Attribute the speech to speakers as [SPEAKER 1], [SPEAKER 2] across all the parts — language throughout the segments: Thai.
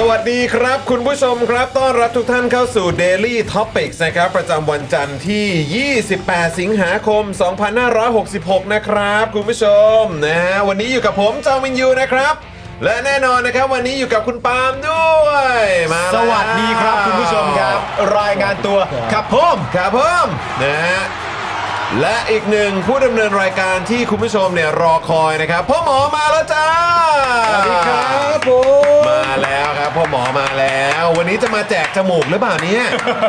[SPEAKER 1] สวัสดีครับ คุณผู้ชมครับ ต้อนรับทุกท่านเข้าสู่ Daily Topics นะครับ ประจำวันจันทร์ที่ 28 สิงหาคม 2566 นะครับ คุณผู้ชมนะฮะวันนี้อยู่กับผมจอมินยูนะครับ และแน่นอนนะครับ วันนี้อยู่กับคุณปาล์มด้วยมา
[SPEAKER 2] ส
[SPEAKER 1] แล้ว
[SPEAKER 2] วัสดีครับคุณผู้ชมครับ รายงานตัวครับผม
[SPEAKER 1] ครับผมนะฮะและอีกหนึ่งผู้ดำเนินรายการที่คุณผู้ชมเนี่ยรอคอยนะครับพ่อหมอมาแล้วจ้า
[SPEAKER 2] สวัสดีครับผม
[SPEAKER 1] มาแล้วครับพ่อหมอมาแล้ว วันนี้จะมาแจกจมูกหรือเปล่า เนี่ย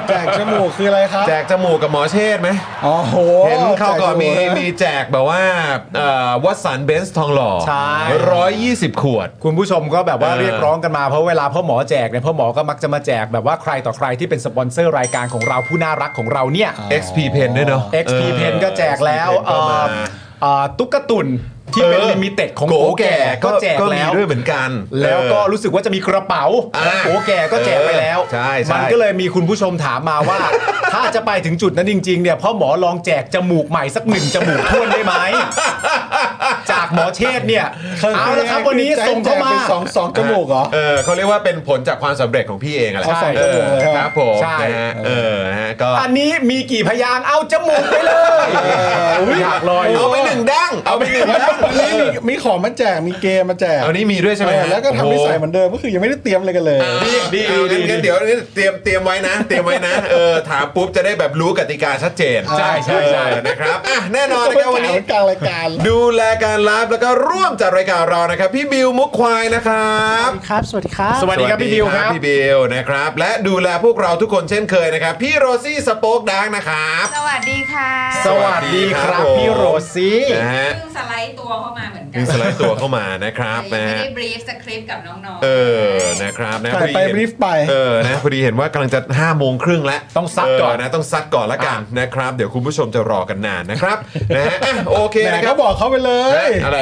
[SPEAKER 3] แจกจมูกคืออะไรครับ
[SPEAKER 1] แจกจมูกกับหมอเชษฐ์ไหม
[SPEAKER 3] อ๋อโห
[SPEAKER 1] เห็นเขาวก่อนมี
[SPEAKER 3] แจจก
[SPEAKER 1] มีแจกแบบว่าวัตสันเบนซ์ทองหล่อ
[SPEAKER 2] ใช่
[SPEAKER 1] ร้อยยี่สิบขวด
[SPEAKER 2] คุณผู้ชมก็แบบว่า
[SPEAKER 1] เออ
[SPEAKER 2] เรียกร้องกันมาเพราะเวลาพ่อหมอแจกเนี่ยพ่อหมอก็มักจะมาแจกแบบว่าใครต่อใครที่เป็นสปอนเซอร์รายการของเราผู้น่ารักของเราเนี่ย
[SPEAKER 1] XP Pen ด้วยเนาะ
[SPEAKER 2] XP
[SPEAKER 1] ออ
[SPEAKER 2] Pen ก็แจกแล้ว
[SPEAKER 1] XP Pen ก็มา
[SPEAKER 2] เอ่อเอ่อตุ๊กตุนที่เป็น
[SPEAKER 1] เออ
[SPEAKER 2] ลิมิเต็ดของโกแก่ก็แจก
[SPEAKER 1] ก็มี
[SPEAKER 2] แล้ว
[SPEAKER 1] ด้วยเหมือนกัน
[SPEAKER 2] แล้วก็รู้สึกว่าจะมีกระเป๋า
[SPEAKER 1] อ่า
[SPEAKER 2] โอแก่ก็แจกไปแล้ว
[SPEAKER 1] ใช่ใช่
[SPEAKER 2] มันก็เลยมีคุณผู้ชมถามมาว่า ถ้าจะไปถึงจุดนั้นจริง ๆ เนี่ยพ่อหมอลองแจกจมูกใหม่สักหนึ่งจมูกท้วนได้ ไหม จากหมอเชษฐ์เนี่ย เอาละครับวันนี้
[SPEAKER 3] จะให้
[SPEAKER 2] ส่งเข้า
[SPEAKER 3] แจก
[SPEAKER 2] มา
[SPEAKER 3] เป็นสองสองจมูกเหรอ
[SPEAKER 1] เออเขาเรียกว่าเป็นผลจากความสำเร็จของพี่เองอะแหละ
[SPEAKER 3] ใช่
[SPEAKER 1] เออ
[SPEAKER 3] ใช่
[SPEAKER 1] ครับผม
[SPEAKER 2] ใช่
[SPEAKER 1] นะฮะเออฮะก็
[SPEAKER 2] อันนี้มีกี่พยางค์เอาจมูกไปเลยอยากลอย
[SPEAKER 1] เอาไปหนึ่งดั้งเอาไปหนึ่งดั้ง
[SPEAKER 3] วันนี้มีมีของมาแจก มีเกมมาแจก
[SPEAKER 1] เอานี้มีด้วยใช่ไหมฮะ
[SPEAKER 3] แล้วก็ทำนิสัยเหมือนเดิม ก็คือยังไม่ได้เตรียมอะไรกันเลย
[SPEAKER 1] โอ้โหดีดีดีงั้นเดี๋ยวงั้นเตรียมเตรียมไว้นะ เตรียมไว้นะเออถามปุ๊บจะได้แบบรู้กติกาชัดเจน
[SPEAKER 3] ใช่ใช่ใช่
[SPEAKER 1] เออนะครับอ่ะแน่นอน
[SPEAKER 3] ก็ไป
[SPEAKER 1] นะครับวัน
[SPEAKER 3] แจก
[SPEAKER 1] นี้
[SPEAKER 3] กลางรายการ
[SPEAKER 1] ดูแลการไลฟ์แล้วก็ร่วมจัดรายการเรานะครับ พี่บิวมุกควายนะครับ
[SPEAKER 4] ครับ สวัสดีครับ
[SPEAKER 2] สวัสดีครับพี่บิวครับ
[SPEAKER 1] พี่บิวนะครับ และดูแลพวกเราทุกคนเช่นเคยนะครับ พี่โรซี่สโป๊กดังนะครับ
[SPEAKER 5] สวัสดีค่ะ
[SPEAKER 2] สวัสดีครับ
[SPEAKER 1] สวัสดีครับ
[SPEAKER 2] พี่โรซี่
[SPEAKER 1] นะฮะ
[SPEAKER 5] เพิ่งสไลด์ตัวเข้ามาเหมือนกั
[SPEAKER 1] มีสไลด์ตัวเข้ามานะครับ
[SPEAKER 5] ยัง
[SPEAKER 1] นะ
[SPEAKER 5] ไม่
[SPEAKER 1] ฮะ
[SPEAKER 5] ได้บรีฟสคริปต์กับน้องๆ
[SPEAKER 1] เออนะครับนะ
[SPEAKER 3] ไป
[SPEAKER 1] พอดี
[SPEAKER 3] ไป
[SPEAKER 1] เห็น
[SPEAKER 3] brief ไป
[SPEAKER 1] เออนะพอดีเห็นว่ากำลังจะ5้าโมงครึ่งแล้ว
[SPEAKER 2] ต้องซัดก่อน
[SPEAKER 1] เนะต้องซัดก่อนละกันนะครับเดี๋ยวคุณผู้ชมจะรอกันนานนะครับนะฮะอ่ะโอเค
[SPEAKER 3] แหม
[SPEAKER 1] นะครั
[SPEAKER 3] ก็
[SPEAKER 1] บ
[SPEAKER 3] บอกเขาไปเลย
[SPEAKER 1] อะไร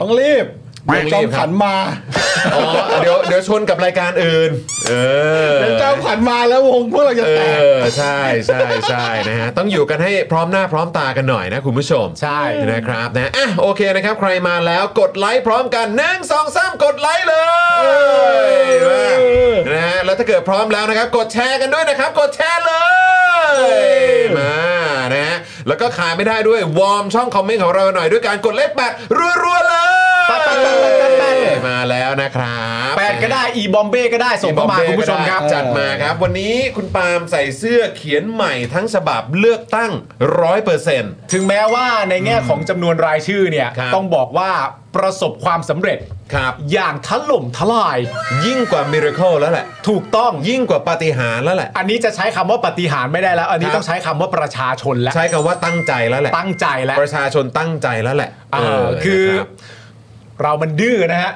[SPEAKER 3] ต้องรีบ
[SPEAKER 1] ไม่
[SPEAKER 3] เดี๋ยวจอ
[SPEAKER 1] รี
[SPEAKER 3] ม
[SPEAKER 1] บครับ
[SPEAKER 3] ขันมา
[SPEAKER 1] อ๋อเดี๋ยวเดี๋ยวชนกับรายการอื่น เออ
[SPEAKER 3] เดี๋ยวจอมขันมาแล้ววงพวกเราจะ
[SPEAKER 1] เอ
[SPEAKER 3] แตก
[SPEAKER 1] อใช่ใช่ใช่นะฮะต้องอยู่กันให้พร้อมหน้าพร้อมตากันหน่อยนะคุณผู้ชม
[SPEAKER 2] ใช่
[SPEAKER 1] นะครับนะอ่ะโอเคนะครับ ใครมาแล้วกดไลค์พร้อมกันหนึ่งสองสามกดไลค์เลยมานะฮะแล้วถ้าเกิดพร้อมแล้วนะครับ กดแชร์กันด้วยนะครับ กดแชร์เลยมานะฮะแล้วก็ขาดไม่ได้ด้วยวอร์มช่องคอมเมนต์ของเราหน่อยด้วยการกดเลขแปดรัวๆเลย
[SPEAKER 2] แปดแปดแปดแปดแปด
[SPEAKER 1] มาแล้วนะครับ
[SPEAKER 2] แปดก็ได้อีบอมเบ้ก็ได้ส่งเข้ามาคุณผู้ชมครับ
[SPEAKER 1] จัดมา มาครับวันนี้คุณปาล์มใส่เสื้อเขียนใหม่ทั้งฉบับเลือกตั้งร้อยเปอร์เซ็นต์
[SPEAKER 2] ถึงแม้ว่าในแง่ของจำนวนรายชื่อเนี่ย
[SPEAKER 1] ครับ
[SPEAKER 2] ต้องบอกว่าประสบความสำเร็จ
[SPEAKER 1] ครับ
[SPEAKER 2] อย่างถล่มทลาย
[SPEAKER 1] ยิ่งกว่ามิราเคิลแล้วแหละ
[SPEAKER 2] ถูกต้อง
[SPEAKER 1] ยิ่งกว่าปาฏิหาริย์แล้วแหละ
[SPEAKER 2] อันนี้จะใช้คำว่าปฏิหารย์ไม่ได้แล้ว อันนี้
[SPEAKER 1] ครับ
[SPEAKER 2] ต้องใช้คำว่าประชาชนแล้ว
[SPEAKER 1] ใช้คำว่าตั้งใจแล้วแหละ
[SPEAKER 2] ตั้งใจแล้ว
[SPEAKER 1] ประชาชนตั้งใจแล้วแหละ
[SPEAKER 2] อ่า
[SPEAKER 1] เ
[SPEAKER 2] คือ
[SPEAKER 1] นะรับ
[SPEAKER 2] เรามันดื้อนะฮะ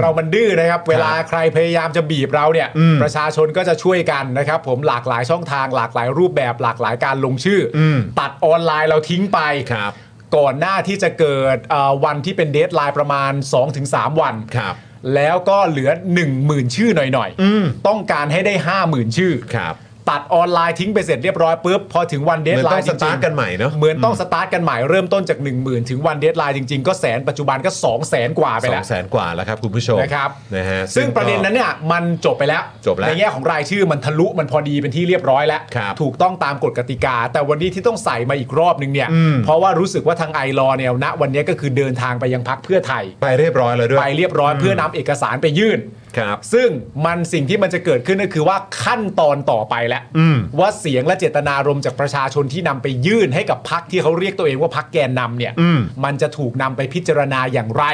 [SPEAKER 2] เรามันดื้อนะครับ เวลาใครพยายามจะบีบเราเนี่ย ประชาชนก็จะช่วยกันนะครับ ผมหลากหลายช่องทางหลากหลายรูปแบบหลากหลายการลงชื่ออ
[SPEAKER 1] ม
[SPEAKER 2] ตัดออนไลน์เราทิ้งไป
[SPEAKER 1] ครับ
[SPEAKER 2] ก่อนหน้าที่จะเกิดเอ่อวันที่เป็นเดทไลน์ประมาณ 2-3 วัน
[SPEAKER 1] ครับ
[SPEAKER 2] แล้วก็เหลือ 1 0,000 ชื่อหน่อย
[SPEAKER 1] อืม
[SPEAKER 2] ต้องการให้ได้ 50,000 ชื่อ
[SPEAKER 1] ครับ
[SPEAKER 2] ตัดออนไลน์ทิ้งไปเสร็จเรียบร้อยปุ๊บพอถึงวันเด
[SPEAKER 1] เห
[SPEAKER 2] ท
[SPEAKER 1] มือน
[SPEAKER 2] ไล
[SPEAKER 1] ต้อง
[SPEAKER 2] น์
[SPEAKER 1] สตาร์ทกันใหม่เนอะ
[SPEAKER 2] เหมือนต้องสตาร์ทกันใหม่เริ่มต้นจาก 1 0,000 ถึงวันเดทไลน์จริง ๆ ก็แสนปัจจุบันก็ 2 0 0แสนกว่าไป
[SPEAKER 1] ส
[SPEAKER 2] แล้
[SPEAKER 1] อ
[SPEAKER 2] ว
[SPEAKER 1] งแสนกว่าแล้วครับคุณผู้ชม
[SPEAKER 2] นะครับ
[SPEAKER 1] นะฮะ
[SPEAKER 2] ซึ่งประเด็นนั้นเนี่ยมันจบไปแล้ว
[SPEAKER 1] จบแล้ว
[SPEAKER 2] ในแง่ของรายชื่อมันทะลุมันพอดีเป็นที่เรียบร้อยแล้ว
[SPEAKER 1] ครับ
[SPEAKER 2] ถูกต้องตามกฎกติกา แต่วันนี้ที่ต้องใส่มาอีกรอบนึงเนี่ย
[SPEAKER 1] อืม
[SPEAKER 2] เพราะว่ารู้สึกว่าทางไอรอว์เนี่ยณวันนี้ก็คือเดินทางไปยังพักเพื่อไทย
[SPEAKER 1] ไปเรียบร้อยแล้วด้วย
[SPEAKER 2] ไปเรียบร้อยเพื่อนำเอกสารไปยื่น
[SPEAKER 1] ครับ
[SPEAKER 2] ซึ่งมันสิ่งที่มันจะเกิดขึ้นก็คือว่าขั้นตอนต่อไปแล้ว
[SPEAKER 1] อืม
[SPEAKER 2] ว่าเสียงและเจตนารมณ์จากประชาชนที่นำไปยื่นให้กับพักที่เขาเรียกตัวเองว่าพักแกนนำเนี่ย
[SPEAKER 1] อืม
[SPEAKER 2] มันจะถูกนำไปพิจารณาอย่างไร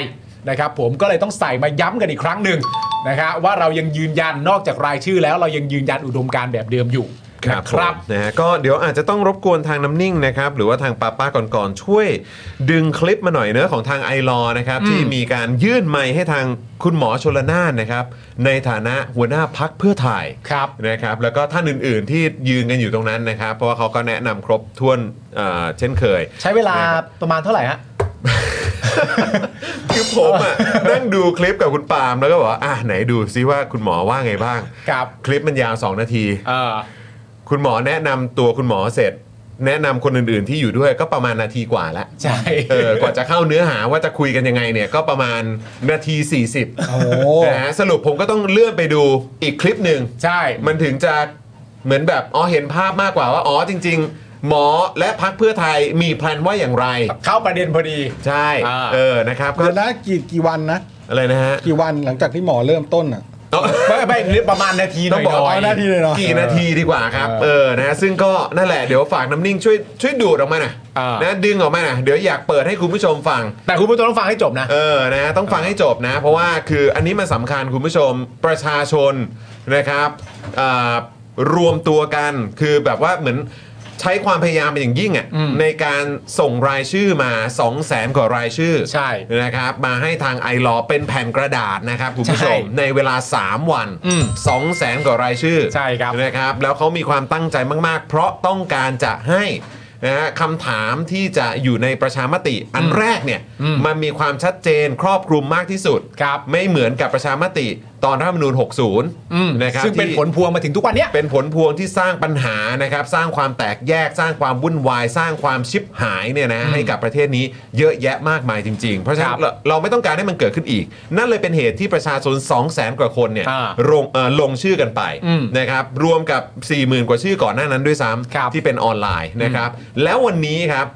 [SPEAKER 2] นะครับผมก็เลยต้องใส่มาย้ำกันอีกครั้งหนึ่งนะครับว่าเรายังยืนยันนอกจากรายชื่อแล้วเรายังยืนยันอุดมการณ์แบบเดิมอยู่
[SPEAKER 1] ครับ
[SPEAKER 2] นะ
[SPEAKER 1] ผมนะฮะก็เดี๋ยวอาจจะต้องรบกวนทางน้ำนิ่งนะครับ หรือว่าทางป้าป้าก่อนๆช่วย ดึงคลิปมาหน่อยเนื้อะของทางไอรอนะครับ
[SPEAKER 2] อืม
[SPEAKER 1] ที่มีการยื่นไมค์ให้ทางคุณหมอชลนานนะครับ ในฐานะหัวหน้าพักเพื่อไทย
[SPEAKER 2] ครับ
[SPEAKER 1] นะครับ แล้วก็ท่านอื่นๆที่ยืนกันอยู่ตรงนั้นนะครับ เพราะว่าเขาก็แนะนำครบถ้วนเอ่อเช่นเคย
[SPEAKER 2] ใช้เวลาประมาณเท่าไหร่ฮะ
[SPEAKER 1] คือผมอ่ะ นั่งดูคลิปกับคุณปาล์มแล้วก็บอกว่าอ่ะไหนดูซิว่าคุณหมอว่าไงบ้าง
[SPEAKER 2] ครับ
[SPEAKER 1] คลิปมันยาว 2 นาที
[SPEAKER 2] เออ
[SPEAKER 1] คุณหมอแนะนำตัวคุณหมอเสร็จ แนะนำคนอื่น ๆ ที่อยู่ด้วยก็ประมาณนาทีกว่าแล้ว
[SPEAKER 2] ใช่
[SPEAKER 1] เอ อกว่าจะเข้าเนื้อหาว่าจะคุยกันยังไงเนี่ยก็ประมาณนาที 40
[SPEAKER 2] โอ้
[SPEAKER 1] นะฮะสรุปผมก็ต้องเลื่อนไปดูอีกคลิปหนึ่ง
[SPEAKER 2] ใช่
[SPEAKER 1] มันถึงจะเหมือนแบบอ๋อเห็นภาพมากกว่าว่าอ๋อจริง ๆ หมอและพักเพื่อไทยมีแพลนว่าอย่างไร
[SPEAKER 2] เข้าประเด็นพอดี
[SPEAKER 1] ใช่
[SPEAKER 2] อ่า
[SPEAKER 1] เออนะครับก็
[SPEAKER 3] เดี๋ยวนะกี่กี่วันนะ
[SPEAKER 1] อะไรนะฮะ
[SPEAKER 3] กี่วันหลังจากที่หมอเริ่มต้นอ่ะ
[SPEAKER 2] ไม่ไม่ประมาณนาทีห
[SPEAKER 1] ต้
[SPEAKER 2] น่
[SPEAKER 1] อ
[SPEAKER 2] อง ย
[SPEAKER 1] บอก
[SPEAKER 2] ๆ
[SPEAKER 1] ว่า
[SPEAKER 3] หน้าที่เลยเนอะ
[SPEAKER 1] กี่นาทีดีกว่าครับ เออนะฮะซึ่งก็นั่นแหละเดี๋ยวฝากน้ำนิ่งช่วยช่วยดูดออกมาหน่อย
[SPEAKER 2] อ่าน
[SPEAKER 1] นะดึงออกมาหน่อยเดี๋ยวอยากเปิดให้คุณผู้ชมฟัง
[SPEAKER 2] แต่คุณผู้ชมต้องฟังให้จบนะ
[SPEAKER 1] เออนะฮะต้องฟังให้จบนะ เพราะว่าคืออันนี้มันสำคัญคุณผู้ชมประชาชนนะครับอ่ารวมตัวกันคือแบบว่าเหมือนใช้ความพยายามเป็นอย่างยิ่งอ่ะในการส่งรายชื่อมา 2 0 0แสนกว่ารายชื่อ
[SPEAKER 2] ใช่
[SPEAKER 1] นะครับมาให้ทางไอรอเป็นแผ่นกระดาษนะครับคุณผู้ชม
[SPEAKER 2] ใช่
[SPEAKER 1] ในเวลา 3 วัน
[SPEAKER 2] อืม
[SPEAKER 1] 2 0 0แสนกว่ารายชื่อ
[SPEAKER 2] ใช่ครับ
[SPEAKER 1] นะครับแล้วเขามีความตั้งใจมาก ๆ เพราะต้องการจะให้นะฮะคำถามที่จะอยู่ในประชามติอันแรกเนี่ย
[SPEAKER 2] อืม
[SPEAKER 1] มันมีความชัดเจนครอบคลุมมากที่สุด
[SPEAKER 2] ครับ
[SPEAKER 1] ไม่เหมือนกับประชามติตอนรัฐธรรมนูญ 60 นะครับ
[SPEAKER 2] ซึ่งเป็น
[SPEAKER 1] ที่
[SPEAKER 2] ผลพวงมาถึงทุกวันเนี้ย
[SPEAKER 1] เป็นผลพวงที่สร้างปัญหานะครับ สร้างความแตกแยกสร้างความวุ่นวาย สร้างความชิบหายเนี่ยนะให้กับประเทศนี้เยอะแยะมากมายจริง ๆ เพราะฉะนั้
[SPEAKER 2] ค
[SPEAKER 1] น
[SPEAKER 2] รับ
[SPEAKER 1] เราเราไม่ต้องการให้มันเกิดขึ้นอีก นั่นเลยเป็นเหตุที่ประชาชน 2 0 0แสนกว่าคนเนี่ย
[SPEAKER 2] อ่า
[SPEAKER 1] ลงเอ่อลงชื่อกันไป
[SPEAKER 2] อืม
[SPEAKER 1] นะครับรวมกับ 40,000 กว่าชื่อก่อนหน้านั้นด้วยซ้
[SPEAKER 2] ครับ
[SPEAKER 1] ำที่เป็นออนไลน์นะครับ แล้ววันนี้ครับ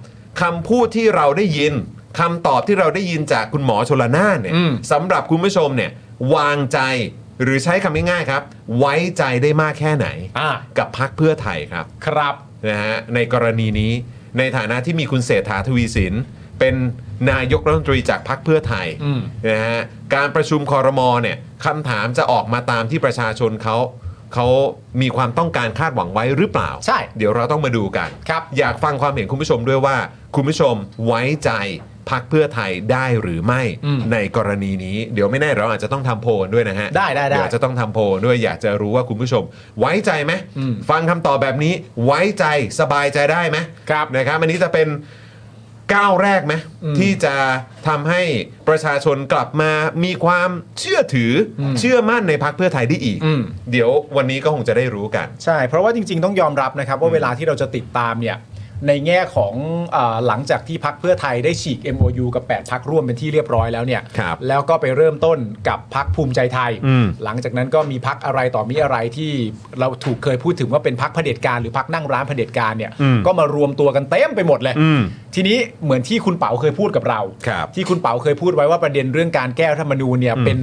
[SPEAKER 1] คำพูดที่เราได้ยินคำตอบที่เราได้ยินจากคุณหมอชลนานเนี่ย
[SPEAKER 2] อืม
[SPEAKER 1] สำหรับคุณผู้ชมเนี่ยวางใจหรือใช้คำง่ายๆครับ ไว้ใจได้มากแค่ไหน
[SPEAKER 2] อ่า
[SPEAKER 1] กับพักเพื่อไทยครับ
[SPEAKER 2] ครับ
[SPEAKER 1] นะฮะในกรณีนี้ในฐานะที่มีคุณเศรษฐาทวีสิน เป็นนายกรัฐมนตรีจากพักเพื่อไทย
[SPEAKER 2] อืม
[SPEAKER 1] นะฮะการประชุมคอรมอเนี่ยคำถามจะออกมาตามที่ประชาชนเขาเขามีความต้องการคาดหวังไว้หรือเปล่า
[SPEAKER 2] ใช่
[SPEAKER 1] เดี๋ยวเราต้องมาดูกัน
[SPEAKER 2] ครับ
[SPEAKER 1] อยากฟังความเห็นคุณผู้ชมด้วยว่า คุณผู้ชมไว้ใจพักเพื่อไทยได้หรือไม่
[SPEAKER 2] อืม
[SPEAKER 1] ในกรณีนี้ เดี๋ยวไม่แน่เราอาจจะต้องทำโพลด้วยนะฮะ
[SPEAKER 2] ได้ได้ได้
[SPEAKER 1] เดี๋ยวจะต้องทำโพลด้วยอยากจะรู้ว่าคุณผู้ชม ไว้ใจไหม
[SPEAKER 2] อืม
[SPEAKER 1] ฟังคำตอบแบบนี้ไว้ใจสบายใจได้ไหม
[SPEAKER 2] ครับ
[SPEAKER 1] นะครับอันนี้จะเป็นก้าวแรกไหม
[SPEAKER 2] อืม
[SPEAKER 1] ที่จะทำให้ประชาชนกลับมามีความเชื่อถืออ
[SPEAKER 2] ม
[SPEAKER 1] เชื่อมั่นในพักเพื่อไทยได้อีก
[SPEAKER 2] อืม
[SPEAKER 1] เดี๋ยววันนี้ก็คงจะได้รู้กัน
[SPEAKER 2] ใช่ เพราะว่าจริง ๆ ต้องยอมรับนะครับ ว่าเวลาที่เราจะติดตามเนี่ยในแง่ของเออหลังจากที่พักเพื่อไทยได้ฉีก MOU กับ 8 พักร่วมเป็นที่เรียบร้อยแล้วเนี่ย
[SPEAKER 1] ครับ
[SPEAKER 2] แล้วก็ไปเริ่มต้นกับพักภูมิใจไทย
[SPEAKER 1] อืม
[SPEAKER 2] หลังจากนั้นก็มีพักอะไรต่อมีอะไรที่เราถูกเคยพูดถึงว่าเป็นพักเผด็จการหรือพักนั่งร้านเผด็จการเนี่ย
[SPEAKER 1] อืม
[SPEAKER 2] ก็มารวมตัวกันเต็มไปหมดเลย
[SPEAKER 1] อืม
[SPEAKER 2] ทีนี้เหมือนที่คุณเป๋าเคยพูดกับเรา
[SPEAKER 1] ครับ
[SPEAKER 2] ที่คุณเป๋าเคยพูดไว้ว่าประเด็นเรื่องการแก้รัฐธรรมนูญเนี่ย
[SPEAKER 1] อืม
[SPEAKER 2] เป็น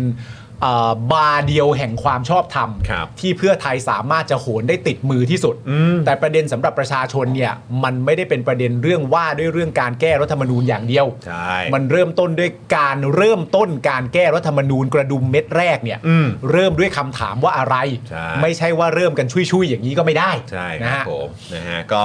[SPEAKER 2] เอ่อบาร์เดียวแห่งความชอบธรรม
[SPEAKER 1] ครับ
[SPEAKER 2] ที่เพื่อไทยสามารถจะโหนได้ติดมือที่สุด
[SPEAKER 1] อืม
[SPEAKER 2] แต่ประเด็นสำหรับประชาชนเนี่ยมันไม่ได้เป็นประเด็นเรื่องว่าด้วยเรื่องการแก้รัฐธรรมนูญอย่างเดียว
[SPEAKER 1] ใช่
[SPEAKER 2] มันเริ่มต้นด้วยการเริ่มต้นการแก้รัฐธรรมนูญกระดุมเม็ดแรกเนี่ย
[SPEAKER 1] อืม
[SPEAKER 2] เริ่มด้วยคำถามว่าอะไร
[SPEAKER 1] ใช่
[SPEAKER 2] ไม่ใช่ว่าเริ่มกันชุยๆอย่างนี้ก็ไม่ได้
[SPEAKER 1] ใช่ค
[SPEAKER 2] นะ
[SPEAKER 1] รับ
[SPEAKER 2] ฮะ
[SPEAKER 1] ผมนะฮะก็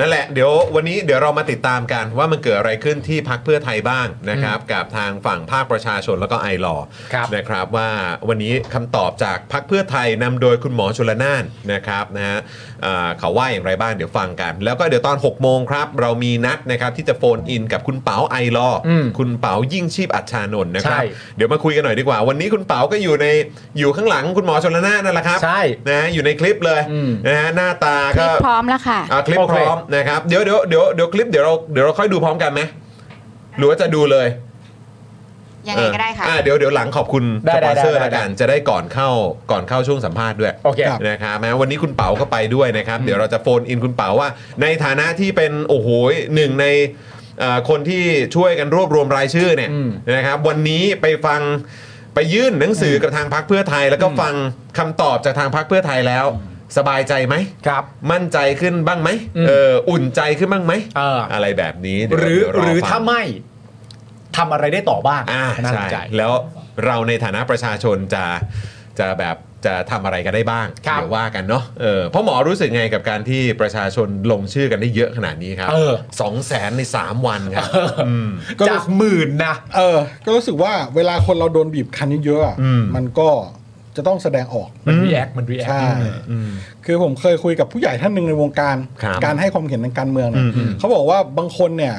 [SPEAKER 1] นั่นแหละเดี๋ยววันนี้เดี๋ยวเรามาติดตามกันว่ามันเกิดอะไรขึ้นที่พักเพื่อไทยบ้างนะครับ กับทางฝั่งภาคประชาชนแล้วก็ไอรอว์
[SPEAKER 2] ครับ
[SPEAKER 1] นะครับว่าวันนี้คำตอบจากพักเพื่อไทยนำโดยคุณหมอชลนานนะครับนะฮะเอ่อเขาว่าอย่างไรบ้างเดี๋ยวฟังกัน แล้วก็เดี๋ยวตอน6กโมงครับ เรามีนัดนะครับที่จะโฟนอินกับคุณเป๋าไอรอว์
[SPEAKER 2] อืม
[SPEAKER 1] คุณเป๋ายิ่งชีพอัจฉานนท์นะครับ
[SPEAKER 2] ใช่
[SPEAKER 1] เดี๋ยวมาคุยกันหน่อยดีกว่า วันนี้คุณเป๋าก็อยู่ในอยู่ข้างหลังคุณหมอชลนานนั่นแหละครับ
[SPEAKER 2] ใช่
[SPEAKER 1] นะฮะอยู่ในคลิปเลย
[SPEAKER 2] อืม
[SPEAKER 1] นะฮะหน้าตา
[SPEAKER 6] คลิ
[SPEAKER 1] ก็
[SPEAKER 6] ปพร้อมแล้วค่ะ
[SPEAKER 1] อ่ะคลิป
[SPEAKER 2] โอ
[SPEAKER 1] พ
[SPEAKER 2] เค
[SPEAKER 1] ร้อมนะครับเดี๋ยวเดี๋ยวเดี๋ยวเดี๋ยวคลิปเดี๋ยวเราเดี๋ยวเราค่อยดูพร้อมกันไหมหรือว่าจะดูเลย
[SPEAKER 5] ยังไงก็ได้ค่ะ
[SPEAKER 1] เอออ่เดี๋ยวเดี๋ยวหลังขอบคุณ
[SPEAKER 2] ได้
[SPEAKER 1] ส
[SPEAKER 2] ได้
[SPEAKER 1] ปอนเซอร์
[SPEAKER 2] ได้
[SPEAKER 1] ละ
[SPEAKER 2] ได้
[SPEAKER 1] กันจะได้ก่อนเข้าก่อนเข้าช่วงสัมภาษณ์ด้วย
[SPEAKER 2] โอเค
[SPEAKER 3] ครับ
[SPEAKER 1] นะครับแม้วันนี้คุณเป๋าก็ไปด้วยนะครับ เดี๋ยวเราจะโฟนอินคุณเป๋าว่า ในฐานะที่เป็นโอ้โหหนึ่งในเอ่อคนที่ช่วยกันรวบรวมรายชื่อเนี่ย
[SPEAKER 2] อืม
[SPEAKER 1] นะครับ วันนี้ไปฟังไปยื่นหนังสืออกับทางพักเพื่อไทย แล้วก็ฟังคำตอบจากทางพักเพื่อไทยแล้ว สบายใจไหม
[SPEAKER 2] ครับ
[SPEAKER 1] มั่นใจขึ้นบ้างไหม
[SPEAKER 2] อืม
[SPEAKER 1] เอออุ่นใจขึ้นบ้างไหม
[SPEAKER 2] เอออ
[SPEAKER 1] อะไรแบบนี้เดี๋ยว
[SPEAKER 2] หรือ
[SPEAKER 1] เดี๋ยว
[SPEAKER 2] หรือถ้า
[SPEAKER 1] ฟัง
[SPEAKER 2] ไม่ทำอะไรได้ต่อบ้าง
[SPEAKER 1] อ่า
[SPEAKER 2] น่าส
[SPEAKER 1] ใช่
[SPEAKER 2] นใจ
[SPEAKER 1] แล้วเราในฐานะประชาชนจะจะแบบจะทำอะไรกันได้บ้าง
[SPEAKER 2] ครับ
[SPEAKER 1] เดี๋ยวว่ากันเนาะเออเพราะหมอรู้สึกไงกับการที่ประชาชนลงชื่อกันได้เยอะขนาดนี้ครับ
[SPEAKER 2] เออ
[SPEAKER 1] สองแสนใน 3 วันครับ
[SPEAKER 3] ก็
[SPEAKER 2] จา
[SPEAKER 3] รู้
[SPEAKER 2] กหมื่นนะ
[SPEAKER 3] เออ ก็รู้สึกว่าเวลาคนเราโดนบีบคันเยอะๆอะ
[SPEAKER 1] อืม
[SPEAKER 3] มันก็จะต้องแสดงออก
[SPEAKER 2] มันรีแอคมันรีแอค
[SPEAKER 3] ใช่ คือผมเคยคุยกับผู้ใหญ่ท่านหนึ่งในวงการ
[SPEAKER 1] ครับ
[SPEAKER 3] การให้ความเห็นทางการเมืองเนี่ย
[SPEAKER 1] อืม
[SPEAKER 3] เขาบอกว่าบางคนเนี่ย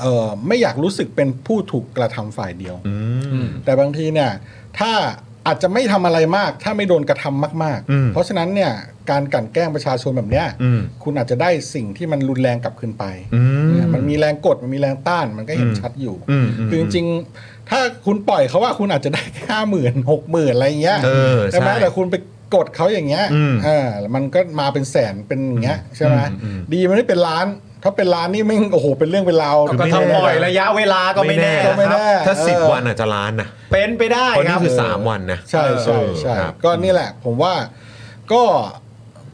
[SPEAKER 3] เอ่อไม่อยากรู้สึกเป็นผู้ถูกกระทำฝ่ายเดียว
[SPEAKER 1] อืม
[SPEAKER 3] แต่บางทีเนี่ยถ้าอาจจะไม่ทำอะไรมาก ถ้าไม่โดนกระทำมาก
[SPEAKER 1] อืม
[SPEAKER 3] ๆ เพราะฉะนั้นเนี่ยการกลั่นแกล้งประชาชนแบบเนี้ย
[SPEAKER 1] อืม
[SPEAKER 3] คุณอาจจะได้สิ่งที่มันรุนแรงกลับคืนไป
[SPEAKER 1] อืม
[SPEAKER 3] มันมีแรงกดมันมีแรงต้านมันก็เห็น
[SPEAKER 1] อืม
[SPEAKER 3] ชัดอยู่
[SPEAKER 1] อืมอืม
[SPEAKER 3] คือจริงๆ ถ้าคุณปล่อยเขาว่าคุณอาจจะได้แค่ห้าหมื่น หกหมื่นอะไรอย่างเงี้ย
[SPEAKER 1] เออ
[SPEAKER 3] ใช่ไหม
[SPEAKER 1] ใช่
[SPEAKER 3] แต่คุณไปกดเขาอย่างเงี้ย
[SPEAKER 1] อืม
[SPEAKER 3] เออแล้วมันก็มาเป็นแสนเป็นอย่างเงี้ยใช่ไหม
[SPEAKER 1] อืมอืม
[SPEAKER 3] ดีมันไม่เป็นล้านถ้าเป็นล้านนี่แม่งโอ้โหเป็นเรื่องเป็นราว
[SPEAKER 2] ก็
[SPEAKER 1] ไม่
[SPEAKER 2] ทำ
[SPEAKER 1] แน่
[SPEAKER 2] ปล่อยระยะเวลาก็ไม่แน่
[SPEAKER 3] ก็
[SPEAKER 2] นะ
[SPEAKER 3] ไม่
[SPEAKER 2] ครับ
[SPEAKER 3] แน่
[SPEAKER 1] ถ้า
[SPEAKER 3] เออ
[SPEAKER 1] 10 วันอาจจะล้านนะ
[SPEAKER 2] เป็นไปได้
[SPEAKER 1] เพราะ
[SPEAKER 2] ค
[SPEAKER 1] นี่
[SPEAKER 2] รับ
[SPEAKER 1] คือ 3 วันนะ
[SPEAKER 3] ใช่ใช่
[SPEAKER 1] เออ
[SPEAKER 3] ใช่
[SPEAKER 1] ครับ
[SPEAKER 3] ก็นี่แหละ ผมว่าก็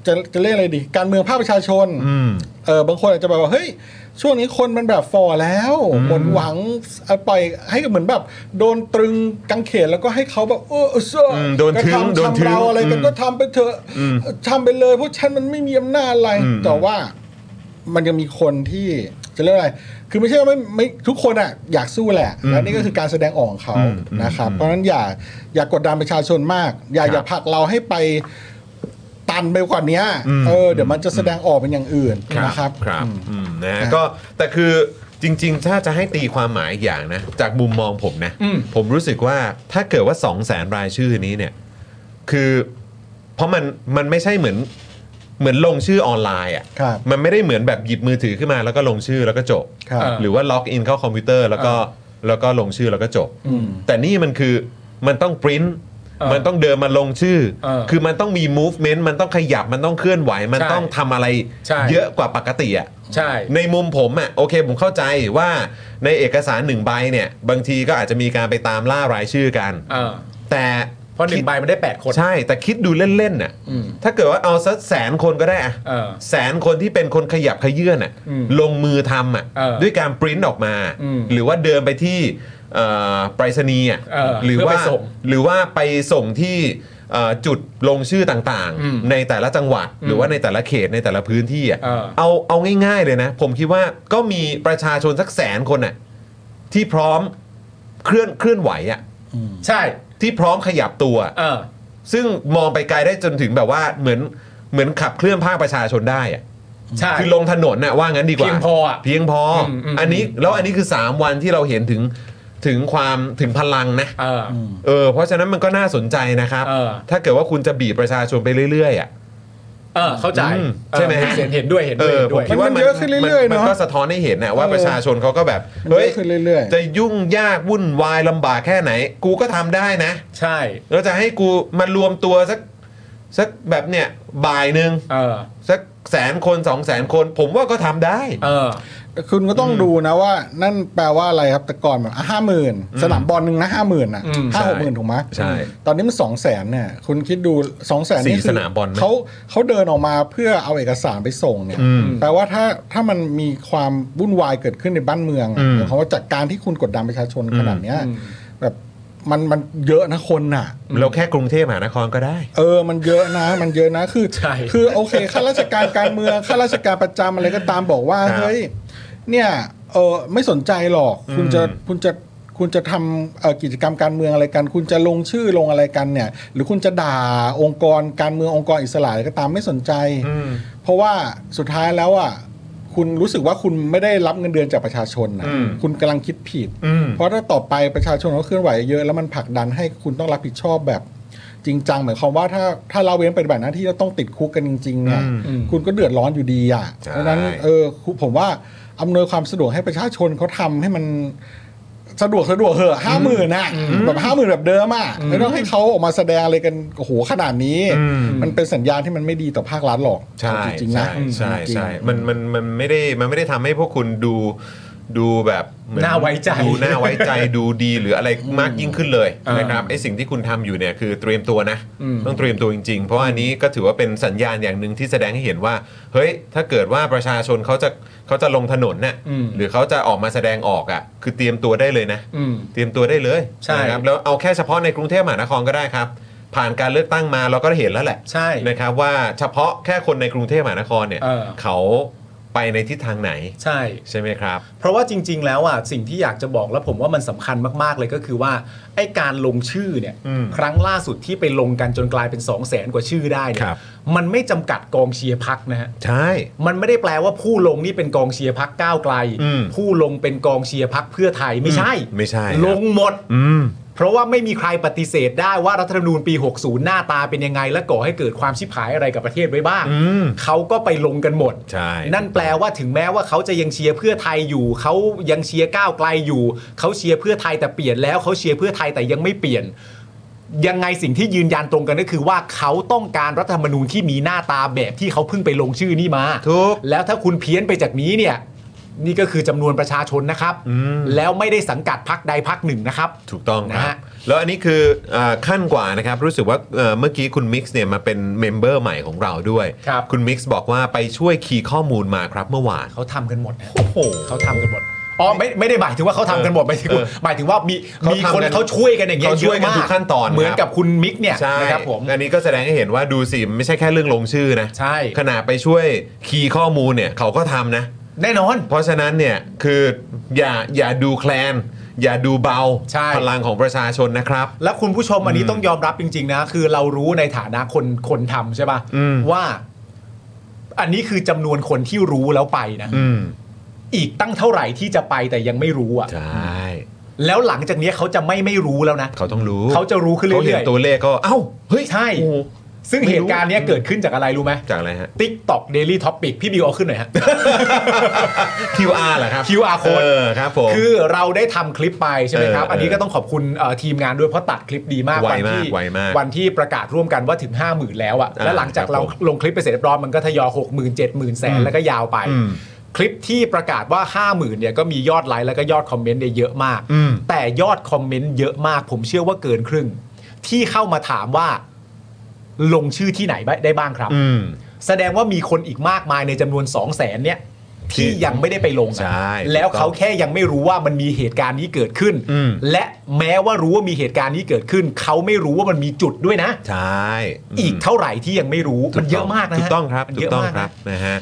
[SPEAKER 3] จะจะเรียกอะไรดี การเมืองภาคประชาชน
[SPEAKER 1] อืม
[SPEAKER 3] เออบางคนอาจจะแบบว่าเฮ้ยช่วงนี้คนมันแบบฟอแล้วหมดหวังเอ่อปล่อยให้เหมือนแบบ โดนตรึงกังเขนแล้วก็ให้เขาแบบโอ้เออเสื้ออ
[SPEAKER 1] มโดน
[SPEAKER 3] กระ
[SPEAKER 1] ถึง
[SPEAKER 3] ทำ
[SPEAKER 1] โดนถึ
[SPEAKER 3] ทำ
[SPEAKER 1] ง
[SPEAKER 3] เราอะไรกัน
[SPEAKER 1] อืม
[SPEAKER 3] ก็ทำไปเถอะ
[SPEAKER 1] อืม
[SPEAKER 3] ทำไปเลยเพราะฉันมันไม่มีอำนาจอะไร
[SPEAKER 1] อืม
[SPEAKER 3] แต่ว่ามันยังมีคนที่จะเรียกว่าอะไร คือไม่ใช่ว่าไม่ไม่ทุกคนอ่ะอยากสู้แหละและนี่ก็คือการแสดงออกของเขา
[SPEAKER 1] อืมอืม
[SPEAKER 3] นะครับ
[SPEAKER 1] อืม
[SPEAKER 3] เพราะฉะนั้นอย่าอย่ากดดันประชาชนมาก อย่า
[SPEAKER 1] ครับ
[SPEAKER 3] อย่าผลักเราให้ไปตันไปกว่านี้
[SPEAKER 1] อืม
[SPEAKER 3] เออเดี๋ยวมันจะแสดงออกเป็นอย่างอื่นนะครับ
[SPEAKER 1] ครับ
[SPEAKER 3] อืม
[SPEAKER 1] อืมนะฮะ
[SPEAKER 3] ครับ
[SPEAKER 1] ก็แต่คือจริง ๆ ถ้าจะให้ตีความหมายอีกอย่างนะ จากมุมมองผมนะ
[SPEAKER 2] อืม
[SPEAKER 1] ผมรู้สึกว่าถ้าเกิดว่า 2 0 0แสนรายชื่อนี้เนี่ย คือเพราะมันมันไม่ใช่เหมือนเหมือนลงชื่อออนไลน์อ่ะ
[SPEAKER 3] ครับ
[SPEAKER 1] มันไม่ได้เหมือนแบบหยิบมือถือขึ้นมาแล้วก็ลงชื่อแล้วก็จบ
[SPEAKER 3] ครับ
[SPEAKER 2] เอ
[SPEAKER 1] หรือว่าล็อกอินเข้าคอมพิวเตอร์แล้วก็แล้วก็ลงชื่อแล้วก็จบ
[SPEAKER 3] อืม
[SPEAKER 1] แต่นี่มันคือมันต้องปริ้น
[SPEAKER 2] เออ
[SPEAKER 1] มันต้องเดินมาลงชื่อ
[SPEAKER 2] เออ
[SPEAKER 1] คือมันต้องมี movement มันต้องขยับมันต้องเคลื่อนไหว มัน
[SPEAKER 2] ใช่
[SPEAKER 1] ต้องทำอะไร
[SPEAKER 2] ใช่
[SPEAKER 1] เยอะกว่าปกติอ่ะ
[SPEAKER 2] ใช่
[SPEAKER 1] ในมุมผมอะ่ะโอเคผมเข้าใจว่าในเอกสารหนึ่งใบเนี่ย บางทีก็อาจจะมีการไปตามล่ารายชื่อกัน
[SPEAKER 2] เออ
[SPEAKER 1] แต่
[SPEAKER 2] เพราะหนึ่งใบมันได้แปดคน
[SPEAKER 1] ใช่ แต่คิดดูเล่นๆน่ะ
[SPEAKER 2] อืม
[SPEAKER 1] ถ้าเกิดว่าเอาสักแสนคนก็ได้อะ
[SPEAKER 2] เออ
[SPEAKER 1] แสนคนที่เป็นคนขยับขยื่นอ่ะ
[SPEAKER 2] อืม
[SPEAKER 1] ลงมือทำอ่ะ
[SPEAKER 2] เออ
[SPEAKER 1] ด้วยการปริ้นออกมา
[SPEAKER 2] อืม
[SPEAKER 1] หรือว่าเดินไปที่เอ่อไปรษณีย์อ่ะ
[SPEAKER 2] เออ
[SPEAKER 1] หรือว่า
[SPEAKER 2] เพื่อไปส่ง
[SPEAKER 1] หรือว่าไปส่งที่เอ่อจุดลงชื่อต่าง
[SPEAKER 2] อืม
[SPEAKER 1] ๆ ในแต่ละจังหวัด หรือว่าในแต่ละเขตในแต่ละพื้นที่อ่ะ
[SPEAKER 2] เออ
[SPEAKER 1] เอาเอาง่ายๆเลยนะ ผมคิดว่าก็มีประชาชนสักแสนคนน่ะที่พร้อมเคลื่อนเคลื่อนไหวอะ
[SPEAKER 2] ใช่
[SPEAKER 1] ที่พร้อมขยับตัว
[SPEAKER 2] เออ
[SPEAKER 1] ซึ่งมองไปไกลได้จนถึงแบบว่าเหมือนเหมือนขับเคลื่อนภาคประชาชนได้อะ
[SPEAKER 2] ใช่
[SPEAKER 1] คือลงถนนน่ะว่างั้นดีกว่า
[SPEAKER 2] เพียงพออะ
[SPEAKER 1] เพียงพออ
[SPEAKER 2] มอืม
[SPEAKER 1] อันนี้แล้วอันนี้คือ 3 วันที่เราเห็นถึงถึงความถึงพลังนะ
[SPEAKER 2] เออ
[SPEAKER 1] เออเพราะฉะนั้นมันก็น่าสนใจนะครับ
[SPEAKER 2] เออ
[SPEAKER 1] ถ้าเกิดว่าคุณจะบีบประชาชนไปเรื่อยๆอ่ะ
[SPEAKER 2] เออเข้าใจ
[SPEAKER 1] อืมใช่ไหม
[SPEAKER 2] เออเห็นเห็นด้วยเห็น
[SPEAKER 1] เอ
[SPEAKER 2] ด้วย
[SPEAKER 1] อ
[SPEAKER 2] เห็น
[SPEAKER 1] ผมคิด
[SPEAKER 2] ด้วย
[SPEAKER 1] ว่า
[SPEAKER 3] มั
[SPEAKER 1] มัน
[SPEAKER 3] เยอะขึ้นเรื่อยๆเน
[SPEAKER 1] มั
[SPEAKER 3] อะ
[SPEAKER 1] ก็สะท้อนให้เห็นนะว่า
[SPEAKER 3] เออ
[SPEAKER 1] ประชาชนเขาก็แบบ
[SPEAKER 3] มันเยอะขึ้นเรื่อยๆ
[SPEAKER 1] จะยุ่งยากวุ่นวายลำบากแค่ไหน กูก็ทำได้นะ
[SPEAKER 2] ใช่
[SPEAKER 1] แล้วจะให้กูมารวมตัวสักสักแบบเนี่ยบ่ายหนึ่ง
[SPEAKER 2] เออ
[SPEAKER 1] สักแสนคนสองแสนคนผมว่าก็ทำได้
[SPEAKER 2] เออ
[SPEAKER 3] คุณก็ต้องดูนะว่า นั่นแปลว่าอะไรครับแต่ก่อนแบบห้าหมื่นสนามบอลหนึ่งนะห้าหมื่นอ่ะ
[SPEAKER 2] อืม
[SPEAKER 3] ห้าหกห
[SPEAKER 1] ใช่
[SPEAKER 3] มื่นถูกไหม
[SPEAKER 1] ใช่
[SPEAKER 3] ตอนนี้มันสองแสนเนี่ย คุณคิดดูสองแสน
[SPEAKER 1] สี่
[SPEAKER 3] นี่คื
[SPEAKER 1] สนามบอลไหม
[SPEAKER 3] เขาเขาเดินออกมาเพื่อเอาเอกสารไปส่งเนี่ย
[SPEAKER 1] อืม
[SPEAKER 3] แปลว่าถ้าถ้ามันมีความวุ่นวายเกิดขึ้นในบ้านเมือง
[SPEAKER 1] อื
[SPEAKER 3] อะ
[SPEAKER 1] ม
[SPEAKER 3] หมายความว่าจากการที่คุณกดดันประชาชนขนาดเนี้ย
[SPEAKER 2] อืม
[SPEAKER 3] แบบ มันมันเยอะนะคนน่ะ
[SPEAKER 1] เราแค่กรุงเทพมหานครก็ได้
[SPEAKER 3] เออ มันเยอะนะ มันเยอะนะ คือ
[SPEAKER 2] ใช่
[SPEAKER 3] คือโอเค ข้าราชการการเมือง ข้าราชการประจำอะไรก็ตามบอกว่า
[SPEAKER 1] ครับ
[SPEAKER 3] เฮ้ย เนี่ย เออไม่สนใจหรอก คุณจะ
[SPEAKER 1] อืม
[SPEAKER 3] คุณจะ คุณจะทำเอ่อกิจกรรมการเมืองอะไรกัน คุณจะลงชื่อลงอะไรกันเนี่ย หรือคุณจะด่าองค์กรการเมืององค์กรอิสระอะไรก็ตามไม่สนใจ
[SPEAKER 1] อืม
[SPEAKER 3] เพราะว่าสุดท้ายแล้วอ่ะ คุณรู้สึกว่าคุณไม่ได้รับเงินเดือนจากประชาชนนะ
[SPEAKER 1] อืม
[SPEAKER 3] คุณกำลังคิดผิด
[SPEAKER 1] อืม
[SPEAKER 3] เพราะถ้าต่อไปประชาชนเขาเคลื่อนไหวเยอะแล้วมันผลักดันให้คุณต้องรับผิดชอบแบบจริงจังหมายความว่าถ้าถ้าเราเว้นปฏิบัติหน้าที่แล้วต้องติดคุกกันจริงๆเนี่ย
[SPEAKER 1] อืม
[SPEAKER 3] อืมคุณก็เดือดร้อนอยู่ดีอ่ะ
[SPEAKER 1] ใช่
[SPEAKER 3] เพราะฉะนั้นเออคุณผมว่าอำนวยความสะดวกให้ประชาชนเขาทำให้มันสะดวกสะดวกเหอะห้าหมื่นนะแบบห้าหมื่นแบบเดิมอ่ะไม่ต้องให้เขาออกมาแสดงอะไรกันโอ้โหขนาดนี้
[SPEAKER 1] อืม
[SPEAKER 3] มันเป็นสัญญาณที่มันไม่ดีต่อภาครัฐหรอก
[SPEAKER 1] ใช่
[SPEAKER 3] จริงๆนะ
[SPEAKER 1] ใช่ใช่
[SPEAKER 3] จริงๆ
[SPEAKER 1] ใช่มันมันมันไม่ได้มันไม่ได้ทำให้พวกคุณดูดูแบบเหมือ
[SPEAKER 2] น่าไว้ใจ
[SPEAKER 1] ดูน่าไว้ใจ ดูดีหรืออะไรมากยิ่งขึ้นเลย
[SPEAKER 2] อ่าน
[SPEAKER 1] นะครับไอสิ่งที่คุณทำอยู่เนี่ยคือเตรียมตัวนะ ต้องเตรียมตัวจริงๆ เพราะว่าอันนี้ก็ถือว่าเป็นสัญญาณอย่างหนึ่งที่แสดงให้เห็นว่า เฮ้ย ถ้าเกิดว่าประชาชนเขาจะเขาจะลงถนนน่ะ
[SPEAKER 2] อืม
[SPEAKER 1] หรือเขาจะออกมาแสดงออกอ่ะคือเตรียมตัวได้เลยนะ
[SPEAKER 2] อืม
[SPEAKER 1] เตรียมตัวได้เลย
[SPEAKER 2] ใช่
[SPEAKER 1] นะครับแล้วเอาแค่เฉพาะในกรุงเทพมหานครก็ได้ครับ ผ่านการเลือกตั้งมาเราก็เห็นแล้วแหละ
[SPEAKER 2] ใช่
[SPEAKER 1] นะครับว่าเฉพาะแค่คนในกรุงเทพมหานครเนี่ย
[SPEAKER 2] เออ
[SPEAKER 1] เขาไปในทิศทางไหน
[SPEAKER 2] ใช่
[SPEAKER 1] ใช่ไหมครับ
[SPEAKER 2] เพราะว่าจริง ๆ แล้วอ่ะสิ่งที่อยากจะบอกแล้วผมว่ามันสำคัญมากๆเลยก็คือว่าไอ้การลงชื่อเนี่ย
[SPEAKER 1] อืม
[SPEAKER 2] ครั้งล่าสุดที่ไปลงกันจนกลายเป็น 2 0 0แสนกว่าชื่อได้เนี่
[SPEAKER 1] ครั
[SPEAKER 2] ย
[SPEAKER 1] บ
[SPEAKER 2] มันไม่จำกัดกองเชียร์พักนะฮะ
[SPEAKER 1] ใช่
[SPEAKER 2] มันไม่ได้แปลว่าผู้ลงนี่เป็นกองเชียร์พักก้าวไกล
[SPEAKER 1] อืม
[SPEAKER 2] ผู้ลงเป็นกองเชียร์พักเพื่อไทยไม่ใช่
[SPEAKER 1] อืมไม่ใช่ครับ
[SPEAKER 2] ลงหมด
[SPEAKER 1] อืม
[SPEAKER 2] เพราะว่าไม่มีใครปฏิเสธได้ว่ารัฐธรรมนูญปี 60 หน้าตาเป็นยังไง และก่อให้เกิดความชิบหายอะไรกับประเทศไว้บ้าง
[SPEAKER 1] อืม
[SPEAKER 2] เขาก็ไปลงกันหมด
[SPEAKER 1] ใช่
[SPEAKER 2] นั่นแปลว่าถึงแม้ว่าเขาจะยังเชียร์เพื่อไทยอยู่ เขายังเชียร์ก้าวไกลอยู่ เขาเชียร์เพื่อไทยแต่เปลี่ยนแล้วเขาเชียร์เพื่อไทยแต่ยังไม่เปลี่ยน ยังไงสิ่งที่ยืนยันตรงกันก็คือว่าเขาต้องการรัฐธรรมนูญที่มีหน้าตาแบบที่เขาเพิ่งไปลงชื่อนี่มา
[SPEAKER 1] ถูก
[SPEAKER 2] แล้วถ้าคุณเพี้ยนไปจากนี้เนี่ยนี่ก็คือจำนวนประชาชนนะครับ
[SPEAKER 1] อืม
[SPEAKER 2] แล้วไม่ได้สังกัดพักใดพักหนึ่งนะครับ
[SPEAKER 1] ถูกต้องครับ
[SPEAKER 2] นะฮะ
[SPEAKER 1] แล้วอันนี้คือเออขั้นกว่านะครับ รู้สึกว่าเอ่อเมื่อกี้คุณมิกซ์เนี่ยมาเป็นเมมเบอร์ใหม่ของเราด้วย
[SPEAKER 2] ครับ
[SPEAKER 1] ณมิกซ์บอกว่าไปช่วยคีย์ข้อมูลมาครับเมื่อวาน
[SPEAKER 2] เขาทำกันหมดนะเขาทำกันหมดอ๋อไม่ไม่ได้หมายถึงว่าเขาทำกันหมดหมายถึงว่า
[SPEAKER 1] เออ
[SPEAKER 2] หมายถึงว่ามี
[SPEAKER 1] เขา
[SPEAKER 2] มี
[SPEAKER 1] ทำกัน
[SPEAKER 2] คนเขาช่วยกันอย่างเงี้ย
[SPEAKER 1] เขาช่วยกัน
[SPEAKER 2] เอะมา
[SPEAKER 1] ทุกขั้นตอนครับ
[SPEAKER 2] เหมือนกับคุณมิกเนี่ย
[SPEAKER 1] ใช่
[SPEAKER 2] นะครับผม
[SPEAKER 1] อันนี้ก็แสดงให้เห็นว่าดูสิไม่ใช่แค่เรื่องลงชื่อนะ
[SPEAKER 2] ใช่
[SPEAKER 1] ขนาดไปช่วยคีย์ข้อมูลเนี่ยเขาก็ทำนะ
[SPEAKER 2] แน่นอน
[SPEAKER 1] เพราะฉะนั้นเนี่ยคืออย่าอย่าดูแคลน อย่าดูเบา
[SPEAKER 2] ใช่
[SPEAKER 1] พลังของประชาชนนะครับ
[SPEAKER 2] แล้วคุณผู้ชมอันนี้ต้องยอมรับจริง ๆ นะ คือเรารู้ในฐานะคนคนทำใช่ป่ะ
[SPEAKER 1] อืม
[SPEAKER 2] ว่า อันนี้คือจำนวนคนที่รู้แล้วไปนะ
[SPEAKER 1] อืม
[SPEAKER 2] อีกตั้งเท่าไหร่ที่จะไปแต่ยังไม่รู้อ่ะ
[SPEAKER 1] ใช่
[SPEAKER 2] แล้วหลังจากเนี้ยเขาจะไม่ไม่รู้แล้วนะ
[SPEAKER 1] เขาต้องรู้
[SPEAKER 2] เขาจะรู้ขึ้นเรื่อยๆ
[SPEAKER 1] เขาเห็นตัวเลขก็เอ้าเฮ้ย
[SPEAKER 2] ใช่
[SPEAKER 1] โอ้โห
[SPEAKER 2] ซึ่ง
[SPEAKER 1] ไม่รู้
[SPEAKER 2] เหตุการณ์เนี้ยเกิดขึ้นจากอะไรรู้ไหม
[SPEAKER 1] จากอะไร ฮะ
[SPEAKER 2] ติ๊กต็อกเดลี่ท็อปิกพี่บิวเอาขึ้นหน่อยฮะ
[SPEAKER 1] QR เหรอครับ
[SPEAKER 2] QR code
[SPEAKER 1] เออครับผม
[SPEAKER 2] คือเราได้ทำคลิปไปใช่ไหมครับ
[SPEAKER 1] เอออั
[SPEAKER 2] อันนี้ก็ต้องขอบคุณเอ่อทีมงานด้วยเพราะตัดคลิปดีมาก
[SPEAKER 1] ไวมาก
[SPEAKER 2] ที่
[SPEAKER 1] ไวมาก
[SPEAKER 2] วันที่ประกาศร่วมกันว่าถึง 5 0,000 แล้วอะ
[SPEAKER 1] อ่า
[SPEAKER 2] แล้วหลังจาก
[SPEAKER 1] ครับ
[SPEAKER 2] เรา
[SPEAKER 1] ผม
[SPEAKER 2] ลงคลิปไปเสร็จเรียบร้อยมันก็ทยอย6 0 0 0 0 7 0 0 0 0แสนแล้วก็ยาวไป
[SPEAKER 1] อืม
[SPEAKER 2] คลิปที่ประกาศว่า 5 0,000เนี่ยก็มียอดไลค์แล้วก็ยอดคอมเมนต์เนี่ยเยอะมาก
[SPEAKER 1] อืม
[SPEAKER 2] แต่ยอดคอมเมนต์เยอะมาก ผมเชื่อว่าเกินครึ่ง ที่เข้ามาถามว่าลงชื่อที่ไหนได้บ้างครับ
[SPEAKER 1] อืม
[SPEAKER 2] แสดงว่ามีคนอีกมากมายในจำนวน 2 0 0แสนเนี่ย ที่ยังไม่ได้ไปลงอะ
[SPEAKER 1] ใช่
[SPEAKER 2] แล้วเขาแค่ยังไม่รู้ว่ามันมีเหตุการณ์นี้เกิดขึ้น
[SPEAKER 1] อืม
[SPEAKER 2] และแม้ว่ารู้ว่ามีเหตุการณ์นี้เกิดขึ้น เขาไม่รู้ว่ามันมีจุดด้วยนะ
[SPEAKER 1] ใช่ม
[SPEAKER 2] อีกเท่าไหร่ที่ยังไม่รู้ มันเยอะมากนะฮะ
[SPEAKER 1] ถูกต้องครับ
[SPEAKER 2] มัน
[SPEAKER 1] ถู
[SPEAKER 2] เย
[SPEAKER 1] ก
[SPEAKER 2] อะ
[SPEAKER 1] ต้อง
[SPEAKER 2] มาก
[SPEAKER 1] ครั
[SPEAKER 2] นะ
[SPEAKER 1] บนะฮะ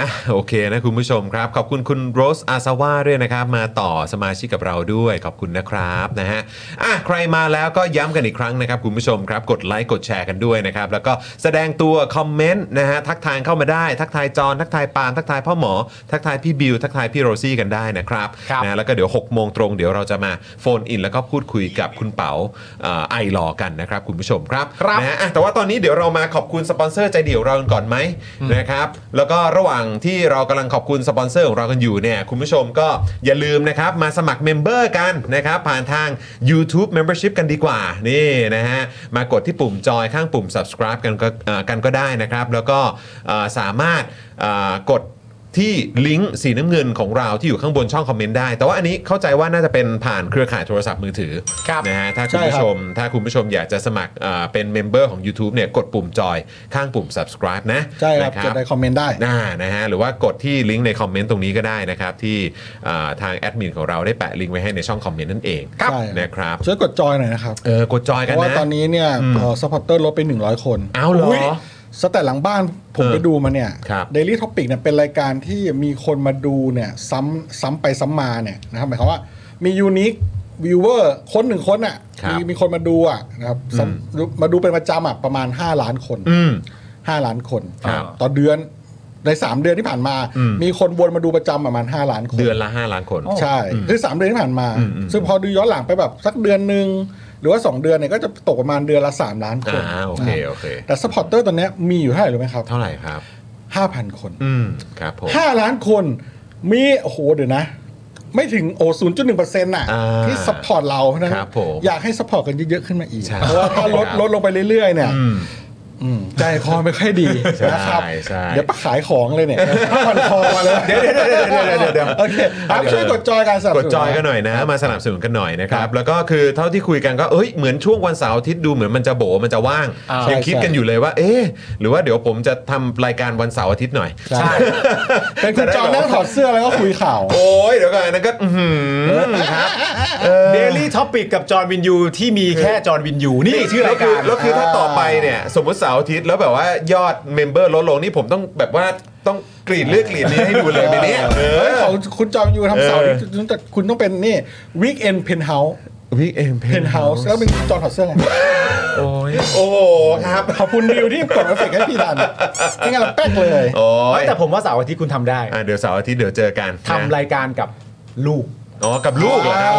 [SPEAKER 1] อ่ะโอเคนะคุณผู้ชมครับ ขอบคุณคุณโรสอาซาว่าด้วยนะครับ มาต่อสมาชิกกับเราด้วยขอบคุณนะครับนะฮะอ่ะใครมาแล้วก็ย้ำกันอีกครั้งนะครับ คุณผู้ชมครับ กดไลค์กดแชร์กันด้วยนะครับ แล้วก็แสดงตัวคอมเมนต์นะฮะทักทายเข้ามาได้ ทักทายจอนทักทายปานทักทายพ่อหมอ ทักทายพี่บิวทักทายพี่โรซี่กันได้นะครับ
[SPEAKER 2] ครับ
[SPEAKER 1] นะ แล้วก็เดี๋ยว 6 โมงตรง เดี๋ยวเราจะมาโฟนอิน แล้วก็พูดคุยกับคุณเป๋าเอ่อไอรอว์กันนะครับ คุณผู้ชมครับ
[SPEAKER 2] ครับ
[SPEAKER 1] นะฮะอ่ะแต่ว่าตอนนี้เดี๋ยวเรามาขอบคุณสปอนเซอร์ใจเดี่ยวเรากันก่อนไหมนะครับ แล้วก็ระหว่างที่เรากำลังขอบคุณสปอนเซอร์ของเรากันอยู่เนี่ยคุณผู้ชมก็อย่าลืมนะครับมาสมัครเมมเบอร์กันนะครับผ่านทาง YouTube Membership กันดีกว่านี่นะฮะมากดที่ปุ่มจอยข้างปุ่ม subscribe กันก็เอ่อกันก็ได้นะครับ แล้วก็เอ่อสามารถเอ่อกด ที่ลิงก์สีน้ำเงินของเราที่อยู่ข้างบนช่องคอมเมนต์ได้ แต่ว่าอันนี้เข้าใจว่าน่าจะเป็นผ่านเครือข่ายโทรศัพท์มือถือ
[SPEAKER 2] ครับ
[SPEAKER 1] นะฮะถ้าคุณผู้ชม ถ้าคุณผู้ชมอยากจะสมัครอ่าเป็นเมมเบอร์ของ YouTube เนี่ยกดปุ่มจอยข้างปุ่ม subscribe นะ
[SPEAKER 3] ใช่ครับ
[SPEAKER 1] นะ
[SPEAKER 3] เก็บในคอมเมนต์ได้
[SPEAKER 1] อ่านะฮะหรือว่ากดที่ลิงก์ในคอมเมนต์ตรงนี้ก็ได้นะครับ ที่อ่าทางแอดมินของเราได้แปะลิงก์ไว้ให้ในช่องคอมเมนต์นั่นเอง
[SPEAKER 3] ครับ
[SPEAKER 1] นะครับ
[SPEAKER 3] ช่วยกดจอยหน่อยนะครับ
[SPEAKER 1] เออกดจอย
[SPEAKER 3] เพ
[SPEAKER 1] กัน
[SPEAKER 3] ราะว่า
[SPEAKER 1] นะ
[SPEAKER 3] ตอนนี้เนี่ย
[SPEAKER 1] อืม
[SPEAKER 3] ซัพพอร์เตอร์ลดไป 100 คน
[SPEAKER 1] เอาเหรอ
[SPEAKER 3] สแตทหลังบ้านผม
[SPEAKER 1] เออ
[SPEAKER 3] ไปดูมาเนี่ย
[SPEAKER 1] ครับ
[SPEAKER 3] เดลี่ท็อปิกเนี่ยเป็นรายการที่มีคนมาดูเนี่ยซ้ำซ้ำไปซ้ำมาเนี่ยนะครับหมายความว่ามียูนิควิวเวอร์คนหนึ่งคนอ่ะ
[SPEAKER 1] ครับ
[SPEAKER 3] มีมีคนมาดูอ่ะนะครับซ้ำมาดูเป็นประจำอ่ะประมาณ 5 ล้านคน
[SPEAKER 1] อืม
[SPEAKER 3] ห้าล้านคน
[SPEAKER 1] ครับ
[SPEAKER 3] ต่อเดือนใน 3 เดือนที่ผ่านมา
[SPEAKER 1] อืม
[SPEAKER 3] มีคนวนมาดูประจำประมาณ 5 ล้านคน
[SPEAKER 1] เดือนละ 5 ล้านคน
[SPEAKER 3] ใช่ คือ 3 เดือนที่ผ่านมา
[SPEAKER 1] อืมอืม
[SPEAKER 3] ซึ่งพอดูย้อนหลังไปแบบสักเดือนหนึ่งหรือว่า 2 เดือนเนี่ยก็จะตกประมาณเดือนละ 3 ล้านคน
[SPEAKER 1] อ่าโอเค
[SPEAKER 3] นะ
[SPEAKER 1] โอเค
[SPEAKER 3] แต่สปอร์ตเตอร์ตอนเนี้ยมีอยู่เท่าไหร่รู้ไหมครับ
[SPEAKER 1] เท่าไหร่ครับ
[SPEAKER 3] 5,000 คน
[SPEAKER 1] อืมครับผม
[SPEAKER 3] 5 ล้านคน มี โอ้โห เดี๋ยวนะ ไม่ถึงโอ้ศูนย์จุดหนึ่งเปอร์เซ็นต์น่ะ
[SPEAKER 1] อ่า
[SPEAKER 3] ที่สปอร์ตเรานะครับ
[SPEAKER 1] ผม
[SPEAKER 3] อยากให้สปอร์ตกันเยอะๆขึ้นมาอีก
[SPEAKER 1] ใช่
[SPEAKER 3] เพราะว่าถ้าลด
[SPEAKER 1] ครับ
[SPEAKER 3] ลดลงไปเรื่อยๆเนี่ย
[SPEAKER 1] อืม
[SPEAKER 3] อืมใจคอไม่ค่อยดี
[SPEAKER 1] ใช่
[SPEAKER 3] นะครับ
[SPEAKER 1] ใช่
[SPEAKER 3] เดี๋ยวไปขายของเลยเนี่ยผ่อนคอมาเลย
[SPEAKER 2] เดี๋ยวเดี๋ยวเดี๋ยวเดี๋ยวเดี๋ยวเดี๋ยว
[SPEAKER 3] โอเคครับช่วยกดจอยการสนับส
[SPEAKER 1] ก
[SPEAKER 3] นุ
[SPEAKER 1] ด
[SPEAKER 3] น
[SPEAKER 1] จอยกันหน่อยนะ มาสนับสนุนกันหน่อยนะครับ
[SPEAKER 3] ครับ
[SPEAKER 1] แล้วก็คือเท่าที่คุยกันก็เอ้ยเหมือนช่วงวันเสาร์อาทิตย์ดูเหมือนมันจะโบมันจะว่าง
[SPEAKER 2] อ่ายั
[SPEAKER 1] ยังคิด
[SPEAKER 3] ใช่
[SPEAKER 1] กันอยู่เลยว่า เอ๊ะหรือว่าเดี๋ยวผมจะทำรายการวันเสาร์อาทิตย์หน่อย
[SPEAKER 3] ใช่ เป็นคุณจอนั่งถอดเสื้อแล้วก็คุยข่าว
[SPEAKER 1] โอ้ยเดี๋ยวก่อนอันนั้นก็อื้อหือครับ
[SPEAKER 2] เดลี่ท็อปิกกับจอร์นวินยูที่มีแค่จอร์นวินยูนี่ชื่อรายการ
[SPEAKER 1] แล้วคือแล้วคือถ้าต่อไปเนี่ย สมมติเสาร์อาทิตย์แล้วแบบว่ายอดเมมเบอร์ลดลงนี่ผมต้องแบบว่าต้องกรีดเลือกกรีดนี้ให้ดูเลยไหมเนี่ยเอ
[SPEAKER 3] เฮ้ย
[SPEAKER 1] อ
[SPEAKER 3] ของคุณจอมยูทำเสาร์
[SPEAKER 1] เออ
[SPEAKER 3] นี่คุณแต่คุณต้องเป็นนี่วีคเอนเพนเฮาส์
[SPEAKER 1] วิกเอ็มเพ
[SPEAKER 3] เพ
[SPEAKER 1] น
[SPEAKER 3] นเฮาส์แล้วเป็นคุณจอถอดเสื้อไง
[SPEAKER 1] โอ้ยโอ้โหครับ
[SPEAKER 3] ขอบคุณดิวที่กดเอฟเฟกต์ให้พี่ดันไม่งั้นเราแป๊กเลย
[SPEAKER 1] โอ้ย
[SPEAKER 2] แต่ผมว่าเสาร์อาทิตย์คุณทำได้
[SPEAKER 1] อ่ะเดี๋ยวเสาร์อาทิตย์เดี๋ยวเจอกัน
[SPEAKER 2] ทำ
[SPEAKER 1] นะ
[SPEAKER 2] รายการกับลูก
[SPEAKER 1] อ๋อกับลูกเหรอครับ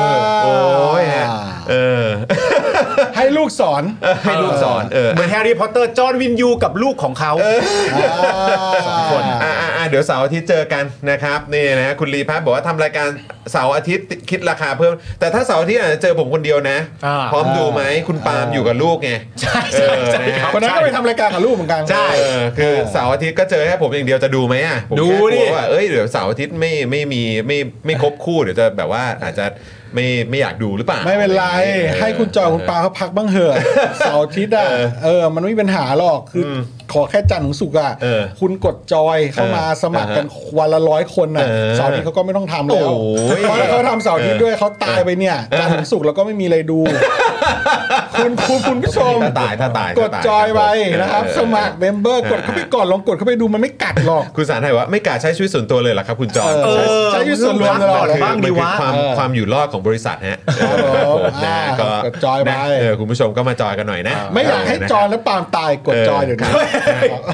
[SPEAKER 1] โอ้ยฮะเออ
[SPEAKER 3] ให้ลูกสอน
[SPEAKER 1] ให้ลูกสอนเออ
[SPEAKER 2] เหมือนแฮร์รี่พอตเตอร์ จอร์นวินยูกับลูกของเขา
[SPEAKER 3] สองคน
[SPEAKER 1] อ่ะอ่ะอ่ะเดี๋ยวเสาร์อาทิตย์เจอกันนะครับนี่นะฮะคุณลีพัฒน์บอกว่าทำรายการเสาร์อาทิตย์คิดราคาเพิ่ม แต่ถ้าเสาร์อาทิตย์อาจจะเจอผมคนเดียวนะ
[SPEAKER 2] อ่า
[SPEAKER 1] พร้อมดูไหมคุณปาล์มอยู่กับลูกไง
[SPEAKER 2] ใช่ใช่ใช่ครับ
[SPEAKER 3] คนนั้นก็ไปทำรายการกับลูกเหมือนกัน
[SPEAKER 1] ใช่เออคือเสาร์อาทิตย์ก็เจอแค่ผมอย่างเดียวจะดูไหมอ่ะผม
[SPEAKER 2] ดู
[SPEAKER 1] แค่กลัว
[SPEAKER 2] ดิ
[SPEAKER 1] ว่าเอ้ยเดี๋ยวเสาร์อาทิตย์ไม่ไม่มีไม่ไม่ครบคู่เดี๋ยวจะแบบว่าอาจจะไม่ไม่อยากดูหรือเปล่า
[SPEAKER 3] ไม่เป็นไร
[SPEAKER 1] อะอย่างเงี้ย
[SPEAKER 3] ให้คุณจอยคุณปาเขาพักบ้างเถอะ เสาร์อาทิตย์อ่ะเออ มันไม่มีปัญหาหรอกคืออขอแค่จันทร์ถึงศุกร์อ่ะ
[SPEAKER 1] เออ
[SPEAKER 3] คุณกดจอยเข้ามา
[SPEAKER 1] เออ
[SPEAKER 3] สมัครกันวันละร้อยคนน่ะ
[SPEAKER 1] เออ
[SPEAKER 3] เสาร์อาทิตย์เขาก็ไม่ต้องทำแล้ว
[SPEAKER 1] โอ้ย
[SPEAKER 3] เพราะถ้าเขาทำเสาร์อาทิตย์ด้วยเขาตายไปเนี่ยจันทร์ถึงศุกร์แล้วก็ไม่มีอะไรดู คุณคุณคุณผู้ชม
[SPEAKER 1] ถ้าตายถ้าตาย
[SPEAKER 3] กดจอยไปนะครับ
[SPEAKER 1] เออ
[SPEAKER 3] สมัครเมมเบอร์
[SPEAKER 1] เออ
[SPEAKER 3] กดเข้าไปก่อนลองกดเข้าไปดูมันไม่กัดหรอก
[SPEAKER 1] คุณสารไทยว่าไม่กล้าใช้ชีวิตส่วนตัวเลยเหรอครับคุณจอน
[SPEAKER 3] เออใช้ชีวิตส่วนรวมตลอดเลย
[SPEAKER 1] มันคือมันคือความ
[SPEAKER 3] เออ
[SPEAKER 1] ความอยู่รอดของบริษัทฮะ
[SPEAKER 3] ครับผม
[SPEAKER 1] เออผมนะ
[SPEAKER 3] อ่า
[SPEAKER 1] ก็
[SPEAKER 3] กดจอยไป
[SPEAKER 1] นะเออคุณผู้ชมก็มาจอยกันหน่อยนะ
[SPEAKER 3] ไม่อยากให้
[SPEAKER 1] เนะ
[SPEAKER 3] จอยและปาล์มตายกดจอยเดี๋ยวนี้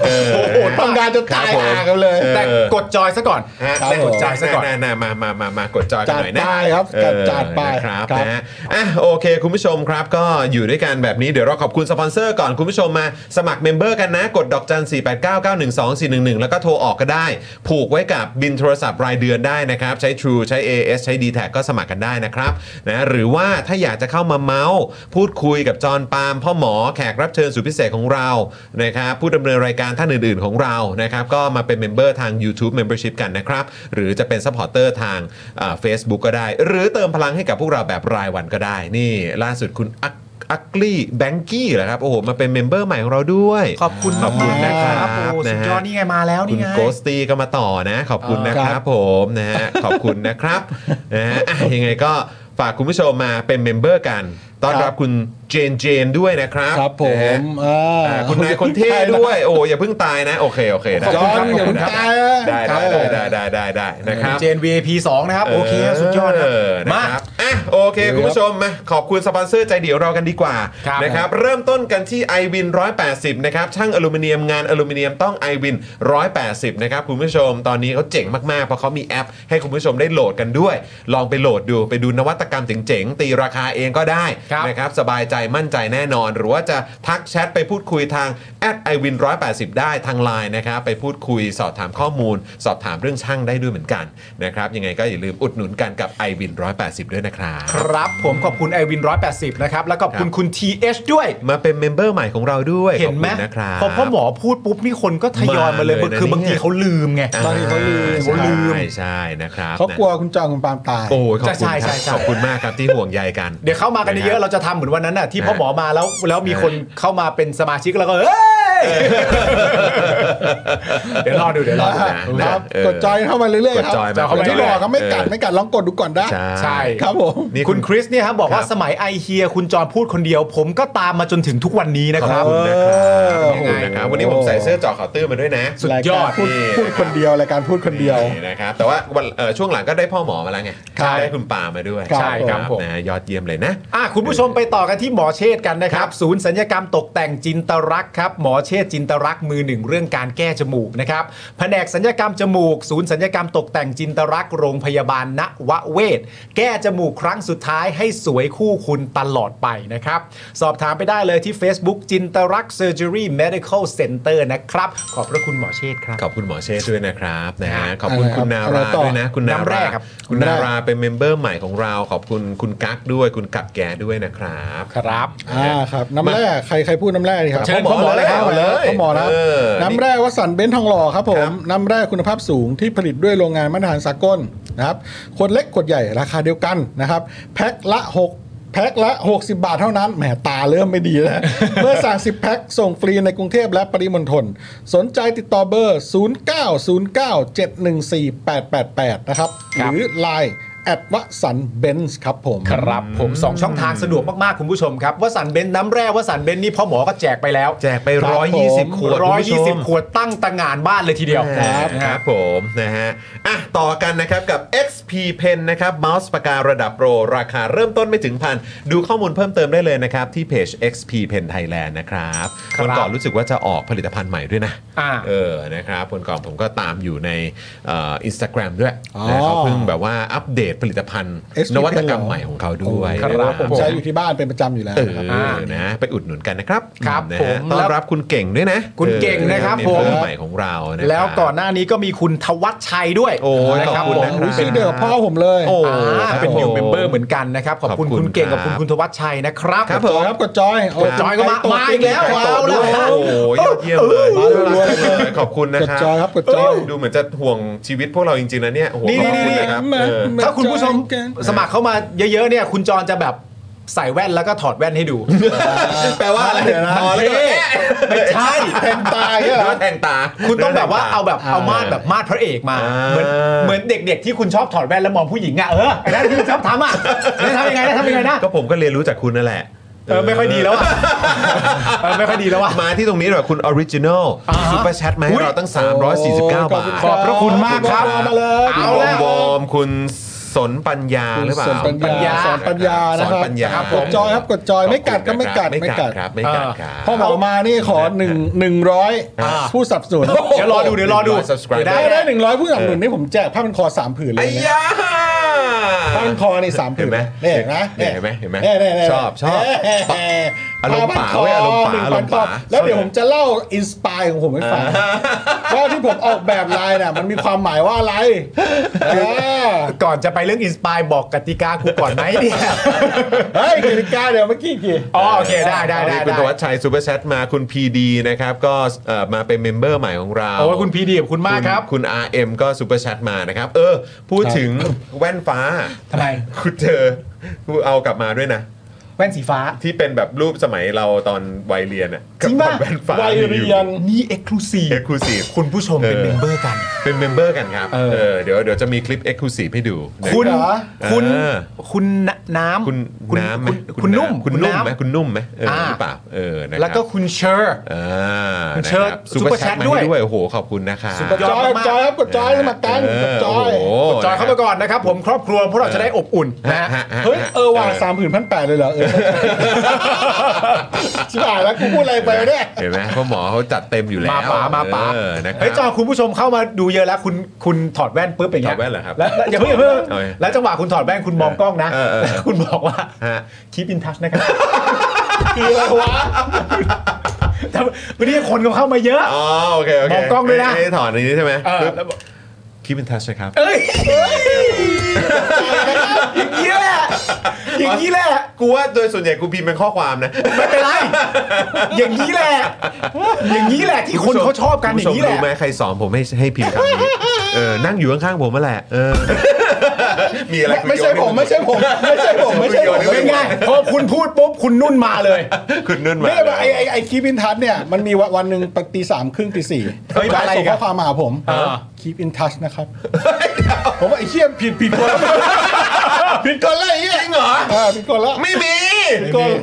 [SPEAKER 1] เออ
[SPEAKER 2] โอ้โห
[SPEAKER 3] ทำงานจะตาย
[SPEAKER 1] ครับผม
[SPEAKER 3] อ่ากันเลย
[SPEAKER 2] แต่กดจอยซะก่อน
[SPEAKER 1] ฮะ
[SPEAKER 3] ครับ
[SPEAKER 1] ได้กด
[SPEAKER 3] ผม
[SPEAKER 1] จอยซะก่อน
[SPEAKER 2] ได้
[SPEAKER 1] นะมามามามากดจอยกันหน่อยนะ
[SPEAKER 3] จัดไปครับ
[SPEAKER 1] เออ
[SPEAKER 3] จัดไป
[SPEAKER 1] นะครับ
[SPEAKER 3] ครับ
[SPEAKER 1] นะฮะอ่ะโอเค คุณผู้ชมครับ ก็อยู่ด้วยกันแบบนี้เดี๋ยวเราขอบคุณสปอนเซอร์ก่อนคุณผู้ชมมาสมัครเมมเบอร์กันนะ กดดอกจัน 4 8 9 9 1 2 4 1 1 แล้วก็โทรออกก็ได้ ผูกไว้กับบินโทรศัพท์รายเดือนได้นะครับ ใช้ True ใช้ AS ใช้ d t แทก็สมัครกันได้นะครับนะหรือว่าถ้าอยากจะเข้ามาเมาส์ พูดคุยกับจอห์นปาล์มพ่อหมอแขกรับเชิญสุดพิเศษของเรานะครับผู้ดำเนินรายการท่านอื่น ๆ ของเรานะครับก็มาเป็นเมมเบอร์ทาง YouTube Membership กันนะครับ หรือจะเป็นซัพพอร์เตอร์ทางเฟซบุ๊กก็ได้ หรือเติมพลังให้กับพวกเราแบบรายวันก็ได้ นี่ล่าสุดคุณอักอักลี่แบงกี้เหรอครับ โอ้โห มาเป็นเมมเบอร์ใหม่ของเราด้วย
[SPEAKER 2] ขอบคุณ
[SPEAKER 1] ขอบคุณนะครับ
[SPEAKER 2] โอ้โหสุด
[SPEAKER 1] นะฮะ
[SPEAKER 2] ยอดนี่ไงมาแล้ว
[SPEAKER 1] คุ
[SPEAKER 2] นี่
[SPEAKER 1] ณ
[SPEAKER 2] ไง
[SPEAKER 1] โกสตีก็มาต่อนะ ขอบคุณนะ
[SPEAKER 3] ค
[SPEAKER 1] ครั
[SPEAKER 3] รั
[SPEAKER 1] บบ ผมนะฮะ ขอบคุณนะครับ นะฮะอ่ะยังไงก็ฝากคุณผู้ชมมาเป็นเมมเบอร์กันต้อนรับคุณเจนเจนด้วยนะครับ
[SPEAKER 3] ครับผ
[SPEAKER 1] นะฮะ
[SPEAKER 3] มอ่า
[SPEAKER 1] อ่าคุณนายคนเท่ด้วย โอ้อย่าเพิ่งตายนะ โอเค โอเคได้
[SPEAKER 3] ขอบคุณครับ
[SPEAKER 1] ขบคุณ
[SPEAKER 3] อย่าเพิ่ง
[SPEAKER 1] ครับ
[SPEAKER 3] ตายนะ
[SPEAKER 1] ได้ได้ได้ได้ได้ได้ได้นะครับ
[SPEAKER 2] เจน VIP 2 นะครับ โอเค สุดยอดครับ
[SPEAKER 1] มา
[SPEAKER 2] มา
[SPEAKER 1] อ่ะ โอเค คุณผู้ชมมาขอบคุณสปอนเซอร์ใจเดียวเรากันดีกว่า
[SPEAKER 2] ครับ
[SPEAKER 1] นะครับ เริ่มต้นกันที่ i w วิน180 นะครับ ช่างอลูมิเนียมงานอลูมิเนียมต้อง i w วิน180 นะครับ คุณผู้ชม ตอนนี้เขาเจ๋งมาก ๆ เพราะเขามีแอป ให้คุณผู้ชมได้โหลดกันด้วย ลองไปโหลดดู ไปดูนวัตกรรมเจ๋ง ๆ ตีราคาเองก็ได้
[SPEAKER 2] ครับ
[SPEAKER 1] นะครับ สบายใจ มั่นใจแน่นอน หรือว่าจะทักแชทไปพูดคุยทางแอด i w วิน180 ได้ทางไลน์นะครับ ไปพูดคุยสอบถามข้อมูล สอบถามเรื่องช่างได้ด้วยเหมือนกันนะครับ ยังไงก็อย่าลืมอุดหนุนกันกับ i w วิน180 ด้วยนะครับ ครับ
[SPEAKER 2] ครับผมขอบคุณไอวิน180 นะครับ แล้วก็ขอบคุ
[SPEAKER 1] ค
[SPEAKER 2] ณ
[SPEAKER 1] รับ
[SPEAKER 2] คุณ TH ด้วย
[SPEAKER 1] มาเป็นเมมเบอร์ใหม่ของเราด้วย
[SPEAKER 2] เห็นไหม
[SPEAKER 1] ขอบคุณนะครับ
[SPEAKER 2] พอพ่อหมอพูดปุ๊บนี่คนก็ทยอยมาเลย
[SPEAKER 1] มาเลยนะ
[SPEAKER 2] คือบาง
[SPEAKER 1] เนี่ย
[SPEAKER 2] ทีเขาลืมไง
[SPEAKER 1] อ่
[SPEAKER 3] บางทีเขาลืม
[SPEAKER 1] ใช่
[SPEAKER 2] เขาลืม
[SPEAKER 1] ใช่นะครับ
[SPEAKER 3] เขากลัวคุณจองคุณปาล์มตาย
[SPEAKER 1] โอ้ยขอบคุณ
[SPEAKER 2] ใช่
[SPEAKER 1] ครั
[SPEAKER 2] ใช่
[SPEAKER 1] บ
[SPEAKER 2] ใช่
[SPEAKER 1] ขอบคุณมากครับที่ห่วงใยกัน
[SPEAKER 2] เดี๋ยวเข้ามากันเยอะๆเราจะทำเหมือนวันนั้นน่ะที่พ่อหมอมาแล้วแล้วมีคนเข้ามาเป็นสมาชิกแล้วก็เอ้ย เดี๋ยวรอดูเดี๋ยวรอดู
[SPEAKER 1] นะ
[SPEAKER 3] ค
[SPEAKER 1] นะ
[SPEAKER 3] รับ
[SPEAKER 1] เออก
[SPEAKER 3] ดจอยเข้ามาเรื่อยๆครั
[SPEAKER 1] กดจอยมา
[SPEAKER 3] ย่างที่บอกครับไม่กัด
[SPEAKER 1] เออ
[SPEAKER 3] ไม่กัดลองกดดูก่อนได้
[SPEAKER 1] ใช่
[SPEAKER 2] ใช่
[SPEAKER 3] ครับผม
[SPEAKER 1] นี่
[SPEAKER 2] นี่
[SPEAKER 1] คุ
[SPEAKER 2] คุณ ณคริสเนี่ยครับบอกว่า
[SPEAKER 1] ครับ
[SPEAKER 2] สมัยไอเฮียคุณจอนพูดคนเดียว ผมก็ตามมาจนถึงทุกวันนี้นะ
[SPEAKER 1] ข
[SPEAKER 2] ค
[SPEAKER 1] อ
[SPEAKER 2] รั
[SPEAKER 1] บบ คุณนะครับ
[SPEAKER 3] เออ
[SPEAKER 1] ขอบคุณนะครับ วันนี้ผมใส่เสื้อเจอข่าวตื้นมาด้วยนะ
[SPEAKER 2] สุดยอด
[SPEAKER 3] รายการพูดพูดคนเดียวรายการพูดคนเดียว
[SPEAKER 1] นี่นะครับแต่ว่าวันเอ่อช่วงหลังก็ได้พ่อหมอมาแล้วไง
[SPEAKER 2] ครับ
[SPEAKER 1] ได้คุณป่ามาด้วย
[SPEAKER 3] ใช่ครับ
[SPEAKER 2] ผม
[SPEAKER 1] นะฮะยอดเยี่ยมเลยนะ
[SPEAKER 2] อ่ะคุณผู้ชมไปต่อกันที่หมอเชษฐ์กันนะครับ ศูนย์สัญญกรรมตกแต่งจินตรักษณ์ครับ หมอเชษฐ์จินตรักษณ์มือหนึ่งเรื่องการแก้จมูกนะครับแผนกสัญญกรรมจมูก ศูนย์สัญญกรรมตกแต่งจินตรักษณ์โรงพยาบาลนวเวศแก้จมูกครั้งสุดท้ายให้สวยคู่คุณตลอดไปนะครับ สอบถามไปได้เลยที่ Facebook จินตรักเซอร์เจอรี่เมดิคอลเซ็นเตอร์ Surgery Medical Center นะครับ ขอบพระคุณหมอเชษฐ์ครับ
[SPEAKER 1] ขอบคุณหมอเชษฐ์ด้วยนะครับนะฮะขอบคุณ
[SPEAKER 3] อะไรครับ
[SPEAKER 1] คุณนา
[SPEAKER 3] อะไร
[SPEAKER 1] รา
[SPEAKER 3] ต่อ
[SPEAKER 1] ด้วยนะ คุณนา
[SPEAKER 2] น้ำแร่
[SPEAKER 1] รา
[SPEAKER 2] ครับ
[SPEAKER 1] คุณ
[SPEAKER 3] น้ำแร่
[SPEAKER 1] นาราเป็นเมมเบอร์ใหม่ของเรา ขอบคุณคุณกั๊กด้วย คุณกักแกด้วยนะครับ
[SPEAKER 2] ครับ
[SPEAKER 3] อ่าครับน้ำแร่ใครใครพูดน้ำแร่ดีครับ
[SPEAKER 2] เชิญพ่อหมอเลยครับ
[SPEAKER 1] าเลย
[SPEAKER 3] พ่อหมอนะ
[SPEAKER 1] เ
[SPEAKER 3] น้ำแร่วสันต์เบนซ์ทองหล่อครับผมน้ำแร่คุณภาพสูงที่ผลิตด้วยโรงงานมาตรฐานสากลนะครับขวดเล็กขวดใหญ่ราคาเดียวกันนะครับแพ็คละหกแพ็คละ 60 บาทเท่านั้นแหมตาเริ่มไม่ดี แล้ว เมื่อสั่ง 10 แพ็คส่งฟรีในกรุงเทพและปริมณฑลสนใจติดต่อเบอร์ 0909714888 นะครับ
[SPEAKER 2] ค
[SPEAKER 3] ห
[SPEAKER 2] รับ
[SPEAKER 3] รือ Line แอดวสันต์เบนซ์ครับผม
[SPEAKER 2] ครับผมสองช่องทางสะดวกมากๆ คุณผู้ชมครับวสันต์เบนซ์น้ำแร่วสันต์เบนซ์นี่พ่อหมอก็แจกไปแล้ว
[SPEAKER 1] แจกไป
[SPEAKER 3] ครับผม
[SPEAKER 1] 120 ขวด
[SPEAKER 2] ร้อย
[SPEAKER 1] คุณ
[SPEAKER 2] ยี่
[SPEAKER 1] ผู้ช
[SPEAKER 2] สิบ
[SPEAKER 1] ม
[SPEAKER 2] ขวดตั้งตางานบ้านเลยทีเดียว
[SPEAKER 1] ครับครับผมนะฮะอ่ะต่อกันนะครับกับ XP Pen นะครับเมาส์ปากการะดับโปร ราคาเริ่มต้นไม่ถึงพัน ดูข้อมูลเพิ่มเติมได้เลยนะครับ ที่เพจ XP Pen Thailand นะครับ
[SPEAKER 2] ครับ
[SPEAKER 1] วันก่อนรู้สึกว่าจะออกผลิตภัณฑ์ใหม่ด้วยนะ
[SPEAKER 2] อ่า
[SPEAKER 1] เออนะครับวันก่อนผมก็ตามอยู่ในเอินสตาแกรมด้วย
[SPEAKER 3] อ๋อ
[SPEAKER 1] นะเขาเพิ่งแบบว่าอัปเดตผลิตภัณฑ์
[SPEAKER 3] XP
[SPEAKER 1] นวัตกรรม
[SPEAKER 3] เหรอ
[SPEAKER 1] ใหม่ของเขาด้วย
[SPEAKER 2] ครับ
[SPEAKER 1] นะ
[SPEAKER 3] ผมใช้อยู่ที่บ้านเป็นประจำอยู่แล้ว
[SPEAKER 1] เอ
[SPEAKER 3] นะครับ
[SPEAKER 1] อนะ ไปอุดหนุนกันนะครับ
[SPEAKER 2] ครับ
[SPEAKER 1] นะ
[SPEAKER 2] ผ
[SPEAKER 1] ฮะ
[SPEAKER 2] ม
[SPEAKER 1] ต้อนรับคุณเก่งด้วยนะ
[SPEAKER 2] คุณเก่งนะครับ
[SPEAKER 1] เออ
[SPEAKER 2] ผม
[SPEAKER 1] เป็นเพื่อนใหม่ของเรานะครับ
[SPEAKER 2] แล้วก่อนหน้านี้ก็มีคุณทวัชชัยด้วย
[SPEAKER 1] โอ้ย
[SPEAKER 2] นะครั
[SPEAKER 1] ขอบคุณ
[SPEAKER 2] ผม
[SPEAKER 1] นะครั
[SPEAKER 3] โอ้ย
[SPEAKER 1] บ
[SPEAKER 3] ชื่อเดียวกับพ่อผมเลย
[SPEAKER 1] โอ้
[SPEAKER 2] อ่า
[SPEAKER 1] ครับ
[SPEAKER 2] เป็นนิว
[SPEAKER 1] ผ
[SPEAKER 2] เมมเบอร์เหมือนกันนะครับ ขอบคุณ
[SPEAKER 1] ขอบคุณ
[SPEAKER 2] คุณเก่ง
[SPEAKER 1] ครั
[SPEAKER 2] กั
[SPEAKER 1] บบ
[SPEAKER 2] คุณคุณทวัชชัยนะครับ
[SPEAKER 1] ครับ
[SPEAKER 3] จอยครับกดจอยเา
[SPEAKER 2] จอยก็มา
[SPEAKER 3] ไปตบ
[SPEAKER 2] มาอีกแล้ว
[SPEAKER 3] ไปตบ
[SPEAKER 2] เาละ
[SPEAKER 3] ด้วย
[SPEAKER 1] โอ้โหยอดเยี่ยมเลย
[SPEAKER 3] มาเลย
[SPEAKER 1] น่ารักจังเลยขอบคุณนะค
[SPEAKER 3] ก
[SPEAKER 1] รั
[SPEAKER 3] ดจอยครับกดจอย
[SPEAKER 1] ดูเหมือนจะห่วงชีวิตพวกเราจริงๆนะเนี่ยโอ้โห
[SPEAKER 2] นี่
[SPEAKER 1] ขอบคุณ
[SPEAKER 2] นี่
[SPEAKER 1] นะครับ
[SPEAKER 3] มา
[SPEAKER 1] เออ
[SPEAKER 3] มา
[SPEAKER 2] ถ้าคุณผู้ชม
[SPEAKER 3] จอยกัน
[SPEAKER 2] สมัครเข้ามาเยอะๆเนี่ย คุณจรจะแบบใส่แว่นแล้วก็ถอดแว่นให้ดู
[SPEAKER 1] แปลว่าอะไร
[SPEAKER 3] เดี๋ยวนะ
[SPEAKER 1] อ๋อแล้วก็แอะ
[SPEAKER 2] ไม่ใช่
[SPEAKER 3] แทงตาย
[SPEAKER 1] ห
[SPEAKER 3] อะ
[SPEAKER 1] รือว่าแทงตา
[SPEAKER 2] คุณต้องแบบว่าเอาแบบเอามาดแบบมาดพระเอกมา
[SPEAKER 1] อ่า
[SPEAKER 2] เหมือนเหมือนเด็ก ๆ ที่คุณชอบถอดแว่นแล้วมองผู้หญิงอ่ะเออไอ้นั่นที่ชอบทำอ่ะแล้วทำยังไงนะทำยังไงนะ
[SPEAKER 1] ก็ผมก็เรียนรู้จากคุณนั่นแหละ
[SPEAKER 2] เออไม่ค่อยดีแล้ว อ่ะเออไม่ค่อยดีแล้วอ่ะ
[SPEAKER 1] มาที่ตรงนี้หน่อยคุณออริจินอล
[SPEAKER 2] อ่าฮะ
[SPEAKER 1] ซูเปอร์แชทมาให้เราตั้ง 349 บาท
[SPEAKER 2] ขอบพระคุณมากครับ
[SPEAKER 1] ขอบคุณครับ
[SPEAKER 3] มาเลย
[SPEAKER 2] เอา
[SPEAKER 1] คุณวอ
[SPEAKER 2] แล้
[SPEAKER 1] ม
[SPEAKER 2] ว
[SPEAKER 1] วอมคุณสนปัญญาหรือเปล่า
[SPEAKER 3] สอนปัญญาสอนปัญญานะ
[SPEAKER 1] ส
[SPEAKER 3] ค
[SPEAKER 1] อ
[SPEAKER 3] รับ
[SPEAKER 1] ปัญญา
[SPEAKER 2] ครับ
[SPEAKER 3] กดจอยครับกดจอยไม่กัดก็
[SPEAKER 1] ขอบคุณ
[SPEAKER 3] ไม่กัด
[SPEAKER 1] ไม่
[SPEAKER 3] ไม่
[SPEAKER 1] กั
[SPEAKER 3] กั
[SPEAKER 1] ด
[SPEAKER 3] ด
[SPEAKER 1] ครับไม่กัดครับ
[SPEAKER 3] พ่อหมอมานี่ขอหนึ่งหนึ่งร้อย
[SPEAKER 2] อ่า
[SPEAKER 3] ผู้สนับสนุน
[SPEAKER 2] เดี๋ยวรอดูเดี๋ยวรอดู
[SPEAKER 1] 100
[SPEAKER 2] ได้
[SPEAKER 3] ได้
[SPEAKER 1] subscriber
[SPEAKER 3] ได้หนึ่งร้อยผู้สนับสนุนนี่ผมแจกผ้าพันคอสามผืนเล
[SPEAKER 1] ไอ้
[SPEAKER 3] ยนะ
[SPEAKER 1] ยา
[SPEAKER 3] ผ้าพันคอนี่สามผื
[SPEAKER 1] เห็น
[SPEAKER 3] น
[SPEAKER 1] ไหม
[SPEAKER 3] เนี่ยเห็นไหม
[SPEAKER 1] เนี่ยเห็นไหมเห็นไหม
[SPEAKER 3] เนี่ยเนี่ยเนี่ย
[SPEAKER 1] ชอบชอบ
[SPEAKER 3] เย
[SPEAKER 1] อารมณ์ป๋าเว้ยอารมณ์ป๋าอารมณ์ป๋า
[SPEAKER 3] แล้วเดี๋ยวผมจะเล่าอินสปายของผมให้ฟัง ว่าที่ผมออกแบบลายน่ะมันมีความหมายว่าอะไรเออ
[SPEAKER 2] ก่อนจะไปเรื่องอินสปายบอกกติกากูก่อนไหมเนี่ย
[SPEAKER 3] เฮ้ยกติกาเดี๋ยวเมื่อกี้กี่
[SPEAKER 2] อ๋อโอเคได้ได้ได้
[SPEAKER 1] นี่เป็น
[SPEAKER 2] ได้
[SPEAKER 1] ธวัชชัยซูเปอร์แชทมาคุณ PD นะครับก็เอ่อมาเป็นเมมเบอร์ใหม่ของเรา
[SPEAKER 2] โอ้ยคุณพีดีขอบคุณมากครับ
[SPEAKER 1] ณคุณ RM ก็ซูเปอร์แชทมานะครับ เออ พูดถึงแว่นฟ้า
[SPEAKER 2] ทำไม
[SPEAKER 1] คุณเจอคุณเอากลับมาด้วยนะ
[SPEAKER 2] แว่นสีฟ้า
[SPEAKER 1] ที่เป็นแบบรูปสมัยเราตอนวัยเรียนอะ
[SPEAKER 2] จริงป่ะ
[SPEAKER 1] กับแว่นฟ้า
[SPEAKER 3] วัยเรียน
[SPEAKER 2] นี่เอ็กซ์คลูซีฟ
[SPEAKER 1] เอ็กซ์คลูซีฟ
[SPEAKER 2] คุณผู้ชมเป็น
[SPEAKER 1] เออ
[SPEAKER 2] เมมเบอร์กัน
[SPEAKER 1] เป็นเมมเบอร์กันครับ
[SPEAKER 2] เออ
[SPEAKER 1] เออเดี๋ยวเดี๋ยวจะมีคลิปเอ็กซ์คลูซีฟให้ดูนะ
[SPEAKER 2] คุณ
[SPEAKER 1] รับ
[SPEAKER 3] เหรอ
[SPEAKER 2] คุณ
[SPEAKER 1] เออ
[SPEAKER 2] คุณน้ำ
[SPEAKER 1] คุณน้ำไหม
[SPEAKER 2] คุณคุณนุ่ม
[SPEAKER 1] คุณนุ่มไหม
[SPEAKER 2] ำ
[SPEAKER 1] คุณนุ่มไหมเออ
[SPEAKER 2] อ่า
[SPEAKER 1] หรือเปล่าเออนะครับ
[SPEAKER 2] แล้วก็คุณเชอร์
[SPEAKER 1] อ่า
[SPEAKER 2] คุณ
[SPEAKER 1] นะ
[SPEAKER 2] เชิ
[SPEAKER 1] ค
[SPEAKER 2] ด
[SPEAKER 1] รับ
[SPEAKER 2] Super
[SPEAKER 1] Super
[SPEAKER 2] Chat
[SPEAKER 1] Chat มา
[SPEAKER 2] ด้วย
[SPEAKER 1] ให้ด้วยโอ้โหขอบคุณนะครับ
[SPEAKER 2] Super
[SPEAKER 3] จอยครับจอยครับกดจอยสมัครกันกดจอย
[SPEAKER 1] เโอ้โห
[SPEAKER 2] จอยเข้ามาก่อนนะครับ ผมครอบครัวพวกเราจะได้อบอุ่นนะ
[SPEAKER 1] ฮะ
[SPEAKER 2] ฮะ
[SPEAKER 1] ฮะฮะ
[SPEAKER 3] เฮ้ยเออว่ะสามผืนพันแปดเลยเหรอเออชิบหายแล้วกูพูดอะไรไปเนี่ย
[SPEAKER 1] เห็นไหมพ่อหมอเขาจัดเต็มอยู่แล้ว
[SPEAKER 2] มาป๋ามาป๋า
[SPEAKER 1] เออนะครับ
[SPEAKER 2] เฮ้ยจอคุณผู้ชมเข้ามาดูเยอะแล้วคุณคุณถอดแว่นปุ๊บอย่างเงี้ย
[SPEAKER 1] ถอดแว่นเหรอครับ
[SPEAKER 2] แล้วอย่าเพิ่งอย่าเพิ่ง
[SPEAKER 1] เอาไง
[SPEAKER 2] แล้วจังหวะคุณถอดแว่นคุณมองกล้องนะ
[SPEAKER 1] เออเออเออ
[SPEAKER 2] คุณบอกว่า
[SPEAKER 1] ฮะ
[SPEAKER 2] คีบินทัช นะครับคืออะไรวะแต่วันนี้คนก็เข้ามาเยอะ
[SPEAKER 1] อ๋อโอเคโอเค
[SPEAKER 2] มองกล้องด้วยนะ
[SPEAKER 1] ให้ให้ถอนอันนี้ใช่ไหม
[SPEAKER 2] เออ
[SPEAKER 1] ปึ๊บ
[SPEAKER 2] แล้วบอก
[SPEAKER 1] Keep in touch นะครับ
[SPEAKER 2] เอ้ย อย่างนี้แหละ อย่างนี้แหละ
[SPEAKER 1] กูว่าโดยส่วนใหญ่กูพิมพ์เป็นข้อความนะ
[SPEAKER 2] ไม่เป็นไร อย่างนี้แหละ อย่างนี้แหละที่คนเขาชอบกันอย่างนี้แห
[SPEAKER 1] คุณผู้ชมรู้ไหม
[SPEAKER 2] ละ
[SPEAKER 1] ใครสอนผมให้ให้พิมพ์คำนี้เออนั่งอยู่ข้างๆผมมาแหละเออมีอะไรคุณ
[SPEAKER 3] ไม่
[SPEAKER 1] โย
[SPEAKER 3] ใช่
[SPEAKER 1] นให้
[SPEAKER 3] ผมไม่ใช่ผม ไม่ใช่ผมไม่ใช่ผม
[SPEAKER 2] เป็นไงพอคุณพูดปุ๊บคุณนุ่นมาเลย
[SPEAKER 1] คุณนุ่นมา
[SPEAKER 3] ไม่ไอไอไอคีบินทัชเนี่ยมันมีวันหนึ่งตีสามครึ่งตีสี่
[SPEAKER 2] เฮ้ย
[SPEAKER 3] ส่ง
[SPEAKER 2] อะไรอีก
[SPEAKER 3] ข้
[SPEAKER 2] อะ
[SPEAKER 3] อความมาหาผม
[SPEAKER 2] เออ
[SPEAKER 3] คีบินทัชนะครับ ผมว่าไอเชี่ยผิดผิดคนแล้วผิดคนแล้วไอ้เหี้ย
[SPEAKER 1] จริงเหรอ
[SPEAKER 3] อ่าผิดคนแล้ว
[SPEAKER 1] ไม่มี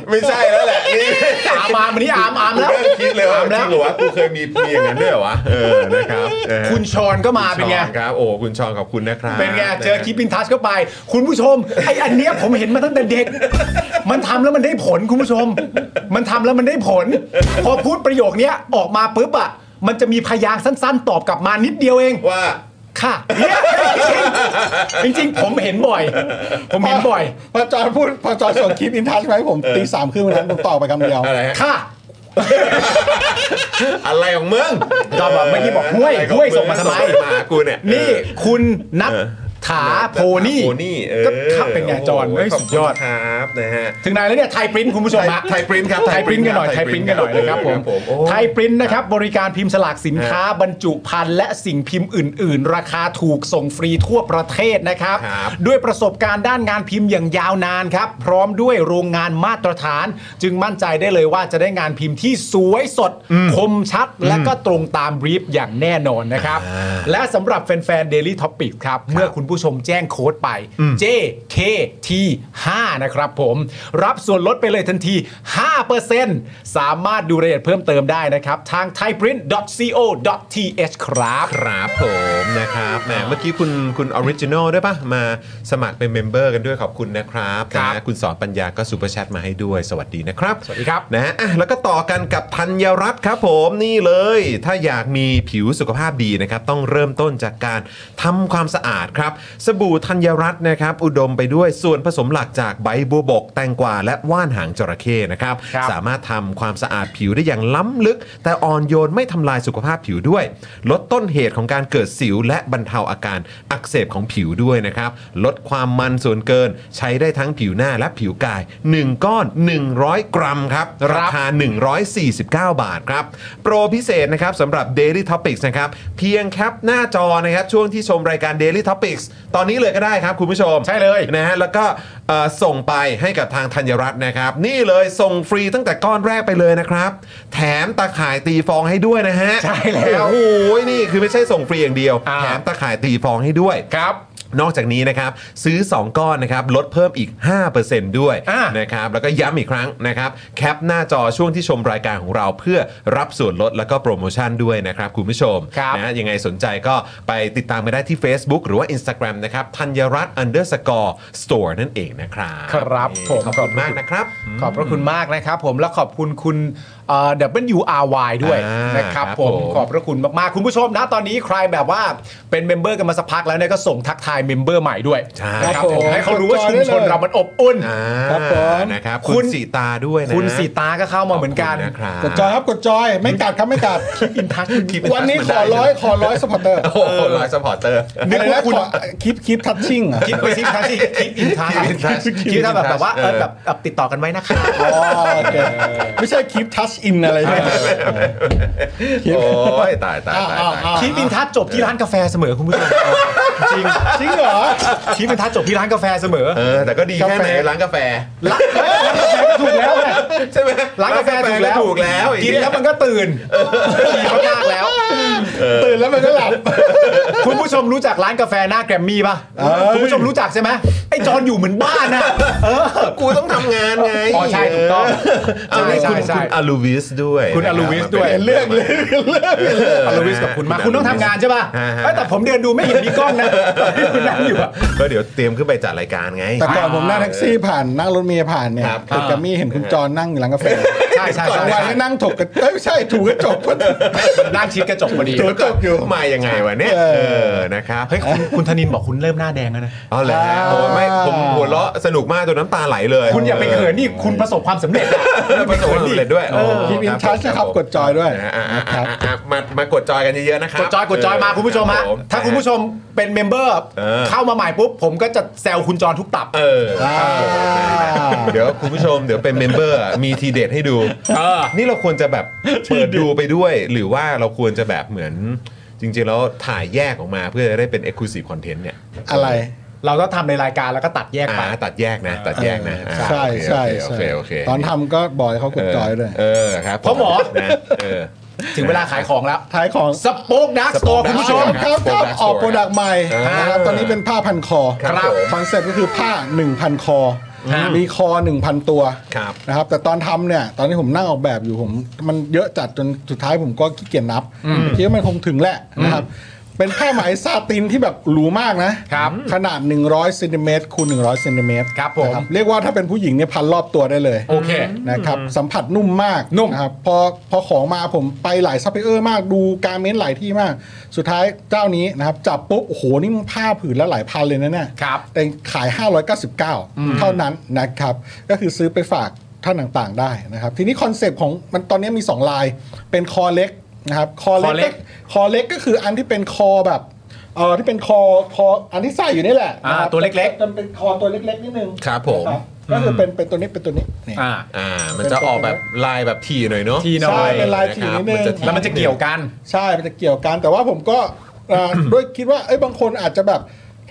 [SPEAKER 1] ไม่ใช่แล้วแหละนี่
[SPEAKER 2] อามอามอันนี้อามอามแล้ว
[SPEAKER 1] เริ่มคิดเลยว่า
[SPEAKER 2] ถาม
[SPEAKER 1] จริ
[SPEAKER 2] แล้ว
[SPEAKER 1] งเหรอวะกูเคยมีมีอย่างนั้นด้วยเหรอวะเออนะครับเออ
[SPEAKER 2] คุณชอนก็มาเป็นไง
[SPEAKER 1] ชอนครับโอ้คุณชอนขอบคุณนะครับ
[SPEAKER 2] เป็นไงเจอคลิป
[SPEAKER 1] นะ
[SPEAKER 2] บินทัชเข้าไป คุณผู้ชมไออันเนี้ยผมเห็นมาตั้งแต่เด็ก มันทำแล้วมันได้ผลคุณผู้ชม มันทำแล้วมันได้ผล พอพูดประโยคเนี้ยออกมาปุ๊บอ่ะมันจะมีพยางค์สั้น ๆ ตอบกลับมานิดเดียวเอง
[SPEAKER 1] ว่า
[SPEAKER 2] ค่ะเนี่ยจริงๆจริงๆ ผมเห็นบ่อย ผมเห็นบ่อย
[SPEAKER 3] พอจอยพูดพอจอยส่งคลิปอินทัชมาให้ผมตีสามครึ่งวันนั้นผมตอบไปคำเดียว
[SPEAKER 1] อะไรฮะ
[SPEAKER 2] ค่ะ
[SPEAKER 1] อะไรของมึง
[SPEAKER 2] จอมแบบเมื่อกี้บอกห้วย
[SPEAKER 1] ะไรข
[SPEAKER 2] ห้วยส่งมาทำไม
[SPEAKER 1] มากูเนี่ย
[SPEAKER 2] นี่
[SPEAKER 1] เออ
[SPEAKER 2] คุณนัท
[SPEAKER 1] เออ
[SPEAKER 2] ถาโพนี่
[SPEAKER 1] โพนี่เออ
[SPEAKER 2] ก็ครับเป็นไงจอนเฮ้ย
[SPEAKER 1] ขบ
[SPEAKER 2] สุ
[SPEAKER 1] คุณ
[SPEAKER 2] ดยอด
[SPEAKER 1] ครับนะฮะ
[SPEAKER 2] ถึงไหนแล้วเนี่ยไทยปริ้นคุณผู้ชมฮะ
[SPEAKER 1] ไทยไทยปริ้นครับ
[SPEAKER 2] ไทยปริ้นกันหน่อยไท
[SPEAKER 1] ไทย
[SPEAKER 2] ยป
[SPEAKER 1] ปริ้
[SPEAKER 2] ริ้น
[SPEAKER 1] น
[SPEAKER 2] กันหน่อย
[SPEAKER 1] ครับ
[SPEAKER 2] นะครับผม
[SPEAKER 1] เออครับผมโอ้
[SPEAKER 2] ไทยปริ้นนะครับบริการพิมพ์สลากสินค้า บรรจุภัณฑ์และสิ่งพิมพ์อื่น ๆ ราคาถูกส่งฟรีทั่วประเทศนะครับ
[SPEAKER 1] ครับ
[SPEAKER 2] ด้วยประสบการณ์ด้านงานพิมพ์อย่างยาวนานครับ พร้อมด้วยโรงงานมาตรฐาน จึงมั่นใจได้เลยว่าจะได้งานพิมพ์ที่สวยสด คมชัด และก็ตรงตามบรีฟอย่างแน่นอนนะครับ และสำหรับแฟนๆ Daily Topic ครับ เมื่อคุณผู้ชมแจ้งโค้ดไป JKT5 นะครับผม รับส่วนลดไปเลยทันที 5%สามารถดูรายละเอียดเพิ่มเติมได้นะครับ ทาง thaiprint.co.th ครับ
[SPEAKER 1] ครับผมนะครับแหมเมื่อกี้คุณคุณออริจินอลด้วยปะมาสมัครเป็นเมมเบอร์กันด้วยขอบคุณนะครับ
[SPEAKER 2] ครับ
[SPEAKER 1] นะคุณสอนปัญญาก็ซูเปอร์แชทมาให้ด้วยสวัสดีนะครับ
[SPEAKER 2] สวัสดีครับ
[SPEAKER 1] นะฮะอ่ะแล้วก็ต่อกันกับธัญรัตน์ครับผมนี่เลย ถ้าอยากมีผิวสุขภาพดีนะครับ ต้องเริ่มต้นจากการทำความสะอาดครับ สบู่ธัญรัตน์นะครับ อุดมไปด้วยส่วนผสมหลักจากใบบัวบก แตงกวาและว่านหางจระเข้นะครับ
[SPEAKER 2] ครับ
[SPEAKER 1] สามารถ สามารถทำความสะอาดผิวได้อย่างล้ำลึก แต่อ่อนโยนไม่ทำลายสุขภาพผิวด้วย ลดต้นเหตุของการเกิดสิว และบรรเทาอาการอักเสบของผิวด้วยนะครับ ลดความมันส่วนเกิน ใช้ได้ทั้งผิวหน้าและผิวกาย 1 ก้อน 100 กรัมครับ
[SPEAKER 2] ครับ
[SPEAKER 1] คา 149 บาทครับ โปรพิเศษนะครับสำหรับ Daily Topics นะครับ เพียงแคปหน้าจอนะครับ ช่วงที่ชมรายการ Daily Topics ตอนนี้เลยก็ได้ครับคุณผู้ชม
[SPEAKER 2] ใช่เลย
[SPEAKER 1] นะฮะแล้วก็เอ่อส่งไปให้กับทางธัญรัตน์นะครับ นี่เลยส่งฟรีตั้งแต่ก้อนแรกไปเลยนะครับ แถมตาข่ายตีฟองให้ด้วยนะฮะ
[SPEAKER 2] ใช่แล้ว
[SPEAKER 1] โอ้โหนี่คือไม่ใช่ส่งฟรีอย่างเดียว
[SPEAKER 2] อ่า
[SPEAKER 1] แถมตาข่ายตีฟองให้ด้วย
[SPEAKER 2] ครับ
[SPEAKER 1] นอกจากนี้นะครับ ซื้อ 2 ก้อนนะครับ ลดเพิ่มอีก 5%ด้วย
[SPEAKER 2] อ่ะ
[SPEAKER 1] นะครับแล้วก็ย้ำอีกครั้งนะครับ แคปหน้าจอช่วงที่ชมรายการของเราเพื่อรับส่วนลดแล้วก็โปรโมชั่นด้วยนะครับ คุณผู้ชม
[SPEAKER 2] ครับ
[SPEAKER 1] นะยังไงสนใจก็ไปติดตามกันได้ที่ Facebook หรือว่า Instagram นะครับธัญรัตน์ underscore store นั่นเองนะครับ
[SPEAKER 2] ครับ
[SPEAKER 1] นี่
[SPEAKER 2] ผม
[SPEAKER 1] ขอบคุณมากนะครับ
[SPEAKER 2] ขอบพระคุณมากนะครับผมและขอบคุณคุณเอ่อ WRY ด้วย
[SPEAKER 1] อ่าน
[SPEAKER 2] นะครับ
[SPEAKER 1] ครับ
[SPEAKER 2] ผม
[SPEAKER 1] ผม
[SPEAKER 2] ขอบพระคุณมากๆ คุณผู้ชมนะตอนนี้ใครแบบว่าเป็นเมมเบอร์กันมาสักพักแล้วเนี่ยก็ส่งทักทายเมมเบอร์ใหม่ด้วย
[SPEAKER 1] ใช่
[SPEAKER 2] นะค
[SPEAKER 3] ค
[SPEAKER 2] รับ
[SPEAKER 3] รับ
[SPEAKER 2] ผ
[SPEAKER 3] ผม ม
[SPEAKER 2] ให้เขารู้ว่าชุมชนเรามันอบอุ่น
[SPEAKER 1] อ่า
[SPEAKER 3] ครับผม
[SPEAKER 1] นะครับ
[SPEAKER 2] คุ
[SPEAKER 1] คุณ
[SPEAKER 2] ณ
[SPEAKER 1] สีตาด้วยนะ
[SPEAKER 2] คุณสีตาก็เข้ามาเหมือนกัน
[SPEAKER 1] ขบคุณนะครับ
[SPEAKER 3] กดจอยครับกดจอยไม่กัดครับไม่กัด
[SPEAKER 2] อินทัชคลิป
[SPEAKER 3] วันนี้ขอร้อยขอร้อยสปอร์เตอร์
[SPEAKER 1] โอ้โหร้อยสปอร์เตอร์
[SPEAKER 3] นึกว่าคุณคลิปคลิปทัชชิ่งอ่ะ
[SPEAKER 2] คิดไปสิทัชที่คิดอินทัช
[SPEAKER 1] คิด in touch
[SPEAKER 2] คิดถ้าแบบแบบว่า
[SPEAKER 1] เอ
[SPEAKER 2] เอ
[SPEAKER 1] อ
[SPEAKER 2] อแบบแบบติดต่อกันไว้นะคะ
[SPEAKER 3] อ๋อโอเคไม่ใช่คลิปทัชอินอะไรใช่ไหม
[SPEAKER 1] โอ้ยตายตายตาย
[SPEAKER 3] อ้าว
[SPEAKER 1] ตาย
[SPEAKER 3] อ้าว
[SPEAKER 2] คิดอินทัชจบที่ร้านกาแฟเสมอคุณผู้ชมจริง
[SPEAKER 3] จริงเหรอ
[SPEAKER 2] คิดอินทัชจบที่ร้านกาแฟเสมอ
[SPEAKER 1] เออแต่ก็ดีแค่ไหน
[SPEAKER 3] กาแฟ
[SPEAKER 1] ร้านกาแฟ
[SPEAKER 2] ร้านถูกแล้วไง
[SPEAKER 1] ใช่ไหม
[SPEAKER 2] ร้านกาแฟถูกแล้ว
[SPEAKER 1] ถูกแล้ว
[SPEAKER 2] กินแล้วมันก็ตื่นดีมากๆแล้ว
[SPEAKER 3] ตื่นแล้วมันก็หลับ
[SPEAKER 2] คุณผู้ชมรู้จักร้านกาแฟหน้าแกรมมี่ป่ะ
[SPEAKER 3] เอ้ย
[SPEAKER 2] คุณผู้ชมรู้จักใช่ไหมไอ้จอนอยู่เหมือนบ้านนะเออ
[SPEAKER 1] กูต้องทำงานไง
[SPEAKER 2] อ๋อใช่ถูกต้อง
[SPEAKER 1] เอา
[SPEAKER 2] ใช่
[SPEAKER 1] นี่
[SPEAKER 2] ใช่
[SPEAKER 1] คุณ
[SPEAKER 2] ใช่
[SPEAKER 1] คุณอลูวิสด้วย
[SPEAKER 2] คุณอลูวิสด้วย
[SPEAKER 1] เรื่องเลย
[SPEAKER 2] อลวิสกับคุณมากคุณต้องทำงานใช่ป่ะ
[SPEAKER 1] ฮะฮะ
[SPEAKER 2] เอ้ยแต่ผมเดินดูไม่เห็นมีกล้องนะที่คุณนั่งอยู่อะ
[SPEAKER 1] ก็เดี๋ยวเตรียมขึ้นไปจัดรายการไง
[SPEAKER 3] แต่ก่อนผมนั่งแท็กซี่ผ่านนั่งรถเมล์ผ่านเนี่ย
[SPEAKER 1] ครับ
[SPEAKER 3] ตึกแกรม มี่เห็นคุณจอนั่งอยู่หลังกาแฟ
[SPEAKER 2] ใช่ใช่
[SPEAKER 3] กลางวันก็นั่งถกกันเอ้ยไม่ใช่ถูกกระจกพอดี
[SPEAKER 2] นั่งชิดกระจกพอดี
[SPEAKER 3] เดี๋ยวจบอยู่
[SPEAKER 1] มายังไงวะเนี่ย เออ นะครับ
[SPEAKER 2] เฮ้ยคุณคุณธนินบอกคุณเริ่มหน้าแดงแล้วนะ
[SPEAKER 1] เอาแหละโอ้ยไม่ ผมหัวเราะสนุกมากจนน้ำตาไหลเลย
[SPEAKER 2] คุณอย่าไปเขินนี่คุณประสบความสำเร็จอะ
[SPEAKER 1] ประสบความสำเร็จด้วย
[SPEAKER 3] เออ
[SPEAKER 1] โอ้
[SPEAKER 3] คลิป in
[SPEAKER 1] รับ
[SPEAKER 3] touch
[SPEAKER 1] ผม
[SPEAKER 3] นะครับกดจอยด้วย
[SPEAKER 1] อ่ะอ่ะอ่ะ
[SPEAKER 3] ครับ
[SPEAKER 1] อ่ะมามากดจอยกันเยอะๆนะครั
[SPEAKER 2] ก
[SPEAKER 1] บ
[SPEAKER 2] ดจอยกดจอยมาคุณผู้ชมฮะ
[SPEAKER 1] รับ
[SPEAKER 2] ถ้าคุณผู้ชมเป็นเมมเบอร์
[SPEAKER 1] เออ
[SPEAKER 2] เข้ามาใหม่ปุ๊บ ผมก็จะแซวคุณจรทุกตับ
[SPEAKER 1] เออ
[SPEAKER 3] อ่า
[SPEAKER 1] เดี๋ยวคุณผู้ชมเดี๋ยวเป็นเมมเบอร์อ่ะมีทีเด็ดให้ดู
[SPEAKER 2] เออ
[SPEAKER 1] นี่เราควรจะ แบบเปิดดูไปด้วย หรือว่าเราควรจะแบบเหมือนจริงๆแล้วถ่ายแยกออกมาเพื่อจะได้เป็น Exclusive Content เนี่ย
[SPEAKER 3] อะไร
[SPEAKER 2] เราต้องทำในรายการแล้วก็ตัดแยกไป
[SPEAKER 1] อ่าตัดแยกนะ ตัดแยกนะอ่า
[SPEAKER 3] ใช่ใช่
[SPEAKER 1] โอ
[SPEAKER 3] ใช่
[SPEAKER 1] เคโอเคโเค
[SPEAKER 3] ตอนทำก็บอยเขากดจอยด้วย
[SPEAKER 1] เออครับ
[SPEAKER 2] พ่อหมอ
[SPEAKER 1] นะเออ
[SPEAKER 2] ถึงเวลาขายของแล้ว
[SPEAKER 3] ท้ายของ
[SPEAKER 2] สป o อกดักสโต
[SPEAKER 1] Spoke
[SPEAKER 2] ร์คุณผู้ชม
[SPEAKER 1] Dark
[SPEAKER 3] ครับครับ
[SPEAKER 1] Product
[SPEAKER 3] ออก
[SPEAKER 1] Store
[SPEAKER 3] โปรดักต์ใหม่
[SPEAKER 1] อ่าน
[SPEAKER 3] นะครับตอนนี้เป็นผ้าพันคอ
[SPEAKER 1] ครับ
[SPEAKER 2] ครับ
[SPEAKER 1] ผม
[SPEAKER 3] คอนเซ็ปต์ก็คือผ้า 1,000 คอ
[SPEAKER 2] ครับ
[SPEAKER 3] มีคอ 1,000 ตัว
[SPEAKER 1] ครับ
[SPEAKER 3] นะครับแต่ตอนทำเนี่ย ตอนนี้ผมนั่งออกแบบอยู่ผม มันเยอะจัดจนสุดท้ายผมก็ขี้เกียจนับคิดว่ามันคงถึงแหละนะครับเป็นผ้าไหมซาตินที่แบบหรูมากนะครับขนาด 100เซนติเมตรคูณ100เซนติเมตร
[SPEAKER 2] ครับผม
[SPEAKER 3] นะเรียกว่าถ้าเป็นผู้หญิงเนี่ยพันรอบตัวได้เลย
[SPEAKER 2] โอเค
[SPEAKER 3] นะครับสัมผัสนุ่มมาก
[SPEAKER 2] นุ่ม
[SPEAKER 3] นะครับพอพอของมาผมไปหลายซัพพลายเออร์มากดูการเม้นหลายที่มาก สุดท้ายเจ้านี้นะครับจับปุ๊บโอ้โหนี่มันผ้าผืนละหลายพันเลยนะเนี่ย
[SPEAKER 2] ครับ
[SPEAKER 3] แต่ขาย 599 เท่านั้นนะครับ ก็คือซื้อไปฝากท่านต่างๆได้นะครับ ทีนี้คอนเซปต์ของมันตอนนี้มี 2 ลายเป็นคอเล็กนะครับคอ
[SPEAKER 2] คอเล็
[SPEAKER 3] เล็
[SPEAKER 2] ก
[SPEAKER 3] กคอเล็กก็คืออันที่เป็นคอแบบเออที่เป็นคอคออันที่ใส่อยู่นี่แหละ
[SPEAKER 2] อ่า
[SPEAKER 3] นะครับ
[SPEAKER 2] ตัวเล็กๆ
[SPEAKER 3] จะเป็นคอตัวเล็กๆนิดนึง
[SPEAKER 1] ครับผม
[SPEAKER 3] นะก็คือเป็นเป็นตัวนี้เป็นตัวนี้นี่
[SPEAKER 2] อ่า
[SPEAKER 1] อ่า มันจะออกแบบลายแบบทีหน่อยเนาะ
[SPEAKER 2] ทีหน่อ
[SPEAKER 3] ใช่
[SPEAKER 2] ย
[SPEAKER 3] เป็นลายถี่นิดนึง
[SPEAKER 1] ะครับ
[SPEAKER 2] แล้วมันจะเกี่ยวกัน
[SPEAKER 3] ใช่ มันจะเกี่ยวกัน แต่ว่าผมก็เอ่อ ด้วยคิดว่า เอ้ย บางคนอาจจะแบบ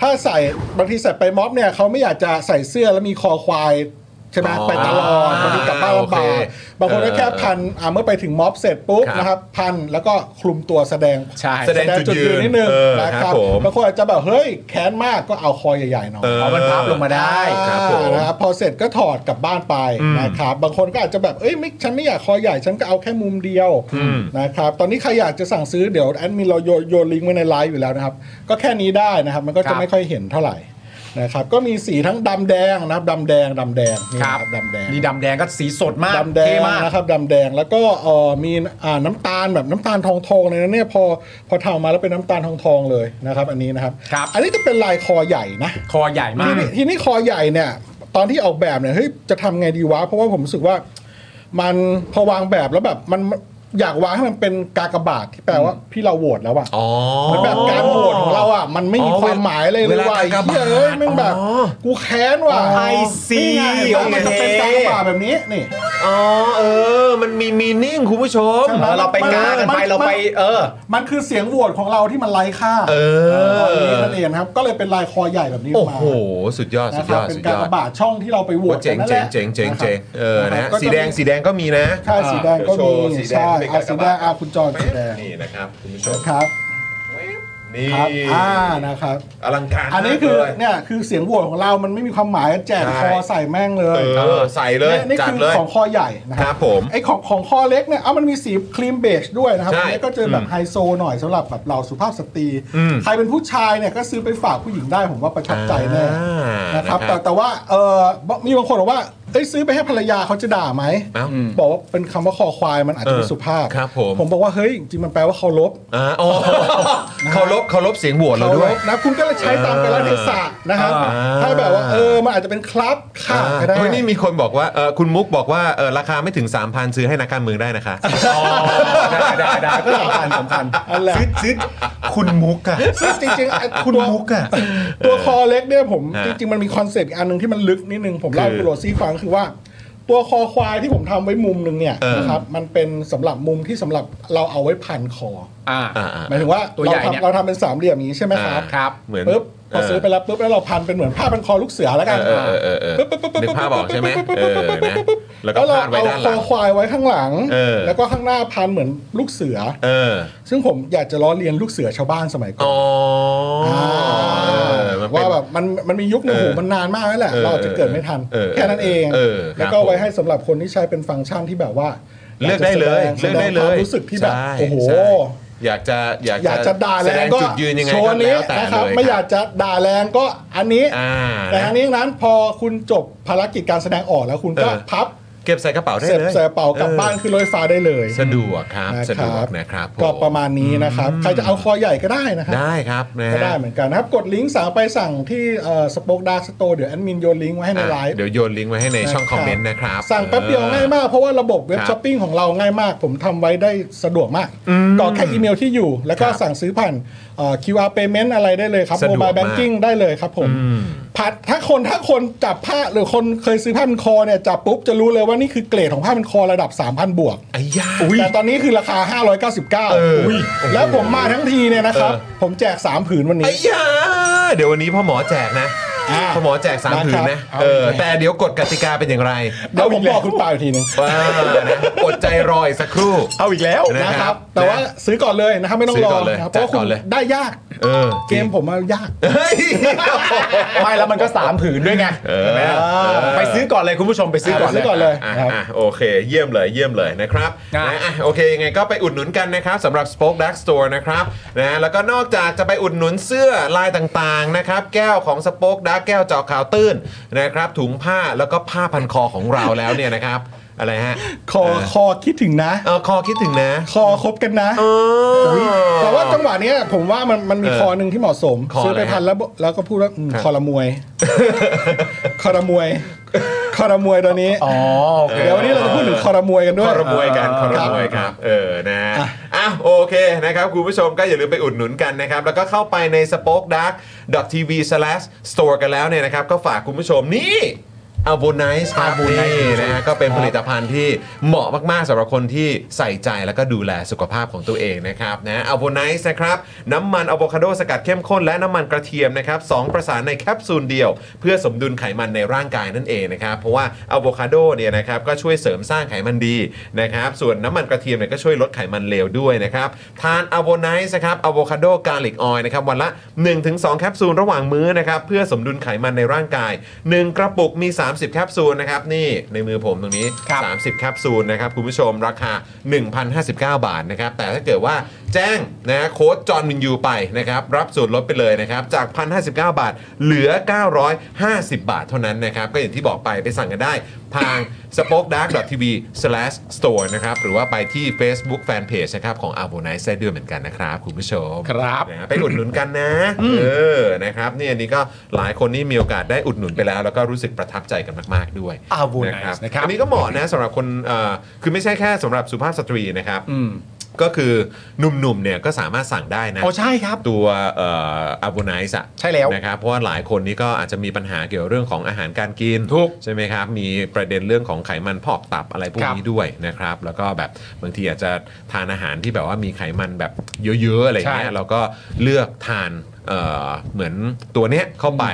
[SPEAKER 3] ถ้าใส่ บางทีใส่ไปม็อบเนี่ย เขาไม่อยากจะใส่เสื้อแล้วมีคอควาย ใช่ไหม ไปตลอด บางทีกลับบ้านลำบากบางคนก็แค่พันอ่ะเมื่อไปถึงม็อบเสร็จปุ๊บ
[SPEAKER 1] ครับ
[SPEAKER 3] นะครับ พัน แล้วก็คลุมตัวแสดง
[SPEAKER 2] ใช่
[SPEAKER 1] แสดง จุดยืน
[SPEAKER 3] นิดนึง
[SPEAKER 1] เออ
[SPEAKER 3] นะ
[SPEAKER 1] ค
[SPEAKER 3] ค
[SPEAKER 1] รั
[SPEAKER 3] รั
[SPEAKER 1] บบ ผม
[SPEAKER 3] บางคนอาจจะแบบ เฮ้ย แค้นมาก ก็เอาคอใหญ่ๆหน่อย
[SPEAKER 1] เออ
[SPEAKER 2] เอามันพับลงมาได้
[SPEAKER 1] ครับผม
[SPEAKER 3] นะครับพอเสร็จก็ถอดกลับบ้านไปนะครับ บางคนก็อาจจะแบบเอ้ยไม่ฉันไม่อยากคอใหญ่ฉันก็เอาแค่มุมเดียวนะครับตอนนี้ใครอยากจะสั่งซื้อเดี๋ยวแอดมินเราโยโยนลิงก์ไว้ในไลฟ์อยู่แล้วนะครับ ก็แค่นี้ได้นะครับ มันก็
[SPEAKER 2] ครั
[SPEAKER 3] จะ
[SPEAKER 2] บ
[SPEAKER 3] ไม่ค่อยเห็นเท่าไหร่นะครับก็มีสีทั้งดำแดงนะครับดำแดงดำแดงนี่
[SPEAKER 2] ค
[SPEAKER 3] นะ
[SPEAKER 2] รับ
[SPEAKER 3] ดำแดง
[SPEAKER 2] นี่ดำแดงก็สีสดมาก
[SPEAKER 3] ดำแด
[SPEAKER 2] เท่
[SPEAKER 3] ง
[SPEAKER 2] มาก
[SPEAKER 3] นะครับดำแดงแล้วก็เอ่อมีอ่าน้ำตาลแบบน้ำตาลทองทองๆเลยนะเนี่ยพอพอทำมาแล้วเป็นน้ำตาลทองทองๆเลยนะครับ อันนี้นะครับ
[SPEAKER 2] ครับ
[SPEAKER 3] อันนี้จะเป็นลายคอใหญ่นะ
[SPEAKER 2] คอใหญ่มา
[SPEAKER 3] ที
[SPEAKER 2] ก
[SPEAKER 3] นี้ทีนี้คอใหญ่เนี่ย ตอนที่ออกแบบเนี่ยเฮ้ยจะทำไงดีวะ เพราะว่าผมรู้สึกว่า มันพอวางแบบแล้วแบบมันอยากวางให้มันเป็นกากบาทที่แปลว่าพี่เราโหวตแล้วอะ
[SPEAKER 1] อ๋อ
[SPEAKER 3] เหมือนแบบการโหวตของเราอะมันไม่มี
[SPEAKER 1] อ๋อ
[SPEAKER 3] ความหมายเลย
[SPEAKER 1] เว
[SPEAKER 3] เลย
[SPEAKER 1] ลา
[SPEAKER 3] ว่ะไอ้
[SPEAKER 1] กากบาท
[SPEAKER 3] เหี้ยเอ้ยแม่งแบบ
[SPEAKER 1] อ๋อ
[SPEAKER 3] กูแค้นว่ะ
[SPEAKER 2] ไอซี
[SPEAKER 3] นี่ไงเดี๋ยวมันจะเป็นกากบาทแบบนี้นี่
[SPEAKER 1] อ๋อเออ มันมีมีนิ่งคุณผู้ชม
[SPEAKER 3] ใช่ไหม
[SPEAKER 2] เราไปก้ากันไปเราไปเออ
[SPEAKER 3] มันคือเสียงโหวตของเราที่มันไร้ค่า
[SPEAKER 1] เออ
[SPEAKER 3] ตอนนี้นั่นเองนะครับก็เลยเป็นลายคอใหญ่แบบนี้อ
[SPEAKER 1] โอ้
[SPEAKER 3] อกมา
[SPEAKER 1] โห สุดยอด สุ
[SPEAKER 3] นะค
[SPEAKER 1] ดย
[SPEAKER 3] รับ
[SPEAKER 1] อด
[SPEAKER 3] เป็น
[SPEAKER 1] สุดย
[SPEAKER 3] การ
[SPEAKER 1] อด
[SPEAKER 3] บาทช่องที่เราไปโหวต
[SPEAKER 1] เจ๋ง
[SPEAKER 3] กันนั่นแห
[SPEAKER 1] เจ๋ง
[SPEAKER 3] ละ
[SPEAKER 1] เจ๋งเจ๋งเจ๋งเออนะ
[SPEAKER 3] ครับ
[SPEAKER 1] ฮะ
[SPEAKER 3] ก็จะ
[SPEAKER 1] สีแดงสีแดงก็มีนะ
[SPEAKER 3] ใช่สีแดงก็
[SPEAKER 1] โช
[SPEAKER 3] มี
[SPEAKER 1] ว์สีแด
[SPEAKER 3] ใช่
[SPEAKER 1] งเป็น
[SPEAKER 3] อ่ะสีแดง
[SPEAKER 1] กากบาท
[SPEAKER 3] อ่ะคุณจอนสีแดง
[SPEAKER 1] นี่นะครับคุณผู้ชม
[SPEAKER 3] ครับ
[SPEAKER 1] นี่
[SPEAKER 3] ครับอ่านะครับ
[SPEAKER 1] อลังการ
[SPEAKER 3] อันนี้คือ
[SPEAKER 1] มากเลย
[SPEAKER 3] เนี่ยคือเสียงโหวตของเรามันไม่มีความหมายแจก
[SPEAKER 1] ใช่
[SPEAKER 3] คอใส่แม่งเลย
[SPEAKER 1] เออใส่เลย
[SPEAKER 3] นี่
[SPEAKER 1] จัด
[SPEAKER 3] คือ
[SPEAKER 1] เลย
[SPEAKER 3] ของคอใหญ่นะค
[SPEAKER 1] ครั
[SPEAKER 3] รั
[SPEAKER 1] บบ ผม
[SPEAKER 3] ไอของของคอเล็กเนี่ยเอ้ามันมีสีครีมเบจด้วยนะครับ
[SPEAKER 1] ใช่
[SPEAKER 3] อันนี้ก็จะแบบ
[SPEAKER 1] อืม
[SPEAKER 3] ไฮโซหน่อยสำหรับแบบเราสุภาพสตรี
[SPEAKER 1] อืม
[SPEAKER 3] ใครเป็นผู้ชายเนี่ยก็ซื้อไปฝากผู้หญิงได้ผมว่าประทับใจแน่
[SPEAKER 1] อ่าน
[SPEAKER 3] นะครับ
[SPEAKER 1] นะครับ
[SPEAKER 3] แต่แต่ว่าเออมีบางคนบอกว่าเอ้ยซื้อไปให้ภรรยาเขาจะด่าไหม
[SPEAKER 1] เอ้า
[SPEAKER 3] บอกว่าเป็นคำว่าคอควายมันอาจจะไม่
[SPEAKER 1] เออ
[SPEAKER 3] สุภาพ
[SPEAKER 1] ครับผม
[SPEAKER 3] ผมบอกว่าเฮ้ยจริงๆมันแปลว่าเคารพ
[SPEAKER 1] อ่าอ๋อเคารพเคารพเสียงโหวตเรา
[SPEAKER 3] เคาร
[SPEAKER 1] ด้วย
[SPEAKER 3] พนะคุณก็เลยใช้ตามกาลเทศะนะครับ
[SPEAKER 1] อ่า
[SPEAKER 3] ถ้าแบบว่าเออมันอาจจะเป็นครับค่ะก็ได้
[SPEAKER 1] เฮ้ยนี่มีคนบอกว่าเออคุณมุกบอกว่าเออราคาไม่ถึง 3,000 ซื้อให้นักการเมืองได้นะคะ
[SPEAKER 2] ได้ได้ได้ก็สำคัญสำคัญ
[SPEAKER 3] อันแหละ
[SPEAKER 2] ซื้อซื้อคุณมุกอะ
[SPEAKER 3] ซึ่งจริงๆไอ้
[SPEAKER 2] คุ
[SPEAKER 3] คุณณ
[SPEAKER 2] มุกอะ
[SPEAKER 3] ตัวคอเล็กเนี่ยผม
[SPEAKER 1] ฮะ
[SPEAKER 3] จริงๆมันมีคอนเซปต์อีกอันหนึงที่มันลึกนิดนึงผมเล่า
[SPEAKER 1] คือ
[SPEAKER 3] ให้คุณโรซี่ฟังคือว่า ตัวคอควายที่ผมทำไว้มุมหนึ่งเนี่ย
[SPEAKER 1] เออ
[SPEAKER 3] นะครับมันเป็นสำหรับมุมที่สำหรับเราเอาไว้พันคอ
[SPEAKER 2] อ่า
[SPEAKER 1] อ่าอ่า
[SPEAKER 3] หมายถึงว่า
[SPEAKER 2] ตัวใหญ่
[SPEAKER 3] เรา
[SPEAKER 2] เนี่ย
[SPEAKER 3] ทำเราทำเป็นสามเหลี่ยมอย่างนี้ใช่ไหมครับ
[SPEAKER 2] ครับ
[SPEAKER 1] เหมือน
[SPEAKER 3] ปุ๊บพอซื้อไปแล้วปุ๊บแล้วเราพันเป็นเหมือนผ้าพันคอลูกเสือแล้ว
[SPEAKER 1] เอ
[SPEAKER 3] กัน
[SPEAKER 1] อเออเออเออ
[SPEAKER 3] ปุ๊บปุ๊บปุ๊บปุ๊บ
[SPEAKER 1] นึกภาพออกใช่ไหมเออนะแล้วก็
[SPEAKER 3] เรา
[SPEAKER 1] พาดไว้
[SPEAKER 3] เอาค
[SPEAKER 1] ด้านหลั
[SPEAKER 3] อง ควายไว้ข้างหลัง
[SPEAKER 1] เออ
[SPEAKER 3] แล้วก็ข้างหน้าพันเหมือนลูกเสือ
[SPEAKER 1] เออ
[SPEAKER 3] ซึ่งผมอยากจะล้อเลียนลูกเสือชาวบ้านสมัยก่
[SPEAKER 1] อ๋
[SPEAKER 3] อ
[SPEAKER 1] อน เออมันเป็น
[SPEAKER 3] ว่าแบบมันมันมียุคหนึ่ง
[SPEAKER 1] เออ
[SPEAKER 3] หูมันนานมากแล้วแหละ
[SPEAKER 1] เออ
[SPEAKER 3] เราอาจจะเกิดไม่ทัน
[SPEAKER 1] เออ
[SPEAKER 3] แค่นั้นเอง
[SPEAKER 1] เออครับ
[SPEAKER 3] แล้วก็ไว้ให้สำหรับคนที่ใช้เป็นฟังก์ชันที่แบบว่า
[SPEAKER 1] เลือกได้เลย
[SPEAKER 3] ยากจะแส
[SPEAKER 1] เลือกได้
[SPEAKER 3] แส
[SPEAKER 1] เลย
[SPEAKER 3] คา
[SPEAKER 1] ว
[SPEAKER 3] มรู้สึกที่แบบ
[SPEAKER 1] ใช่
[SPEAKER 3] โอ้โห
[SPEAKER 1] ใช่ อยากจะอยาก
[SPEAKER 3] อยากจะด่า
[SPEAKER 1] แส
[SPEAKER 3] แรง
[SPEAKER 1] ดง
[SPEAKER 3] ก็
[SPEAKER 1] จุดยืนยังไง
[SPEAKER 3] โช
[SPEAKER 1] ก็
[SPEAKER 3] ว์นี้
[SPEAKER 1] แล้วแต่
[SPEAKER 3] นะครับ
[SPEAKER 1] เลย
[SPEAKER 3] ไม่อยากจะด่าแรงก็อันนี้
[SPEAKER 1] อ่า
[SPEAKER 3] แต่
[SPEAKER 1] นะ
[SPEAKER 3] ทั้งนี้ทั้งนั้นพอคุณจบภารกิจการแสดงออกแล้วคุณก็
[SPEAKER 1] เออ
[SPEAKER 3] พับ
[SPEAKER 1] เก็บใส่กระเป๋าได้
[SPEAKER 3] เสร็จ
[SPEAKER 1] เลย
[SPEAKER 3] เสร็จเป่ากลับบ้านขึ้นรถไฟฟ้าได้เลย
[SPEAKER 1] สะดวกครับ
[SPEAKER 3] น
[SPEAKER 1] สะดวกนะครับผม
[SPEAKER 3] ก็ประมาณนี้นะครับ ใครจะเอาคอใหญ่ก็ได้นะครับ
[SPEAKER 1] ได้ครับนะ
[SPEAKER 3] ก็
[SPEAKER 1] ฮะ
[SPEAKER 3] ได้เหมือนกันนะครับ กดลิงก์สั่งไปสั่งที่สป็อคดาร์สโตเดี๋ยวแอดมินโยนลิงก์ไว้ให้ในไล
[SPEAKER 1] อ่ะ
[SPEAKER 3] ฟ์
[SPEAKER 1] เดี๋ยวโยนลิงก์ไว้ให้ในช่อง
[SPEAKER 3] ะ
[SPEAKER 1] คอมเมนต์นะครับ
[SPEAKER 3] สั่งแป๊บเดียวง่ายมากเพราะว่าระบบเว็บ
[SPEAKER 1] ครับ
[SPEAKER 3] ช้อปปิ้งของเราง่ายมาก ผมทำไว้ได้สะดวกมากกรอกแค่อีเมลที่อยู่ แล้วก็
[SPEAKER 1] ครับ
[SPEAKER 3] สั่งซื้อผ่านเอ่อ QR payment อะไรได้เลยครับ
[SPEAKER 1] สะด
[SPEAKER 3] โม
[SPEAKER 1] ว
[SPEAKER 3] บาม
[SPEAKER 1] กาย ก
[SPEAKER 3] แบงกิ้งได้เลยครับผม
[SPEAKER 1] อืม
[SPEAKER 3] ผัดถ้าคนถ้าคนจับผ้าหรือคนเคยซื้อผ้าพันคอเนี่ยจับปุ๊บจะรู้เลยว่านี่คือเกรดของผ้าพันคอระดับ 3,000 บวก
[SPEAKER 1] ไอ้ยา
[SPEAKER 3] แต่ตอนนี้คือราคา 599
[SPEAKER 1] เอออุ๊
[SPEAKER 3] ยแล้วผมมาทั้งทีเนี่ยนะครับ
[SPEAKER 1] เออ
[SPEAKER 3] ผมแจก 3 ผืนวัน
[SPEAKER 1] ไอ้
[SPEAKER 3] นี้
[SPEAKER 1] ยาเดี๋ยววันนี้พ่อหมอแจกนะ
[SPEAKER 3] อ่า
[SPEAKER 1] พ่อหมอแจกสามผืนนะ
[SPEAKER 3] เอา
[SPEAKER 1] เออ
[SPEAKER 3] อีกแล้ว
[SPEAKER 1] แต่เดี๋ยวกฎกติกาเป็นอย่างไร
[SPEAKER 3] เดี๋ยวผมบอกคุณป่าอีกทีหนึง
[SPEAKER 1] ว้านะอดใจรออีกสักครู่
[SPEAKER 3] เอาอีกแล้วนะ
[SPEAKER 1] นะค
[SPEAKER 3] ค
[SPEAKER 1] รั
[SPEAKER 3] รั
[SPEAKER 1] บบ
[SPEAKER 3] แต่ว่าซื้อก่อนเลยนะครับไม่ต้อง
[SPEAKER 1] ซื้
[SPEAKER 3] ร
[SPEAKER 1] อ
[SPEAKER 3] อ
[SPEAKER 1] ก่อนเลย
[SPEAKER 3] นะครับเพราะว่า
[SPEAKER 1] จัดก่
[SPEAKER 3] คุ
[SPEAKER 1] อ
[SPEAKER 3] ณ
[SPEAKER 1] นเลย
[SPEAKER 3] ได้ยาก
[SPEAKER 1] เออ
[SPEAKER 3] เกมผมมายาก
[SPEAKER 1] เฮ้ย
[SPEAKER 2] ไม่แล้วมันก็สามผืนด้วยไง
[SPEAKER 1] เออ
[SPEAKER 2] ใช่ไหมไปซื้อก่อนเลยคุณผู้ชมไปซื้อก่อน
[SPEAKER 3] ซื้อ
[SPEAKER 2] เลย
[SPEAKER 3] ก่อนเลย
[SPEAKER 1] อ่ะอ่ะโอเค เยี่ยมเลยเยี่ยมเลยนะครับ
[SPEAKER 2] อ่ะ
[SPEAKER 1] นะอ่ะโอเคยังไงก็ไปอุดหนุนกันนะครับสำหรับ Spoke Dark Store นะครับนะแล้วก็นอกจากจะไปอุดหนุนเสื้อลายต่างๆนะครับแก้วของ Spoke Dark แก้วเจาะข่าวตื้นนะครับถุงผ้าแล้วก็ผ้าพันคอของเราแล้วเนี่ยนะครับอะไรฮะ
[SPEAKER 3] คอคอคิดถึงนะ
[SPEAKER 1] เออคอคิดถึงนะ
[SPEAKER 3] คอคบกันนะ
[SPEAKER 1] เออ
[SPEAKER 3] แต่ว่าจังหวะเนี้ยผมว่ามันมันมี
[SPEAKER 1] เออ
[SPEAKER 3] คอหนึ่งที่เหมาะสม
[SPEAKER 1] คออะไร
[SPEAKER 3] ซื้อไปพันแล้วแล้วก็พูดว่าอืม
[SPEAKER 1] ครับ
[SPEAKER 3] คอละมวย คอละมวย คอละมวยตัวนี้
[SPEAKER 2] อ๋อโอเค
[SPEAKER 3] เดี๋ยววันนี้เราจะพูดถึงคอละมวยกันด้วย
[SPEAKER 1] คอรมวยกันค
[SPEAKER 2] ค
[SPEAKER 1] อ
[SPEAKER 2] รับ
[SPEAKER 1] รมวยครับ เออนะฮะอ่ะโอเคนะครับคุณผู้ชมก็อย่าลืมไปอุดหนุนกันนะครับ แล้วก็เข้าไปใน spoke dark tv store กันแล้วเนี่ยนะครับ ก็ฝากคุณผู้ชมนี่อาบูไนส์ครับ
[SPEAKER 2] Avonice
[SPEAKER 1] นี่นะฮะก็เป็นผลิตภัณฑ์ที่เหมาะมาก ๆสำหรับคนที่ใส่ใจแล้วก็ดูแลสุขภาพของตัวเองนะครับนะอาบูไนส์นะครับน้ำมันอะโวคาโดสกัดเข้มข้นและน้ำมันกระเทียมนะครับสองประสานในแคปซูลเดียว เพื่อสมดุลไขมันในร่างกายนั่นเองนะครับ เพราะว่าอะโวคาโดเนี่ยนะครับก็ช่วยเสริมสร้างไขมันดีนะครับ ส่วนน้ำมันกระเทียมเนี่ยก็ช่วยลดไขมันเลวด้วยนะครับ ทานอะโวไนซ์นะครับอะโวคาโดกาลิกออยนะครับวันละ 1-2 แคปซูลระหว่างมื้อนะครับ เพื่อสมดุลไขมันในร่างกาย 1 กระปุกมี 30 แคปซูลนะครับ นี่ในมือผมตรงนี้
[SPEAKER 2] ครับ
[SPEAKER 1] 30 แคปซูลนะครับ คุณผู้ชมราคา 1,059 บาทนะครับ แต่ถ้าเกิดว่าแจ้งนะฮะโค้ดจอห์นวินยูไปนะครับ รับส่วนลดไปเลยนะครับ จาก 1,059 บาท เหลือ 950 บาทเท่านั้นนะครับ ก็อย่างที่บอกไปไปสั่งกันได้ ทาง spokedark.tv/store นะครับ หรือว่าไปที่ Facebook Fanpage นะครับของ a r b o n i z e ด้วยเหมือนกันนะครับ คุณผู้ชม
[SPEAKER 2] ครับ
[SPEAKER 1] นะไปอุดหนุนกันนะ เออ นะครับเนี่ยอันนี้ก็หลายคนนี่มีโอกาสได้อุดหนุนไปแล้ว แล้วก็รู้สึกประทับใจกันมาก ๆ ด้วย
[SPEAKER 2] Avonice นะครับ
[SPEAKER 1] อันนี้ก็เหมาะนะสำหรับคนเอ่อคือไม่ใช่แค่สำหรับสุภาพสตรีนะครับ
[SPEAKER 2] อืม
[SPEAKER 1] ก็คือหนุ่มๆเนี่ยก็สามารถสั่งได้นะ
[SPEAKER 2] อ๋อใช่ครับ
[SPEAKER 1] ตัวเอ่อาบูไนซ์อะ
[SPEAKER 2] ใช่แล้ว
[SPEAKER 1] นะครับเพราะว่าหลายคนนี่ก็อาจจะมีปัญหาเกี่ยวกับเรื่องของอาหารการกิน
[SPEAKER 2] ถูก
[SPEAKER 1] ใช่ไหมครับ มีประเด็นเรื่องของไขมันพอกตับอะไรพวก
[SPEAKER 2] ครับ
[SPEAKER 1] นี้ด้วยนะครับ แล้วก็แบบบางทีอาจจะทานอาหารที่แบบว่ามีไขมันแบบเยอะๆอะไรอย่างเงี้ย
[SPEAKER 2] ใช่
[SPEAKER 1] เราก็เลือกทานเอ่อเหมือนตัวเนี้ยเข้าไป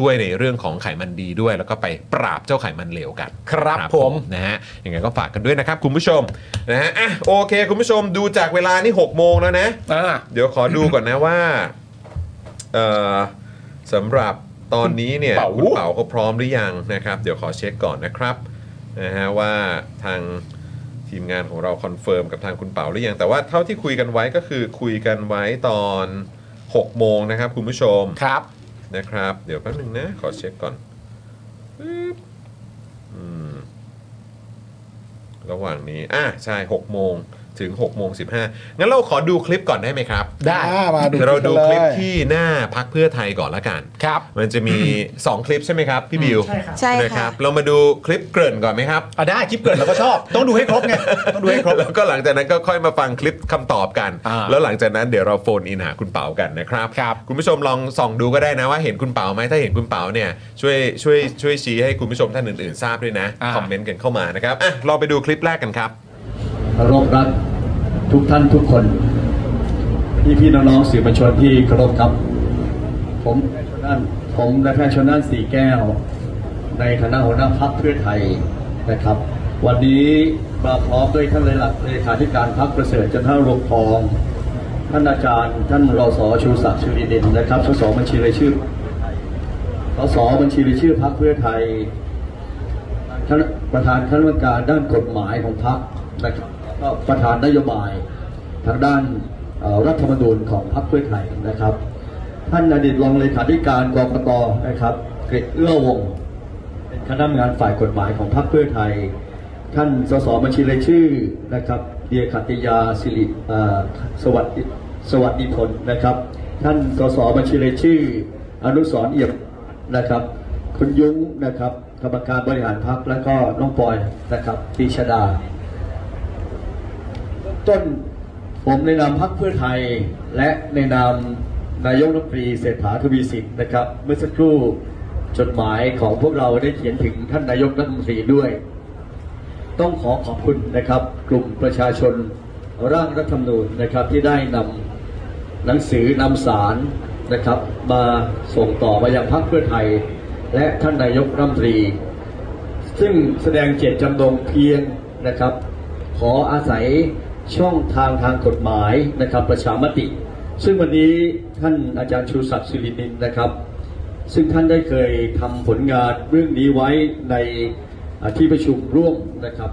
[SPEAKER 1] ช่วยในเรื่องของไขมันดีด้วย แล้วก็ไปปราบเจ้าไขมันเหลวกัน
[SPEAKER 2] ครับผม
[SPEAKER 1] นะฮะยังไงก็ฝากกันด้วยนะครับคุณผู้ชมนะฮะอ่ะโอเค คุณผู้ชมดูจากเวลานี่หกโมงแล้วนะ
[SPEAKER 2] อ่า
[SPEAKER 1] เดี๋ยวขอดูก่อนนะว่าเอ่อสำหรับตอนนี้เนี่ย
[SPEAKER 2] เป๋า
[SPEAKER 1] คุณเป๋าเขาพร้อมหรือยังนะครับ เดี๋ยวขอเช็คก่อนนะครับนะฮะว่าทางทีมงานของเราคอนเฟิร์มกับทางคุณเป๋าหรือยัง แต่ว่าเท่าที่คุยกันไว้ก็คือคุยกันไว้ตอน 6 โมงนะครับคุณผู้ชม
[SPEAKER 2] ครับ
[SPEAKER 1] นะครับ เดี๋ยวแป๊บหนึงนะ ขอเช็คก่อนปึ๊บอืมระหว่างนี้อ่ะใช่6โมงถึง6โมง15งั้นเราขอดูคลิปก่อนได้ไหมครับ
[SPEAKER 2] ได้
[SPEAKER 3] อ่ามาดู
[SPEAKER 1] เราดูคลิป
[SPEAKER 3] กันเลย
[SPEAKER 1] ที่หน้าพักเพื่อไทยก่อนละกัน
[SPEAKER 2] ครับ
[SPEAKER 1] มันจะมี 2 คลิปใช่ไหมครับ พี่บิว
[SPEAKER 5] ใช่
[SPEAKER 1] นะค
[SPEAKER 5] ค่ะ
[SPEAKER 1] รับ เรามาดูคลิปเกริ่นก่อนไหมครับ
[SPEAKER 2] อ่ะได้คลิปเกิดเราก็ชอบ ต้องดูให้ครบไง ต้องดูให้ครบ
[SPEAKER 1] แล้วก็หลังจากนั้นก็ค่อยมาฟังคลิปคำตอบกัน
[SPEAKER 2] อ่า
[SPEAKER 1] แล้วหลังจากนั้นเดี๋ยวเราโฟนอินหาคุณเปากันนะครับ
[SPEAKER 2] ครับ
[SPEAKER 1] ณผู้ชมลองส่องดูก็ได้นะว่าเห็นคุณเปาไหมถ้าเห็นคุณเปาเนี่ยช่วยช่วยช่วยชี้ให้คุณผู้ชมท่านอื่นๆ ทราบด้วยนะคอมเมนต์กันเข้ามานะครับอ่ะเราไปดูคลิปแรกกันครับ
[SPEAKER 4] เคารพรักทุกท่านทุกคน พี่พี่ๆน้องๆสื่อมวลชนที่เคารพครับ ผมแพทย์ชนนั่านผมและแพทย์ชนนั่านสีแก้ว ในคณะหัวหน้าพักเพื่อไทยนะครับ วันนี้มาพร้อมด้วยท่านเลหลักเลขาธิการพักประเสริฐจันทรรวงทอง ท่านอาจารย์ ท่านรสชูศักดิ์ชูดีเด่นนะครับสสบัญชีรายชื่อสสบัญชีรายชื่อพักเพื่อไทย ท่านประธานคณะกรรมการด้านกฎหมายของพรรคนะครับก็ประธานนโยบายทางด้านเอ่อรัฐธรรมนูญของพรรคเพื่อไทยนะครับ ท่านอดีตรองเลขาธิการกรกตนะครับกฤษเอื้อวงศ์เป็นคณะทำงานฝ่ายกฎหมายของพรรคเพื่อไทย ท่านสสบัญชีรายชื่อนะครับเดียขัตติยาสิริเอ่อสวัสดิสวัสดีผลนะครับ ท่านสสบัญชีรายชื่อ อนุสรณ์เอี่ยมนะครับ คุณยุ้งนะครับ กรรมการบริหารพักแล้วก็น้องปอยนะครับปีชดา ต้นผมในนามพรรคเพื่อไทย และในนามนายกรัฐมนตรีเศรษฐาทวีสินนะครับ เมื่อสักครู่จดหมายของพวกเราได้เขียนถึงท่านนายกรัฐมนตรีด้วย ต้องขอขอบคุณนะครับ กลุ่มประชาชนร่างรัฐธรรมนูญนะครับที่ได้นำหนังสือนำสารนะครับ มาส่งต่อมายังพรรคเพื่อไทย และท่านนายกรัฐมนตรี ซึ่งแสดงเจตจำนงเพียงนะครับ ขออาศัยช่องทางทางกฎหมายนะครับ ประชามติ ซึ่งวันนี้ท่านอาจารย์ชูศักดิ์สิรินินนะครับ ซึ่งท่านได้เคยทำผลงานเรื่องนี้ไว้ในอ่าที่ประชุมร่วมนะครับ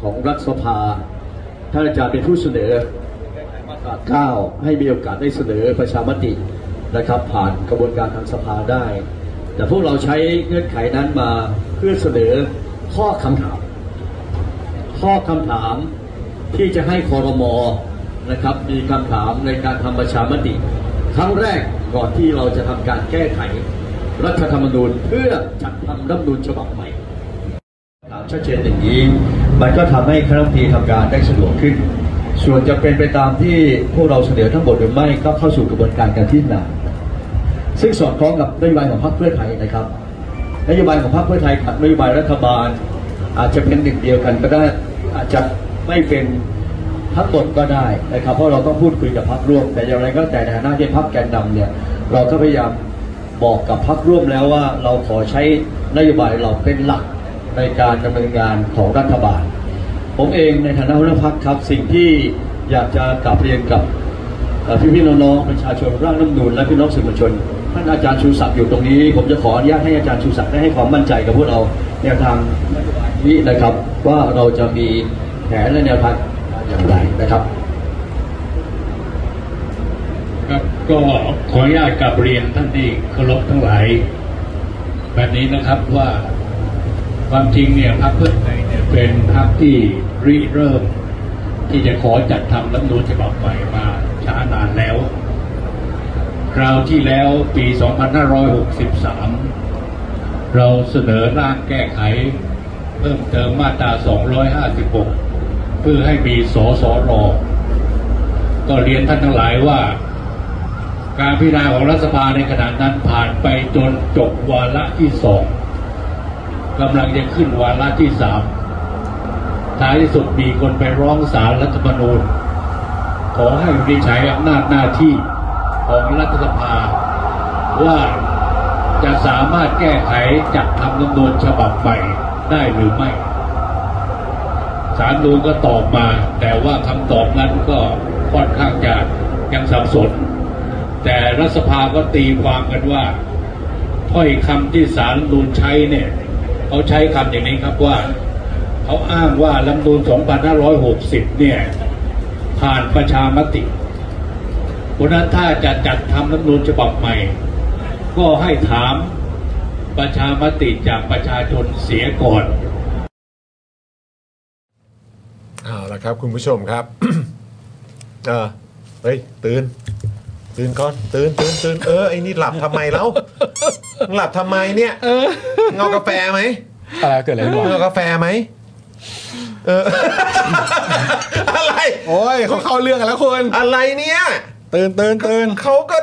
[SPEAKER 4] ของรัฐสภา ท่านอาจารย์เป็นผู้เสนอ มาตราเก้าให้มีโอกาสได้เสนอประชามตินะครับ ผ่านกระบวนการทางสภาได้ แต่พวกเราใช้เงื่อนไขนั้นมาเพื่อเสนอข้อคำถาม ข้อคำถามที่จะให้คอรมอนะครับ มีคำถามในการทำประชามติ ครั้งแรกก่อนที่เราจะทำการแก้ไข รัฐธรรมนูญเพื่อจัดทำรัฐธรรมนูญฉบับใหม่ ถามชัดเจนอย่างนี้มันก็ทำให้คณะรัฐมนตรีทำการได้สะดวกขึ้น ส่วนจะเป็นไปตามที่พวกเราเสนอทั้งหมดหรือไม่ก็เข้าสู่กระบวนการการพิจารณาซึ่งสอดคล้องกับนโยบายของพรรคเพื่อไทยนะครับนโยบายของพรรคเพื่อไทยกับนโยบายรัฐบาล อาจจะเป็นหนึ่งเดียวกันก็ได้อาจจะไม่เป็นทั้งหมดก็ได้นะครับ เพราะเราต้องพูดคุยกับพรรคร่วม แต่อย่างไรก็แต่ในฐานะที่พรรคแกนนำเนี่ยเราก็พยายามบอกกับพรรคร่วมแล้วว่าเราขอใช้นโยบายเราเป็นหลัก ในการดำเนินงานของรัฐบาล ผมเองในฐานะหัวหน้าพักครับ สิ่งที่อยากจะกลับเรียนกับเอ่อพี่ๆน้องๆประชาชนร่างรัฐธรรมนูญและพี่น้องสื่อมวลชนท่านอาจารย์ชูศักดิ์อยู่ตรงนี้ ผมจะขออนุญาตให้อาจารย์ชูศักดิ์ได้ให้ความมั่นใจกับพวกเราแนวทางนี้นะครับ ว่าเราจะมีแผนและแนวทางอย่างไรนะครับ
[SPEAKER 7] ครับก็ขออนุญาตกลับเรียนท่านที่เคารพทั้งหลาย แบบนี้นะครับว่าความจริงเนี่ยพรรคเพื่อไทยเนี่ยเป็นพรรคที่ริเริ่ม ที่จะขอจัดทำรัฐธรรมนูญฉบับใหม่มาช้านานแล้ว คราวที่แล้วปี 2563 เราเสนอร่างแก้ไข เพิ่มเติมมาตรา 256 เพื่อให้มีสสร ก็เรียนท่านทั้งหลายว่า การพิจารณาของรัฐสภาในขณะนั้นผ่านไปจนจบวาระที่สองกำลังจะขึ้นวาระที่สามท้ายที่สุดมีคนไปร้องศาลรัฐธรรมนูญ ขอให้วินิจฉัยอำนาจหน้าที่ของรัฐสภา ว่าจะสามารถแก้ไขจัดทำรัฐธรรมนูญฉบับใหม่ได้หรือไม่ สารนูนก็ตอบมา แต่ว่าคำตอบนั้นก็ค่อนข้างจะยังสับสน แต่รัฐสภาก็ตีความกันว่าถ้อยคำที่สารนูนใช้เนี่ย เขาใช้คำอย่างนี้ครับว่า เขาอ้างว่ารัฐธรรมนูน2560 เนี่ย ผ่านประชามติเพราะฉะนั้นถ้าจะจัดทำรัฐธรรมนูนฉบับใหม่ ก็ให้ถามประชามติจากประชาชนเสียก่อน
[SPEAKER 1] เอาละครับคุณผู้ชมครับ เออเฮ้ยตื่น ตื่นก่อน ตื่นตื่นตื่นเออไอ้นี่หลับทำไมแล้ว หลับทำไมเนี่ยเงากาแฟไหม
[SPEAKER 2] อะไรเกิดอะไรขึ้นวะ
[SPEAKER 1] เงากาแฟไหมเอ อ อะไร
[SPEAKER 2] โอ้ยเขาเข้าเรื่องกันแล้วคุณ
[SPEAKER 1] อะไรเนี่ย
[SPEAKER 3] ตื่นตื่นตื่น
[SPEAKER 1] เขาก็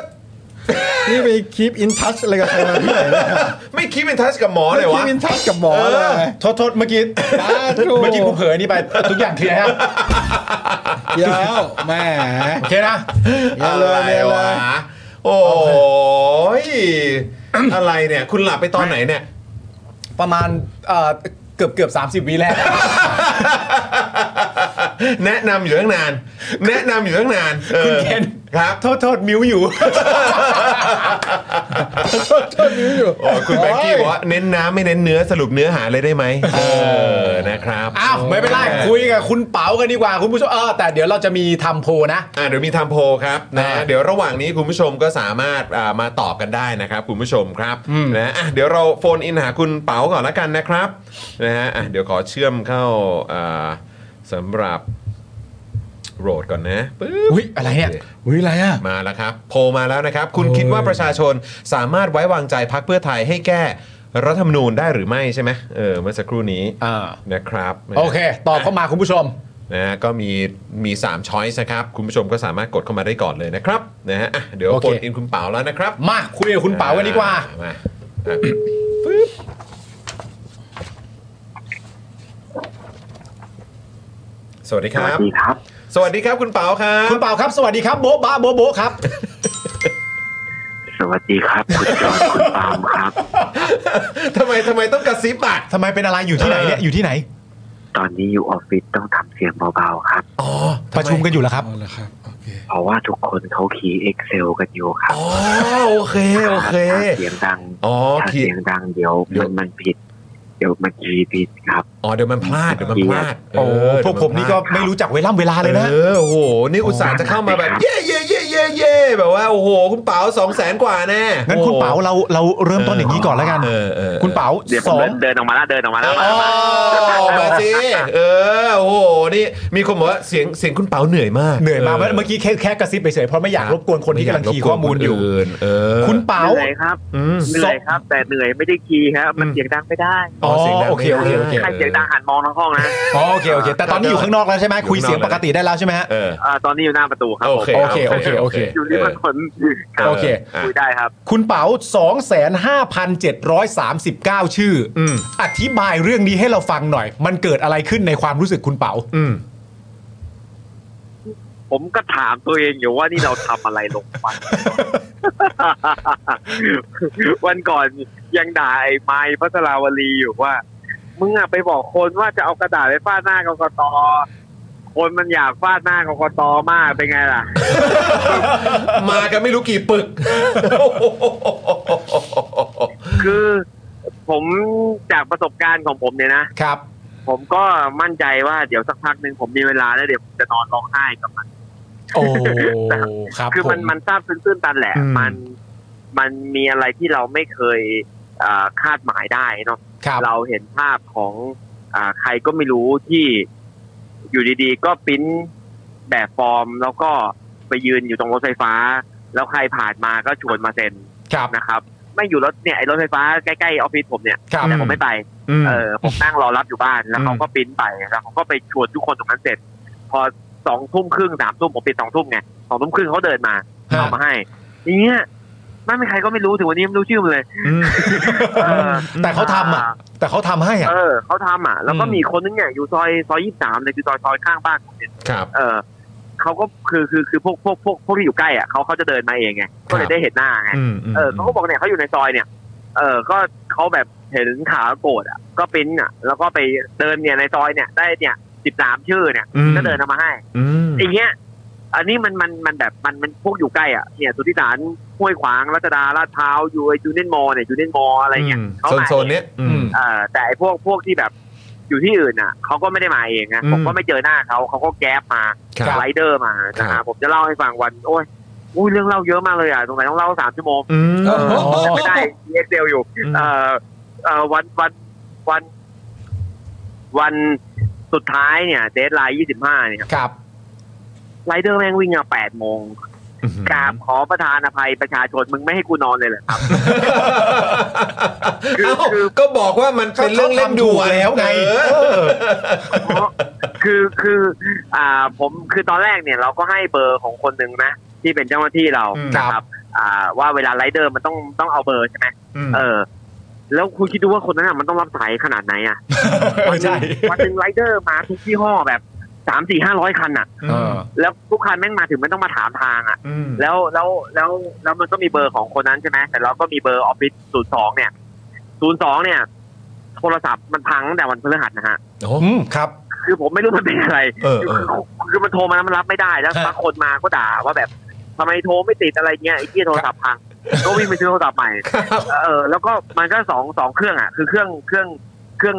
[SPEAKER 3] นี่ไปคีปอินทัชอะไรกับใครมาที่ไหนเนี่ย
[SPEAKER 1] ไม่คิดเป็นทัชกับหมอเลยวะ
[SPEAKER 3] คีปอินทัชกับหมอเลย
[SPEAKER 2] โทษโทษเมื่อกี้
[SPEAKER 3] สาธุ
[SPEAKER 2] เมื่อกี้กูเผยนี่ไปทุกอย่างเคลียร์ฮะ
[SPEAKER 3] เดี๋ยวแหม่
[SPEAKER 2] โอเคนะ
[SPEAKER 1] อะ
[SPEAKER 3] เอา
[SPEAKER 1] ไร
[SPEAKER 3] เลยวเอา
[SPEAKER 1] ะ
[SPEAKER 3] เลย
[SPEAKER 1] โอ้ยอะไรเนี่ย คุณหลับไปตอนไหนเนี่ย
[SPEAKER 2] ประมาณเอ่อเกือบเกือบสามสิบวิแรก
[SPEAKER 1] แนะนำอยู่ตั้งนาน แนะนำอยู่ตั้งนานออ
[SPEAKER 2] คุณเคน
[SPEAKER 1] ครับ
[SPEAKER 2] โทษโทษมิวอยู่
[SPEAKER 3] ชอบชอบนิ้วอยู่
[SPEAKER 1] โอ้ยคุณแบงกี้บอกว่าเน้นน้ำไม่เน้นเนื้อสรุปเนื้อหาเลยได้ไหมเออนะครับ
[SPEAKER 2] อ้าวไม่เป็นไร
[SPEAKER 1] เออ
[SPEAKER 2] คุยกับคุณเป๋ากันดีกว่าคุณผู้ชมเออแต่เดี๋ยวเราจะมีทำโพลนะ
[SPEAKER 1] อ่าเดี๋ยวมีทำโพลครับนะ
[SPEAKER 2] อ่า
[SPEAKER 1] เดี๋ยวระหว่างนี้คุณผู้ชมก็สามารถอ่ามาตอบกันได้นะครับ คุณผู้ชมครับนะอ่ะเดี๋ยวเราโฟนอินหาคุณเป๋าก่อนละกันนะครับนะฮะอ่ะเดี๋ยวขอเชื่อมเข้าอ่าสำหรับโรดก่อนนะปึ๊บ
[SPEAKER 2] อุ๊ยอะไรเนี่ย
[SPEAKER 1] โค
[SPEAKER 3] อุ้ยอะไรอ่ะ
[SPEAKER 1] มาแล้วครับโพลมาแล้วนะครับ คุณ
[SPEAKER 3] โอ้ย
[SPEAKER 1] คิดว่าประชาชนสามารถไว้วางใจพักเพื่อไทยให้แก้รัฐธรรมนูญได้หรือไม่ใช่ไหมเออเมื่อสักครู่นี้
[SPEAKER 2] อ่า
[SPEAKER 1] นะครับ
[SPEAKER 2] โอเค ตอบเข้ามาคุณผู้ชม
[SPEAKER 1] นะฮะก็มีมี3ช้อยส์นะครับ คุณผู้ชมก็สามารถกดเข้ามาได้ก่อนเลยนะครับนะฮะอ่ะเดี๋ยว
[SPEAKER 2] โอเค
[SPEAKER 1] โฟนอินคุณเป๋าแล้วนะครับ
[SPEAKER 2] มาคุยกับคุณเป๋ากันดีกว่า
[SPEAKER 1] อ่มาสวัสดีครับ
[SPEAKER 8] สวัสดีครับ
[SPEAKER 1] สวัสดีครับคุณเป๋าครับ
[SPEAKER 2] คุณเป๋าครับสวัสดีครับโบ๊ะบ้าโบ๊ะโบ๊ะครับ
[SPEAKER 8] สวัสดีครับ คุณจอห์นคุณปาล์มครับ
[SPEAKER 1] ทำไมทำไมต้องกระซิบอ่ะ
[SPEAKER 2] ทำไมเป็นอะไรอยู่ที่ไหนเนี่ยอยู่ที่ไหน
[SPEAKER 8] ตอนนี้อยู่ออฟฟิศต้องทำเสียงเบาๆครับ
[SPEAKER 2] อ๋อ ประชุมกันอยู่แล้วครับ
[SPEAKER 3] เอาละครับโอเค
[SPEAKER 8] เพราะว่าทุกคนเขาขี่ Excel กันอยู่ครับ
[SPEAKER 1] อ๋อโอเคโอเค
[SPEAKER 8] ถ้าเสียงดัง
[SPEAKER 1] อ๋อ
[SPEAKER 8] ถ้า
[SPEAKER 1] ขี
[SPEAKER 8] เสียงดังเดี๋ยวมันมันผิด เดี๋ยวมันคีย์ผิดครับ
[SPEAKER 1] อ๋อเดี๋ยวมันพลาดเดี๋ยวมันพลาด
[SPEAKER 2] โอ้
[SPEAKER 1] เอ
[SPEAKER 2] พวกผมนี่ก็ไม่รู้จักเวลาเวลาเลยนะ
[SPEAKER 1] เออโอ้โหนี่อุตส่าห์จะเข้ามาแบบเย่เย่เย่เย่เย่แบบว่าโอ้โหคุณเป๋าสองแสนกว่าแน่
[SPEAKER 2] งั้นคุณเป๋าเราเราเริ่มต้นอย่างนี้ก่อนแล้วกัน
[SPEAKER 1] เออเออ
[SPEAKER 2] คุณเป๋า
[SPEAKER 8] เดี๋ยวผ
[SPEAKER 2] ส
[SPEAKER 8] ม
[SPEAKER 2] อง
[SPEAKER 8] เดินเดินออกมาแล้วเดินออกมาแล้ว
[SPEAKER 1] อ๋
[SPEAKER 8] มา
[SPEAKER 1] อ
[SPEAKER 8] มา
[SPEAKER 1] มาสิเออโอ้โหนี่มีคนบอกว่าเสียงเสียงคุณเป๋าเหนื่อยมาก
[SPEAKER 2] เหนื่อยมากเมื่อกี้แค่แค่กระซิบไปเฉยเพราะไม่อยากรบกวนคนที่กำลังคีย์ข้อมูลอยู่
[SPEAKER 1] เออ
[SPEAKER 2] คุณเป๋า
[SPEAKER 8] เหนื่อยครับ
[SPEAKER 1] อืม
[SPEAKER 8] เหนื่อยครับ แต่เหนื่อยไม่ได้คีย์ครับ มันเสียงดังไม่ได้
[SPEAKER 1] อ๋อเสียงดัง
[SPEAKER 2] โอเคโอเคโอเค
[SPEAKER 8] ใครเสียงดังหันมองทั้งห้องนะ
[SPEAKER 2] อ๋อโอเคโอเค แต่ตอนนี้อยู่ข้างนอกแล้วใช่ไหมคุยเสียงปกติได้แล้วใช่ไหมฮะ
[SPEAKER 1] เออ
[SPEAKER 8] เอ่อตอนนี้อยู่หน้าประตูครับ
[SPEAKER 1] โอ
[SPEAKER 8] ผม
[SPEAKER 1] เค
[SPEAKER 2] โอเคโอเค
[SPEAKER 8] อยู่ที่มันขน
[SPEAKER 2] โอเค
[SPEAKER 1] อ่ะ
[SPEAKER 8] คุยได้ครับ
[SPEAKER 2] คุณเป๋า25,739 ชื่ออ
[SPEAKER 1] ม
[SPEAKER 2] อธิบายเรื่องนี้ให้เราฟังหน่อย มันเกิดอะไรขึ้นในความรู้สึกคุณเป๋า
[SPEAKER 1] อืม
[SPEAKER 8] ผมก็ถามตัวเองอยู่ว่านี่เราทำอะไรลงไป วันก่อนยังด่าไอ้ไม้พัทราวลีอยู่ว่า มึงอะไปบอกคนว่าจะเอากระดาษไปฟาดหน้ากกต คนมันอยากฟาดหน้ากกตมากเป็นไงล่ะ
[SPEAKER 1] มากันไม่รู้กี่ปึก
[SPEAKER 8] คือผมจากประสบการณ์ของผมเนี่ยนะ
[SPEAKER 2] ครับ
[SPEAKER 8] ผมก็มั่นใจว่าเดี๋ยวสักพักหนึ่งผมมีเวลาแล้วเดี๋ยวผมจะนอนร้องไห้กับมัน
[SPEAKER 2] โอ้ ครับ
[SPEAKER 8] คือมัน
[SPEAKER 2] ผ
[SPEAKER 8] มันทราบซึ้งตื้นตันแหละ
[SPEAKER 2] อืม
[SPEAKER 8] มันมันมีอะไรที่เราไม่เคยเอ่อคาดหมายได้เนาะ
[SPEAKER 2] ครับ
[SPEAKER 8] เราเห็นภาพของอาใครก็ไม่รู้ที่อยู่ดีๆ ก็ปริ้นแบบฟอร์ม แล้วก็ไปยืนอยู่ตรงรถไฟฟ้า แล้วใครผ่านมาก็ชวนมาเซ็น
[SPEAKER 2] ครับ
[SPEAKER 8] นะครับ ไม่อยู่รถเนี่ยไอ้รถไฟฟ้าใกล้ๆออฟฟิศผมเนี่ย
[SPEAKER 2] ครับ
[SPEAKER 8] แต่ผมไม่ไป
[SPEAKER 2] อืม
[SPEAKER 8] เออผมนั่งรอรับอยู่บ้านแล้วเขา
[SPEAKER 2] อืม
[SPEAKER 8] ก็ปริ้นไปแล้วเขาก็ไปชวนทุกคนตรงนั้นเสร็จ พอสองทุ่มครึ่งสามทุ่มผมปิดสองทุ่มไงสองทุ่มครึ่งเขาเดินมาเอามาให้อย่างเงี้ยไม่มีใครก็ไม่รู้ถึงวันนี้ไม่รู้ชื่อมันเลยเออ
[SPEAKER 2] แต่เขาทำอ่ะ แต่เขาทำให้อ่ะ
[SPEAKER 8] เออเขาทำอ่ะ แล้วก็
[SPEAKER 2] อืม
[SPEAKER 8] มีคนนึงเนี่ยอยู่ซอยซอยยี่สามเลยคือซอยซอยข้างบ้านผมเนี่ย
[SPEAKER 1] ครับ
[SPEAKER 8] เออเขาก็คือคือคือพวกพวกพวกพวกที่อยู่ใกล้อ่ะเขาเขาจะเดินมาเองไงก็
[SPEAKER 1] ค
[SPEAKER 8] เล
[SPEAKER 1] รับ
[SPEAKER 8] ยได้เห็นหน้าไง
[SPEAKER 1] อืม
[SPEAKER 8] เออเขาก็บอกเนี่ยเขาอยู่ในซอยเนี่ย เออก็เขาแบบเห็นขาโกรธอ่ะ ก็ปริ้นอ่ะ แล้วก็ไปเดินเนี่ยในซอยเนี่ยได้เนี่ยสิบสามชื่อเนี่ยก็เดินเอามาให้
[SPEAKER 1] อืม
[SPEAKER 8] อย่างเงี้ยอันนี้มันมันมันแบบมันมันพวกอยู่ใกล้อ่ะเนี่ยสุทธิสารห้วยขวางรัชดาลาดพร้าวยูไอยูเนียนมอเนี่ยยูเนียนมออะไรเงี้ยเขา
[SPEAKER 1] โซน
[SPEAKER 8] มา
[SPEAKER 1] โซนๆเนี้ยอืม
[SPEAKER 8] เอ่อแต่ไอ้พวกพวกที่แบบอยู่ที่อื่นอ่ะเขาก็ไม่ได้มาเองนะ
[SPEAKER 1] อืม
[SPEAKER 8] ผมก็ไม่เจอหน้าเขาเขาก็แก๊ปมา
[SPEAKER 1] ครับ
[SPEAKER 8] ไรเดอร์มา
[SPEAKER 1] ค
[SPEAKER 8] นะ
[SPEAKER 1] รั
[SPEAKER 8] ฮะ
[SPEAKER 1] บ
[SPEAKER 8] ผมจะเล่าให้ฟังวัน โอ้ยอุ้ยเรื่องเล่าเยอะมากเลยอ่ะตรงไหนต้องเล่าสามชั่วโมง
[SPEAKER 1] อืม
[SPEAKER 2] เออ
[SPEAKER 8] ไม่ได้เอ็กเซลอยู่
[SPEAKER 1] อืม
[SPEAKER 8] เอ่อเอ่อวันวันวัน วันสุดท้ายเนี่ยเดทไลน์ยี่สิบห้าเนี่ย
[SPEAKER 2] ครับ
[SPEAKER 8] ไรเดอร์แม่งวิ่งอ่ะแปดโมงกราบขอประธานอภัยประชาชนมึงไม่ให้กูนอนเลยเหรอ คือ
[SPEAKER 1] เอ้าก็บอกว่ามันเป็นเรื่องเล่นด่วน
[SPEAKER 2] เขาทำถูกแล้วไง
[SPEAKER 1] เออ
[SPEAKER 8] เพราะคือคืออ่าผมคือตอนแรกเนี่ยเราก็ให้เบอร์ของคนหนึ่งนะ ที่เป็นเจ้าหน้าที่เรา
[SPEAKER 1] อืม
[SPEAKER 8] นะครับ อ่า ว่าเวลาไรเดอร์มันต้องต้องเอาเบอร์ใช่ไหม
[SPEAKER 1] ม
[SPEAKER 8] เออ แล้วคุณคิดดูว่าคนนั้นนะมันต้องรับสายขนาดไหนอ่ ะวันห
[SPEAKER 2] ใช่
[SPEAKER 8] นึ่งวันหนึ่งไรเดอร์มาทุกยี่ห้อแบบสามสี่ห้าร้อยคันอ่ะ
[SPEAKER 2] เออ
[SPEAKER 8] แล้วทุกคันแม่งมาถึงมันต้องมาถามทางอ่ะ
[SPEAKER 1] ม
[SPEAKER 8] แล้วแล้วแล้วแล้วมันก็มีเบอร์ของคนนั้นใช่ไหมแต่เราก็มีเบอร์ออฟฟิศศูนย์สองเนี่ยศูนย์สองเนี่ย โทรศัพท์มันพังตั้งแต่วันพฤหัสนะฮะ
[SPEAKER 1] โอ้
[SPEAKER 2] อืม ครับ
[SPEAKER 8] คือผมไม่รู้มันเป็นอะไร
[SPEAKER 1] เออ
[SPEAKER 8] คือ
[SPEAKER 1] เออ
[SPEAKER 8] คือคือมันโทรมาแล้วมันรับไม่ได้แล้ว
[SPEAKER 2] ฮะ
[SPEAKER 8] บางคนมาก็ด่าว่าแบบทำไมโทรไม่ติดอะไรเงี้ยไอ้ที่โทรศัพท์พัง ก็วิ่งไปซื้อโทรศัพท์ใหม่
[SPEAKER 1] ครับ
[SPEAKER 8] เออแล้วก็มันก็สองสองเครื่องอ่ะ คือเครื่องเครื่องเครื่อง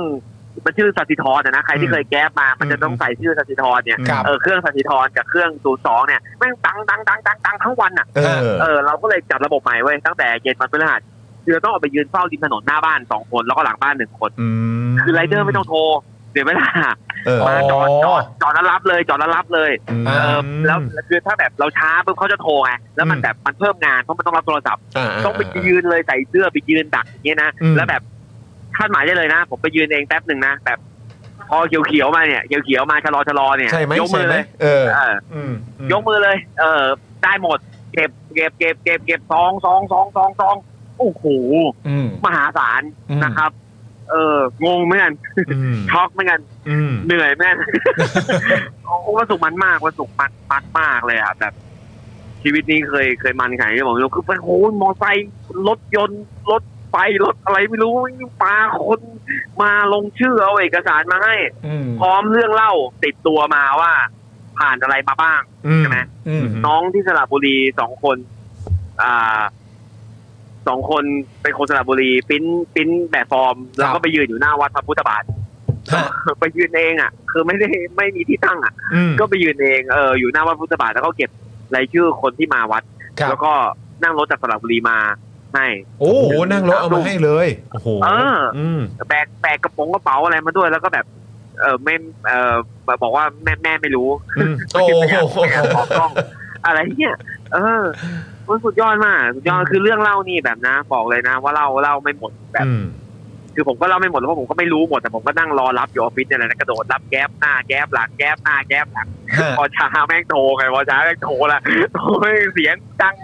[SPEAKER 8] มันชื่อสัตติธรนะนะใครที่เคยแก๊บมา มันจะต้องใส่ชื่อสัตติธรเนี่ย
[SPEAKER 2] ครับ
[SPEAKER 8] เออเครื่องสัตติธรกับเครื่องศูนย์สองเนี่ยแม่งตังตังตังตังตังทั้งวันอ่ะ
[SPEAKER 1] เออ
[SPEAKER 8] เออเราก็เลยจัดระบบใหม่เว้ยตั้งแต่เย็นวันพฤหัสคือเราต้องออกไปยืนเฝ้าริมถนนหน้าบ้านสองคนแล้วก็หลังบ้านหนึ่งคน
[SPEAKER 1] อืม
[SPEAKER 8] คือไรเดอร์ไม่ต้องโทรเดี๋ยวเวลา
[SPEAKER 1] เออ
[SPEAKER 8] มาจอด
[SPEAKER 2] อ๋อ
[SPEAKER 8] จอดจอดแล้วรับเลยจอดแล้วรับเลย
[SPEAKER 2] อ่า
[SPEAKER 8] เออแล้วคือถ้าแบบเราช้าปุ๊บเขาจะโทรไงแล้วมันแบบมันเพิ่มงานเพราะมันต้องรับโทรศัพท์
[SPEAKER 1] าา
[SPEAKER 8] ต้องไปยืนเลยใส่เสื้อไปยืนดักอย่างเงี้ยนะ
[SPEAKER 1] อืม
[SPEAKER 8] แล้วแบบคาดหมายได้เลยนะ ผมไปยืนเองแป๊บหนึ่งนะแบบพอเขียวๆมาเนี่ยเขียวๆมาชะลอชะลอเนี่ย
[SPEAKER 1] ใช่ไหม
[SPEAKER 8] ยกมื
[SPEAKER 1] ใช่ไหม
[SPEAKER 8] เลย
[SPEAKER 1] เออ
[SPEAKER 8] เออ
[SPEAKER 1] อืม
[SPEAKER 8] อ
[SPEAKER 1] อืม
[SPEAKER 8] ยกมือเลย เออได้หมด เก็บเก็บเก็บเก็บเก็บซองซองซองซองซองโอ้โห
[SPEAKER 2] อืม
[SPEAKER 8] มหาศาล
[SPEAKER 2] อืม
[SPEAKER 8] นะครับ เอองงเหมือนกัน
[SPEAKER 1] อืม
[SPEAKER 8] ช็อกเหมือนกัน
[SPEAKER 1] อืม
[SPEAKER 8] เหนื่อยเหมือนกัน โอ้วันศุกร์มันมากวันศุกร์มันมันมากเลยอะแบบ ชีวิตนี้เคยเคยมันขนาดนี้ผมไม่รู้คือไปโหมอไซค์รถยนต์รถไฟรถอะไรไม่รู้ปลาคนมาลงชื่อเอาเอกสารมาให้
[SPEAKER 2] อืม
[SPEAKER 8] พร้อมเรื่องเล่าติดตัวมาว่า ผ่านอะไรมาบ้าง
[SPEAKER 1] อืม
[SPEAKER 8] ใช่ไหม
[SPEAKER 2] อืม
[SPEAKER 8] น้องที่สระบุรีสองคน อ่าสองคนเป็นคนสระบุรีปริ้นปริ้นแบบฟอร์ม
[SPEAKER 2] ครับ
[SPEAKER 8] แล้วก็ไปยืนอยู่หน้าวัดพระพุทธบาท
[SPEAKER 2] ฮะ
[SPEAKER 8] ไปยืนเองอ่ะ คือไม่ได้ไม่มีที่ตั้งอ่ะ
[SPEAKER 1] อืม
[SPEAKER 8] ก็ไปยืนเอง เออ อยู่หน้าวัดพุทธบาทแล้วก็เก็บรายชื่อคนที่มาวัด
[SPEAKER 2] ครับ
[SPEAKER 8] แล้วก็นั่งรถจากสระบุรีมาให้
[SPEAKER 2] โอ้
[SPEAKER 1] โอ้
[SPEAKER 2] โห
[SPEAKER 1] โหนั่งรถเอามาให้เลย
[SPEAKER 2] โอ้โห
[SPEAKER 8] เออ
[SPEAKER 1] อืม
[SPEAKER 8] แบกแบกกระโปรงกระเป๋าอะไรมาด้วย แล้วก็แบบ เออไม่เออบอกว่าแม่แม่ไม่รู้
[SPEAKER 1] อืมโอ้โห
[SPEAKER 8] ไม่ยากไม่อยากออกกล้อง อะไรเงี้ย เออ มันสุดยอดมาก สุดยอด คือเรื่องเล่านี่แบบนะ บอกเลยนะ ว่าเล่าเล่าไม่หมดแบบ
[SPEAKER 1] อืม
[SPEAKER 8] คือผมก็เล่าไม่หมดเพราะผมก็ไม่รู้หมดแต่ผมก็นั่งรอรับอยู่ออฟฟิศเนี่ยแหละนะกระโดดรับแก๊บหน้าแก๊บหลังแก๊บหน้าแก๊บหลัง
[SPEAKER 2] ฮะ
[SPEAKER 8] พอช้าแม่งโทรไงพอช้าแม่งโทรละโอ้ยเสียงดัง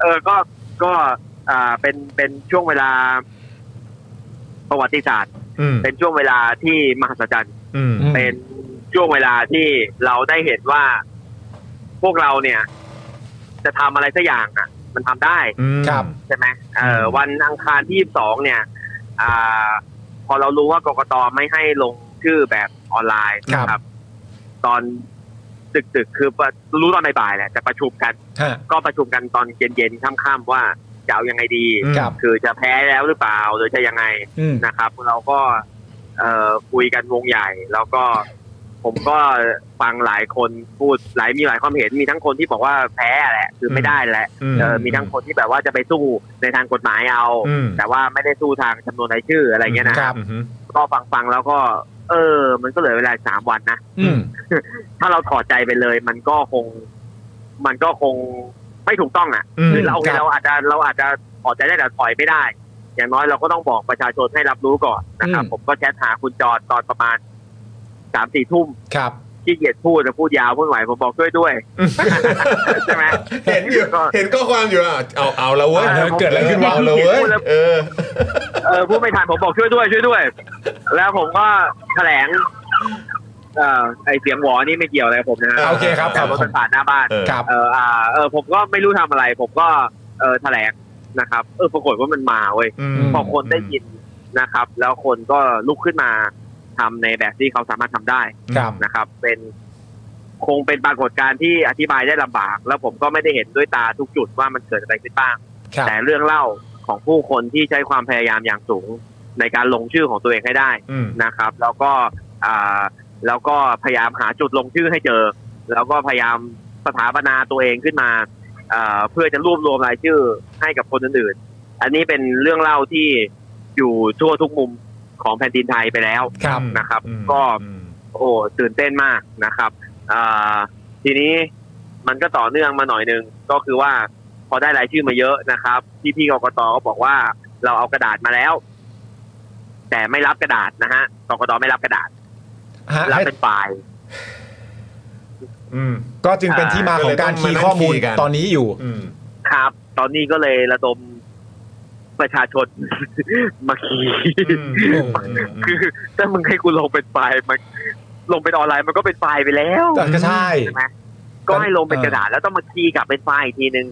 [SPEAKER 8] เออก็ก็อ่าเป็นเป็นช่วงเวลา ประวัติศาสตร์
[SPEAKER 1] อืม
[SPEAKER 8] เป็นช่วงเวลาที่มหัศจรรย์
[SPEAKER 1] อืม
[SPEAKER 2] เป็
[SPEAKER 8] เป็น นช่วงเวลาที่เราได้เห็นว่า พวกเราเนี่ย จะทำอะไรสักอย่างอ่ะ มันทำได้
[SPEAKER 2] ครับ
[SPEAKER 8] ใช่ไหมเออวันอังคารที่ยี่สองเนี่ย อ่า พอเรารู้ว่ากกตไม่ให้ลงชื่อแบบออนไลน์
[SPEAKER 2] ครับ
[SPEAKER 8] นะครับ ตอนตึกตึกๆคือประรู้ตอนบ่ายๆแหละแต่ประชุมกัน
[SPEAKER 2] ฮะ
[SPEAKER 8] ก็ประชุมกันตอนเย็นๆค่ำๆว่าจะเอายังไงดี
[SPEAKER 2] ครับ
[SPEAKER 8] คือจะแพ้แล้วหรือเปล่าหรือจะยังไง
[SPEAKER 2] อืม
[SPEAKER 8] นะครับ เราก็ เอ่อคุยกันวงใหญ่ แล้วก็ ผมก็ฟังหลายคนพูดหลายมีหลายความเห็นมีทั้งคนที่บอกว่าแพ้แหละ คือไม่ได้แหละ
[SPEAKER 1] อืม
[SPEAKER 8] เออมีทั้งคนที่แบบว่าจะไปสู้ในทางกฎหมายเอา
[SPEAKER 1] อืม
[SPEAKER 8] แต่ว่าไม่ได้สู้ทางจำนวนรายชื่ออะไรเงี้ยนะครับ ก็ฟังฟังๆแล้วก็ เออ มันก็เหลือเวลาสามวันนะ
[SPEAKER 2] อืม
[SPEAKER 8] ถ้าเราถอดใจไปเลย มันก็คง มันก็คงไม่ถูกต้องอ่ะ
[SPEAKER 1] อืม
[SPEAKER 8] คือเราเราอาจจะเราอาจจะถอดใจได้แต่ถอยไม่ได้ อย่างน้อยเราก็ต้องบอกประชาชนให้รับรู้ก่อนนะครับผมก็แชทหาคุณจอดตอนประมาณสามสี่ทุ่ม
[SPEAKER 2] ครับ
[SPEAKER 8] ขี้เกียจพูดจะพูดยาวพูดไหวผมบอกด้วยด้วย ใช่ไหม
[SPEAKER 1] เห็นอยู่ เห็นข้อความอยู่อ่ะ เอาเอาแล้วเว้ย
[SPEAKER 2] เอาแล้วเกิดอะไรขึ้นวะ
[SPEAKER 1] เอาแล้วเว้ย เออ
[SPEAKER 8] เออพูดไม่ทันผมบอกช่วยด้วยช่วยด้วย แล้วผมก็แถลงเอ่อไอเสียงหวอนี่ไม่เกี่ยวอะไรกับผมนะฮะ
[SPEAKER 2] โอเคครับค
[SPEAKER 8] แต่
[SPEAKER 2] รับ
[SPEAKER 8] รถมันผ่านหน้าบ้าน
[SPEAKER 1] เออ
[SPEAKER 2] ครับ
[SPEAKER 8] เอออ่าเออผมก็ไม่รู้ทำอะไร ผมก็เออแถลงนะครับ เออปรากฏว่ามันมาเว้ย
[SPEAKER 1] อืม
[SPEAKER 8] พอคนได้ยินนะครับ แล้วคนก็ลุกขึ้นมาทำในแบบที่เขาสามารถทำได้
[SPEAKER 2] ครับ
[SPEAKER 8] นะครับ เป็นคงเป็นปรากฏการณ์ที่อธิบายได้ลำบาก แล้วผมก็ไม่ได้เห็นด้วยตาทุกจุดว่ามันเกิดอะไรขึ้นบ้าง
[SPEAKER 2] ครับ
[SPEAKER 8] แต่เรื่องเล่าของผู้คนที่ใช้ความพยายามอย่างสูง ในการลงชื่อของตัวเองให้ได้
[SPEAKER 1] อืม
[SPEAKER 8] นะครับ แล้วก็อ่าแล้วก็พยายามหาจุดลงชื่อให้เจอ แล้วก็พยายามสถาปนาตัวเองขึ้นมาอ่าเพื่อจะรวบรวมรายชื่อให้กับคนอื่นๆ อันนี้เป็นเรื่องเล่าที่อยู่ทั่วทุกมุมของแผ่นดินไทยไปแล้ว
[SPEAKER 2] ครับ
[SPEAKER 8] นะครับ
[SPEAKER 1] อืม
[SPEAKER 8] ก็
[SPEAKER 1] อืม
[SPEAKER 8] โอ้ตื่นเต้นมากนะครับอ่าทีนี้มันก็ต่อเนื่องมาหน่อยหนึง ก็คือว่าพอได้รายชื่อมาเยอะนะครับ พี่พี่ๆกกตก็บอกว่าเราเอากระดาษมาแล้ว แต่ไม่รับกระดาษนะฮะกกตไม่รับกระดาษ
[SPEAKER 2] ฮะ
[SPEAKER 8] รับ
[SPEAKER 2] ให้
[SPEAKER 8] เป็นไฟล์
[SPEAKER 1] อืม
[SPEAKER 2] ก็จึงเป็นที่มาของการคีย์ข้อมูล
[SPEAKER 1] ก็เลยต้องมานั่งคีย์กัน
[SPEAKER 2] ตอนนี้อยู่
[SPEAKER 1] อืม
[SPEAKER 8] ครับ ตอนนี้ก็เลยระดมประชาชน มาขี
[SPEAKER 1] อืมอืมอืม
[SPEAKER 8] คือถ้ามึงให้กูลงเป็นไฟล์มันลงเป็นออนไลน์มันก็เป็นไฟล์ไปแล้ว
[SPEAKER 2] ก็ใช่
[SPEAKER 8] ใช่ไหมก็ให้ลงเป็นกระดาษแล้วต้องมาคีย์กลับเป็นไฟล์อีกทีนึง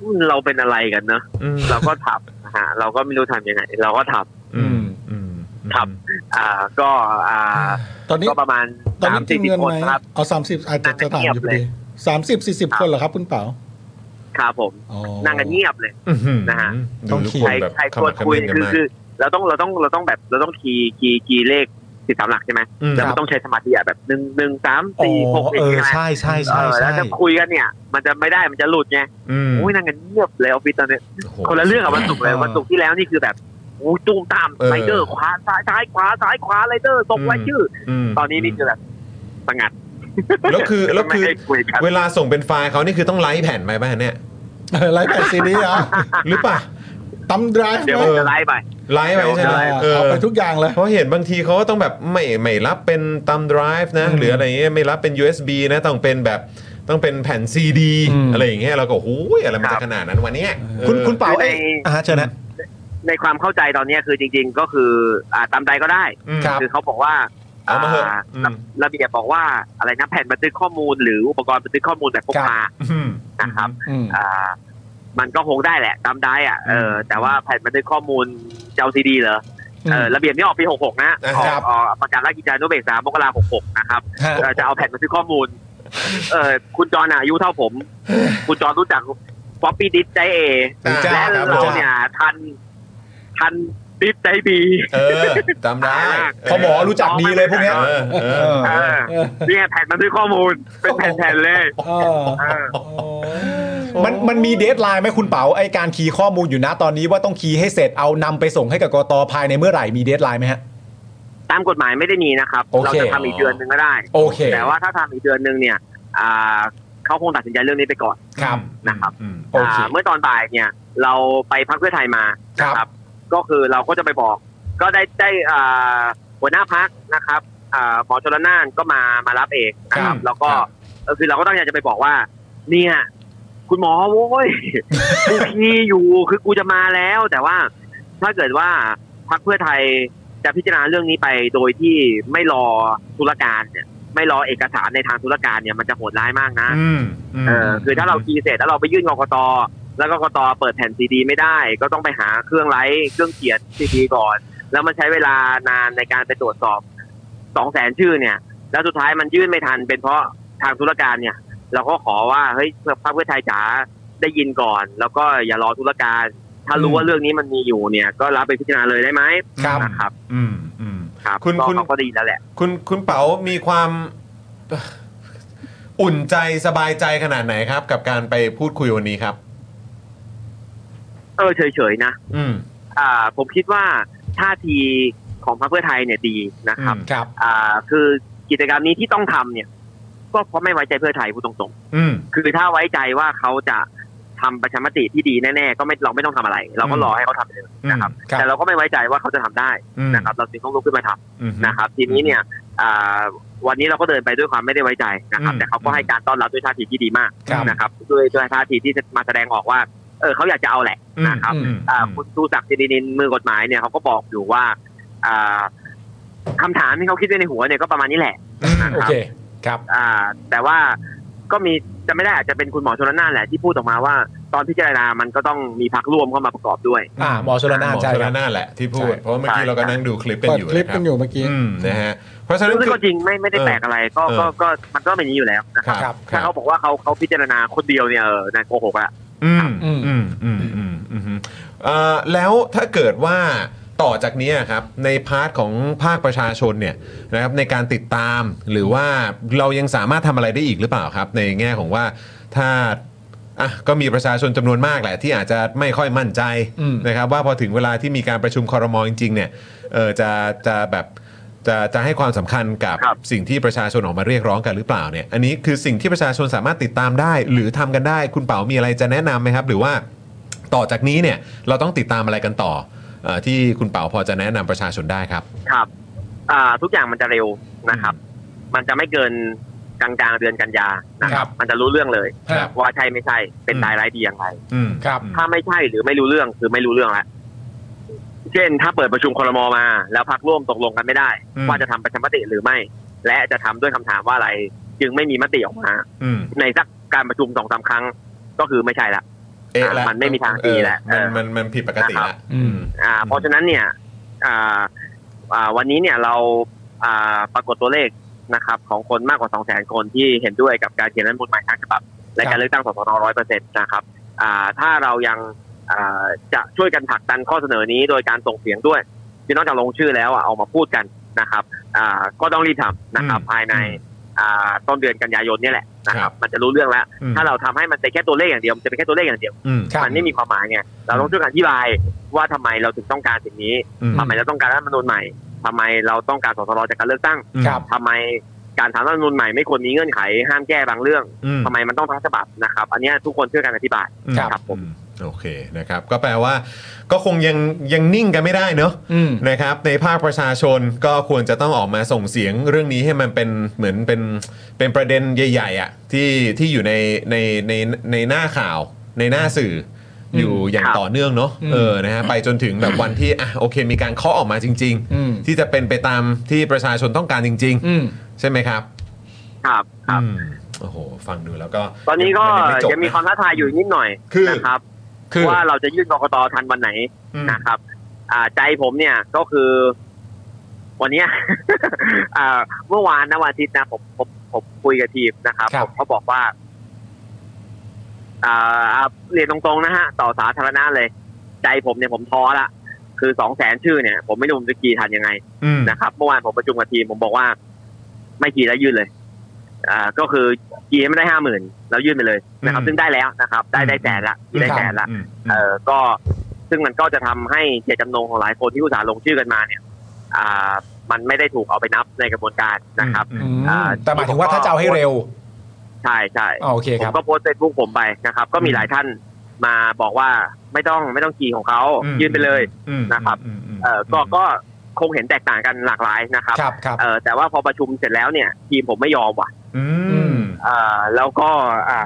[SPEAKER 8] อืมเราเป็นอะไรกันเนอะ
[SPEAKER 1] อืม
[SPEAKER 8] เราก็ทับนะฮะเราก็ไม่รู้ทำยังไง เราก็ทับ
[SPEAKER 1] อืมอืม
[SPEAKER 8] ครับ อ่า ก็อ่า
[SPEAKER 3] ตอนนี้
[SPEAKER 8] ก็ประมาณ
[SPEAKER 3] ตอน
[SPEAKER 8] สาม
[SPEAKER 3] นี้กิน
[SPEAKER 8] สี่สิบ
[SPEAKER 3] เงิน
[SPEAKER 8] คน
[SPEAKER 3] ไหม
[SPEAKER 8] ครับ
[SPEAKER 3] เอาสามสิบอาจจะจะถามอยู่พอดีสามสิบสี่สิบคนเหรอครับคุณเป๋า
[SPEAKER 8] ครับผม
[SPEAKER 2] อ๋อ
[SPEAKER 8] นั่งกันเงียบเลย
[SPEAKER 1] อื้อหือ
[SPEAKER 8] นะฮะ
[SPEAKER 1] ดูทุกคน
[SPEAKER 8] ใคร
[SPEAKER 1] แบบ
[SPEAKER 8] ใครช
[SPEAKER 1] ข
[SPEAKER 8] ว
[SPEAKER 1] มัน กเข
[SPEAKER 8] คุย
[SPEAKER 1] ม้นกัน
[SPEAKER 8] คือ
[SPEAKER 1] มาก
[SPEAKER 8] คือเราต้องเราต้องเราต้องแบบเราต้องคีย์คีย์คีย์เลขสิบสามหลักใช่ไหม
[SPEAKER 1] อืม
[SPEAKER 8] แล้วมันต้องใช้สมาธิอะแบบหนึ่งหนึ่งสาม
[SPEAKER 2] อ๋อ
[SPEAKER 8] สี่หก
[SPEAKER 2] เออ
[SPEAKER 8] ใช่ไหม
[SPEAKER 2] ใช่ใช่ใช่
[SPEAKER 8] เออ
[SPEAKER 2] ใช่
[SPEAKER 8] แล้วจะคุยกันเนี่ย มันจะไม่ได้มันจะหลุดไง
[SPEAKER 1] อืม
[SPEAKER 8] โอ้ยนั่งกันเงียบเลยออฟฟิศตอนเนี้ย
[SPEAKER 1] โอ้โห
[SPEAKER 8] คนละเรื่องกับวันศุกร์เลยวันศุกร์ที่แล้วนี่คือแบบโอ้ยตุ้มตาม
[SPEAKER 1] เออ
[SPEAKER 8] ไรเดอร์ขวาซ้ายซ้ายขวาซ้ายขวาไรเดอร์ตกไรายชื่อ
[SPEAKER 1] ม
[SPEAKER 8] อตอนนี้นี่คือแบบสงัด
[SPEAKER 1] แล้วคือแล้วคือ
[SPEAKER 8] ไม่ได้ยกัน
[SPEAKER 1] เวลาส่งเป็นไฟล์เขานี่คือต้องไลฟ์แผ่นไหมบ้านเนี่ย
[SPEAKER 3] เออไลฟ์แปดซีรีส์เหรอ
[SPEAKER 1] หรือเปล่า
[SPEAKER 3] ตำดราย
[SPEAKER 8] เดี๋ยว
[SPEAKER 3] เอ
[SPEAKER 8] ผม
[SPEAKER 3] อ
[SPEAKER 8] จะไล่ไป
[SPEAKER 1] ไลฟ์ไปใช่ไหมเออ
[SPEAKER 3] เอาไปทุกอย่างเลย
[SPEAKER 1] เพราะเห็นบางทีเขาก็ต้องแบบไม่ไม่รับเป็นตามไดรฟ์นะ หรืออะไรเงี้ยไม่รับเป็น USB นะต้องเป็นแบบต้องเป็นแผ่นซีดี
[SPEAKER 2] อืม
[SPEAKER 1] อะไรอย่างเงี้ยเราก็โอ้ยอะไรมัน
[SPEAKER 8] ครั
[SPEAKER 1] จะ
[SPEAKER 8] บ
[SPEAKER 1] ขนาดนั้นวันเนี้ย
[SPEAKER 2] คุณ
[SPEAKER 1] เออ
[SPEAKER 2] คุณเป่าไอ้
[SPEAKER 8] ใน
[SPEAKER 2] อ่าฮะเชิญนะ
[SPEAKER 8] ในความเข้าใจตอนเนี้ยคือจริง ๆ ก็คืออ่าตามใจก็ได้
[SPEAKER 1] อืม
[SPEAKER 2] ครับ
[SPEAKER 8] คือเขาบอกว่า
[SPEAKER 1] เอามาเถอะ
[SPEAKER 8] อ่า
[SPEAKER 1] อืม
[SPEAKER 8] ระระเบียบบอกว่าอะไรนะแผ่นบันทึกข้อมูลหรืออุปกรณ์บันทึกข้อมูลแบบพกพา
[SPEAKER 1] อืม
[SPEAKER 8] นะครับ
[SPEAKER 2] อืม
[SPEAKER 8] อ่ามันก็คงได้แหละตามได้อ่ะเออแต่ว่าแผ่นบันทึกข้อมูลจะเอาซีดีเหรอเออระเบียบนี้ออกปี 66 นะออก
[SPEAKER 1] ครับ
[SPEAKER 8] ออกประกาศราชกิจจานุเบกษามกราคม66 นะครับ
[SPEAKER 2] ฮะ
[SPEAKER 8] เออจะเอาแผ่นบันทึกข้อมูล เออคุณจอนอายุเท่าผม คุณจอนรู้จักป๊อปปี้ดิสใจเอ
[SPEAKER 1] อ่า
[SPEAKER 8] และ
[SPEAKER 1] ครับ
[SPEAKER 8] เรา
[SPEAKER 1] ผม
[SPEAKER 8] เนี่ยทันทันดิสใจบี
[SPEAKER 1] เออจำได้
[SPEAKER 2] พอหมอรู้จักดีเลยพวกเนี้ย
[SPEAKER 1] เออเอ
[SPEAKER 2] เอ
[SPEAKER 1] อ
[SPEAKER 2] อ
[SPEAKER 8] เออ เนี่ยแผ่นบันทึกข้อมูลเป็นแผ่นๆเลย
[SPEAKER 3] เออ
[SPEAKER 8] เออ
[SPEAKER 2] มันมันมีเดทไลน์ไหมคุณเป๋าไอการคีย์ข้อมูลอยู่นะตอนนี้ว่าต้องคีย์ให้เสร็จเอานำไปส่งให้กับกตภายในเมื่อไหร่มีเดทไลน์ไหมฮะ
[SPEAKER 8] ตามกฎหมายไม่ได้มีนะครับ
[SPEAKER 2] โอเค
[SPEAKER 8] เราจะทำอีกเดือนหนึ่งก็ได้
[SPEAKER 2] โอเค
[SPEAKER 8] แต่ว่าถ้าทำอีกเดือนหนึ่งเนี่ยอ่าเขาคงตัดสินใจเรื่องนี้ไปก่อน
[SPEAKER 2] ครับ
[SPEAKER 8] นะครับ
[SPEAKER 1] อืม
[SPEAKER 2] โอเค
[SPEAKER 8] อ่าเมื่อตอนบ่ายเนี่ย เราไปพักเพื่อไทยมา
[SPEAKER 2] ครับ
[SPEAKER 8] นะก็คือเราก็จะไปบอก ก็ได้ได้อ่าหัวหน้าพักนะครับอ่าหมอชลน่านก็มามารับเองนะครับ แล้วก็เออคือเราก็ตั้งใจจะไปบอกว่า เนี่ย คุณหมอโว้ย กูพีอยู่คือกูจะมาแล้ว แต่ว่าถ้าเกิดว่าพักเพื่อไทยจะพิจารณาเรื่องนี้ไปโดยที่ไม่รอธุรการเนี่ยไม่รอเอกสารในทางธุรการเนี่ยมันจะโหดร้ายมากนะ
[SPEAKER 1] อืมม
[SPEAKER 8] เออคือถ้าเราคีย์เสร็จแล้วเราไปยื่นกกตแล้วกกตเปิดแผ่นซีดี ไม่ได้ ก็ต้องไปหาเครื่องไลท์เครื่องเขียนซีดีก่อน แล้วมันใช้เวลานานในการไปตรวจสอบสองแสนชื่อเนี่ย แล้วสุดท้ายมันยื่นไม่ทัน เป็นเพราะทางธุรการเนี่ย เราก็ขอว่าเฮ้ยพรรคเพื่อไทยจ๋าได้ยินก่อน แล้วก็อย่ารอธุรการ ถ้ารู้ว่าเรื่องนี้มันมีอยู่เนี่ย ก็รับไปพิจารณาเลยได้ไหม
[SPEAKER 2] ครับ
[SPEAKER 8] นะครับ
[SPEAKER 1] อืมอืม
[SPEAKER 8] ครับ
[SPEAKER 1] คุณ
[SPEAKER 8] ก็
[SPEAKER 1] คุณ
[SPEAKER 8] เขาก็ดีแล้วแหละ
[SPEAKER 1] คุณคุณเป๋ามีความ เอ่ออุ่นใจสบายใจขนาดไหนครับ กับการไปพูดคุยวันนี้ครับ
[SPEAKER 8] เออเฉยๆนะ
[SPEAKER 1] อืม
[SPEAKER 8] อ่าผมคิดว่าท่าทีของพรรคเพื่อไทยเนี่ยดีนะครับ
[SPEAKER 1] อืม
[SPEAKER 2] ครับ
[SPEAKER 8] อ่าคือกิจกรรมนี้ที่ต้องทำเนี่ย ก็เพราะไม่ไว้ใจเพื่อไทยพูดตรง
[SPEAKER 1] อืม
[SPEAKER 8] ๆ คือถ้าไว้ใจว่าเขาจะทำประชามติที่ดีแน่ๆก็ไม่เราไม่ต้องทำอะไร เราก็รอให้เขาทำเลยนะครับ
[SPEAKER 2] ครับ
[SPEAKER 8] แต่เราก็ไม่ไว้ใจว่าเขาจะทำได้
[SPEAKER 1] อืม
[SPEAKER 8] นะครับ เราจึงต้องลุกขึ้นมาทำ
[SPEAKER 1] อืม
[SPEAKER 8] นะครับ ทีนี้เนี่ยอ่าวันนี้เราก็เดินไปด้วยความไม่ได้ไว้ใจนะครับ
[SPEAKER 1] อืม
[SPEAKER 8] แต่เขาก็ให้การต้อนรับด้วยท่าทีที่ดีมาก
[SPEAKER 2] ครับ
[SPEAKER 8] นะครับด้วยด้วยท่าทีที่มาแสดงออกว่า เออเขาอยากจะเอาแหละนะครับ
[SPEAKER 2] อืม
[SPEAKER 8] อ่าคุณชูศักดิ์สิรินินมือกฎหมายเนี่ยเขาก็บอกอยู่ว่าอ่าคำถามที่เขาคิดไว้ในหัวเนี่ยก็ประมาณนี้แหละนะ
[SPEAKER 2] โอ
[SPEAKER 8] ครับ
[SPEAKER 2] เคครับ
[SPEAKER 8] อ่า แต่ว่าก็มีจะไม่ได้อาจจะเป็นคุณหมอชนน่านแหละที่พูดออกมาว่า ตอนพิจารณามันก็ต้องมีพักร่วมเข้ามาประกอบด้วย
[SPEAKER 2] อ่าหมอชลนาน
[SPEAKER 1] หมอ
[SPEAKER 2] ใช่
[SPEAKER 1] ช
[SPEAKER 2] ค
[SPEAKER 1] ล
[SPEAKER 2] รับ
[SPEAKER 1] น่านแหละที่พูด
[SPEAKER 2] ใช่
[SPEAKER 1] เพราะเมื่อกี้
[SPEAKER 8] ใช่
[SPEAKER 1] เรากำลังดูคลิปกัน
[SPEAKER 3] เปิด
[SPEAKER 1] อยู่
[SPEAKER 3] คลิปกันอยู่
[SPEAKER 1] ะ
[SPEAKER 3] เมื่อ
[SPEAKER 1] รับ
[SPEAKER 3] กี้
[SPEAKER 1] อืมนะฮะเพราะฉะนั้นคื
[SPEAKER 8] ซึ่ง
[SPEAKER 1] อ
[SPEAKER 8] ก็จริงไม่ไม่ได้แปลกอะไรก็
[SPEAKER 1] เออ
[SPEAKER 8] ก็ก็มันก็เป็นอย่างนี้อยู่แล้วนะ
[SPEAKER 1] ค
[SPEAKER 8] ค
[SPEAKER 1] รั
[SPEAKER 8] รับบ
[SPEAKER 1] ค
[SPEAKER 8] ถ้า
[SPEAKER 1] รับ
[SPEAKER 8] เขาบอกว่าเขาเขาพิจารณาคนเดียวเนี่ยเออนายโกหกละ
[SPEAKER 1] อืมอืมอืมอืมอืมอืมเอ่อแล้วถ้าเกิดว่าต่อจากเนี้ยครับในพาร์ทของภาคประชาชนเนี่ยนะครับในการติดตามหรือว่าเรายังสามารถทำอะไรได้อีกหรือเปล่าครับ ในแง่ของว่าถ้าอ่ะก็มีประชาชนจำนวนมากแหละ ที่อาจจะไม่ค่อยมั่นใจ
[SPEAKER 2] อืม
[SPEAKER 1] นะครับ ว่าพอถึงเวลาที่มีการประชุมคอรมอจริงๆเนี่ยเออจะจะแบบ จะจะให้ความสำคัญกับสิ่งที่ประชาชนออกมาเรียกร้องกันหรือเปล่าเนี่ยอันนี้คือสิ่งที่ประชาชนสามารถติดตามได้ หรือทำกันได้คุณเป๋ามีอะไรจะแนะนำไหมครับ หรือว่าต่อจากนี้เนี่ยเราต้องติดตามอะไรกันต่อเออที่คุณเป๋าพอจะแนะนำประชาชนได้ครับ
[SPEAKER 8] ครับ อ่า ทุกอย่างมันจะเร็วนะครับ มันจะไม่เกินกลางกลางๆเดือนกันยานะค
[SPEAKER 2] ครั
[SPEAKER 8] รับ บ มันจะรู้เรื่องเลย
[SPEAKER 2] ครับ
[SPEAKER 8] ว่าใช่ไม่ใช่เป็น
[SPEAKER 1] อืม
[SPEAKER 8] รายร้ายดีอย่างไร
[SPEAKER 1] อืม
[SPEAKER 2] ครับ
[SPEAKER 8] ถ้าไม่ใช่หรือไม่รู้เรื่องคือไม่รู้เรื่องละเช่นถ้าเปิดประชุมครมมา แล้วพักร่วมตกลงกันไม่ได้
[SPEAKER 1] อืม
[SPEAKER 8] ว่าจะทำประชามติหรือไม่ และจะทำด้วยคำถามว่าอะไร จึงไม่มีมติออกมา
[SPEAKER 1] อืม
[SPEAKER 8] ในสักการประชุมสองสาครั้ง ก็คือไม่ใช่ละ
[SPEAKER 1] เอ๊ะละ
[SPEAKER 8] มันไม่มีทางดีแล้ว
[SPEAKER 1] เออมัน
[SPEAKER 8] เออ
[SPEAKER 1] มันมันผิดปกติละ
[SPEAKER 2] อืม
[SPEAKER 8] อ่า เพราะฉะนั้นเนี่ย อ่า อ่า วันนี้เนี่ยเรา อ่า ปรากฏตัวเลขนะครับ ของคนมากกว่าสองแสนคนที่เห็นด้วยกับการเขียนรัฐธรรมนูญใหม่ทั้งฉบับและ
[SPEAKER 2] ครับ
[SPEAKER 8] การเลือกตั้งสสร้อยเปอร์เซ็นต์นะครับ อ่าถ้าเรายังอ่าจะช่วยกันผลักดันข้อเสนอนี้โดยการส่งเสียงด้วยที่นอกจากลงชื่อแล้วอ่ะเอามาพูดกันนะครับอ่าก็ต้องรีบทำนะครับภายในอ่าต้นเดือนกันยายนเนี่ยแหละนะค
[SPEAKER 1] ครั
[SPEAKER 8] รับบ มันจะรู้เรื่องแล้ว
[SPEAKER 2] อืม
[SPEAKER 8] ถ้าเราทำให้มันเป็นแค่ตัวเลขอย่างเดียวมันจะเป็นแค่ตัวเลขอย่างเดียว
[SPEAKER 1] อืม
[SPEAKER 2] ครับ
[SPEAKER 8] มันไม่มีความหมายไงเราต้องช่วยกันอธิบายว่าทำไมเราถึงต้องการสิ่งนี้
[SPEAKER 1] อืม
[SPEAKER 8] ทำไมเราต้องการรัฐธรรมนูญใหม่ทำไมเราต้องการสสรจากการเลือกตั้ง
[SPEAKER 2] ครับ
[SPEAKER 8] ทำไมการทำรัฐธรรมนูญใหม่ไม่ควรมีเงื่อนไขห้ามแก้บางเรื่อง
[SPEAKER 1] อืม
[SPEAKER 8] ทำไมมันต้องทั้งฉบับนะครับ อันเนี้ยทุกคนช่วยกันอธิบาย
[SPEAKER 1] ครับ
[SPEAKER 8] ครับผม
[SPEAKER 1] โอเคนะครับ ก็แปลว่าก็คงยังยังนิ่งกันไม่ได้เนอะ
[SPEAKER 2] อืม
[SPEAKER 1] นะครับในภาคประชาชนก็ควรจะต้องออกมาส่งเสียงเรื่องนี้ให้มันเป็นเหมือนเป็นเป็นประเด็นใหญ่ๆอ่ะที่ที่อยู่ในในในในหน้าข่าวในหน้าสื่ออ
[SPEAKER 2] ม
[SPEAKER 1] อยู่อย่าง
[SPEAKER 8] ครับ
[SPEAKER 1] ต่อเนื่องเนอะ
[SPEAKER 2] อืม
[SPEAKER 1] เออนะฮะไปจนถึงแบบวันที่อ่ะโอเคมีการเคาะออกมาจริง
[SPEAKER 2] อืม
[SPEAKER 1] ๆ ที่จะเป็นไปตามที่ประชาชนต้องการจริง
[SPEAKER 2] อืม
[SPEAKER 1] ๆ ใช่ไหมครับ
[SPEAKER 8] ครับครับ
[SPEAKER 1] อืมโอ้โหฟังดูแล้วก็
[SPEAKER 8] ตอนนี้ก็
[SPEAKER 1] มัไจบ
[SPEAKER 8] ยังมีความ
[SPEAKER 1] นะ
[SPEAKER 8] ท้าทายอยู่นิดหน่อย
[SPEAKER 1] คือ
[SPEAKER 8] นะครับ
[SPEAKER 1] คือ
[SPEAKER 8] ว่าเราจะยื่นกกตทันวันไหน
[SPEAKER 1] อืม
[SPEAKER 8] นะครับ อ่าใจผมเนี่ยก็คือ วันเนี้ย อ่า เมื่อวานนะวันอาทิตย์นะผมผมผมคุยกับทีมนะครับ
[SPEAKER 2] ครับ
[SPEAKER 8] ผมเขาบอกว่า อ่าอ่าเรียนตรงๆนะฮะ ต่อสาธารณะเลย ใจผมเนี่ยผมท้อละคือสองแสนชื่อเนี่ย ผมไม่รู้ผมจะกี่ทันยังไง
[SPEAKER 1] อืม
[SPEAKER 8] นะครับเมื่อวานผมประชุมกับทีมผมบอกว่า ไม่กี่แล้วยื่นเลย อ่าก็คือกี่ไม่ได้ห้าหมื่นแล้วยื่นไปเลยนะครับ
[SPEAKER 1] อืม
[SPEAKER 8] ซึ่งได้แล้วนะครับ ได้ได้แสนละกี่ได้แสนละ
[SPEAKER 1] อืม
[SPEAKER 8] เออก็ซึ่งมันก็จะทำให้เจตจำนงของหลายคนที่อุตส่าห์ลงชื่อกันมาเนี่ย อ่า มันไม่ได้ถูกเอาไปนับในกระบวนการนะครับ
[SPEAKER 1] อืม
[SPEAKER 2] อืม
[SPEAKER 8] อ่า
[SPEAKER 2] แต่หมายถึงว่าถ้าจะเอาให้เร็ว
[SPEAKER 8] ใช่ใช่
[SPEAKER 2] อ๋อโอเค
[SPEAKER 8] ผ
[SPEAKER 2] ครั
[SPEAKER 8] ม
[SPEAKER 2] บ
[SPEAKER 8] ก็โพสต์เฟซบุ๊กผมไปนะครับ ก็มีหลายท่านมาบอกว่าไม่ต้องไม่ต้องกี่ของเขา
[SPEAKER 1] อืม
[SPEAKER 8] ยื่นไปเลย
[SPEAKER 1] อืม
[SPEAKER 8] นะครับ
[SPEAKER 1] อืมม
[SPEAKER 8] เออก็ก็คงเห็นแตกต่างกันหลากหลายนะครับ
[SPEAKER 2] ครับครับ
[SPEAKER 8] เออแต่ว่าพอประชุมเสร็จแล้วเนี่ย ทีมผมไม่ยอมว่ะ
[SPEAKER 1] อืม
[SPEAKER 8] เอ่อแล้วก็อ่า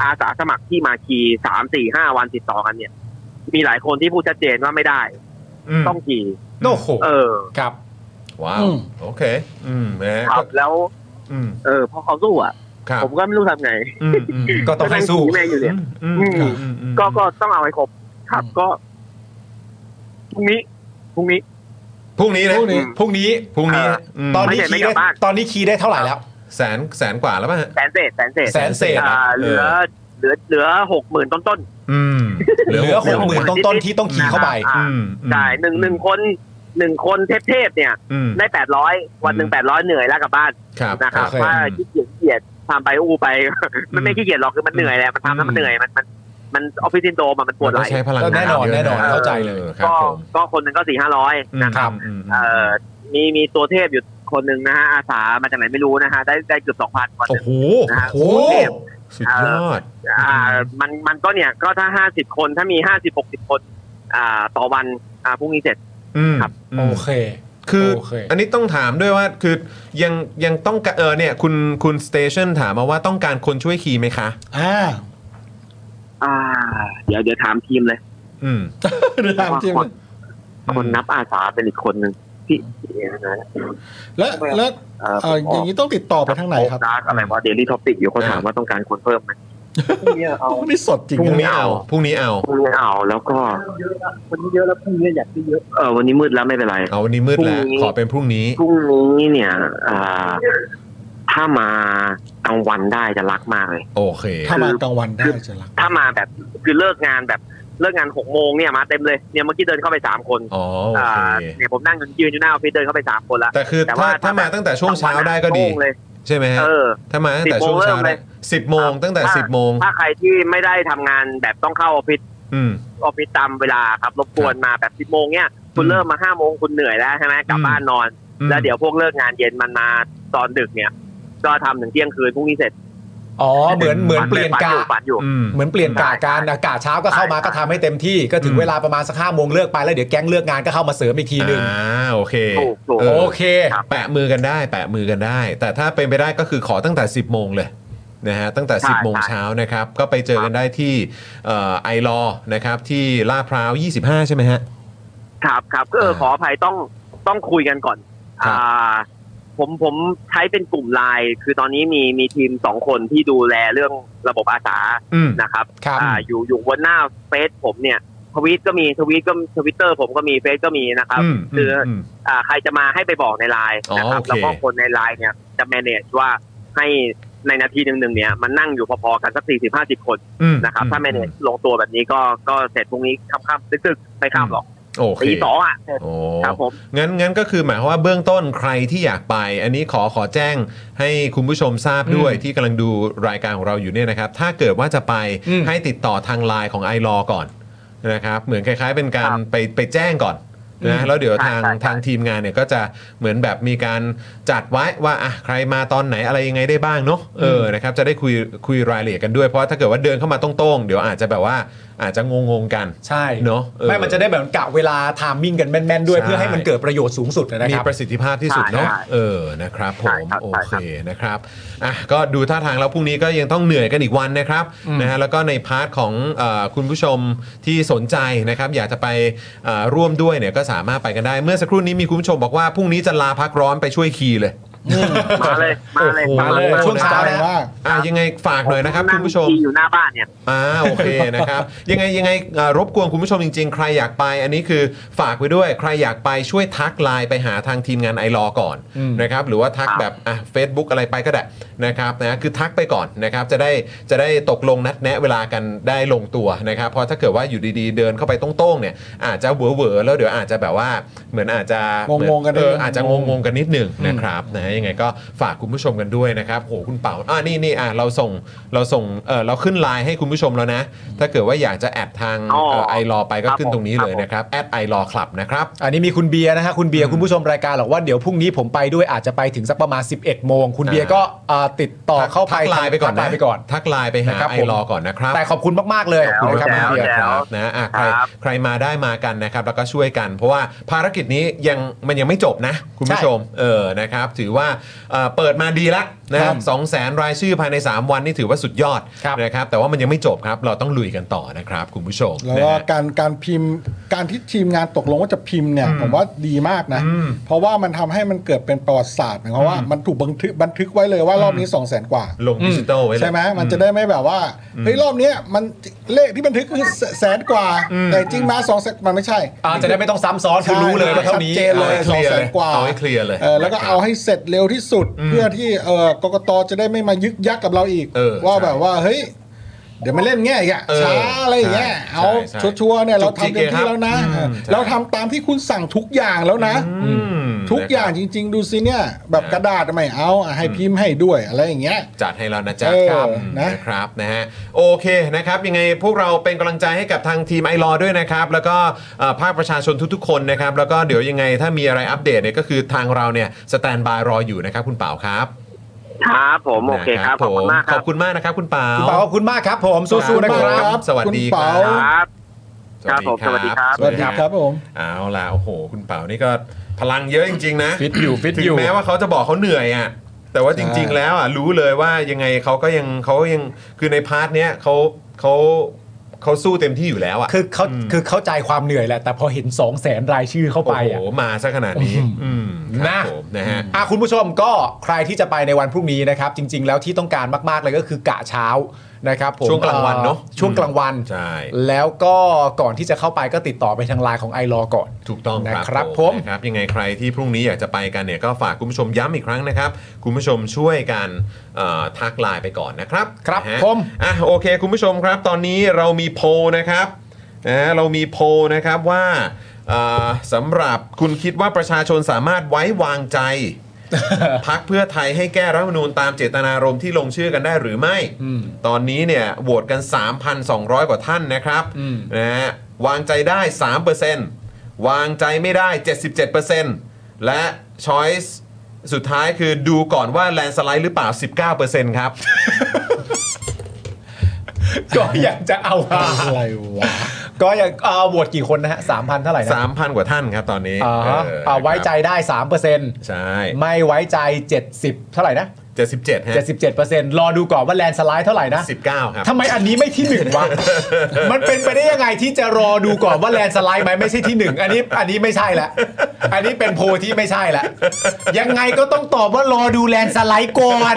[SPEAKER 8] อาสาสมัครที่มาขี่สามสี่ห้าวันติดต่อกันเนี่ย มีหลายคนที่พูดชัดเจนว่าไม่ได้
[SPEAKER 1] ม
[SPEAKER 8] ต้องขี่
[SPEAKER 2] โอ้โห
[SPEAKER 8] เออ
[SPEAKER 2] ครับ
[SPEAKER 1] ว้าว
[SPEAKER 3] อืม
[SPEAKER 1] โอเค อืมนะฮะ
[SPEAKER 8] ค
[SPEAKER 1] ก็
[SPEAKER 8] รับแล้ว
[SPEAKER 1] อืม
[SPEAKER 8] เออพอเขาสู้อ่ะ
[SPEAKER 1] ครับ
[SPEAKER 8] ผมก็ไม่รู้ทำไง
[SPEAKER 1] อืมอืม
[SPEAKER 2] ก็ต้องให้สู้
[SPEAKER 8] นั่ขี่แม่งอยู่เนี่ย
[SPEAKER 1] อืม
[SPEAKER 8] อืม
[SPEAKER 1] อืมอืม
[SPEAKER 8] ก็ก็ต้องเอาให้ครบครับ
[SPEAKER 3] อืม
[SPEAKER 8] ก็พรุ่งนี้พรุ่งนี้
[SPEAKER 1] พรุ่งนี้นะ
[SPEAKER 3] พรุ่งนี้
[SPEAKER 2] พรุ่งนี้
[SPEAKER 1] พรุ่งนี้
[SPEAKER 8] อ่า
[SPEAKER 1] อืม
[SPEAKER 2] ตอนนี้
[SPEAKER 8] ไม่ใช่
[SPEAKER 2] คีย์
[SPEAKER 8] ไม่ก
[SPEAKER 2] ได้
[SPEAKER 8] ลับบ้าน
[SPEAKER 2] ตอนนี้คีย์ได้เท่าไหร่แล้ว
[SPEAKER 1] แสนแสนกว่าแล้วป่ะฮะ
[SPEAKER 8] แสนเศษแสนเศษ
[SPEAKER 2] แสนเศษ
[SPEAKER 8] อ่า
[SPEAKER 1] เออ
[SPEAKER 8] เหลือ เหลือเหลือหกหมื่นต้นต้น
[SPEAKER 1] อืม
[SPEAKER 2] เหลือหกหมื่นต้นๆที่ต้อง
[SPEAKER 8] ๆ
[SPEAKER 2] คีย์เข้าไป
[SPEAKER 8] อ่
[SPEAKER 1] อืม
[SPEAKER 8] ใช่หนึ่งหนึ่งคนหนึ่งคนเทพเทพๆเนี่ย
[SPEAKER 1] อืม
[SPEAKER 8] ได้แปดร้อยวันหนึ่งแปดร้อยเหนื่อยแล้วกลับบ้าน
[SPEAKER 1] ครับ
[SPEAKER 8] นะครับ
[SPEAKER 2] โอเค
[SPEAKER 8] ว่าขี้เกียจขี้เกียจทำไปอู้ไป มันไม่ขี้เกียจหรอกคือมันเหนื่อยแหละมันทำแล้วมัน
[SPEAKER 2] อืม
[SPEAKER 8] เหนื่อยมันมันมันออฟฟิศซินโดมันมันปวดไห
[SPEAKER 1] ก็
[SPEAKER 8] ล่
[SPEAKER 1] ใช้พลังงาน
[SPEAKER 2] แน่นอน
[SPEAKER 1] เยะะ
[SPEAKER 2] แน่นอนเข้าใจเลย
[SPEAKER 1] ออครับ
[SPEAKER 8] ก็
[SPEAKER 1] ผม
[SPEAKER 8] ก็คนหนึ่งก็สี่ห้าร้อยนะครับ
[SPEAKER 1] อืม
[SPEAKER 8] เอ่อมีมีตัวเทพอยู่คนหนึ่งนะฮะอาสามาจากไหนไม่รู้นะฮะได้ได้เกือบสองพันวันห
[SPEAKER 1] โอ้
[SPEAKER 8] นึ่ง
[SPEAKER 1] โห
[SPEAKER 8] นะฮะ
[SPEAKER 1] โอ้โหสุดยอด
[SPEAKER 8] อ่ามันมันก็เนี่ยก็ถ้าห้าสิบคนถ้ามีห้าสิบหกสิบคน อ่าต่อวันอ่าพรุ่งนี้เสร็จ
[SPEAKER 1] อืม
[SPEAKER 8] ครับ
[SPEAKER 1] อื
[SPEAKER 2] โอ
[SPEAKER 1] ม
[SPEAKER 2] เค
[SPEAKER 1] คือ
[SPEAKER 2] โอเค
[SPEAKER 1] อันนี้ต้องถามด้วยว่าคือยังยังต้องการเออเนี่ยคุณคุณสเตชันถามมาว่าต้องการคนช่วยขี่ไหมคะ
[SPEAKER 3] อ่า
[SPEAKER 8] อ่า เดี๋ยวเดี๋ยวถามทีมเลย
[SPEAKER 1] อืม
[SPEAKER 3] เดี๋ยวถามจริง
[SPEAKER 8] คนคนนับอาสาเป็นอีกคนหนึ่งพี่เดี๋ยวนะ
[SPEAKER 3] และและเอ่ออย่างนี้ต้องติดต่อไปทางไหนครับ
[SPEAKER 8] ดาร์กอะไรวะเดลี่ท็อปิกอยู่เขาถามว่าต้องการคนเพิ่มไหมพรุ่งนี้เอา
[SPEAKER 3] นี่สดจริง
[SPEAKER 1] พรุ่งนี้
[SPEAKER 3] ะ
[SPEAKER 1] เอาพรุ่งนี้เอา
[SPEAKER 8] พรุ่งนี้เอาแล้วก็
[SPEAKER 4] วันนี้เยอะแล้วพรุ่งนี้อยากได้เยอะ
[SPEAKER 8] เออวันนี้มืดแล้วไม่เป็นไร
[SPEAKER 1] เอาวันนี้มืดแล้ว
[SPEAKER 8] พรุ่งนี้
[SPEAKER 1] ขอเป็นพรุ่งนี้
[SPEAKER 8] พรุ่งนี้เนี่ยอ่าถ้ามากลางวันได้จะรักมากเลย
[SPEAKER 1] โอเค
[SPEAKER 3] ถ้ามากลางวันได้จะรัก
[SPEAKER 8] ถ้ามาแบบคือเลิกงานแบบเลิกงานหกโมงเนี่ยมาเต็มเลยเนี่ยเมื่อกี้เดินเข้าไปสามคน
[SPEAKER 1] อ๋อโอ
[SPEAKER 8] อ่า
[SPEAKER 1] เค
[SPEAKER 8] เนี่ยผมนั่งยืนอยู่หน้าออฟฟิศเดินเข้าไปสามคนละ
[SPEAKER 1] แต่คือ
[SPEAKER 8] แต่
[SPEAKER 1] ถ้า
[SPEAKER 8] ว่า
[SPEAKER 1] ถ้ามา
[SPEAKER 8] ถ้า
[SPEAKER 1] ตั้งแต่ช่วงเช้าได้ก็ดี
[SPEAKER 8] โล่งเลย
[SPEAKER 1] ใช่ไหมฮะ
[SPEAKER 8] เออ
[SPEAKER 1] ถ้ามาตั้งแต่
[SPEAKER 8] 10
[SPEAKER 1] ช่วงเช้า
[SPEAKER 8] โมงเริ่มเล
[SPEAKER 1] ได้
[SPEAKER 8] ย
[SPEAKER 1] สิบโมง
[SPEAKER 8] ครับ
[SPEAKER 1] ตั้งแต่
[SPEAKER 8] ถ้า
[SPEAKER 1] สิบโมง
[SPEAKER 8] ถ้าใครที่ไม่ได้ทำงานแบบต้องเข้าออฟฟิศ
[SPEAKER 1] อืม
[SPEAKER 8] ออฟฟิศตามเวลาครับรบกวนมาแบบสิบโมงเนี่ยคุณ
[SPEAKER 1] อืม
[SPEAKER 8] เริ่มมาห้าโมงคุณเหนื่อยแล้วใช่ไหมกลับ
[SPEAKER 1] อืม
[SPEAKER 8] บ้านนอน
[SPEAKER 1] อืม
[SPEAKER 8] แล้วเดี๋ยวพวกเลิกงานเย็นมันมาตอนดึกเนี่ย ก็ทำถึงเที่ยงคืนพรุ่งนี้เสร็จ
[SPEAKER 2] อ๋อเหมือนเหมือนเปลี่ยน
[SPEAKER 8] ฝั
[SPEAKER 2] กะ
[SPEAKER 8] อยู่ฝันอยู่
[SPEAKER 1] อืม
[SPEAKER 2] เหมือนเปลี่ยนกะการอากาศเช้าก็เข้ามา
[SPEAKER 8] ใช่
[SPEAKER 2] ก็ทำให้เต็มที่ก็ถึงเวลาประมาณสักห้าโมงเลิกไปแล้วเดี๋ยวแก๊งเลิกงานก็เข้ามาเสริมอีกทีหนึ่ง
[SPEAKER 1] อ่าโอเค
[SPEAKER 8] ถูกถูก
[SPEAKER 1] เออ
[SPEAKER 2] โอเค
[SPEAKER 8] ครับ
[SPEAKER 1] แปะมือกันได้ แปะมือกันได้ แต่ถ้าเป็นไปได้ก็คือขอตั้งแต่ 10 โมงเลยนะฮะตั้งแต่
[SPEAKER 8] ใช่
[SPEAKER 1] 10 โมง
[SPEAKER 8] ใช่
[SPEAKER 1] เช้านะครับ ก็ไปเจอกันได้ที่ไอรอนะครับที่ลาดพร้าว 25 ใช่ไหมฮะ
[SPEAKER 8] ครับครับก็เออ
[SPEAKER 1] เออ
[SPEAKER 8] ขออภัยต้องต้องคุยกันก่อน
[SPEAKER 1] ครับ
[SPEAKER 8] อ่า ผมผมใช้เป็นกลุ่มไลน์คือตอนนี้มีมีทีมสองคนที่ดูแลเรื่องระบบอาสา
[SPEAKER 1] อืม
[SPEAKER 8] นะครับ
[SPEAKER 2] ครับ
[SPEAKER 8] อ่าอยู่อยู่บนหน้าเฟซผมเนี่ยทวีตก็มีทวีตก็ทวิตเตอร์ผมก็มีเฟซก็มีนะครับ
[SPEAKER 1] อืม
[SPEAKER 8] คือ
[SPEAKER 1] มม
[SPEAKER 8] อ่าใครจะมาให้ไปบอกในไลน์นะครับ
[SPEAKER 1] อ๋อโอเค
[SPEAKER 8] แล้วก็คนในไลน์เนี่ยจะ manage ว่าให้ ในนาทีหนึ่งๆเนี่ยมันนั่งอยู่พอๆกันสักสี่สิบห้าสิบคน
[SPEAKER 1] อืม
[SPEAKER 8] นะครับ ถ้าไม่เนลงตัวแบบนี้ก็ก็เสร็จพรุ่งนี้ค่ำๆตึกๆไม่ข้ามหรอก
[SPEAKER 1] โอเค
[SPEAKER 8] ตีสองอ่ะเสร็จ
[SPEAKER 1] โอ้
[SPEAKER 8] ครับผม
[SPEAKER 1] งั้นงั้นก็คือหมายความว่าเบื้องต้นใครที่อยากไป อันนี้ขอขอแจ้งให้คุณผู้ชมทราบด้วยที่กำลังดูรายการของเราอยู่เนี่ยนะครับ ถ้าเกิดว่าจะไป
[SPEAKER 2] อืม
[SPEAKER 1] ให้ติดต่อทางไลน์ของไอรอก่อนนะครับ เหมือนคล้าย ๆ เป็นการ
[SPEAKER 8] ครับ
[SPEAKER 1] ไปไปแจ้งก่อนนะแล้วเดี๋ยว
[SPEAKER 8] ใช่
[SPEAKER 1] ทาง
[SPEAKER 8] ใช่ใช่
[SPEAKER 1] ทางทีมงานเนี่ยก็จะเหมือนแบบมีการจัดไว้ว่าอ่ะใครมาตอนไหนอะไรยังไงได้บ้างเนาะเออนะครับจะได้คุยคุยรายละเอียดกันด้วยเพราะถ้าเกิดว่าเดินเข้ามาตรงๆเดี๋ยวอาจจะแบบว่าอาจจะงงๆกัน
[SPEAKER 2] ใช่
[SPEAKER 1] เนอะเออ
[SPEAKER 2] ไม่มันจะได้แบบกะเวลาไทมิ่งกันแม่นๆด้วย
[SPEAKER 1] ใช่
[SPEAKER 2] เพื่อให้มันเกิดประโยชน์สูงสุดนะ
[SPEAKER 1] มี
[SPEAKER 2] ครับ
[SPEAKER 1] ประสิทธิภาพที่สุดเนาะ
[SPEAKER 8] ใช่
[SPEAKER 1] เออนะครับผ
[SPEAKER 8] ใช่
[SPEAKER 1] ม
[SPEAKER 8] ครับ
[SPEAKER 1] โอ
[SPEAKER 8] ใช่
[SPEAKER 1] เค
[SPEAKER 8] ครับ
[SPEAKER 1] นะครับอ่ะก็ดูท่าทางแล้วพรุ่งนี้ก็ยังต้องเหนื่อยกันอีกวันนะครับนะฮะแล้วก็ในพาร์ทของเออคุณผู้ชมที่สนใจนะครับ อยากจะไปเอ่อร่วมด้วยเนี่ยก็สามารถไปกันได้ เมื่อสักครู่นี้มีคุณผู้ชมบอกว่าพรุ่งนี้จะลาพักร้อนไปช่วยคีย์เลย
[SPEAKER 8] มาเลยมาเลย
[SPEAKER 1] โอ้โห
[SPEAKER 8] มาเลย
[SPEAKER 2] มาเลยช่วงเช้า
[SPEAKER 3] ใจมาก
[SPEAKER 1] อ่ะยังไงฝากหน่อยนะครับคุณผู้ชม
[SPEAKER 8] นั่งขี่อยู่หน้าบ้านเนี่ย
[SPEAKER 1] อ่าโอเคนะครับ ยังไงยังไงเอ่อรบกวนคุณผู้ชมจริง ๆ ใครอยากไป อันนี้คือฝากไว้ด้วยใครอยากไปช่วยทักไลน์ไปหาทางทีมงานไอรอก่อนนะครับหรือว่าทัก
[SPEAKER 8] ครับ
[SPEAKER 1] แบบอ่ะเฟซบุ๊กอะไรไปก็ได้นะครับนะคือทักไปก่อนนะครับจะได้จะได้ตกลงนัดแนะเวลากันได้ลงตัวนะครับเพราะถ้าเกิดว่าอยู่ดีๆเดินเข้าไปโต้งๆเนี่ยอาจจะเหวอเหวอๆแล้วเดี๋ยวอาจจะแบบว่าเหมือนอาจจะเหมือ
[SPEAKER 3] ง
[SPEAKER 1] ง
[SPEAKER 3] ๆกันนิดนึ
[SPEAKER 1] เอง ออาจจะงงๆกันนิดหนึ่งนะครับนะฮะยังไงก็ฝากคุณผู้ชมกันด้วยนะครับโหคุณเป่าอ่านี่นี่อ่ะเราส่งเราส่งเออเราขึ้นไลน์ให้คุณผู้ชมแล้วนะ ถ้าเกิดว่าอยากจะแอดทาง
[SPEAKER 8] อ๋อ
[SPEAKER 1] ไอรอไปก็
[SPEAKER 8] ครับ
[SPEAKER 1] ขึ้นตรงนี้
[SPEAKER 8] ผม
[SPEAKER 1] เลยนะครับแอดไอรอคลับนะครับ
[SPEAKER 2] อันนี้มีคุณเบียร์นะฮะคุณเบียร์คุณผู้ชมรายการบอกว่าเดี๋ยวพรุ่งนี้ผมไปด้วยอาจจะไปถึงสักประมาณ 11 โมง คุณเบียร์ก็เอ่อติดต่อเข้าไป
[SPEAKER 1] ทักไลน์ไปก่อน
[SPEAKER 2] ทัไล
[SPEAKER 1] นะ
[SPEAKER 2] น์ไปก่อน
[SPEAKER 1] ทักไลน์ไปหา
[SPEAKER 2] นะครับ
[SPEAKER 1] ไอ
[SPEAKER 2] ผม
[SPEAKER 1] รอก่อนนะครับ
[SPEAKER 2] แต่ขอบคุณมาก ๆ เลยขอบคุณนะครับ
[SPEAKER 8] แจ๋
[SPEAKER 2] คุณ
[SPEAKER 8] ว
[SPEAKER 2] เบียร์
[SPEAKER 8] แจ๋ว
[SPEAKER 1] ครับนะอ่ะใคร
[SPEAKER 8] ครับ
[SPEAKER 1] ใครมาได้มากันนะครับ แล้วก็ช่วยกัน เพราะว่าภารกิจนี้ยังมันยังไม่จบนะ คุณผู้ชมเออนะครับ ถือว่าเอ่อเปิดมาดีละนะครับสองแสนรายชื่อภายใน 3 วันนี่ถือว่าสุดยอด
[SPEAKER 2] ครับ
[SPEAKER 1] นะครับ แต่ว่ามันยังไม่จบครับ เราต้องลุยกันต่อนะครับ คุณผู้ชม
[SPEAKER 3] แล้วก็
[SPEAKER 1] นะฮะ
[SPEAKER 3] การการพิมพ์การที่ทีมงานตกลงว่าจะพิมพ์เนี่ยผมว่าดีมากนะ
[SPEAKER 1] อืม
[SPEAKER 3] เพราะว่ามันทำให้มันเกิดเป็นประวัติศาสตร์หมายความว่ามันถูกบันทึกบันทึกไว้เลยว่ารอบนี้ 2 0 0 0 0 0 กว่า
[SPEAKER 1] ลงดิจิตอลไว้เลย
[SPEAKER 3] ใช่ไหมมันจะได้ไม่แบบว่าเฮ้ยรอบเนี้ยมันเลขที่บันทึกคือแสนกว่า แต่จริงมาสองแสนมันไม่ใช่
[SPEAKER 2] อ่าจะได้ไม่ต้องซ้ำซ้อนคือรู้เลยว่าเท่านี้
[SPEAKER 3] ชัดเจนเลย
[SPEAKER 1] เอาให้เค
[SPEAKER 3] ส
[SPEAKER 1] ลี
[SPEAKER 3] องแส
[SPEAKER 1] ยร์เลย
[SPEAKER 3] นกว่า
[SPEAKER 1] เอาให้เคลียร์เลย
[SPEAKER 3] ออแล้วก็เอาให้เสร็จเร็วที่สุด เพื่อที่เออกกตจะได้ไม่มายึกยักกับเราอีก
[SPEAKER 1] เออ
[SPEAKER 3] ว่า
[SPEAKER 1] ใช่
[SPEAKER 3] แบบว่าเฮ้ย เดี๋ยวมาเล่นแง่อีกอะ
[SPEAKER 1] เออ
[SPEAKER 3] ช้าอะไรอย่างเงี้ย
[SPEAKER 1] ใช่
[SPEAKER 3] เอา
[SPEAKER 1] ใช่
[SPEAKER 3] ชัวร์ๆเนี่ย
[SPEAKER 1] จุ
[SPEAKER 3] เรา
[SPEAKER 1] กจิก
[SPEAKER 3] ทำเต็มที่
[SPEAKER 1] เลยครับ
[SPEAKER 3] แล้วนะ
[SPEAKER 1] อื
[SPEAKER 3] เออ
[SPEAKER 1] มใช่
[SPEAKER 3] เราทำตามที่คุณสั่งทุกอย่างแล้วนะ
[SPEAKER 1] อืม
[SPEAKER 3] ทุกอย่าง
[SPEAKER 1] นะค
[SPEAKER 3] จ
[SPEAKER 1] รับ
[SPEAKER 3] ริง ๆ ดูสิเนี่ย แบบ
[SPEAKER 1] นะ
[SPEAKER 3] กระดาษไม่เอาอ่ะให้พิมพ์ให้ด้วยอะไรอย่างเงี้ย
[SPEAKER 1] จัดให้แล้วนะจ๊ะ
[SPEAKER 3] เออ
[SPEAKER 1] ครับ
[SPEAKER 3] นะ
[SPEAKER 1] นะครับนะฮะโอเคนะครับยังไงพวกเราเป็นกำลังใจให้กับทางทีมไอรอด้วยนะครับ แล้วก็เอ่อภาคประชาชนทุกๆคนนะครับ แล้วก็เดี๋ยวยังไงถ้ามีอะไรอัปเดตเนี่ยก็คือทางเราเนี่ยสแตนบายรออยู่นะครับ คุณเปาครับ
[SPEAKER 8] ครับผมโอเคครับขอบคุณมากค
[SPEAKER 1] ข
[SPEAKER 8] รั
[SPEAKER 1] อ
[SPEAKER 8] บบ
[SPEAKER 1] คุณมากนะครับคุณเปา
[SPEAKER 2] คุณเปาขอบคุณมากครับผมสู้ๆนะค
[SPEAKER 3] ขอ
[SPEAKER 2] รั
[SPEAKER 3] บ ณมาก
[SPEAKER 1] สวัสดีครับ
[SPEAKER 3] ณ
[SPEAKER 8] ค
[SPEAKER 3] เป๋า
[SPEAKER 8] รับ ครับผมสวัสดีครับ
[SPEAKER 3] สวัสดีครับผม
[SPEAKER 1] เอาล่ะโอ้โห คุณเปานี่ก็พลังเยอะจริง ๆ นะ
[SPEAKER 2] ฟิตอยู่ฟิต
[SPEAKER 1] ถึ
[SPEAKER 2] องยู่
[SPEAKER 1] แม้ว่าเขาจะบอกเขาเหนื่อยอ่ะแต่ว่าจริง ๆ แล้วอ่ะรู้เลยว่ายังไงเขาก็ยังเขายังคือในพาร์ทเนี้ยเขาเขาเขาสู้เต็มที่อยู่แล้วอ่ะ
[SPEAKER 2] คือเขาคือเข้าใจความเหนื่อยแหละ แต่พอเห็น 2 0 0แสนรายชื่อเข้าไปอ่ะ
[SPEAKER 1] โอ้โหมาซะขนาดนี้ อืม
[SPEAKER 2] นะ
[SPEAKER 1] ครับผมนะฮะ
[SPEAKER 2] อ่ะคุณผู้ชมก็ใครที่จะไปในวันพรุ่งนี้นะครับ จริง ๆ แล้วที่ต้องการมาก ๆ เลยก็คือกะเช้านะครับผม
[SPEAKER 1] ช่วงกลางวันเนอะ
[SPEAKER 2] อ่อช่วงกลางวัน
[SPEAKER 1] ใช่
[SPEAKER 2] แล้วก็ก่อนที่จะเข้าไปก็ติดต่อไปทางไลน์ของไอรอก่อน
[SPEAKER 1] ถูกต้องครับ
[SPEAKER 2] นะครับผม
[SPEAKER 1] นะครับยังไงใครที่พรุ่งนี้อยากจะไปกันเนี่ยก็ฝากคุณผู้ชมย้ำอีกครั้งนะครับ คุณผู้ชมช่วยกันเอ่อทักไลน์ไปก่อนนะครับ
[SPEAKER 2] ครับ
[SPEAKER 1] นะฮะ
[SPEAKER 2] ผม
[SPEAKER 1] อ่ะโอเค คุณผู้ชมครับ ตอนนี้เรามีโพลนะครับนะฮะเรามีโพลนะครับว่าเอ่อสำหรับคุณคิดว่าประชาชนสามารถไว้วางใจ พักเพื่อไทยให้แก้รัฐธรรมนูญตามเจตนารมณ์ที่ลงชื่อกันได้หรือไม่ ตอนนี้เนี่ยโหวตกัน 3,200 กว่าท่านนะครับ
[SPEAKER 2] อืม
[SPEAKER 1] นะฮะวางใจได้ 3%วางใจไม่ได้ 77%และ Choice สุดท้ายคือดูก่อนว่าแลนสไลด์หรือเปล่า 19%ครับ
[SPEAKER 2] ก็อยากจะเอา มา
[SPEAKER 3] อะไรวะ
[SPEAKER 2] ก็อยากเอ่อโหวตกี่คนนะฮะสามพันเท่าไหร่นะ
[SPEAKER 1] 3,000 กว่าท่านครับตอนนี้
[SPEAKER 2] อ่าฮะ
[SPEAKER 1] เออ
[SPEAKER 2] อ่าไว้ใจได้สามเปอร์เซ็นต์
[SPEAKER 1] ใช่
[SPEAKER 2] ไม่ไว้ใจ 70 เท่าไหร่นะ
[SPEAKER 1] 77ฮะ
[SPEAKER 2] 77เปอร์เซ็นต์รอดูก่อนว่าแลนสไลด์เท่าไหร่นะ
[SPEAKER 1] 19 ครับ
[SPEAKER 2] ทำไมอันนี้ไม่ที่หนึ่งวะ มันเป็นไปได้ยังไงที่จะรอดูก่อนว่าแลนด์สไลด์ไหมไม่ใช่ที่หนึ่งอันนี้อันนี้ไม่ใช่ละอันนี้เป็นโพลที่ไม่ใช่ละยังไงก็ต้องตอบว่ารอดูแลนด์สไลด์ก่อน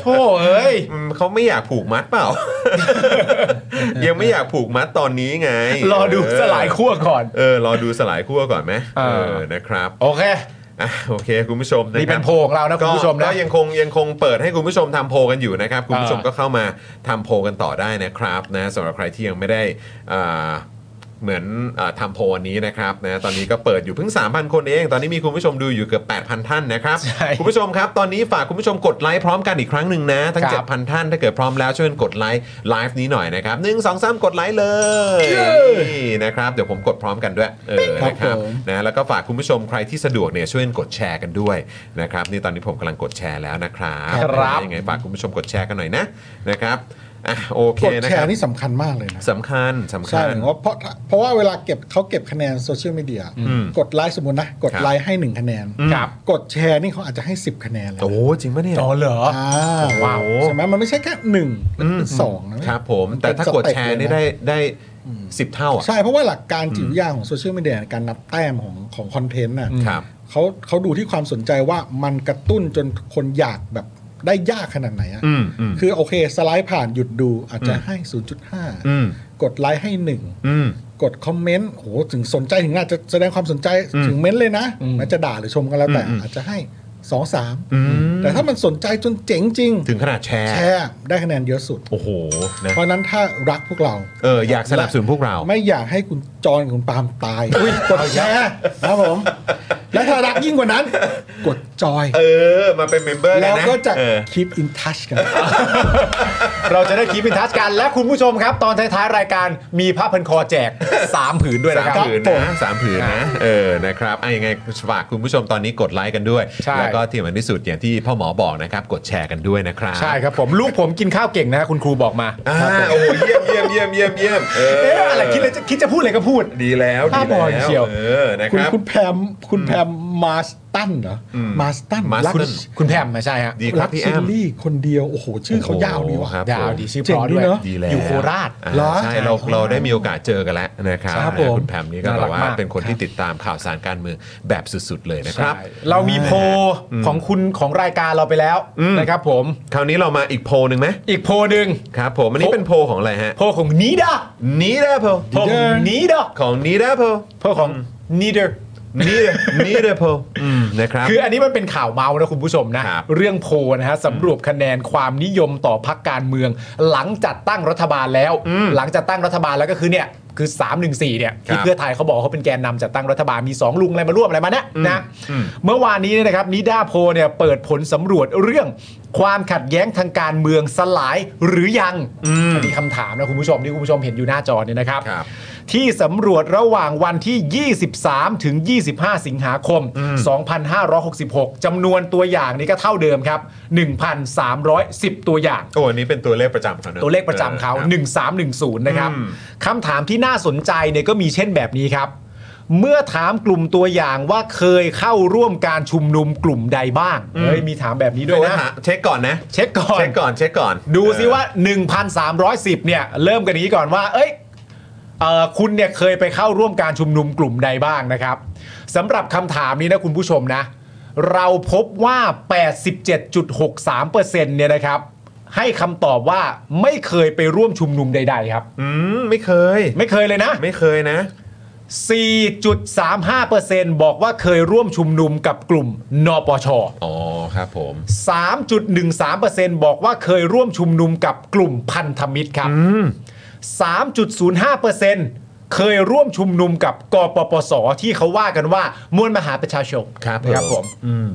[SPEAKER 2] โธ่เอ้ย
[SPEAKER 1] อืมเขาไม่อยากผูกมัดเป ล่า ยังไม่อยากผูกมัดตอนนี้ไง
[SPEAKER 2] รอดูสลายขั้วก่อน
[SPEAKER 1] เออ รอดูสลายขั้วก่อนไหม
[SPEAKER 2] อ่า
[SPEAKER 1] เออนะครับ
[SPEAKER 2] โอเค
[SPEAKER 1] อ่ะโอเคคุณผู้ชมะครับ
[SPEAKER 2] นี่เป็นโพลของเรานะคุณผู้ชม
[SPEAKER 1] ก็
[SPEAKER 2] นะ
[SPEAKER 1] ก็ยังคงยังคงเปิดให้คุณผู้ชมทำโพลกันอยู่นะครับ คุณผู้ชม
[SPEAKER 2] เออ
[SPEAKER 1] ก็เข้ามาทำโพลกันต่อได้นะครับนะสำหรับใครที่ยังไม่ได้อ่าเหมือนอาทำโพลวันนี้นะครับนะตอนนี้ก็เปิดอยู่เพิ่ง 3,000 คนเอง ตอนนี้มีคุณผู้ชมดูอยู่เกือบ 8,000 ท่านนะครับ
[SPEAKER 2] ใช่
[SPEAKER 1] คุณผู้ชมครับ ตอนนี้ฝากคุณผู้ชมกดไลค์พร้อมกันอีกครั้งหนึ่งนะทั้ง
[SPEAKER 2] ครับ
[SPEAKER 1] 7,000 ท่านถ้าเกิดพร้อมแล้วช่วยกันกดไลค์ไลฟ์นี้หน่อยนะครับหนึ่งสองสามกดไลค์เลยนี่นะครับเดี๋ยวผมกดพร้อมกันด้วยเออนะครับ
[SPEAKER 2] ผม
[SPEAKER 1] นะแล้วก็ฝากคุณผู้ชมใครที่สะดวกเนี่ยช่วยกดแชร์กันด้วยนะครับนี่ตอนนี้ผมกำลังกดแชร์แล้วนะครับ
[SPEAKER 2] ครับ
[SPEAKER 1] ยังไงฝากคุณผู้ชมกดแชร์กันหน่อยนะนะครับอ่ะโอเค
[SPEAKER 3] กด
[SPEAKER 1] นะ
[SPEAKER 3] แช
[SPEAKER 1] ครับ
[SPEAKER 3] ร์นี่สำคัญมากเลยนะ
[SPEAKER 1] สำคัญสำ
[SPEAKER 3] ใช่
[SPEAKER 1] คัญ
[SPEAKER 3] เพราะเพราะเพราะว่าเวลาเก็บเขาเก็บคะแนนโซเชียลมีเดีย
[SPEAKER 1] อืม
[SPEAKER 3] กดไลค์สมมตินะ กด
[SPEAKER 1] ครับ
[SPEAKER 3] ไลค์ให้ 1 คะแนน
[SPEAKER 2] ครับ
[SPEAKER 3] กดแชร์นี่เขาอาจจะให้ 10 คะแนนแล้ว
[SPEAKER 1] โอ้จริงปะเนี่ย
[SPEAKER 2] อ๋อเหรอ
[SPEAKER 3] อ่า
[SPEAKER 1] ว้าว
[SPEAKER 3] ใช่ไหมมันไม่ใช่แค่หนึ่งมันเป็นสองนะ
[SPEAKER 1] ครับผมแต่ถ้ากดแชร์นี่ได้ได้สิบเท่าอ่ะ
[SPEAKER 3] ใช่ เพราะว่าหลักการจิตวิทยาของโซเชียลมีเดียในการนับแต้มของของคอนเทนต์น่ะ
[SPEAKER 1] ครับ
[SPEAKER 3] เขาเขาดูที่ความสนใจว่ามันกระตุ้นจนคนอยากแบบได้ยากขนาดไหนอะ
[SPEAKER 1] อืมอืม
[SPEAKER 3] คือโอเค สไลด์ผ่านหยุดดูอาจจะ
[SPEAKER 1] อืม
[SPEAKER 3] ให้
[SPEAKER 1] อืม
[SPEAKER 3] 0.5 กดไลค์ให้ 1
[SPEAKER 1] อืม
[SPEAKER 3] กดคอมเมนต์โหถึงสนใจถึงอาจจะแสดงความสนใจ
[SPEAKER 1] อืม
[SPEAKER 3] ถึงเม้นต์เลยนะ
[SPEAKER 2] อืม
[SPEAKER 3] แม้จะด่าหรือชมก็แล้วแต่
[SPEAKER 1] อืม
[SPEAKER 3] อาจจะให้สองสาม
[SPEAKER 1] อืม
[SPEAKER 3] แต่ถ้ามันสนใจจนเจ๋งจริง
[SPEAKER 1] ถึงขนาดแชร์
[SPEAKER 3] แชร์ได้คะแนนเยอะสุด
[SPEAKER 1] โอ้โหนะ
[SPEAKER 3] เพราะฉะนั้นถ้ารักพวกเรา
[SPEAKER 1] เอออยากสนับสนุนพวกเรา
[SPEAKER 3] ไม่อยากให้คุณจอนกับคุณปาล์มตายกดแชร์นะครับผม และถ้ารักยิ่งกว่านั้น กดจอย
[SPEAKER 1] เออมาเป็นเมมเบอร์กัน
[SPEAKER 3] แล้ว
[SPEAKER 1] นะ
[SPEAKER 3] ก็จะ
[SPEAKER 1] เออ
[SPEAKER 3] keep in touch กัน
[SPEAKER 2] เราจะได้คีพินทัชกันและคุณผู้ชมครับ ตอนท้ายๆรายการมีผ้าพันคอแจก 3 ผืนด้วย
[SPEAKER 1] สา
[SPEAKER 2] นะครั
[SPEAKER 1] ม
[SPEAKER 2] บ
[SPEAKER 1] ผืนนะสามผืนนะเออนะครับอ่ะยังไงฝากคุณผู้ชมตอนนี้กดไลค์กันด้วย
[SPEAKER 2] ใช่
[SPEAKER 1] แล้วก็ที่สำคัญที่สุดอย่างที่พ่อหมอบอกนะครับ กดแชร์กันด้วยนะครับ
[SPEAKER 2] ใช่ครับผมลูกผมกินข้าวเก่งนะคุณครูบอกมา
[SPEAKER 1] อ่าโอ้โหเยี่ยมเยี่ยมเยี่ยมเยี่ยมเยี่ยมเอ
[SPEAKER 2] เอ๊ะอะไรคิดเลยจะคิดจะพูดอะไรก็พูด
[SPEAKER 1] ดีแล้ว
[SPEAKER 2] ภา
[SPEAKER 1] ดี
[SPEAKER 2] พบ
[SPEAKER 1] แล้
[SPEAKER 2] อ
[SPEAKER 1] ว
[SPEAKER 2] ลเชียว
[SPEAKER 1] เออนะ
[SPEAKER 3] คุณ
[SPEAKER 1] ครับ
[SPEAKER 3] คุณแพมคุณแพมมาสตันเหรออ
[SPEAKER 1] ม
[SPEAKER 3] มาสตันรั
[SPEAKER 1] Marston
[SPEAKER 2] คุณแพมไม่ใช่ฮะ
[SPEAKER 1] ดีครั
[SPEAKER 3] รับ
[SPEAKER 1] พี่
[SPEAKER 3] เช
[SPEAKER 1] แอ
[SPEAKER 3] ล
[SPEAKER 1] ม
[SPEAKER 3] ลี่คนเดียว โอ้โห ชื่อเขายาวดีว่ะ
[SPEAKER 1] โอ้โหครับ
[SPEAKER 2] ดาว
[SPEAKER 1] ผม
[SPEAKER 2] ดีชื่อเพ
[SPEAKER 3] เจ๋ง
[SPEAKER 2] ราะ
[SPEAKER 3] ดี
[SPEAKER 2] ด้วย
[SPEAKER 3] เนอะ
[SPEAKER 1] ดีแล้ว
[SPEAKER 2] อยู่โคราช
[SPEAKER 1] อ่
[SPEAKER 3] เหรอ
[SPEAKER 1] ใช่เรา
[SPEAKER 3] ใช่ครับ
[SPEAKER 1] เราได้มีโอกาสเจอกันแล้วนะครับ
[SPEAKER 3] ครับ
[SPEAKER 1] นะ
[SPEAKER 3] ผม
[SPEAKER 1] คุณแพมนี่ก็
[SPEAKER 2] น่า
[SPEAKER 1] แบ
[SPEAKER 2] รั
[SPEAKER 1] บว่าม
[SPEAKER 2] กาก
[SPEAKER 1] เป็นคนที่ติดตามข่าวสารการเมืองแบบสุดๆเลยนะครับ
[SPEAKER 2] ใช่เรามีโพลของคุณของรายการเราไปแล้ว
[SPEAKER 1] อืม
[SPEAKER 2] นะครับผม
[SPEAKER 1] คราวนี้เรามาอีกโพลหนึ่งไหม
[SPEAKER 2] อีกโพลหนึ่ง
[SPEAKER 1] ครับผมอันนี้
[SPEAKER 2] โพล
[SPEAKER 1] เป็นโพลของอะไรฮะ
[SPEAKER 2] โพลของนีดา
[SPEAKER 1] นีด้าโพล
[SPEAKER 2] โพลของนีดา
[SPEAKER 1] ของนีด้าโพล
[SPEAKER 2] โพลของนีเดอ
[SPEAKER 1] นี่นี่เดโพนะครับ
[SPEAKER 2] คืออันนี้มันเป็นข่าวเมาส์นะคุณผู้ชมนะ
[SPEAKER 1] ครับ
[SPEAKER 2] เรื่องโพลนะฮะสำรวจคะแนนความนิยมต่อพักการเมือง หลังจัดตั้งรัฐบาลแล้ว หลังจัดตั้งรัฐบาลแล้วก็คือเนี่ยคือ 314เนี่ยที่เพื่อไทยเขาบอกเขาเป็นแกนนำจัดตั้งรัฐบาลมี 2 ลุงอะไรมาร่วมอะไรมาเนี่ยนะเมื่อวานนี้เนี่ยนะครับนิด้าโพลเนี่ยเปิดผลสำรวจเรื่องความขัดแย้งทางการเมืองสลายหรือยังอันนี้คำถามนะคุณผู้ชมที่คุณผู้ชมเห็นอยู่หน้าจอเนี่ยนะครับ
[SPEAKER 1] ครับ
[SPEAKER 2] ที่สำรวจระหว่างวันที่ 23 ถึง 25 สิงหาคม 2566 จำนวนตัวอย่างนี้ก็เท่าเดิมครับ 1,310 ตัวอย่าง
[SPEAKER 1] โอ้อันนี้เป็นตัวเลขประจำเขานอะ
[SPEAKER 2] ตัวเลขประจำเขา
[SPEAKER 1] ออ
[SPEAKER 2] 1310 นะครับ
[SPEAKER 1] อืม
[SPEAKER 2] คำถามที่น่าสนใจเนี่ยก็มีเช่นแบบนี้ครับ เมื่อถามกลุ่มตัวอย่างว่าเคยเข้าร่วมการชุมนุมกลุ่มใดบ้างเฮ้ยมีถามแบบนี้
[SPEAKER 1] ด้
[SPEAKER 2] ด้
[SPEAKER 1] ว
[SPEAKER 2] วยย
[SPEAKER 1] นะ
[SPEAKER 2] นะ
[SPEAKER 1] ฮะเช็คก่อนนะ
[SPEAKER 2] เช็คก่อน
[SPEAKER 1] เช็คก่อนเช็คก่อน
[SPEAKER 2] ดู
[SPEAKER 1] เออ
[SPEAKER 2] ซิว่า 1,310 เนี่ย เริ่มกันอย่างนี้ก่อนว่า เอ้ยเอ่อคุณเนี่ยเคยไปเข้าร่วมการชุมนุมกลุ่มใดบ้างนะครับสำหรับคำถามนี้นะคุณผู้ชมนะ เราพบว่า 87.63%เนี่ยนะครับ ให้คำตอบว่าไม่เคยไปร่วมชุมนุมใด ๆ ครับ
[SPEAKER 1] อืมไม่เคย
[SPEAKER 2] ไม่เคยเลยนะ
[SPEAKER 1] ไม่เคยนะ
[SPEAKER 2] 4.35%บอกว่าเคยร่วมชุมนุมกับกลุ่มนปช
[SPEAKER 1] อ๋อครับผม
[SPEAKER 2] 3.13%บอกว่าเคยร่วมชุมนุมกับกลุ่มพันธมิตรครับ 3.05%เคยร่วมชุมนุมกับกปปส ที่เขาว่ากันว่ามวลมหาประชาชน
[SPEAKER 1] ครับ
[SPEAKER 2] นะครับผม
[SPEAKER 1] อืม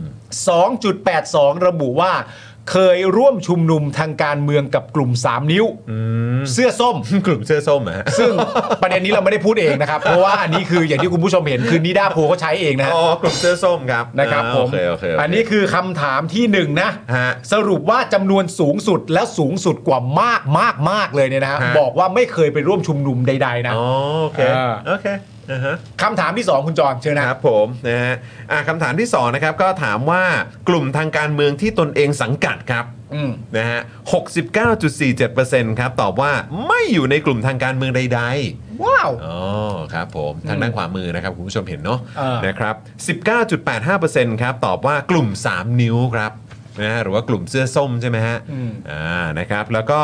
[SPEAKER 2] 2.82 ระบุว่า เคยร่วมชุมนุมทางการเมืองกับกลุ่ม 3 นิ้ว
[SPEAKER 1] ม
[SPEAKER 2] เสื้อส้ม
[SPEAKER 1] กลุ่มเสื้อส้มเหรอฮะ
[SPEAKER 2] ซึ่งประเด็นนี้เราไม่ได้พูดเองนะครับ เพราะว่าอันนี้คืออย่างที่คุณผู้ชมเห็นคือนิด้าโพลเขาใช้เองนะฮะ
[SPEAKER 1] อ๋อกลุ่มเสื้อส้มครับ
[SPEAKER 2] นะครับ
[SPEAKER 1] อ่า
[SPEAKER 2] ผม
[SPEAKER 1] โอเคโอเคโเ
[SPEAKER 2] นนี้คือคำถามที่หนึ่งนะ
[SPEAKER 1] ฮะ
[SPEAKER 2] สรุปว่าจำนวนสูงสุดแล้วสูงสุดกว่ามากมากมากเลยเนี่ยนะฮะ
[SPEAKER 1] ฮะ
[SPEAKER 2] บอกว่าไม่เคยไปร่วมชุมนุมใด ๆ นะ
[SPEAKER 1] อ๋อโอเค
[SPEAKER 2] อ่า
[SPEAKER 1] โอเคอ่าฮะ
[SPEAKER 2] คำถามที่ 2 คุณจอนเชิญนะ
[SPEAKER 1] ครับผมนะฮะอ่ะคำถามที่สองนะครับก็ถามว่ากลุ่มทางการเมืองที่ตนเองสังกัดครับ
[SPEAKER 2] อืม
[SPEAKER 1] นะฮะ69.47%ครับตอบว่าไม่อยู่ในกลุ่มทางการเมืองใด ๆ
[SPEAKER 2] ว้าว
[SPEAKER 1] อ๋อครับผมทางด้านขวามือนะครับ คุณผู้ชมเห็นเนาะ
[SPEAKER 2] เออ
[SPEAKER 1] นะครับ 19.85%ครับตอบว่ากลุ่ม 3 นิ้วครับนะฮะหรือว่ากลุ่มเสื้อส้มใช่ไหมฮะอ่านะครับแล้วก็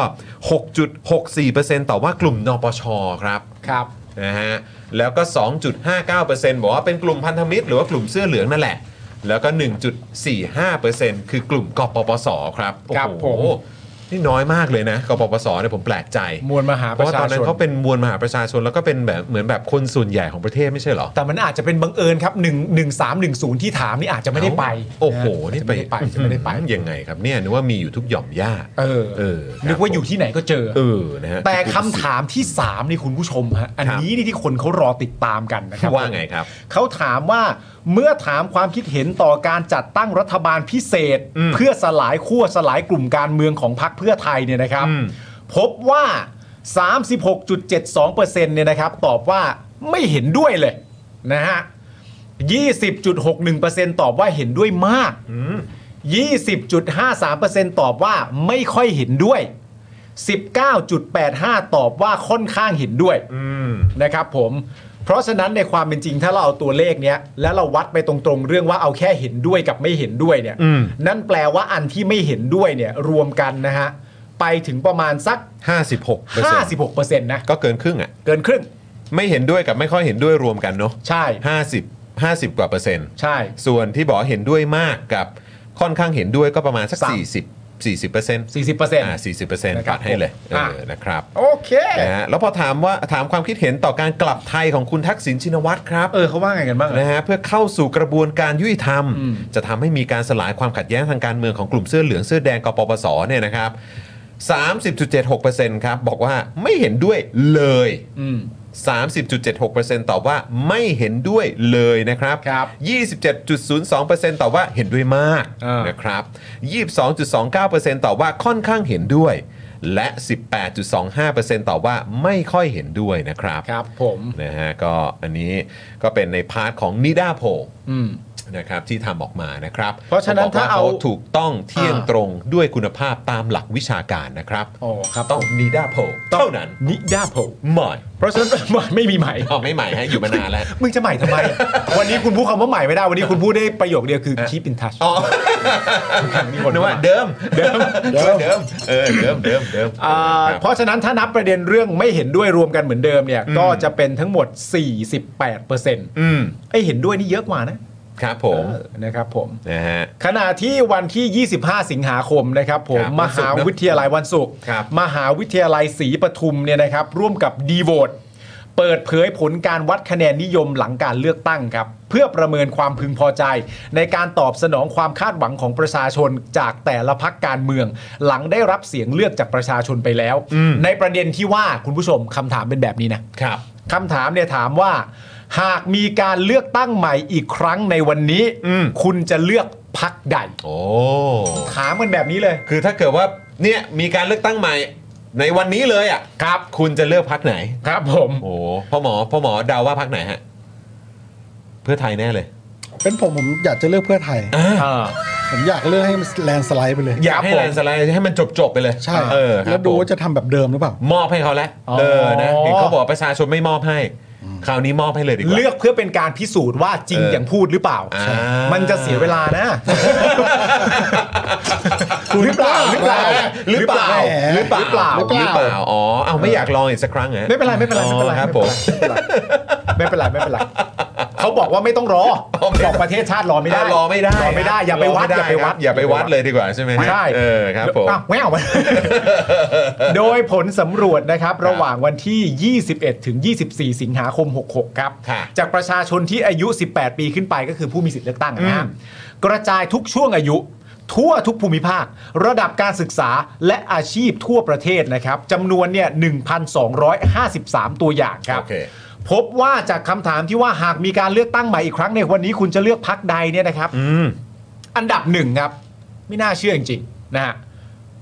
[SPEAKER 1] 6.64%ตอบว่ากลุ่มนปชครับ
[SPEAKER 2] ครับ
[SPEAKER 1] นะฮะแล้วก็ 2.59%บอกว่าเป็นกลุ่มพันธมิตร หรือว่ากลุ่มเสื้อเหลืองนั่นแหละ แล้วก็ 1.45%คือกลุ่มกปปสครับ
[SPEAKER 2] ครับ
[SPEAKER 1] โอ้โห
[SPEAKER 2] ผม
[SPEAKER 1] นี่น้อยมากเลยนะกปปสเนี่ยผมแปลกใจ
[SPEAKER 2] มวลมหา
[SPEAKER 1] เพ
[SPEAKER 2] ประ
[SPEAKER 1] ราะว่า
[SPEAKER 2] ชา
[SPEAKER 1] ตอนนั้น
[SPEAKER 2] ชน
[SPEAKER 1] เขาเป็นมวลมหาประชาชนแล้วก็เป็นแบบเหมือนแบบคนส่วนใหญ่ของประเทศไม่ใช่เหรอ
[SPEAKER 2] แต่มันอาจจะเป็นบังเอิญครับ1 1 3 1 0 ที่ถามนี่อาจจะไม่ได้ไป
[SPEAKER 1] โอ้โห
[SPEAKER 2] ะ
[SPEAKER 1] นี่
[SPEAKER 2] อาจจะไม่ได้ไปอาจจะไม่ได้ไป
[SPEAKER 1] อืยังไงครับเนี่ยนึกว่ามีอยู่ทุกหย่อมหญ้า
[SPEAKER 2] เออ
[SPEAKER 1] เออ
[SPEAKER 2] นึกว่าอยู่
[SPEAKER 1] ครับผม
[SPEAKER 2] ที่ไหนก็เจอ
[SPEAKER 1] เออนะฮะ
[SPEAKER 2] แต่คำถามที่ 3 นี่คุณผู้ชมฮะอันนี้นี่ที่คนเขารอติดตามกันนะครับ
[SPEAKER 1] ว่าไงครับ
[SPEAKER 2] เขาถามว่าเมื่อถามความคิดเห็นต่อการจัดตั้งรัฐบาลพิเศษ
[SPEAKER 1] อืม
[SPEAKER 2] เพื่อสลายขั้วสลายกลุ่มการเมืองของพรรคเพื่อไทยเนี่ยนะครับ
[SPEAKER 1] อืม
[SPEAKER 2] พบว่า 36.72%เนี่ยนะครับ ตอบว่าไม่เห็นด้วยเลยนะฮะ 20.61%ตอบว่าเห็นด้วยมาก 20.53%ตอบว่าไม่ค่อยเห็นด้วย 19.85 ตอบว่าค่อนข้างเห็นด้วย
[SPEAKER 1] อืม
[SPEAKER 2] นะครับผม เพราะฉะนั้นในความเป็นจริงถ้าเราเอาตัวเลขเนี้ยแล้วเราวัดไปตรงๆ เรื่องว่าเอาแค่เห็นด้วยกับไม่เห็นด้วยเนี่ย
[SPEAKER 1] อืม
[SPEAKER 2] นั่นแปลว่าอันที่ไม่เห็นด้วยเนี่ยรวมกันนะฮะไปถึงประมาณสัก
[SPEAKER 1] 56เปอร์เซ็นต์
[SPEAKER 2] 56%นะ
[SPEAKER 1] ก็เกินครึ่งอ่ะ
[SPEAKER 2] เกินครึ่ง
[SPEAKER 1] ไม่เห็นด้วยกับไม่ค่อยเห็นด้วยรวมกันเนาะ
[SPEAKER 2] ใช่
[SPEAKER 1] 50 50 กว่าเปอร์เซ็นต์
[SPEAKER 2] ใช่
[SPEAKER 1] ส่วนที่บอกเห็นด้วยมากกับค่อนข้างเห็นด้วยก็ประมาณสัก
[SPEAKER 2] สาม
[SPEAKER 1] 40 40เปอร์เซ็นต์
[SPEAKER 2] 40%อ
[SPEAKER 1] อ่า40เปอร์เซ็นต์
[SPEAKER 2] นะครับ
[SPEAKER 1] ตัดให้เลยเอ
[SPEAKER 2] อ่ะ
[SPEAKER 1] อนะครับ
[SPEAKER 2] โอเค
[SPEAKER 1] นะฮะแล้วพอถามว่าถามความคิดเห็นต่อการกลับไทยของคุณทักษิณชินวัตรครับ
[SPEAKER 2] เออเขาว่าไงกันบ้างอะ
[SPEAKER 1] นะฮะเพื่อเข้าสู่กระบวนการยุติธรรม
[SPEAKER 2] อืม
[SPEAKER 1] จะทำให้มีการสลายความขัดแย้งทางการเมืองของกลุ่มเสื้อเหลืองเสื้อแดงกปปสเนี่ยนะครับ 30.76%ครับบอกว่าไม่เห็นด้วยเลย
[SPEAKER 2] อืม
[SPEAKER 1] 30.76%ตอบว่าไม่เห็นด้วยเลยนะครับ
[SPEAKER 2] ครับ
[SPEAKER 1] 27.02%ตอบว่าเห็นด้วยมาก
[SPEAKER 2] อ่าน
[SPEAKER 1] นะครับ 22.29%ตอบว่าค่อนข้างเห็นด้วย และ 18.25%ตอบว่าไม่ค่อยเห็นด้วยนะครับ
[SPEAKER 2] ครับผม
[SPEAKER 1] นะฮะก็อันนี้ก็เป็นในพาร์ทของนิดาโพ
[SPEAKER 2] อืม
[SPEAKER 1] นะครับที่ทำออกมานะครับ
[SPEAKER 2] เพราะฉะนั้
[SPEAKER 1] ข
[SPEAKER 2] น
[SPEAKER 1] บอกว่
[SPEAKER 2] ถ้าเอา
[SPEAKER 1] ขถูกต้องเที่ยง
[SPEAKER 2] อ่า
[SPEAKER 1] ตรงด้วยคุณภาพตามหลักวิชาการนะครับ
[SPEAKER 2] โอ้ครับ
[SPEAKER 1] ต้องนิดาโพเท่านั้น
[SPEAKER 2] นิด้าโพ
[SPEAKER 1] หม่อย
[SPEAKER 2] เพราะฉะนั้น ไม่มีใหม่
[SPEAKER 1] เอาไม่ใหม่ฮะอยู่มานานแล้ว
[SPEAKER 2] มึงจะใหม่ทำไม วันนี้คุณพูดคำว่าใหม่ไม่ได้ วันนี้คุณพูดได้ประโยคเดียวคือ keep in touch
[SPEAKER 1] อ๋อ
[SPEAKER 2] มีคน
[SPEAKER 1] นึกว่า
[SPEAKER 2] เข้ามา
[SPEAKER 1] เดิมเดิมเดิมเดิมเออเดิมเดิมเดิม
[SPEAKER 2] อ่า
[SPEAKER 1] ครับ
[SPEAKER 2] เพราะฉะนั้นถ้านับประเด็นเรื่องไม่เห็นด้วยรวมกันเหมือนเดิมเนี่ย
[SPEAKER 1] อืม
[SPEAKER 2] ก็จะเป็นทั้งหมด 48%
[SPEAKER 1] อืม
[SPEAKER 2] ไอ้เห็นด้วยนี่เยอะกว่านะครับ
[SPEAKER 1] ผม
[SPEAKER 2] เออนะครับผม
[SPEAKER 1] นะฮะ
[SPEAKER 2] ขณะที่วันที่ 25 สิงหาคมนะครับผม
[SPEAKER 1] ครับ
[SPEAKER 2] มหาวิทยาลัยวันศุกร์
[SPEAKER 1] ครับ
[SPEAKER 2] มหาวิทยาลัยศรีปทุมเนี่ยนะครับ ร่วมกับดีโวตเปิดเผยผลการวัดคะแนนนิยมหลังการเลือกตั้งครับ เพื่อประเมินความพึงพอใจ ในการตอบสนองความคาดหวังของประชาชนจากแต่ละพักการเมือง หลังได้รับเสียงเลือกจากประชาชนไปแล้ว ในประเด็นที่ว่าคุณผู้ชมคำถามเป็นแบบนี้นะ
[SPEAKER 1] ครับ
[SPEAKER 2] คำถามเนี่ยถามว่า หากมีการเลือกตั้งใหม่อีกครั้งในวันนี้
[SPEAKER 1] อืม
[SPEAKER 2] คุณจะเลือกพักใด
[SPEAKER 1] โอ้
[SPEAKER 2] ถามกันแบบนี้เลย
[SPEAKER 1] คือถ้าเกิดว่าเนี่ยมีการเลือกตั้งใหม่ในวันนี้เลยอ่ะครับคุณจะเลือกพักไหน
[SPEAKER 2] ครับผม
[SPEAKER 1] โอ้โหพ่อหมอพ่อหมอเดาว่าพักไหนฮะ เพื่อไทยแน่เลย
[SPEAKER 3] เป็นผมผมอยากจะเลือกเพื่อไทย ผมอยากเลือกให้มันแลนด์สไลด์ไปเลย
[SPEAKER 1] อยากให้
[SPEAKER 2] ผม
[SPEAKER 1] แลนด์สไลด์ให้มันจบจบๆไปเลย
[SPEAKER 3] ใช่
[SPEAKER 1] เออครับ
[SPEAKER 3] แล้วดู
[SPEAKER 1] ผม
[SPEAKER 3] ว่าจะทำแบบเดิมหรือเปล่า
[SPEAKER 1] มอบให้เขาแล้ว
[SPEAKER 2] อ๋อ
[SPEAKER 1] เออนะเห็นเขาบอกประชาชนไม่มอบให้ คราวนี้มอบให้เลยดีกว่า
[SPEAKER 2] เลือกเพื่อเป็นการพิสูจน์ว่าจริง
[SPEAKER 1] เออ
[SPEAKER 2] อ
[SPEAKER 1] อย่าง
[SPEAKER 2] พูดหรือเปล่า
[SPEAKER 1] อ่า
[SPEAKER 2] มันจะเสียเวลานะ หรือเปล่าหรือเปล่า
[SPEAKER 1] หรือเปล่า
[SPEAKER 2] หรือเปล่า
[SPEAKER 1] หรืเป
[SPEAKER 2] หรือ อเป
[SPEAKER 1] ล่า
[SPEAKER 2] ล่า
[SPEAKER 1] หรือเปล่าอ๋อเอาไม่อยากลองอีกสักครั้งฮะ
[SPEAKER 2] ไม่เป็นไรไม่เป็นไรไม่เป็นไร
[SPEAKER 1] อ๋อครับผม
[SPEAKER 2] ไม่เป็นไรไม่เป็นไรเขาบอกว่าไม่ต้องรอ
[SPEAKER 1] โอเค
[SPEAKER 2] บอกประเทศชาติรอไม่ได้
[SPEAKER 1] รอไม่ได้
[SPEAKER 2] รอไม่ได้อย่าไปวัด
[SPEAKER 1] ร
[SPEAKER 2] อย่าไป
[SPEAKER 1] ค
[SPEAKER 2] วัด
[SPEAKER 1] รับอย่าไปวัดเลยดีกว่าใช่ไหมฮะ
[SPEAKER 2] ใช่
[SPEAKER 1] เออครับผม
[SPEAKER 2] อ้าวแว้าว โดยผลสำรวจนะครับ ระหว่างวันที่ 21 ถึง 24 สิงหาคม 66 ครับ
[SPEAKER 1] ค่ะ
[SPEAKER 2] จากประชาชนที่อายุ 18 ปีขึ้นไปก็คือผู้มีสิทธิ์เลือกตั้งนะฮะ
[SPEAKER 1] อืม
[SPEAKER 2] กระจายทุกช่วงอายุ ทั่วทุกภูมิภาค ระดับการศึกษาและอาชีพทั่วประเทศนะครับจำนวนเนี่ย1,253 ตัวอย่างครับ
[SPEAKER 1] โอเค
[SPEAKER 2] พบว่าจากคำถามที่ว่าหากมีการเลือกตั้งใหม่อีกครั้งในวันนี้คุณจะเลือกพักใดเนี่ยนะครับ
[SPEAKER 1] อืม
[SPEAKER 2] อันดับหนึ่งครับ ไม่น่าเชื่อจริงๆนะฮะ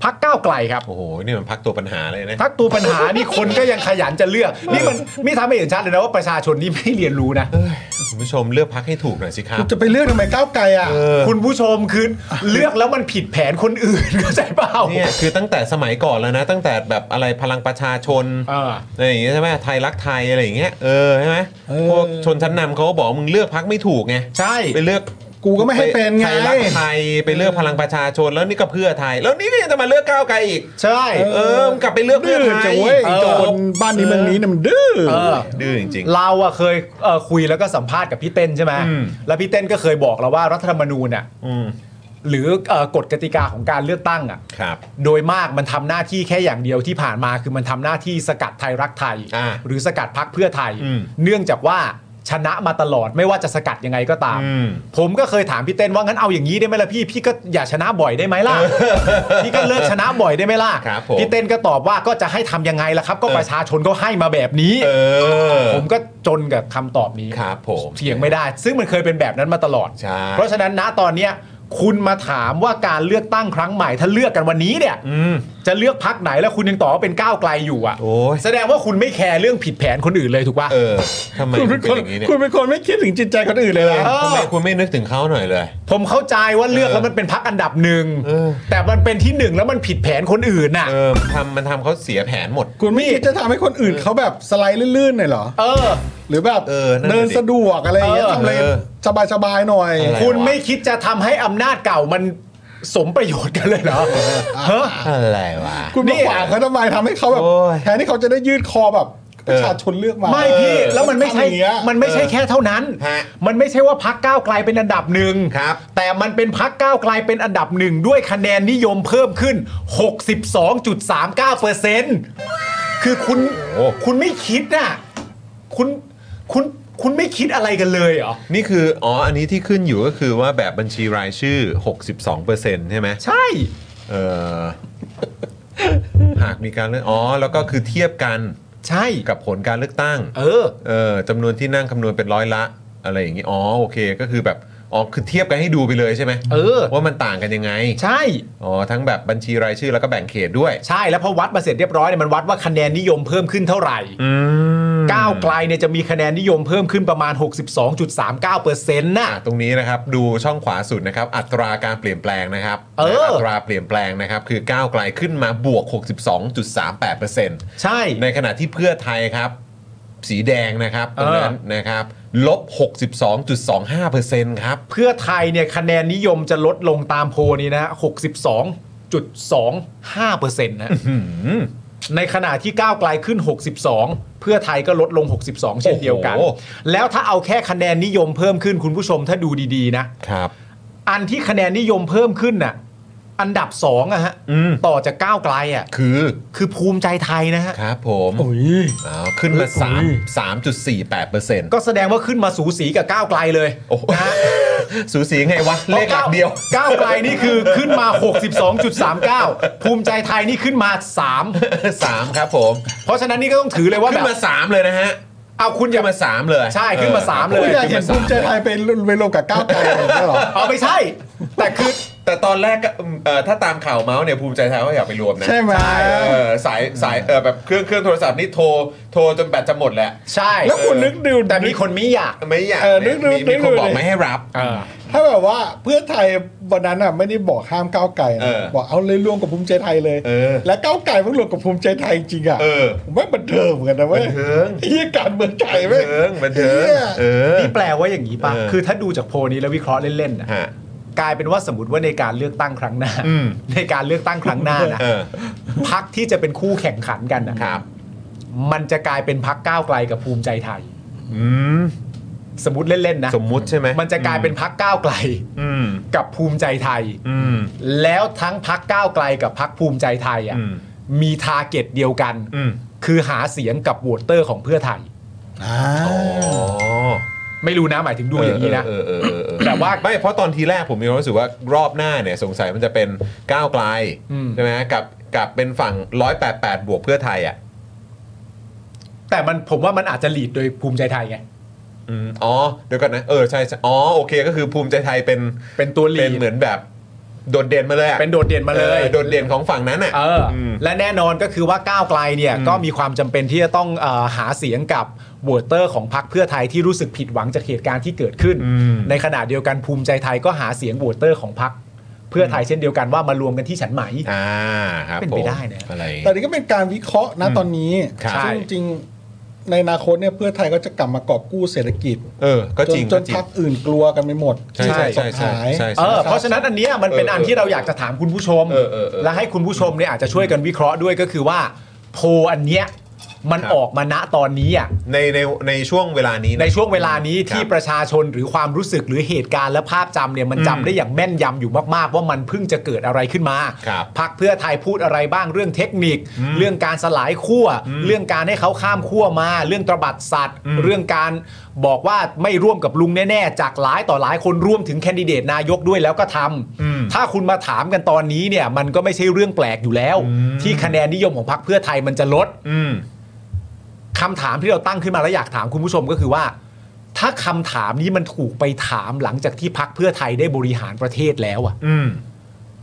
[SPEAKER 2] พักก้าวไกลครับ
[SPEAKER 1] โอ้โหนี่มันพักตัวปัญหาเลยนะ
[SPEAKER 2] พักตัวปัญหานี่คนก็ยังขยันจะเลือก นี่มันนี่ทำให้เห็นชัดเลยนะว่าประชาชนนี่ไม่เรียนรู้นะ
[SPEAKER 1] คุณผู้ชมเลือกพักให้ถูกหน่อยสิครับ
[SPEAKER 3] จะไปเลือกทำไมก้าวไกลอ่ะ
[SPEAKER 2] คุณผู้ชมคือเลือกแล้วมันผิดแผนคนอื่น เข้าใจเปล่า
[SPEAKER 1] เนี่ยคือตั้งแต่สมัยก่อนแล้วนะ ตั้งแต่แบบอะไรพลังประชาชน
[SPEAKER 2] เออ
[SPEAKER 1] อะไรอย่างเงี้ยใช่ไหมไทยรักไทยอะไรอย่างเงี้ยเออใช่ไหม
[SPEAKER 3] เออ
[SPEAKER 1] พวกชนชั้นนำเขาก็บอกมึงเลือกพักไม่ถูกไง
[SPEAKER 2] ใช่
[SPEAKER 1] ไปเลือก
[SPEAKER 3] กูก็ไม่ให้เป็นไง
[SPEAKER 1] ทยรักไทยไปเลือกพลังประชาชนแล้วนี่ก็เพื่อไทย แล้วนี่ก็ยังจะมาเลือกก้าวไกลอีก
[SPEAKER 2] ใช่
[SPEAKER 1] เออมึงกลับไปเลือกเพื่อ
[SPEAKER 3] ดื้อ
[SPEAKER 1] ไท
[SPEAKER 3] จั
[SPEAKER 1] ย
[SPEAKER 3] งเว้ย
[SPEAKER 1] เออ
[SPEAKER 3] โจรบ้านนี้เมืองนี้น่ะมันดื้อ
[SPEAKER 2] เออ
[SPEAKER 1] ดื้อจริง
[SPEAKER 2] เราอะเคยเอ่อคุยแล้วก็สัมภาษณ์กับพี่เต้นใช่ไหม
[SPEAKER 1] อืม
[SPEAKER 2] แล้วพี่เต้นก็เคยบอกเราว่ารัฐธรรมนูญอะ
[SPEAKER 1] ๆอืม
[SPEAKER 2] หรือเอ่อกฎกติกาของการเลือกตั้งอะ
[SPEAKER 1] ครับ
[SPEAKER 2] โดยมากมันทำหน้าที่แค่อย่างเดียวที่ผ่านมาคือมันทำหน้าที่สกัดไทยรักไทย
[SPEAKER 1] อ่า
[SPEAKER 2] หรือสกัดพักเพื่อไทย
[SPEAKER 1] อืม
[SPEAKER 2] เนื่องจากว่าชนะมาตลอดไม่ว่าจะสกัดยังไงก็ตาม
[SPEAKER 1] อืม
[SPEAKER 2] ผมก็เคยถามพี่เต้นว่างั้นเอาอย่างนี้ได้ไหมล่ะพี่พี่ก็อย่าชนะบ่อยได้ไหม ล่ะพี่ก็เลิกชนะบ่อยได้ไหมล่ะ
[SPEAKER 1] ครับผม
[SPEAKER 2] พี่เต้นก็ตอบว่าก็จะให้ทำยังไงล่ะครับ ก็
[SPEAKER 1] เออ
[SPEAKER 2] ประชาชนก็ให้มาแบบนี้
[SPEAKER 1] เออ
[SPEAKER 2] ผมก็จนกับคำตอบนี้
[SPEAKER 1] ครับผม
[SPEAKER 2] เถียงไม่ได้ ซึ่งมันเคยเป็นแบบนั้นมาตลอด
[SPEAKER 1] ใช่
[SPEAKER 2] เพราะฉะนั้นนะตอนเนี้ยคุณมาถามว่าการเลือกตั้งครั้งใหม่ถ้าเลือกกันวันนี้เนี่ย
[SPEAKER 1] อืม
[SPEAKER 2] จะเลือกพักไหนแล้วคุณยังตอบว่าเป็นก้าวไกลอยู่อ่ะ
[SPEAKER 1] โอ้ย
[SPEAKER 2] แสดงว่าคุณไม่แคร์เรื่องผิดแผนคนอื่นเลยถูกปะ
[SPEAKER 1] เออทำไม
[SPEAKER 3] คุณ
[SPEAKER 1] มั
[SPEAKER 3] เป็น น
[SPEAKER 1] เป็น
[SPEAKER 3] คน
[SPEAKER 1] อย่างนี้เนี่ย
[SPEAKER 3] คุณเป็นคนไม่คิดถึงจิตใจคนอื่นเลยนะ
[SPEAKER 2] เออ
[SPEAKER 1] ทำไมคุณไม่นึกถึงเขาหน่อยเลย
[SPEAKER 2] ผมเข้าใจว่าเลือก
[SPEAKER 1] เออ
[SPEAKER 2] แล้วมันเป็นพักอันดับหนึ่ง
[SPEAKER 1] เออ
[SPEAKER 2] แต่มันเป็นที่หนึ่งแล้วมันผิดแผนคนอื่นน่ะ
[SPEAKER 1] เออทำมันทำเขาเสียแผนหมด
[SPEAKER 3] คุณไม่คิดจะทำให้คนอื่นเขาแบบสไลด์ลื่นๆหน่อยเหรอ
[SPEAKER 2] เออ
[SPEAKER 3] หรือแบบ
[SPEAKER 1] เออนั่นน่ะดิ
[SPEAKER 3] เดินสะดวกอะไรอย่างเงี้ย
[SPEAKER 2] เออ
[SPEAKER 3] ทำอะไร
[SPEAKER 1] เออ
[SPEAKER 3] สบายๆหน่อย
[SPEAKER 1] อะไร
[SPEAKER 2] คุณไม่คิดจะทำให้อำนาจเก่ามันสมประโยชน์กันเลยเหรอฮะ
[SPEAKER 1] อะไรวะ
[SPEAKER 3] คุณมาขวางเขาทำไมทำให้เขาแบบ
[SPEAKER 1] โอ้ย
[SPEAKER 3] แทนที่เขาจะได้ยืดคอแบบป
[SPEAKER 1] เออ
[SPEAKER 3] ระชาชนเลือกมา
[SPEAKER 2] ไม่พี่ แล้วมันไม่ใช่
[SPEAKER 3] ทำอย่างเงี้ย
[SPEAKER 2] มันไม่ใช่แค่เท่านั้น
[SPEAKER 1] ฮะ
[SPEAKER 2] มันไม่ใช่ว่าพักก้าวไกลเป็นอันดับหนึ่ง
[SPEAKER 1] ครับ
[SPEAKER 2] แต่มันเป็นพักก้าวไกลเป็นอันดับหนึ่งด้วยคะแนนนิยมเพิ่มขึ้น 62.39เปอร์เซ็นต์คือคุณ
[SPEAKER 1] โอ้
[SPEAKER 2] คุณไม่คิดน่ะคุณคุณคุณไม่คิดอะไรกันเลยเหรอ
[SPEAKER 1] นี่คือ อ๋อ อันนี้ที่ขึ้นอยู่ก็คือว่าแบบบัญชีรายชื่อ 62%ใช่ไหม
[SPEAKER 2] ใช่
[SPEAKER 1] เออ หากมีการเลือกอ๋อ แล้วก็คือเทียบกัน
[SPEAKER 2] ใช่
[SPEAKER 1] กับผลการเลือกตั้ง
[SPEAKER 2] เออ
[SPEAKER 1] เออจำนวนที่นั่งคำนวณเป็นร้อยละ อะไรอย่างนี้ อ๋อ โอเค ก็คือแบบ อ๋อ คือเทียบกันให้ดูไปเลยใช่ไหม
[SPEAKER 2] เออ
[SPEAKER 1] ว่ามันต่างกันยังไง
[SPEAKER 2] ใช่
[SPEAKER 1] อ๋อ ทั้งแบบบัญชีรายชื่อแล้วก็แบ่งเขตด้วย
[SPEAKER 2] ใช่แล้วพอวัดมาเสร็จเรียบร้อยเนี่ยมันวัดว่าคะแนนนิยมเพิ่มขึ้นเท่าไหร่
[SPEAKER 1] อืม
[SPEAKER 2] ก้าวไกลเนี่ยจะมีคะแนนนิยมเพิ่มขึ้นประมาณ 62.39เปอร์เซ็นต์น่ะ
[SPEAKER 1] อ่ะตรงนี้นะครับ ดูช่องขวาสุดนะครับ อัตราการเปลี่ยนแปลงนะครับ
[SPEAKER 2] เออ
[SPEAKER 1] นะอัตราเปลี่ยนแปลงนะครับ คือก้าวไกลขึ้นมาบวก 62.38%
[SPEAKER 2] ใช่
[SPEAKER 1] ในขณะที่เพื่อไทยครับ สีแดงนะครับตรงนั้นนะครับ ลบ 62.25%ครับ
[SPEAKER 2] เพื่อไทยเนี่ยคะแนนนิยมจะลดลงตามโพลนี้นะฮะ62.25เปอร์เซ็นต์นะในขณะที่ก้าวไกลขึ้น 62 เพื่อไทยก็ลดลง 62 เช่นเดียวกัน
[SPEAKER 1] โอ้โห
[SPEAKER 2] แล้วถ้าเอาแค่คะแนนนิยมเพิ่มขึ้นคุณผู้ชมถ้าดูดีๆนะ
[SPEAKER 1] ครับ
[SPEAKER 2] อันที่คะแนนนิยมเพิ่มขึ้นน่ะอันดับ2อะฮะ
[SPEAKER 1] อืม
[SPEAKER 2] ต่อจากก้าวไกลอะ
[SPEAKER 1] คือ
[SPEAKER 2] คือภูมิใจไทยนะฮะ
[SPEAKER 1] ครับผม
[SPEAKER 3] โอ้ย
[SPEAKER 1] อ้าวขึ้นมา
[SPEAKER 3] เฮ้ย
[SPEAKER 1] 3 3.48เปอร์เซ็นต์
[SPEAKER 2] ก็แสดงว่าขึ้นมาสูสีกับก้าวไกลเลยนะฮะ
[SPEAKER 1] สูสีไงวะ เลขหลักเดียว
[SPEAKER 2] ก้าวไกลนี่คือ ขึ้นมา 62.39 ภูมิใจไทยนี่ขึ้นมา 3
[SPEAKER 1] 3 ครับผม
[SPEAKER 2] เพราะฉะนั้นนี่ก็ต้องถือเลยว่า
[SPEAKER 1] ขึ้
[SPEAKER 2] แบ
[SPEAKER 1] น
[SPEAKER 2] บ
[SPEAKER 1] มา 3 เลยนะฮะ
[SPEAKER 2] เอาคุณอ
[SPEAKER 1] ขึ้
[SPEAKER 2] ย่านมา
[SPEAKER 1] มา 3 เลย
[SPEAKER 2] ใช่ขึ้นมาสามเล
[SPEAKER 1] อ
[SPEAKER 3] คุ
[SPEAKER 1] อ
[SPEAKER 3] ณอยากเห็น
[SPEAKER 1] ขึ้
[SPEAKER 3] ภูมิใจไทยไปไปลงกับก้าวไกลอะไรอย่างเงี้ยเหรอ
[SPEAKER 2] เอาไม่ใช่ แต่คือ
[SPEAKER 1] แต่ตอนแรกก็อืมเอ่อถ้าตามข่าวเมาส์เนี่ยภูมิใจไทยก็อยากไปรวมนะ
[SPEAKER 3] ใช่ไหม
[SPEAKER 1] เออสายสายเออแบบเครื่องเครื่องโทรศัพท์นี่โทรโทรจนแบตจะหมดแหละ
[SPEAKER 2] ใช่
[SPEAKER 3] แล้วคุณนึกดู
[SPEAKER 2] แต่มีคนไม่อยาก
[SPEAKER 1] ไม่อยาก
[SPEAKER 3] เออนึกดู
[SPEAKER 1] มีมี
[SPEAKER 3] นึก
[SPEAKER 1] ค
[SPEAKER 3] ดู
[SPEAKER 1] นบอก
[SPEAKER 3] ดิ
[SPEAKER 1] ไม่ให้รับ
[SPEAKER 3] ถ้าแบบว่าเพื่อไทยวันนั้นอ่ะไม่ได้บอกห้ามก้าวไกล
[SPEAKER 1] เอ
[SPEAKER 3] นะ
[SPEAKER 1] อ
[SPEAKER 3] บอกเอาเลยรวมกับภูมิใจไทยเลย
[SPEAKER 1] เออ
[SPEAKER 3] และก้าวไกลเพิ่งรวมกับภูมิใจไทยจริงอ่ะ
[SPEAKER 1] เออ
[SPEAKER 3] ผมว่าบันเทิงเหมือนกันนะเว้ย
[SPEAKER 1] บันเทิง
[SPEAKER 3] ไอ้เหี้ยการเมืองไทย
[SPEAKER 1] บัน
[SPEAKER 3] เว้ย
[SPEAKER 1] เทิงบันเทิง
[SPEAKER 3] เหี้ย
[SPEAKER 1] เออ
[SPEAKER 2] นี่แปลว่าอย่างนี้ป่ะ
[SPEAKER 1] เออ
[SPEAKER 2] คือถ้าดูจากโพลนี้แล้ววิเคราะห์เล่นๆนะ
[SPEAKER 1] ฮะ
[SPEAKER 2] กลายเป็นว่าสมมติว่าในการเลือกตั้งครั้งหน้า
[SPEAKER 1] อืม
[SPEAKER 2] ในการเลือกตั้งครั้งหน้านะ
[SPEAKER 1] เออ
[SPEAKER 2] พักที่จะเป็นคู่แข่งขันกันนะครับ มันจะกลายเป็นพักก้าวไกลกับภูมิใจไทย
[SPEAKER 1] อืม
[SPEAKER 2] สมมติเล่นๆนะ
[SPEAKER 1] สมมุติใช่ไหม
[SPEAKER 2] มันจะกลายเป็นพักก้าวไกล
[SPEAKER 1] อืม
[SPEAKER 2] กับภูมิใจไทย
[SPEAKER 1] อืม
[SPEAKER 2] แล้วทั้งพักก้าวไกลกับพักภูมิใจไทยอ่ะ
[SPEAKER 1] อืม
[SPEAKER 2] มีทาร์เก็ตเดียวกัน
[SPEAKER 1] อืม
[SPEAKER 2] คือหาเสียงกับโหวตเตอร์ของเพื่อไทย
[SPEAKER 3] อ่า
[SPEAKER 1] อ๋อ
[SPEAKER 2] ไม่รู้นะหมายถึงดูอย่างนี้นะ
[SPEAKER 1] เออเออเออเออ
[SPEAKER 2] แต่ว่า
[SPEAKER 1] ไม่เพราะตอนทีแรกผมมีความรู้สึกว่ารอบหน้าเนี่ยสงสัยมันจะเป็นก้าวไกล
[SPEAKER 2] อืม
[SPEAKER 1] ใช่ไหมกับกับเป็นฝั่ง 188 บวกเพื่อไทยอ่ะ
[SPEAKER 2] แต่มันผมว่ามันอาจจะหลีดโดยภูมิใจไทยไง
[SPEAKER 1] อืมอ๋อเดี๋ยวก่อนนะเออใช่ใช่อ๋อโอเคก็คือภูมิใจไทยเป็น
[SPEAKER 2] เป็นตัวหลี
[SPEAKER 1] เป็น
[SPEAKER 2] ด
[SPEAKER 1] เหมือนแบบโดดเด่นมาเลยอะ
[SPEAKER 2] เป็นโดดเด่นมาเลย
[SPEAKER 1] ออโดดเด่นของฝั่งนั้นอ่ะ
[SPEAKER 2] เอออ
[SPEAKER 1] ม
[SPEAKER 2] และแน่นอนก็คือว่าก้าวไกลเนี่ยก็มีความจำเป็นที่จะต้องเออหาเสียงกับโหวตเตอร์ของพรรคเพื่อไทยที่รู้สึกผิดหวังจากเหตุการณ์ที่เกิดขึ้น
[SPEAKER 1] อืม
[SPEAKER 2] ในขณะเดียวกันภูมิใจไทยก็หาเสียงโหวตเตอร์ของพรรคเพื่อไทยเช่นเดียวกันว่ามารวมกันที่ฉันไหม
[SPEAKER 1] อ่าครับ
[SPEAKER 2] เป็นไป
[SPEAKER 1] ผม
[SPEAKER 2] ได้นะ
[SPEAKER 1] อะไร
[SPEAKER 3] แต่นี่ก็เป็นการวิเคราะห์นะตอนนี้
[SPEAKER 1] ครับ
[SPEAKER 3] ซึ่ง
[SPEAKER 2] ใช่
[SPEAKER 3] จริง ในอนาคตเนี่ยเพื่อไทยก็จะกลับมากอบกู้เศรษฐกิจ
[SPEAKER 1] เออ ก็
[SPEAKER 3] จ
[SPEAKER 1] จริ
[SPEAKER 3] น
[SPEAKER 1] ง
[SPEAKER 3] จ
[SPEAKER 1] ก็
[SPEAKER 3] น
[SPEAKER 1] จริง
[SPEAKER 3] พักอื่นกลัวกันไปหมด
[SPEAKER 1] ใช่ใช่ใช่ใช่ใช่
[SPEAKER 2] เออเพราะฉะนั้นอันเนี้ยมันเป็นอันที่เราอยากจะถามคุณผู้ชม
[SPEAKER 1] เออเออเออ
[SPEAKER 2] และให้คุณผู้ชมเนี่ยอาจจะช่วยกันวิเคราะห์ด้วยก็คือว่า โพลอันเนี้ยมัน
[SPEAKER 1] ครับ
[SPEAKER 2] ออกมาณตอนนี้อ่ะ
[SPEAKER 1] ในในในช่วงเวลานี้ะ
[SPEAKER 2] ในช่วงเวลานี้ที่
[SPEAKER 1] ครับ
[SPEAKER 2] ประชาชนหรือความรู้สึกหรือเหตุการณ์และภาพจำเนี่ยมันจำได้อย่างแม่นยำอยู่มากๆ ว่ามันเพิ่งจะเกิดอะไรขึ้นมา
[SPEAKER 1] ครับ
[SPEAKER 2] พักเพื่อไทยพูดอะไรบ้างเรื่องเทคนิค เรื่องการสลายขั้วเรื่องการให้เขาข้ามขั้วมา เรื่องตระบัดสัตว์ เรื่องการบอกว่าไม่ร่วมกับลุงแน่ๆ จากหลายต่อหลายคนร่วมถึงแคนดิเดตนายกด้วยแล้วก็ทำ
[SPEAKER 1] อืม
[SPEAKER 2] ถ้าคุณมาถามกันตอนนี้เนี่ยมันก็ไม่ใช่เรื่องแปลกอยู่แล้ว ที่คะแนนนิยมของพรรคเพื่อไทยมันจะลด
[SPEAKER 1] อืม
[SPEAKER 2] คำถามที่เราตั้งขึ้นมาแล้วอยากถามคุณผู้ชมก็คือว่า ถ้าคำถามนี้มันถูกไปถามหลังจากที่พักเพื่อไทยได้บริหารประเทศแล้วอะ
[SPEAKER 1] อืม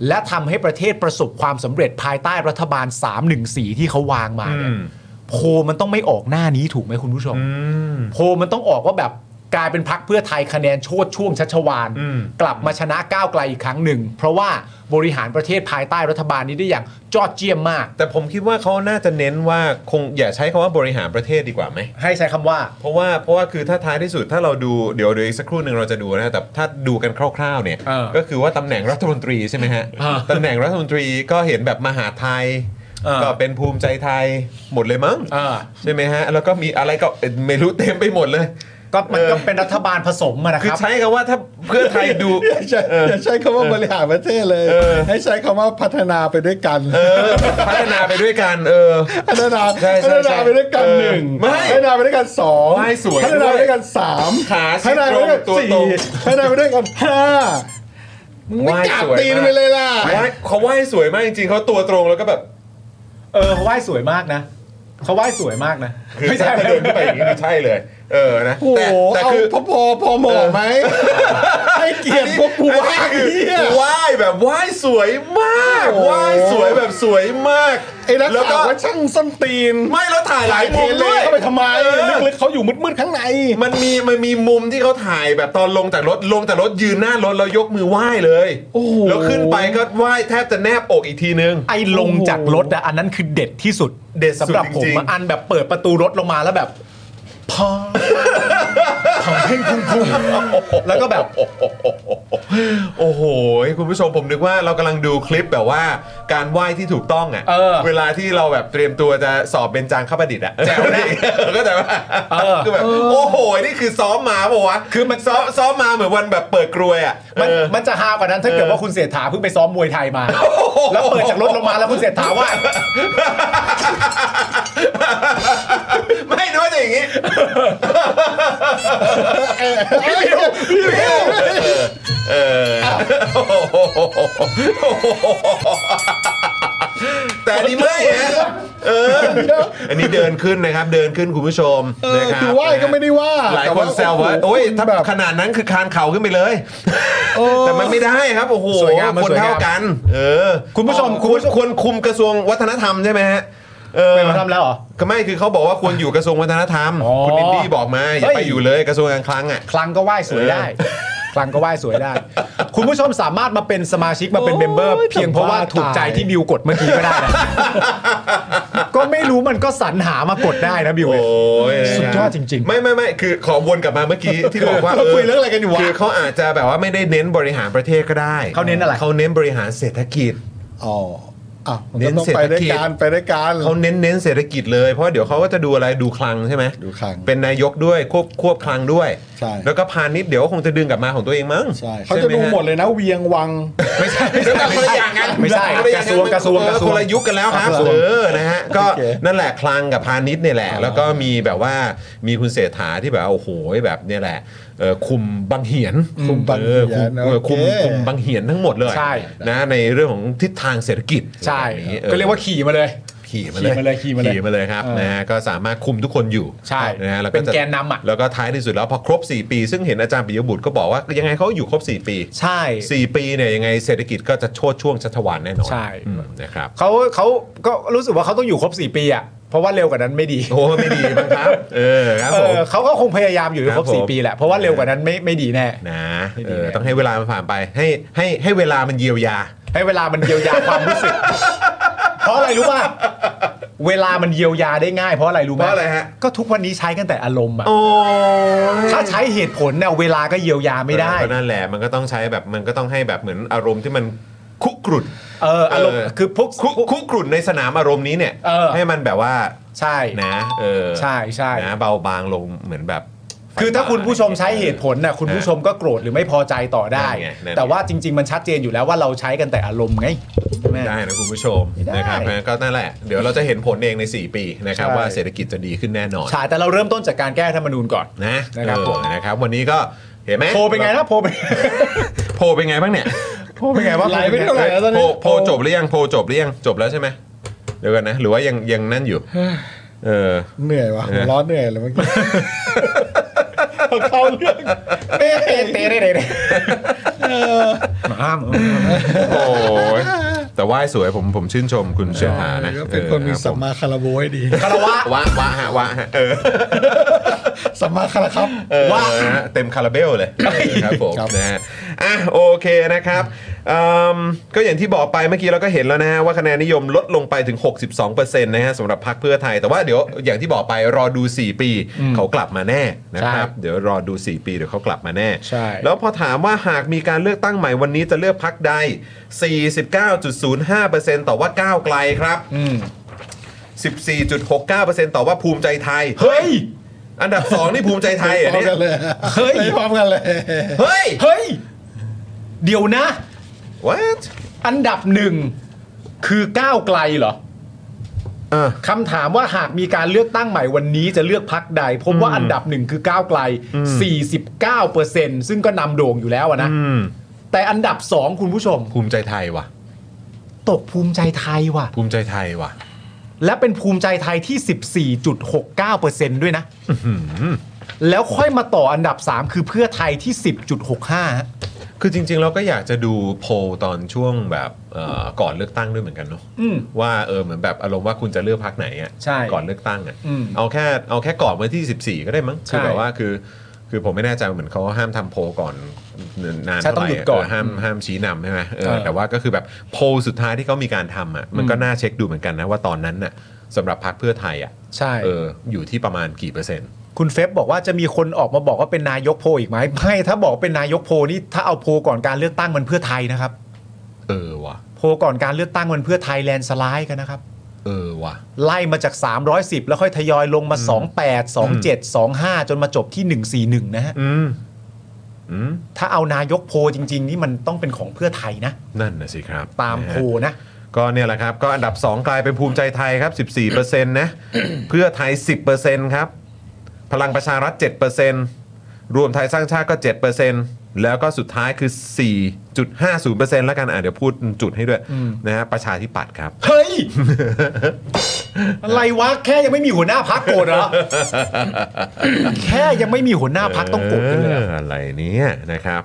[SPEAKER 2] และทำให้ประเทศประสบความสำเร็จภายใต้รัฐบาล 314 ที่เขาวางมาเนี่ย
[SPEAKER 1] อืม
[SPEAKER 2] โพลมันต้องไม่ออกหน้านี้ถูกไหมคุณผู้ชม
[SPEAKER 1] อืม
[SPEAKER 2] โพลมันต้องออกว่าแบบกลายเป็นพักเพื่อไทยคะแนนโชดช่วงชัชวาน
[SPEAKER 1] อืม
[SPEAKER 2] กลับมาชนะก้าวไกลอีกครั้งหนึ่ง เพราะว่าบริหารประเทศภายใต้รัฐบาลนี้ได้อย่างจอดเจียมมาก
[SPEAKER 1] แต่ผมคิดว่าเขาน่าจะเน้นว่าคงอย่าใช้คำว่าบริหารประเทศดีกว่าไหม
[SPEAKER 2] ให้ใช้คำว่า
[SPEAKER 1] เพราะว่าเพราะว่าคือถ้าท้ายที่สุดถ้าเราดูเดี๋ยวเดี๋ยวอีกสักครู่หนึ่งเราจะดูนะแต่ถ้าดูกันคร่าวๆเนี่ย
[SPEAKER 2] เออ
[SPEAKER 1] ก็คือว่าตำแหน่งรัฐมนตรีใช่ไหมฮะ
[SPEAKER 2] อ่า
[SPEAKER 1] ตำแหน่งรัฐมนตรีก็เห็นแบบมหาไทย
[SPEAKER 2] เออ
[SPEAKER 1] ก็เป็นภูมิใจไทยหมดเลยมั้ง
[SPEAKER 2] เออ
[SPEAKER 1] ใช่ไหมฮะ แล้วก็มีอะไรก็ไม่รู้เต็มไปหมดเลย
[SPEAKER 2] ก็มันก็
[SPEAKER 1] เออ
[SPEAKER 2] เป็นรัฐบาลผสมอะนะ
[SPEAKER 1] คื
[SPEAKER 2] ค
[SPEAKER 1] อ
[SPEAKER 2] รับ
[SPEAKER 1] ใช้คำว่าถ้าเพื่อไทยดู
[SPEAKER 3] อย่าใช้อย่าใช้คำว่าบริหารประเทศเลย
[SPEAKER 1] เออ
[SPEAKER 3] ให้ใช้คำว่าพัฒนาไปด้วยกัน
[SPEAKER 1] เออพัฒนาไปด้วยกันเออ
[SPEAKER 3] พัฒนา
[SPEAKER 1] ใช่ใช่
[SPEAKER 3] พัฒนาไปด้วยกัน
[SPEAKER 1] เออ
[SPEAKER 3] หนึ่ง
[SPEAKER 1] ไม่
[SPEAKER 3] พัฒนาไปด้วยกันสอง
[SPEAKER 1] ไม่สวย
[SPEAKER 3] พัฒนาไปด้วยกันสาม
[SPEAKER 1] ขา
[SPEAKER 3] พัฒนาไปด้วยกัน
[SPEAKER 1] ตรงตัวตร
[SPEAKER 3] สี่
[SPEAKER 1] ง
[SPEAKER 3] พัฒนาไปด้วยกันห้ามึงไม่
[SPEAKER 1] ไหว้
[SPEAKER 3] กลับ
[SPEAKER 1] สวย
[SPEAKER 3] ตีน
[SPEAKER 1] มาก
[SPEAKER 3] ไปเลยล่ะ
[SPEAKER 1] ว่าเขาไหว้สวยมากจริงๆเขาตัวตรงแล้วก็แบบ
[SPEAKER 2] เออเขาไหว้สวยมากนะเขาไหว้สวยมากนะ
[SPEAKER 1] คือ
[SPEAKER 2] ไม่
[SPEAKER 1] ถ้า
[SPEAKER 2] ใช่
[SPEAKER 1] เขาเดินขึ้นไปอย่างนี้คือใช่เลย เออนะ
[SPEAKER 3] โอ้โห
[SPEAKER 1] แต่แต่
[SPEAKER 3] เอา
[SPEAKER 1] คือ
[SPEAKER 3] พอพอพอเหมาะไหม ให้เกียรติพวกกูบ้าง
[SPEAKER 1] คือ
[SPEAKER 3] เหี้ย
[SPEAKER 1] ไหว้แบบไหว้สวยมาก
[SPEAKER 3] โอ้โห
[SPEAKER 1] ไหว้สวยแบบสวยมาก
[SPEAKER 3] ไอ้นัก
[SPEAKER 1] แล้วก็
[SPEAKER 3] ข่าวว่าช่างส้นตีน
[SPEAKER 1] ไม่แล้วถ่ายหลายมุม
[SPEAKER 3] เล
[SPEAKER 1] ด้วย
[SPEAKER 3] เข้าไปทำไม
[SPEAKER 1] เออ
[SPEAKER 3] ลึกๆเขาอยู่มืดๆข้างใน
[SPEAKER 1] มันมีมันมีมุมที่เขาถ่ายแบบตอนลงจากรถลงจากรถยืนหน้ารถแล้วยกมือไหว้เลย
[SPEAKER 3] โอ้โห
[SPEAKER 1] แล้วขึ้นไปก็ไหว้แทบจะแนบอกอีกทีนึง
[SPEAKER 2] ไอ้ลงจากรถอะอันนั้นคือเด็ดที่สุด
[SPEAKER 1] เด็ดสุด
[SPEAKER 2] สำหรับผม
[SPEAKER 1] จริง
[SPEAKER 2] อะ
[SPEAKER 1] ๆ
[SPEAKER 2] อันแบบเปิดประตูรถลงมาแล้วแบบพอพองเพ่งพุ่งพุ่งแล้วก็แบบ
[SPEAKER 1] โอ้โหโอ้โห คุณผู้ชมผมนึกว่าเรากำลังดูคลิปแบบว่า การไหว้ที่ถูกต้องอ่ะ
[SPEAKER 2] เออ
[SPEAKER 1] เวลาที่เราแบบเตรียมตัวจะสอบเบญจางข้าประดิษฐ์อ่ะ
[SPEAKER 2] แจ๋ว นะ
[SPEAKER 1] ก็แต่ว่า
[SPEAKER 2] เออ
[SPEAKER 1] คือแบบโอ้โห นี่คือซ้อมมาปะวะ
[SPEAKER 2] คือมัน
[SPEAKER 1] ซ้อมซ้อมมาเหมือนวันแบบเปิดกรวยอ่ะ
[SPEAKER 2] มัน
[SPEAKER 1] เออ
[SPEAKER 2] มันจะฮากว่านั้นถ้าเกิดว่าคุณเศรษฐาเพิ่งไปซ้อมมวยไทยมา แล้วเปิดจากรถลงมาแล้วคุณเศรษฐาว่า
[SPEAKER 1] ไม่นึกว่าจะอย่างนี้ เออแต่อันนี้ไม่ฮะเออ อันนี้เดินขึ้นนะครับ เดินขึ้นคุณผู้ชม
[SPEAKER 3] เออ
[SPEAKER 1] นะครับ
[SPEAKER 3] คือไหว้ก็ไม่ได้ว่า
[SPEAKER 1] หลายคนแซวว่า
[SPEAKER 3] ต่
[SPEAKER 1] โอ้ย
[SPEAKER 3] คุณ
[SPEAKER 1] ถ้าขนาดนั้นคือคานเข่าขึ้นไปเลย
[SPEAKER 3] เออ
[SPEAKER 1] แต่มันไม่ได้ครับ โอ้โห
[SPEAKER 2] สวยงามมัน
[SPEAKER 1] คน
[SPEAKER 2] สวยงาม
[SPEAKER 1] เท่ากัน เออ
[SPEAKER 2] คุณผู้ชม
[SPEAKER 1] ค
[SPEAKER 2] คุณ
[SPEAKER 1] ว
[SPEAKER 2] ผู้
[SPEAKER 1] ร
[SPEAKER 2] ชม
[SPEAKER 1] ควรคุมกระทรวงวัฒนธรรมใช่ไหมฮะเออ
[SPEAKER 2] เป็นมาทำแล้วเหรอ
[SPEAKER 1] ก็ไม่คือเขาบอกว่าควรอยู่กระทรวงวัฒนธรรม
[SPEAKER 2] อ๋อ
[SPEAKER 1] คุณนินดี้บอกมา อย่า
[SPEAKER 2] เฮ้ย
[SPEAKER 1] ไปอยู่เลยกระทรวงการคลังอ่ะ
[SPEAKER 2] คลังก็ไหว้สวยได้ คลังก็ไหว้สวยได้ คุณผู้ชมสามารถมาเป็นสมาชิกมาเป็น
[SPEAKER 3] โอ้ย
[SPEAKER 2] เมมเบอร์ เพียงเพราะว่า
[SPEAKER 3] สัมภาษณ์
[SPEAKER 2] ถูกใจ
[SPEAKER 3] ตาย
[SPEAKER 2] ที่บิวกดเมื่อกี้ก็ได้นะ ก็ไม่รู้มันก็สรรหามากดได้นะบิวเว้ย
[SPEAKER 1] โอ้ย
[SPEAKER 2] สุดยอดจริงๆ
[SPEAKER 1] ไม่ไม่ไม่คือขอวนกลับมาเมื่อกี้ ที่บอกว่า
[SPEAKER 2] เราคุยเรื่องอะไรกันอยู่วะ
[SPEAKER 1] คือเขาอาจจะแบบว่าไม่ได้เน้นบริหารประเทศก็ได้
[SPEAKER 2] เขาเน้นอะไร
[SPEAKER 1] เขาเน้นบริหารเศรษฐกิจ
[SPEAKER 3] อ๋ออ่ะมัน
[SPEAKER 1] เน้
[SPEAKER 3] ก็
[SPEAKER 1] น
[SPEAKER 3] ต้อง
[SPEAKER 1] เศรษ
[SPEAKER 3] ไป
[SPEAKER 1] ฐ
[SPEAKER 3] ด้วย
[SPEAKER 1] กิจ
[SPEAKER 3] กันไปด้วยกัน
[SPEAKER 1] เขาเน้นเน้นเศรษฐกิจเลยเพราะเดี๋ยวเขาก็จะดูอะไรดูคลังใช่ไหม
[SPEAKER 3] ดูคลัง
[SPEAKER 1] เป็นนายกด้วยควบควบคลังด้วย
[SPEAKER 3] ใช่
[SPEAKER 1] แล้วก็พาณิชย์เดี๋ยวก็คงจะดึงกลับมาของตัวเองมั้ง
[SPEAKER 3] ใช่เขาจะ
[SPEAKER 1] ใช่ไฮ
[SPEAKER 3] ดูหมดเลยนะเวียงวัง
[SPEAKER 1] ไม่ใช่ไม่ใช่คนละอย่างกัน
[SPEAKER 2] ไม่ใช่
[SPEAKER 1] คนลอย่า
[SPEAKER 2] ไม่ใช่กระทรวง
[SPEAKER 1] เออก
[SPEAKER 2] ระทรวง
[SPEAKER 1] คนละยุคกันแล้วครับ
[SPEAKER 3] กระทรวง
[SPEAKER 1] เออนะฮะก็
[SPEAKER 3] โอเค
[SPEAKER 1] นั่นแหละคลังกับพาณิชย์เนี่ยแหละ แล้วก็มีแบบว่ามีคุณเศรษฐาที่แบบว่าโอ้โหแบบเนี่ยแหละเอ่อคุมบังเหียน
[SPEAKER 3] คุมบัง
[SPEAKER 1] เอ
[SPEAKER 3] เหี
[SPEAKER 1] อย
[SPEAKER 3] น
[SPEAKER 1] คุม
[SPEAKER 3] โอเค
[SPEAKER 1] คุมคุมบังเหียนทั้งหมดเลย
[SPEAKER 2] ใช่
[SPEAKER 1] นะในเรื่องของทิศทางเศรษฐกิจ
[SPEAKER 2] ใช่
[SPEAKER 1] แบบนี้ออ
[SPEAKER 2] ก็เรียกว่าขี่มาเลย
[SPEAKER 1] ขี่มาเลย
[SPEAKER 2] ขี่มาเลยขี่มาเลย
[SPEAKER 1] ขี่มาเลยครับนะฮะก็สามารถคุมทุกคนอยู่
[SPEAKER 2] ใช่
[SPEAKER 1] นะฮะแล้ว
[SPEAKER 2] เป็น
[SPEAKER 1] จะ
[SPEAKER 2] แกนนำอะ
[SPEAKER 1] แล้วก็ท้ายที่สุดแล้วพอครบ 4 ปี ซึ่งเห็นอาจารย์ปิยบุตรก็บอกว่ายังไงเขาอยู่ครบ 4 ปี
[SPEAKER 2] ใช่
[SPEAKER 1] 4 ปีเนี่ยยังไงเศรษฐกิจก็จะโชดช่วงชัชวานแน่นอน
[SPEAKER 2] ใช่
[SPEAKER 1] อืมนะครับ
[SPEAKER 2] เขาเขาก็รู้สึกว่าเขาต้องอยู่ครบ 4 ปีอ่ะ เพราะว่าเร็วกว่านั้นไม่ดี
[SPEAKER 1] โอ้ไม่ดีบ้างครับ เออครับผ
[SPEAKER 2] เอ
[SPEAKER 1] ม
[SPEAKER 2] อเขาก็คงพยายามอยู่ค
[SPEAKER 1] ครั
[SPEAKER 2] ร
[SPEAKER 1] บบ ผม
[SPEAKER 2] 4 ปีแหละเพราะว่าเร็วกว่านั้นไม่ไม่ดีแน่
[SPEAKER 1] นะ
[SPEAKER 2] ไม่
[SPEAKER 1] เอ
[SPEAKER 2] ดี
[SPEAKER 1] อ
[SPEAKER 2] แน่
[SPEAKER 1] ต้องให้เวลามันผ่านไปให้ให้ให้เวลามันเยียวยา
[SPEAKER 2] ให้เวลามันเยียวยาความรู้สึก เพราะอะไรรู้ป่ะ เวลามันเยียวยาได้ง่ายเพราะอะไรรู้ไหม
[SPEAKER 1] เพราะอะไรฮะ
[SPEAKER 2] ก็ทุกวันนี้ใช้กันแต่อารมณ์อะ
[SPEAKER 1] โอ้ย
[SPEAKER 2] ถ้าใช้เหตุผลเนี่ยเวลาก็เยียวยาไม่ได้
[SPEAKER 1] ก็นั่นแหละมันก็ต้องใช้แบบมันก็ต้องให้แบบเหมือนอารมณ์ที่มันคุกรุ่น
[SPEAKER 2] เอออารมณ์คือพวก
[SPEAKER 1] คุคุกรุ่นในสนามอารมณ์นี้เนี่ย
[SPEAKER 2] เออ
[SPEAKER 1] ให้มันแบบว่า
[SPEAKER 2] ใช่
[SPEAKER 1] นะเออ
[SPEAKER 2] ใช่ใช่
[SPEAKER 1] นะเบาบางลงเหมือนแบบ
[SPEAKER 2] คือถ้าคุณผู้ชมใช้เหตุผลนะคุณผู้ชมก็โกรธหรือไม่พอใจต่อได้
[SPEAKER 1] นั่นไงนั่นไง
[SPEAKER 2] แต่ว่าจริง ๆ มันชัดเจนอยู่แล้วว่าเราใช้กันแต่อารมณ์ไงแม่
[SPEAKER 1] ได้นะคุณผู้ชม
[SPEAKER 2] ได้
[SPEAKER 1] นะครับงั้นก็นั่นแหละ เดี๋ยวเราจะเห็นผลเองใน 4 ปีนะครับ
[SPEAKER 2] ใช่
[SPEAKER 1] ว่าเศรษฐกิจจะดีขึ้นแน่นอน
[SPEAKER 2] ใช่แต่เราเริ่มต้นจากการแก้รัฐธรรมนูญก่อน
[SPEAKER 1] นะ
[SPEAKER 2] นะครับ
[SPEAKER 1] เออ
[SPEAKER 2] ผม
[SPEAKER 1] นะครับวันนี้ก็เห็นไหม
[SPEAKER 2] โพลเป็นไงนะโพลเป็น
[SPEAKER 1] โพลเป็นไงบ้างเนี่ย
[SPEAKER 2] โพลเป็นไงวะ
[SPEAKER 1] โพล
[SPEAKER 2] ไหลไปเท่าไหร่แล้วตอนนี้
[SPEAKER 1] โพลโพลจบหรือยังโพลจบหรือยังจบแล้วใช่ไหมเดี๋ยวกันนะ หรือว่ายังยังนั่ นอยู่ เออ
[SPEAKER 3] เหนื่อยวะหัวเร้อนเหนื่อยเลยเมื่อกี้
[SPEAKER 2] เขาเรื่องเต้เต้เต้เต้มา
[SPEAKER 1] โอ้ยแต่ว่าสวยผมผมชื่นชมคุณเชษฐานะ
[SPEAKER 3] ก็เป็นคนมี
[SPEAKER 1] ออ
[SPEAKER 3] สัมมาคารวะให้ดี
[SPEAKER 2] คารวะ
[SPEAKER 1] วะวะฮะวะฮะเออ
[SPEAKER 3] สัมมาคารครับ
[SPEAKER 1] เออ
[SPEAKER 2] วะ
[SPEAKER 1] นะฮะเต็มคาราเบลเลยครับผม
[SPEAKER 3] ครับ
[SPEAKER 1] นะฮะอ่ะโอเคนะครับอืมก็อย่างที่บอกไปเมื่อกี้เราก็เห็นแล้วนะฮะว่าคะแนนนิยมลดลงไปถึง 62%นะฮะสำหรับพรรคเพื่อไทย แต่ว่าเดี๋ยวอย่างที่บอกไปรอดู 4 ปีเขากลับมาแน่นะครับ เดี๋ยวรอดู 4 ปีเดี๋ยวเขากลับมาแน่
[SPEAKER 2] ใช่
[SPEAKER 1] แล้วพอถามว่าหากมีการเลือกตั้งใหม่วันนี้จะเลือกพักใด 49.05%ต่อว่าก้าวไกลครับ
[SPEAKER 2] อืม
[SPEAKER 1] 14.69%ต่อว่าภูมิใจไทย
[SPEAKER 2] เฮ้ย
[SPEAKER 1] อันดับ 2 นี่ภูมิใจไทยเหร
[SPEAKER 3] พ
[SPEAKER 1] อ่ะ
[SPEAKER 3] ร้อม
[SPEAKER 1] เนี่ย
[SPEAKER 3] กันเลย
[SPEAKER 2] เฮ้ย
[SPEAKER 3] ไปพร้อมกันเลย
[SPEAKER 1] เฮ้ย
[SPEAKER 2] เฮ้ย เดี๋ยวนะ
[SPEAKER 1] what
[SPEAKER 2] อันดับหนึ่งคือก้าวไกลเหรอ
[SPEAKER 1] เออ
[SPEAKER 2] คำถามว่าหากมีการเลือกตั้งใหม่วันนี้จะเลือกพักใดพบว่าอันดับหนึ่งคือก้าวไกล 49%ซึ่งก็นำโด่งอยู่แล้วอะนะ
[SPEAKER 1] อืม
[SPEAKER 2] แต่อันดับสองคุณผู้ชม
[SPEAKER 1] ภูมิใจไทยว่ะ
[SPEAKER 2] ตกภูมิใจไทยว่ะ
[SPEAKER 1] ภูมิใจไทยว่ะ
[SPEAKER 2] และเป็นภูมิใจไทยที่ 14.69%ด้วยนะ แล้วค่อยมาต่ออันดับ 3 คือเพื่อไทยที่ 10.65ฮะ
[SPEAKER 1] คือจริง ๆ เราก็อยากจะดูโพลตอนช่วงแบบเอ่อก่อนเลือกตั้งด้วยเหมือนกันเนาะ
[SPEAKER 2] อืม
[SPEAKER 1] ว่าเออเหมือนแบบอารมณ์ว่าคุณจะเลือกพักไหนอ่ะ
[SPEAKER 2] ใช่
[SPEAKER 1] ก่อนเลือกตั้งอ่ะ
[SPEAKER 2] อืม
[SPEAKER 1] เอาแค่เอาแค่ก่อนวันที่ 14 ก็ได้มั้งคื
[SPEAKER 2] ใช่
[SPEAKER 1] อแบบว่าคือ คือผมไม่แน่ใจเหมือนเขาห้ามทำโพลก่อนนาน
[SPEAKER 2] ใช่
[SPEAKER 1] เท่า
[SPEAKER 2] ต้อ
[SPEAKER 1] ไห
[SPEAKER 2] ง
[SPEAKER 1] ร่
[SPEAKER 2] หยุดก่อน
[SPEAKER 1] เห้ามห้ามชี้นำใช่ไหมเอ
[SPEAKER 2] เอ
[SPEAKER 1] อ
[SPEAKER 2] อ
[SPEAKER 1] แต่ว่าก็คือแบบโพลสุดท้ายที่เขามีการทำอ่ะมันก็
[SPEAKER 2] อืม
[SPEAKER 1] น่าเช็คดูเหมือนกันนะว่าตอนนั้นน่ะสำหรับพักเพื่อไทยอ่ะ
[SPEAKER 2] ใช่
[SPEAKER 1] เอออยู่ที่ประมาณกี่เปอร์เซ็นต์
[SPEAKER 2] คุณเฟบบอกว่าจะมีคนออกมาบอกว่าเป็นนายกโพลอีกไหมไม่ถ้าบอกเป็นนายกโพลนี่ถ้าเอาโพลก่อนการเลือกตั้งมันเพื่อไทยนะครับ
[SPEAKER 1] เออว่ะ
[SPEAKER 2] โพลก่อนการเลือกตั้งมันเพื่อไทยแลนด์สไลด์กันนะครับ
[SPEAKER 1] เออว่ะ
[SPEAKER 2] ไล่มาจาก 310 แล้วค่อยทยอยลงมา 28 27 25 จนมาจบที่ 141 นะฮะ
[SPEAKER 1] อืม อืม
[SPEAKER 2] ถ้าเอานายกโพลจริง ๆ นี่มันต้องเป็นของเพื่อไทยนะ
[SPEAKER 1] นั่นนะสิครับ
[SPEAKER 2] ตาม
[SPEAKER 1] นะ
[SPEAKER 2] โพ
[SPEAKER 1] ฮะ
[SPEAKER 2] ลนะ
[SPEAKER 1] ก็เนี่ยแหละครับ ก็อันดับ 2 กลายเป็นภูมิใจไทยครับ 14%นะ เพื่อไทย 10%ครับ พลังประชารัฐ 7%รวมไทยสร้างชาติก็ 7%แล้วก็สุดท้ายคือ 4.50%แล้วกันอ่ะเดี๋ยวพูดจุดให้ด้วยนะฮะประชาธิปัตย์ครับ
[SPEAKER 2] เฮ้ย อะไรวะ แค่ยังไม่มีหัวหน้าพักโกรธเหร อ แค่ยังไม่มีหัวหน้าพักต้องโกรธกันเลยเหรอ
[SPEAKER 1] อออะไรเนี่ยนะครับ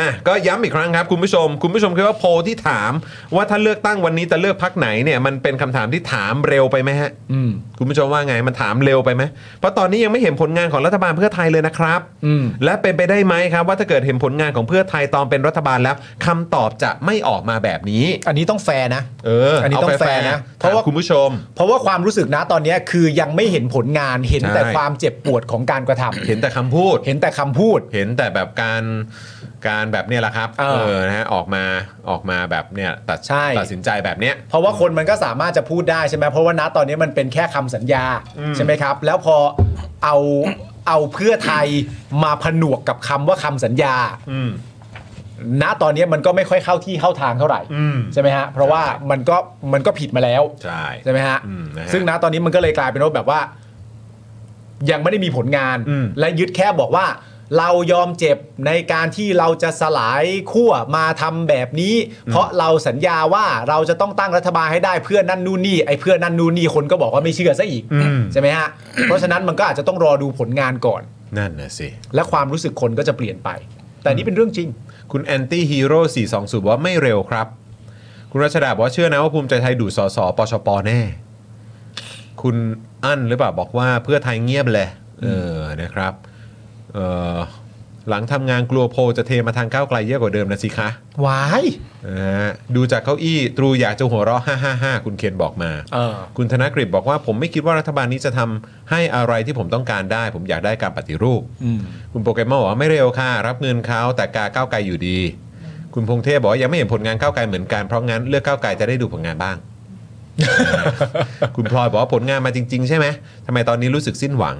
[SPEAKER 1] อ่ะก็ย้ำอีกครั้งครับคุณผู้ชม คุณผู้ชมคิดว่าโพลที่ถาม ว่าถ้าเลือกตั้งวันนี้จะเลือกพักไหนเนี่ยมันเป็นคำถามที่ถามเร็วไปไหมฮะ
[SPEAKER 2] อืม
[SPEAKER 1] คุณผู้ชมว่าไงมันถามเร็วไปไหมเพราะตอนนี้ยังไม่เห็นผลงานของรัฐบาลเพื่อไทยเลยนะครับ
[SPEAKER 2] อืม
[SPEAKER 1] และเป็นไปได้ไหมครับ ว่าถ้าเกิดเห็นผลงานของเพื่อไทยตอนเป็นรัฐบาลแล้วคำตอบจะไม่ออกมาแบบนี้
[SPEAKER 2] อันนี้ต้องแฟร์นะ
[SPEAKER 1] เออ
[SPEAKER 2] อันนี้
[SPEAKER 1] เา
[SPEAKER 2] ต้องแฟร์นะ
[SPEAKER 1] เพราะว่าคุณผู้ชม
[SPEAKER 2] เพราะว่าความรู้สึกนะตอนเนี้ยคือยังไม่เห็นผลงานเห็นแต่
[SPEAKER 1] ใช่
[SPEAKER 2] ความเจ็บปวดของการกระทำ
[SPEAKER 1] เห็นแต่คำพูด
[SPEAKER 2] เห็นแต่คำพูด
[SPEAKER 1] เห็นแต่แบบการการแบบเนี้ยแหละครับ
[SPEAKER 2] เออ
[SPEAKER 1] นะฮะออกมาออกมาแบบเนี้ยตัด
[SPEAKER 2] ใช่
[SPEAKER 1] ตัดสินใจแบบเนี้ย
[SPEAKER 2] เพราะว่าคนมันก็สามารถจะพูดได้ใช่ไหมเพราะว่าณตอนนี้มันเป็นแค่คำสัญญาใช่ไหมครับ แล้วพอเอาเอาเพื่อไทยมาผนวกกับคำว่าคำสัญญา
[SPEAKER 1] อืม
[SPEAKER 2] ณตอนนี้มันก็ไม่ค่อยเข้าที่เข้าทางเท่าไหร่
[SPEAKER 1] อืม
[SPEAKER 2] ใช่ไหมฮะเพราะว่ามันก็มันก็ผิดมาแล้ว
[SPEAKER 1] ใช่
[SPEAKER 2] ใช่ไหมฮะ
[SPEAKER 1] อืมนะฮะ
[SPEAKER 2] ซึ่งณตอนนี้มันก็เลยกลายเป็นว่าแบบว่า ยังไม่ได้มีผลงาน
[SPEAKER 1] อืม
[SPEAKER 2] และยึดแค่บอกว่า เรายอมเจ็บในการที่เราจะสลายขั้วมาทำแบบนี้ เพราะเราสัญญาว่าเราจะต้องตั้งรัฐบาลให้ได้เพื่อนนั่นนู่นนี่ไอ้เพื่อนนั่นนู่นนี่คนก็บอกว่าไม่เชื่อซะอีกใช่ไหมฮะ เพราะฉะนั้นมันก็อาจจะต้องรอดูผลงานก่อน
[SPEAKER 1] นั่นน่ะสิ
[SPEAKER 2] และความรู้สึกคนก็จะเปลี่ยนไป แต่นี่เป็นเรื่องจริง
[SPEAKER 1] คุณแอนตี้ฮีโร่420บอกว่าไม่เร็วครับ คุณรัชดาบอกว่าเชื่อนะว่าภูมิใจไทยดูดสสปชปแน่ คุณอั้นหรือเปล่าบอกว่าเพื่อไทยเงียบเลยเออนะครับเออ หลังทำงานกลัวโพลจะเทมาทางก้าวไกลเยอะกว่าเดิมนะสิคะ
[SPEAKER 2] วาย
[SPEAKER 1] นะฮะดูจากเก้าอี้ตรูอยากจะหัวเราะ555 คุณเคนบอกมา
[SPEAKER 2] เออ
[SPEAKER 1] คุณธนกฤษบอกว่าผมไม่คิดว่ารัฐบาลนี้จะทำให้อะไรที่ผมต้องการได้ ผมอยากได้การปฏิรูป
[SPEAKER 2] อืม
[SPEAKER 1] คุณโปเกมอนบอกว่าไม่เร็วค่ะ รับเงินเขาแต่กาก้าวไกลอยู่ดี คุณพงเทพบอกว่ายังไม่เห็นผลงานก้าวไกลเหมือนกัน เพราะงั้นเลือกก้าวไกลจะได้ดูผลงานบ้าง คุณพลอยบอกว่าผลงานมาจริง ๆ ใช่ไหมทำไมตอนนี้รู้สึกสิ้นหวัง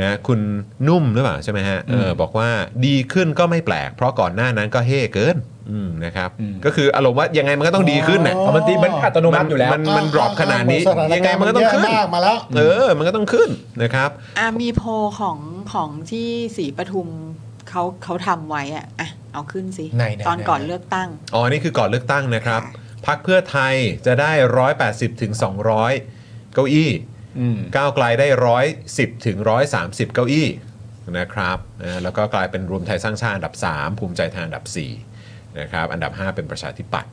[SPEAKER 1] นะคุณนุ่มหรือเปล่าใช่ไหมฮะเออบอกว่าดีขึ้นก็ไม่แปลก เพราะก่อนหน้านั้นก็เฮ่เกินอืมนะครับ
[SPEAKER 2] อืม
[SPEAKER 1] ก็คืออารมณ์ว่ายังไงมันก็ต้องดีขึ้นน่ะ
[SPEAKER 2] เพราะมันตีมันอัตโนมัติอยู่แล้ว
[SPEAKER 1] มันมันดรอปขนาดนี้
[SPEAKER 3] สถา
[SPEAKER 1] ยังไงมันก็ต้องขึ้น
[SPEAKER 3] แย่มากมาแล้ว
[SPEAKER 1] เออ มันก็ต้องขึ้นนะครับ
[SPEAKER 9] อ่ะมีโพลของของที่สีปทุมเขาเขาทำไว้อ่ะอ่ะเอาขึ้นสิ
[SPEAKER 2] ไหนไหน
[SPEAKER 9] ตอน
[SPEAKER 2] ไหน
[SPEAKER 9] ก่อนเลือกตั้ง
[SPEAKER 1] อ๋อ นี่คือก่อนเลือกตั้งนะครับ
[SPEAKER 9] ค่ะ
[SPEAKER 1] พักเพื่อไทยจะได้ 180ถึง200 เก้าอี้
[SPEAKER 2] อืม
[SPEAKER 1] ก้าวไกลได้ 110ถึง130 เก้าอี้นะครับอ่าแล้วก็กลายเป็นรวมไทยสร้างชาติอันดับ 3 ภูมิใจไทยอันดับ 4 นะครับ อันดับ 5 เป็นประชาธิปัตย์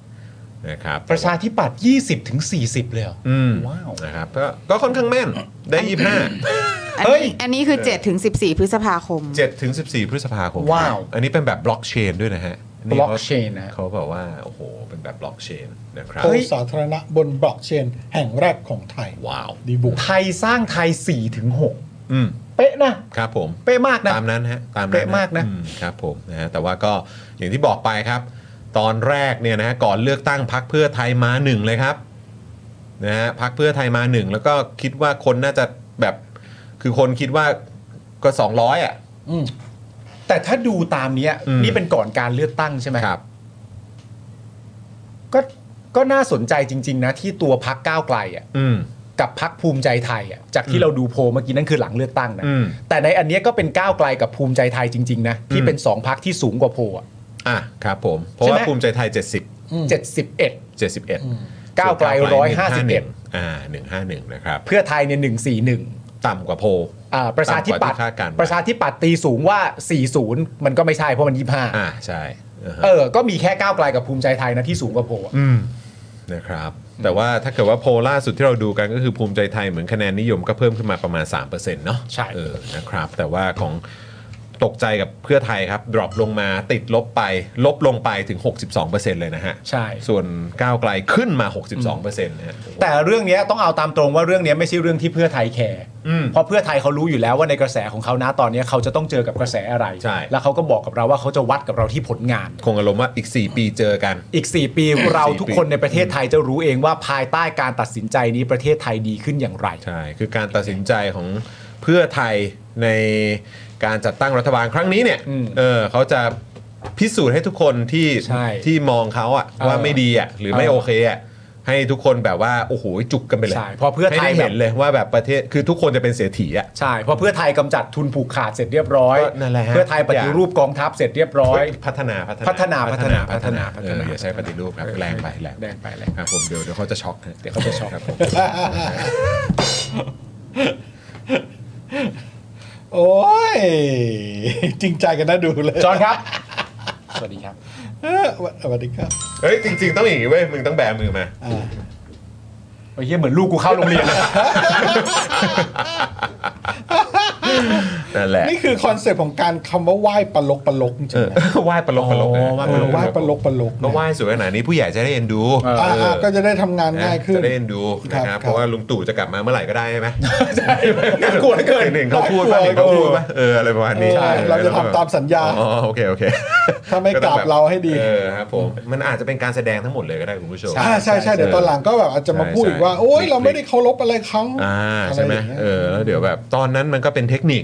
[SPEAKER 1] นะครับ
[SPEAKER 2] ประชาธิปัตย์20ถึง40 เลยเหรอ
[SPEAKER 1] อืม
[SPEAKER 2] ว้าว
[SPEAKER 1] นะครับก็ก็ค่อนข้างแม่น ได้ 25
[SPEAKER 9] อัน
[SPEAKER 2] เฮ้ย
[SPEAKER 9] นี้อันนี้คือ 7 ถึง 14 พฤษภาคม
[SPEAKER 1] 7ถึง14 พฤษภาคม
[SPEAKER 2] ว้าว
[SPEAKER 1] อันนี้เป็นแบบบล็อกเชนด้วยนะฮะ
[SPEAKER 2] บล็อกเชนนะ
[SPEAKER 1] เขาบอกว่า โอ้โห เป็นแบบบล็อกเชนนะครับ
[SPEAKER 3] โพลสาธารณะบนบล็อกเชน แห่งแรกของไทย
[SPEAKER 1] ว้าว
[SPEAKER 3] ดีบุก
[SPEAKER 2] ไทยสร้างไทย4ถึง
[SPEAKER 1] อืม
[SPEAKER 2] 6เป๊ะนะ
[SPEAKER 1] ครับผม
[SPEAKER 2] เป๊ะมากนะ
[SPEAKER 1] ตามนั้นฮะตามนั้น
[SPEAKER 2] เป๊ะมากนะ
[SPEAKER 1] อืครับผมนะฮะแต่ว่าก็อย่างที่บอกไปครับ ตอนแรกเนี่ยนะฮะก่อนเลือกตั้งพักเพื่อไทยมาหนึ่งเลยครับนะฮะพักเพื่อไทยมาหนึ่งแล้วก็คิดว่าคนน่าจะแบบ คือคนคิดว่าก็ 200 อ่ะ
[SPEAKER 2] แต่ถ้าดูตามเนี้ย
[SPEAKER 1] อืม
[SPEAKER 2] นี่เป็นก่อนการเลือกตั้งใช่ไหม
[SPEAKER 1] ครับ
[SPEAKER 2] ก็ก็น่าสนใจจริง ๆ นะ ที่ตัวพักก้าวไกลอ่ะ
[SPEAKER 1] อืม
[SPEAKER 2] กับพักภูมิใจไทยอ่ะจาก
[SPEAKER 1] อื
[SPEAKER 2] ที่
[SPEAKER 1] ม
[SPEAKER 2] เราดูโพลเมื่อกี้นั่นคือหลังเลือกตั้งนะ
[SPEAKER 1] อืม
[SPEAKER 2] แต่ในอันเนี้ยก็เป็นก้าวไกลกับภูมิใจไทยจริงๆนะที่
[SPEAKER 1] อืม
[SPEAKER 2] เป็นสองพักที่สูงกว่าโพลอ่ะ
[SPEAKER 1] อ่ะครับผม เพราะ
[SPEAKER 2] ใช่ไหม
[SPEAKER 1] ว่าภูมิใจไทย 70
[SPEAKER 2] เจ็ดสิบเอ็ด
[SPEAKER 1] 71
[SPEAKER 2] ก้าวไกลร้อยห้าสิบเอ็ด
[SPEAKER 1] 151อ่า151 นะครับ
[SPEAKER 2] เพื่อไทยเนี่ยหนึ่งสี่หนึ่ง
[SPEAKER 1] ต่ำกว่าโพล
[SPEAKER 2] ประชาธิปัตย์
[SPEAKER 1] ต่ำกว่าที่คาดการณ์ไว้
[SPEAKER 2] ประชาธิปัตย์ตีสูงว่า 40 มันก็ไม่ใช่เพราะมัน 25
[SPEAKER 1] อ่าใช่อ่าฮะ
[SPEAKER 2] เออก็มีแค่ก้าวไกลกับภูมิใจไทยนะที่สูงกว่าโพลอ่ะ
[SPEAKER 1] อืมนะครับ แต่ว่าถ้าเกิดว่าโพลล่าสุดที่เราดูกันก็คือภูมิใจไทยเหมือนคะแนนนิยมก็เพิ่มขึ้นมาประมาณ 3%เนาะ
[SPEAKER 2] ใช่
[SPEAKER 1] เออนะครับ แต่ว่าของตกใจกับเพื่อไทยครับ ดรอปลงมาติดลบไป ลบลงไปถึง 62%เลยนะฮะ
[SPEAKER 2] ใช่
[SPEAKER 1] ส่วนก้าวไกลขึ้นมา 62%นะฮะ
[SPEAKER 2] แต่เรื่องเนี้ยต้องเอาตามตรงว่าเรื่องเนี้ยไม่ใช่เรื่องที่เพื่อไทยแคร์
[SPEAKER 1] อืม
[SPEAKER 2] เพราะเพื่อไทยเขารู้อยู่แล้วว่าในกระแสของเขานะตอนเนี้ยเขาจะต้องเจอกับกระแสอะไร
[SPEAKER 1] ใช่
[SPEAKER 2] แล้วเขาก็บอกกับเราว่าเขาจะวัดกับเราที่ผลงาน
[SPEAKER 1] คงอารมณ์ว่าอีก 4 ปีเจอกัน
[SPEAKER 2] อีก 4 ปีเราทุกคนในประเทศไทยจะรู้เองว่าภายใต้การตัดสินใจนี้ประเทศไทยดีขึ้นอย่างไร
[SPEAKER 1] ใช่ คือการตัดสินใจของเพื่อไทยในการจัดตั้งรัฐบาลครั้งนี้เนี่ย
[SPEAKER 2] อืม
[SPEAKER 1] เออเขาจะพิสูจน์ให้ทุกคนที่
[SPEAKER 2] ใช่
[SPEAKER 1] ที่มองเขาอะ
[SPEAKER 2] เออ
[SPEAKER 1] ว่าไม่ดีอะหรือไม่
[SPEAKER 2] เออ
[SPEAKER 1] โอเคอะให้ทุกคนแบบว่า โอ้โห จุกกันไปเลย
[SPEAKER 2] ใช่เพราะเพื่อไทย
[SPEAKER 1] ให้ด้เห็นเลยว่าแบบประเทศ คือทุกคนจะเป็นเสียถีอะ
[SPEAKER 2] ใช่เพราะเพื่อไทยกำจัดทุนผูกขาดเสร็จเรียบร้อย
[SPEAKER 1] ก็นั่นแหละฮะ
[SPEAKER 2] เพื่อไทยปฏิรูปกองทัพเสร็จเรียบร้อย
[SPEAKER 1] พัฒนา
[SPEAKER 2] พัฒนาพัฒนา
[SPEAKER 1] พัฒนา
[SPEAKER 2] พัฒนา
[SPEAKER 1] เอออย่าใช้ปฏิรูปครับ
[SPEAKER 2] เออ
[SPEAKER 1] แรงไปแรง
[SPEAKER 2] แรงไปแรง
[SPEAKER 1] ครับผมเดี๋ยวเดี๋ยวเขาจะช็อกฮะ
[SPEAKER 2] เดี๋ยวเขาจะช็อก
[SPEAKER 1] ครับผม
[SPEAKER 3] โอ้ย จริงใจกันนะดูเลย
[SPEAKER 2] จอห์นครับ สวัสดีครับ
[SPEAKER 3] เออสวัสดีครับ
[SPEAKER 1] เฮ้ยจริง ๆ ต้องอย่างนี้เว้ยมึงต้องแบมือมา
[SPEAKER 3] อ่า
[SPEAKER 2] โอ้ยเหี้ยเหมือนลูกกูเข้าโรงเรียนเลย
[SPEAKER 1] นั่นแหละ
[SPEAKER 3] นี่คือคอนเซปต์ของการคำว่าไหว้ปลกปลกจริง
[SPEAKER 1] เออ
[SPEAKER 3] ๆนะ
[SPEAKER 1] ไห ว้ปลกปลก
[SPEAKER 2] อ๋
[SPEAKER 1] นะ
[SPEAKER 2] อไหว้
[SPEAKER 3] เอ
[SPEAKER 2] ปล
[SPEAKER 3] อก ไหว้ปลกปลก
[SPEAKER 1] ก็ไหว้สวยขนาดนี้ผู้ใหญ่จะได้เอ็นดู
[SPEAKER 2] เออ
[SPEAKER 3] อ่าอ่าก็จะได้ทำงาน
[SPEAKER 1] นะ
[SPEAKER 3] ง่ายขึ้น
[SPEAKER 1] จะได้เอ็นดูนะค
[SPEAKER 3] ครั
[SPEAKER 1] รับบ เพราะว่าลุงตู่จะกลับมาเมื่อไหร่ก็ได้ใช่ไหม
[SPEAKER 2] ใช่น่ากลัวเหลือเกิน
[SPEAKER 1] เห็นเขาพูดป่ะเห็นเขาพูดป่ะเอออะไรประมาณนี้
[SPEAKER 3] เออเราจะทำตามสัญญา
[SPEAKER 1] อ๋อโอเคโอเค
[SPEAKER 3] ถ้าไม่กราบเราให้ดี
[SPEAKER 1] เออครับผมมันอาจจะเป็นการแสดงทั้งหมดเลยก็ได้คุณผู้ชม
[SPEAKER 3] อ่าใช่ใช่เดี๋ยวตอนหลังก็แบบอาจจะมาพูดอีกว่า
[SPEAKER 1] ใช่ใช่
[SPEAKER 3] โอ้ยเราไม่ได้เคารพอะไรเขา
[SPEAKER 1] อ่า
[SPEAKER 3] อะไร
[SPEAKER 1] ใช่ไหม
[SPEAKER 3] อย่างเงี้ย
[SPEAKER 1] เออแล้วเดี๋ยวแบบตอนนั้นมันก็เป็นเทคนิค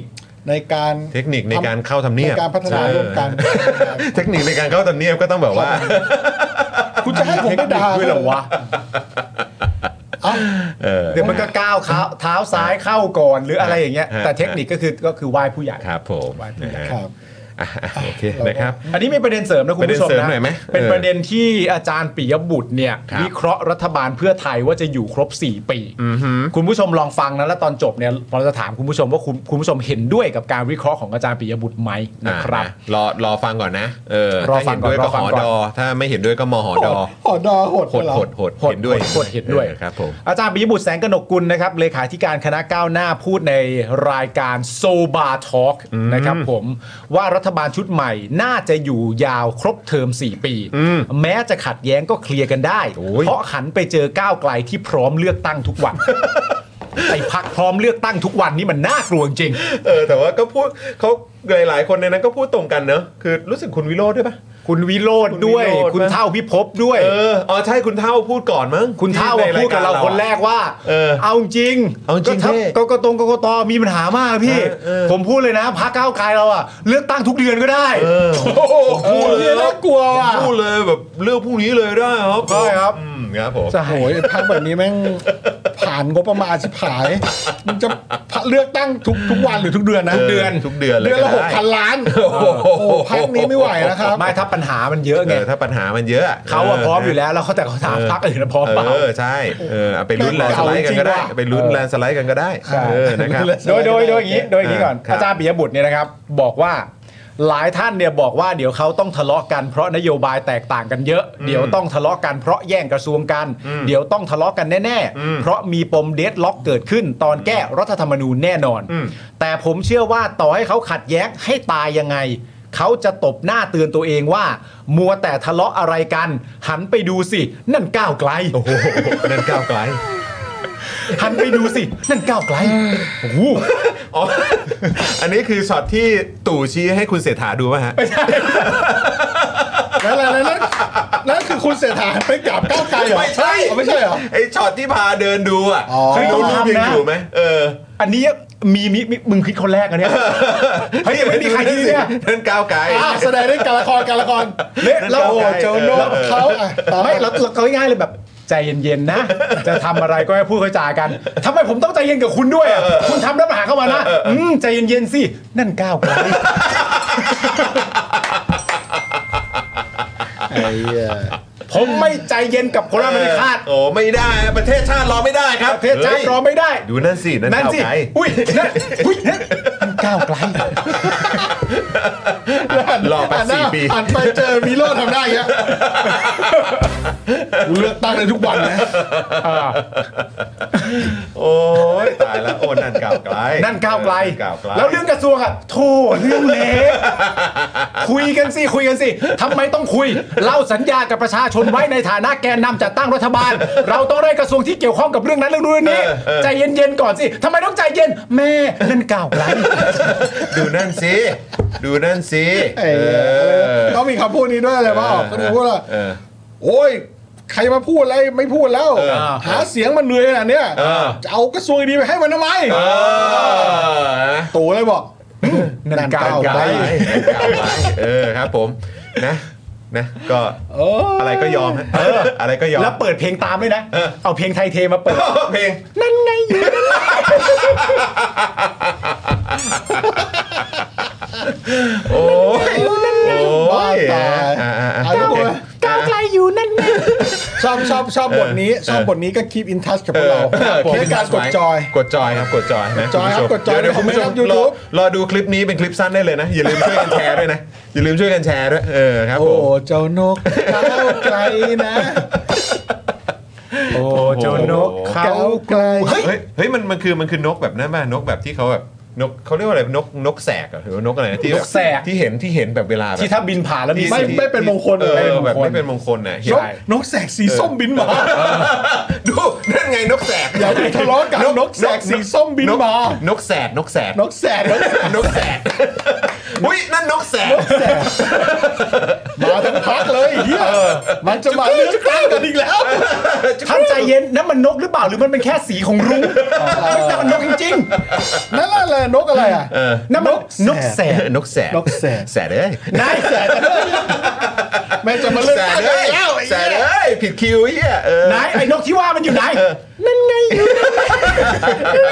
[SPEAKER 3] ในการ
[SPEAKER 1] เทคนิคในการเข้าทำเนียบ
[SPEAKER 3] ในการพัฒนาร่วมกัน
[SPEAKER 1] เออเทคนิคในการเข้าทำเนียบก็ต้องแบบว่า
[SPEAKER 3] คุณจะให้ผมไปด่า
[SPEAKER 2] ด้วยเหรอวะ
[SPEAKER 3] เอ้า
[SPEAKER 1] เออ
[SPEAKER 2] เดี๋ยวมันก็ก้าวเท้าเท้าซ้ายเข้าก่อนหรืออะไรอย่างเงี้ย
[SPEAKER 1] ฮะ
[SPEAKER 2] แต่เทคนิคก็คือก็คือไหว้ผู้ใหญ่
[SPEAKER 1] ครับผมนะฮะ
[SPEAKER 3] ครับ
[SPEAKER 1] อ่ะโอเคนะครับ
[SPEAKER 2] อันนี้มีประเด็นเสริมนะคุณผู้ชม
[SPEAKER 1] ประเด็นเสริม
[SPEAKER 2] นะ
[SPEAKER 1] หน่อยไหม
[SPEAKER 2] เป็น
[SPEAKER 1] เออ
[SPEAKER 2] ประเด็นที่อาจารย์ปิยบุตรเนี่ย
[SPEAKER 1] ครับ
[SPEAKER 2] วิเคราะห์รัฐบาลเพื่อไทยว่าจะอยู่ครบ 4 ปี
[SPEAKER 1] อือหือ
[SPEAKER 2] คุณผู้ชมลองฟังนะแล้วตอนจบเนี่ยเราจะถามคุณผู้ชมว่าคุณคุณผู้ชมเห็นด้วยกับการวิเคราะห์ของอาจารย์ปิยบุตรไหม
[SPEAKER 1] อ่า
[SPEAKER 2] นะครับ
[SPEAKER 1] รอรอฟังก่อนนะเออ
[SPEAKER 2] รอฟังก่อน
[SPEAKER 1] ถ้าเห็นด้วยก็
[SPEAKER 2] รอ
[SPEAKER 1] ห
[SPEAKER 2] ฟัง
[SPEAKER 1] อ
[SPEAKER 2] ก่อน
[SPEAKER 1] ดอ ถ้าไม่เห็นด้วยก็มหอดอ
[SPEAKER 3] หอดอหด
[SPEAKER 1] หด
[SPEAKER 3] เหรอ
[SPEAKER 1] หดหดเห็นด้วย
[SPEAKER 2] โคตรเห็นด้วย
[SPEAKER 1] ออครับผม
[SPEAKER 2] อาจารย์ปิยบุตรแสงกนกกุลนะครับเลขาธิการคณะก้าวหน้าพูดในรายการโซบาทอล์กนะครับผมว่ารัฐ ฐบาลชุดใหม่ น่าจะอยู่ยาวครบเทอม 4 ปี
[SPEAKER 1] อืม
[SPEAKER 2] แม้จะขัดแย้งก็เคลียร์กันได้
[SPEAKER 1] โอ้ย
[SPEAKER 2] เพราะหันไปเจอก้าวไกลที่พร้อมเลือกตั้งทุก วัน ไอ้พักพร้อมเลือกตั้งทุกวันนี่มันน่ากลัวจริง
[SPEAKER 1] เออแต่ว่าก็พูดเขาหลายๆคนในนั้นก็พูดตรงกันเนอะคือรู้สึกคุณวิโรจน์ด้วยปะ
[SPEAKER 2] คุณวิโรดด้วย
[SPEAKER 1] คุณวิโรจน์
[SPEAKER 2] คุณเท่าพิภพด้วย
[SPEAKER 1] เอออ๋อใช่คุณเท่าพูดก่อนมั้ง
[SPEAKER 2] คุณเท่าอะ
[SPEAKER 1] ที่ใน
[SPEAKER 2] พูดกับเรา
[SPEAKER 1] ย
[SPEAKER 2] คนแรกว่า
[SPEAKER 1] เออ
[SPEAKER 2] เอาจริง
[SPEAKER 1] เอาจริง
[SPEAKER 2] ก็ถ้า
[SPEAKER 1] พี่
[SPEAKER 2] กกตงกกตมีปัญหามากพี่
[SPEAKER 1] เออเออ
[SPEAKER 2] ผมพูดเลยนะพักก้าวไกลเราอะเลือกตั้งทุกเดือนก็ได้
[SPEAKER 1] เออ
[SPEAKER 2] โอ้โหพูดเลยน่ากลัวว่ะ
[SPEAKER 1] พูดเลยแบบเรื่องพวกนี้เลยได้ครับ
[SPEAKER 2] ได้ครับ
[SPEAKER 1] อืมครับผม
[SPEAKER 2] ใช่
[SPEAKER 3] โอ้ยพักแบบนี้แม่งผ่านงบประมาณชิบหายมันจะเลือกตั้งทุกทุกวันหรือทุกเดือนนะ
[SPEAKER 1] ทุกเดือนทุกเดือนเลย
[SPEAKER 3] เดือนละห
[SPEAKER 1] ก็ได้
[SPEAKER 3] กพันล้าน
[SPEAKER 1] โอ้โห
[SPEAKER 3] โอ้โหพักนี้ไม่ไหวนะครับ
[SPEAKER 2] ไม่ถ้าปัญหามันเยอะ
[SPEAKER 1] เอ
[SPEAKER 2] ไง
[SPEAKER 1] อถ้าปัญหามันเยอะ
[SPEAKER 2] เขาอะพร้อมอยู่แล้วแล้วเขาแต่เขาถามพักอื่นอะพร้อมเปล่า
[SPEAKER 1] เออใช่เออเอาไปลุ้นแลนด์สไลด์กันก็ได้
[SPEAKER 3] เอาจริงว่ะ
[SPEAKER 1] เอาไปลุ้นแลนด์สไลด์กันก็ได้เออนะครับ
[SPEAKER 2] โดยโดยโดยอย่างนี้โดยอย่างนี้ก่อน
[SPEAKER 1] ครับ
[SPEAKER 2] อาจารย์ปิยบุตรเนี่ยนะครับบอกว่าหลายท่านเนี่ยบอกว่าเดี๋ยวเขาต้องทะเลาะกันเพราะนโยบายแตกต่างกันเยอะ เดี๋ยวต้องทะเลาะกันเพราะแย่งกระทรวงกัน
[SPEAKER 1] อืม
[SPEAKER 2] เดี๋ยวต้องทะเลาะกันแน่
[SPEAKER 1] อืม
[SPEAKER 2] ๆ เพราะมีปมเดดล็อกเกิดขึ้น ตอนแก้รัฐธรรมนูญแน่นอน
[SPEAKER 1] อืม
[SPEAKER 2] แต่ผมเชื่อว่าต่อให้เขาขัดแย้งให้ตายยังไง เขาจะตบหน้าเตือนตัวเองว่า มัวแต่ทะเลาะอะไรกัน หันไปดูสินั่นก้าวไกล
[SPEAKER 1] โอ้โหนั่นก้าวไกล
[SPEAKER 2] หันไปดูสินั่นก้าวไกลโอ้โห
[SPEAKER 1] อ๋อ อันนี้คือช็อตที่ตู่ชี้ให้คุณเสถาดูป่ะฮะ
[SPEAKER 3] นั่นแหละนั่นนั่นนั่นคือคุณเสถาไปกราบก้าวไกลเหรอ
[SPEAKER 1] ไม่ใช่
[SPEAKER 3] อ๋อไม่ใช่เหรอ
[SPEAKER 1] ไอช็อตที่พาเดินดูอ่ะ
[SPEAKER 3] อ๋อ
[SPEAKER 1] คือรูปยัง
[SPEAKER 2] ทำนะ
[SPEAKER 1] อยู่ไหมเออ
[SPEAKER 2] อันนี้มีมีมีมึงคิดคนแรกอันเนี้ย เฮ้ยไม่มีใครที่เนี่ย
[SPEAKER 1] นั่นก้าวไกล
[SPEAKER 3] อ่ะแสดงเรื่องการละครการละคร
[SPEAKER 2] เละเรา
[SPEAKER 3] โอ้โหเจ้าโน้ตเขาอ่ะต่อ
[SPEAKER 2] ไม่เราเราเขาง่ายๆเลยแบบใจเย็นๆนะ จะทำอะไรก็ให้พูดเข้าจากันทำไมผมต้องใจเย็นกับคุณด้วยอ่ะคุณทำรับหาเข้ามานะอืมใจเย็นๆสินั่นก้าวไกล
[SPEAKER 3] ไอ้เหี้ย
[SPEAKER 2] ผมไม่ใจเย็นกับคนรัฐไม่ได้คาด
[SPEAKER 1] โอ้ไม่ได้ประเทศชาติรอไม่ได้ครับ
[SPEAKER 2] ประเทศชาติรอไม่ได้
[SPEAKER 1] ดูนั่นสินั่น
[SPEAKER 2] นั่น
[SPEAKER 1] ก้าว
[SPEAKER 2] สิ
[SPEAKER 1] ไกล
[SPEAKER 2] อุ้ยนั่นอุ้ยนั่นนั่นก้าวไกล
[SPEAKER 1] รอไป
[SPEAKER 3] หันหน้า
[SPEAKER 1] สี่ปี
[SPEAKER 3] หันไปเจอมิโลทำได้ เงี้ยกูเลือกตั้งในทุกวันนะ
[SPEAKER 1] โอ้ยตายแล้วโอ้นั่นก้าวไกล
[SPEAKER 2] นั่นก้าวไกล
[SPEAKER 1] ก้าวไกล
[SPEAKER 2] แล้วเรื่องกระทรวงอะโธ่เรื่องเล็ก คุยกันสิคุยกันสิทำไมต้องคุย เราสัญญากับประชาชนไว้ในฐานะแกนนำจัดตั้งรัฐบาล เราต้องได้กระทรวงที่เกี่ยวข้องกับเรื่องนั้นเรื่องนู้นเรื่องนี้ ใจเย็นๆก่อนสิทำไมต้องใจเย็น แม่นั่นก้าวไกล
[SPEAKER 1] ดูนั่นสิดูนั่นสิ
[SPEAKER 3] ไอ้เหี้ย
[SPEAKER 1] เออ
[SPEAKER 3] ต้องมีคำพูดนี้ด้วยอะไรบ้างก็ดูพูดว่า
[SPEAKER 1] เออ
[SPEAKER 3] โอ้ย ใครมาพูดอะไรไม่พูดแล้ว
[SPEAKER 2] อ
[SPEAKER 3] หาเสียงมันเหนื่อยขนาดเนี้ย
[SPEAKER 1] เออ
[SPEAKER 3] จะเอากระทรวงดีๆไปให้มันทำไม
[SPEAKER 1] เออ
[SPEAKER 3] ตู่เลยบอก
[SPEAKER 2] นั่นก้า
[SPEAKER 3] นั่น
[SPEAKER 2] ว
[SPEAKER 3] ก้าว
[SPEAKER 2] ไก
[SPEAKER 3] ไก
[SPEAKER 2] ล
[SPEAKER 3] ล
[SPEAKER 1] เออครับผมนะนะก็อะไรก็ยอมฮะอะไรก็ยอม
[SPEAKER 2] แล้วเปิดเพลงตามด้วยนะ เอาเพลงไทยเทมาเปิด
[SPEAKER 1] เพลง
[SPEAKER 2] นั่นไงอยู่นั่นไง
[SPEAKER 1] โอ้ยโอ้ย
[SPEAKER 3] บ้าตาย
[SPEAKER 1] อ่ะอ่ะอ่ะ
[SPEAKER 3] เอาลูก
[SPEAKER 1] โอเค
[SPEAKER 3] เว้ย
[SPEAKER 2] ก้าวไกลอยู่นั่นไง
[SPEAKER 3] ชอบชอบชอบบทนี้ชอบบทนี้ก็คี p อินทัชกับพวกเรา
[SPEAKER 1] เออ
[SPEAKER 3] แค่การกดจอย
[SPEAKER 1] กดจอยครับกดจอยนะ
[SPEAKER 3] จอยครับ
[SPEAKER 1] ณผู้ชม
[SPEAKER 3] กดจอย
[SPEAKER 1] เดี๋ยวๆคุณผู้ชม
[SPEAKER 3] นะครับ YouTube
[SPEAKER 1] รอรอดูคลิปนี้เป็นคลิปสั้นได้เลยนะ อย่าลืมช่วยกันแชร์ด้วยนะ อย่าลืมช่วยกันแชร์ด้วยเออครับ
[SPEAKER 3] โอ้
[SPEAKER 1] ผม
[SPEAKER 3] เจ้านกก้าวไกลนะ
[SPEAKER 2] โอ้เจ้านกเขา
[SPEAKER 3] ก้าวไกล
[SPEAKER 1] เฮ้ยเฮ้ยมันมันคือมันคือนกแบบนั้นป่ะนกแบบที่เขาแบบนกเขาเรียกว่าอะไรนกนกแสกเหรอหรือว่านกอะไรนะที่บบ
[SPEAKER 2] นกแสก
[SPEAKER 1] ที่เห็นที่เห็นแบบเวลาแบบ
[SPEAKER 2] ที่ถ้าบินผ่านแล้วมี
[SPEAKER 1] ที่
[SPEAKER 2] เสียง
[SPEAKER 1] ที่
[SPEAKER 3] ไม่เป็นมงคล
[SPEAKER 1] เอ
[SPEAKER 2] ไม่เป็น
[SPEAKER 1] อ
[SPEAKER 2] มงคล
[SPEAKER 1] แบบไม่เป็นมงคลน่ะเห็น
[SPEAKER 3] นกนกแสกสีส้มบินมา
[SPEAKER 1] ดูนั่นไงนกแสก
[SPEAKER 3] อย่าไปทะเลาะกันนกแสกสีส้มบินมาน
[SPEAKER 1] กแสกนกแสก
[SPEAKER 3] นกแสกนกแสก
[SPEAKER 1] นกแสกอุ้ยนั่นนกแสก
[SPEAKER 3] มาทั้งพักเลยไอ้เฮียมันจะมาเลือกตั้งกันอีกแล้ว
[SPEAKER 2] ท่านใจเย็นนั่นมันนกหรือเปล่าหรือมันเป็นแค่สีของรุ้งไม่นั่นมันนกจริง
[SPEAKER 3] นั่นอะไรนกอะไรอ่ะ
[SPEAKER 2] ๆนั่นมันน
[SPEAKER 3] น
[SPEAKER 2] ก
[SPEAKER 3] ก
[SPEAKER 2] แส
[SPEAKER 3] แส
[SPEAKER 2] ก
[SPEAKER 1] นกแสก
[SPEAKER 3] นกแสก
[SPEAKER 1] แสก เลย
[SPEAKER 2] นายแสก
[SPEAKER 3] แม่งจะมาเลือก
[SPEAKER 1] แสก
[SPEAKER 3] ตั้ง
[SPEAKER 1] เล
[SPEAKER 3] กันอีก
[SPEAKER 1] ย
[SPEAKER 3] แล้วไอ้
[SPEAKER 1] แส
[SPEAKER 3] เหี้ย
[SPEAKER 1] กเลยผิดคิวไอ้เหี้ยเออน
[SPEAKER 2] ายไอ้นกที่ว่ามันอยู่ไหนนั่นไงอยู่นั่นไง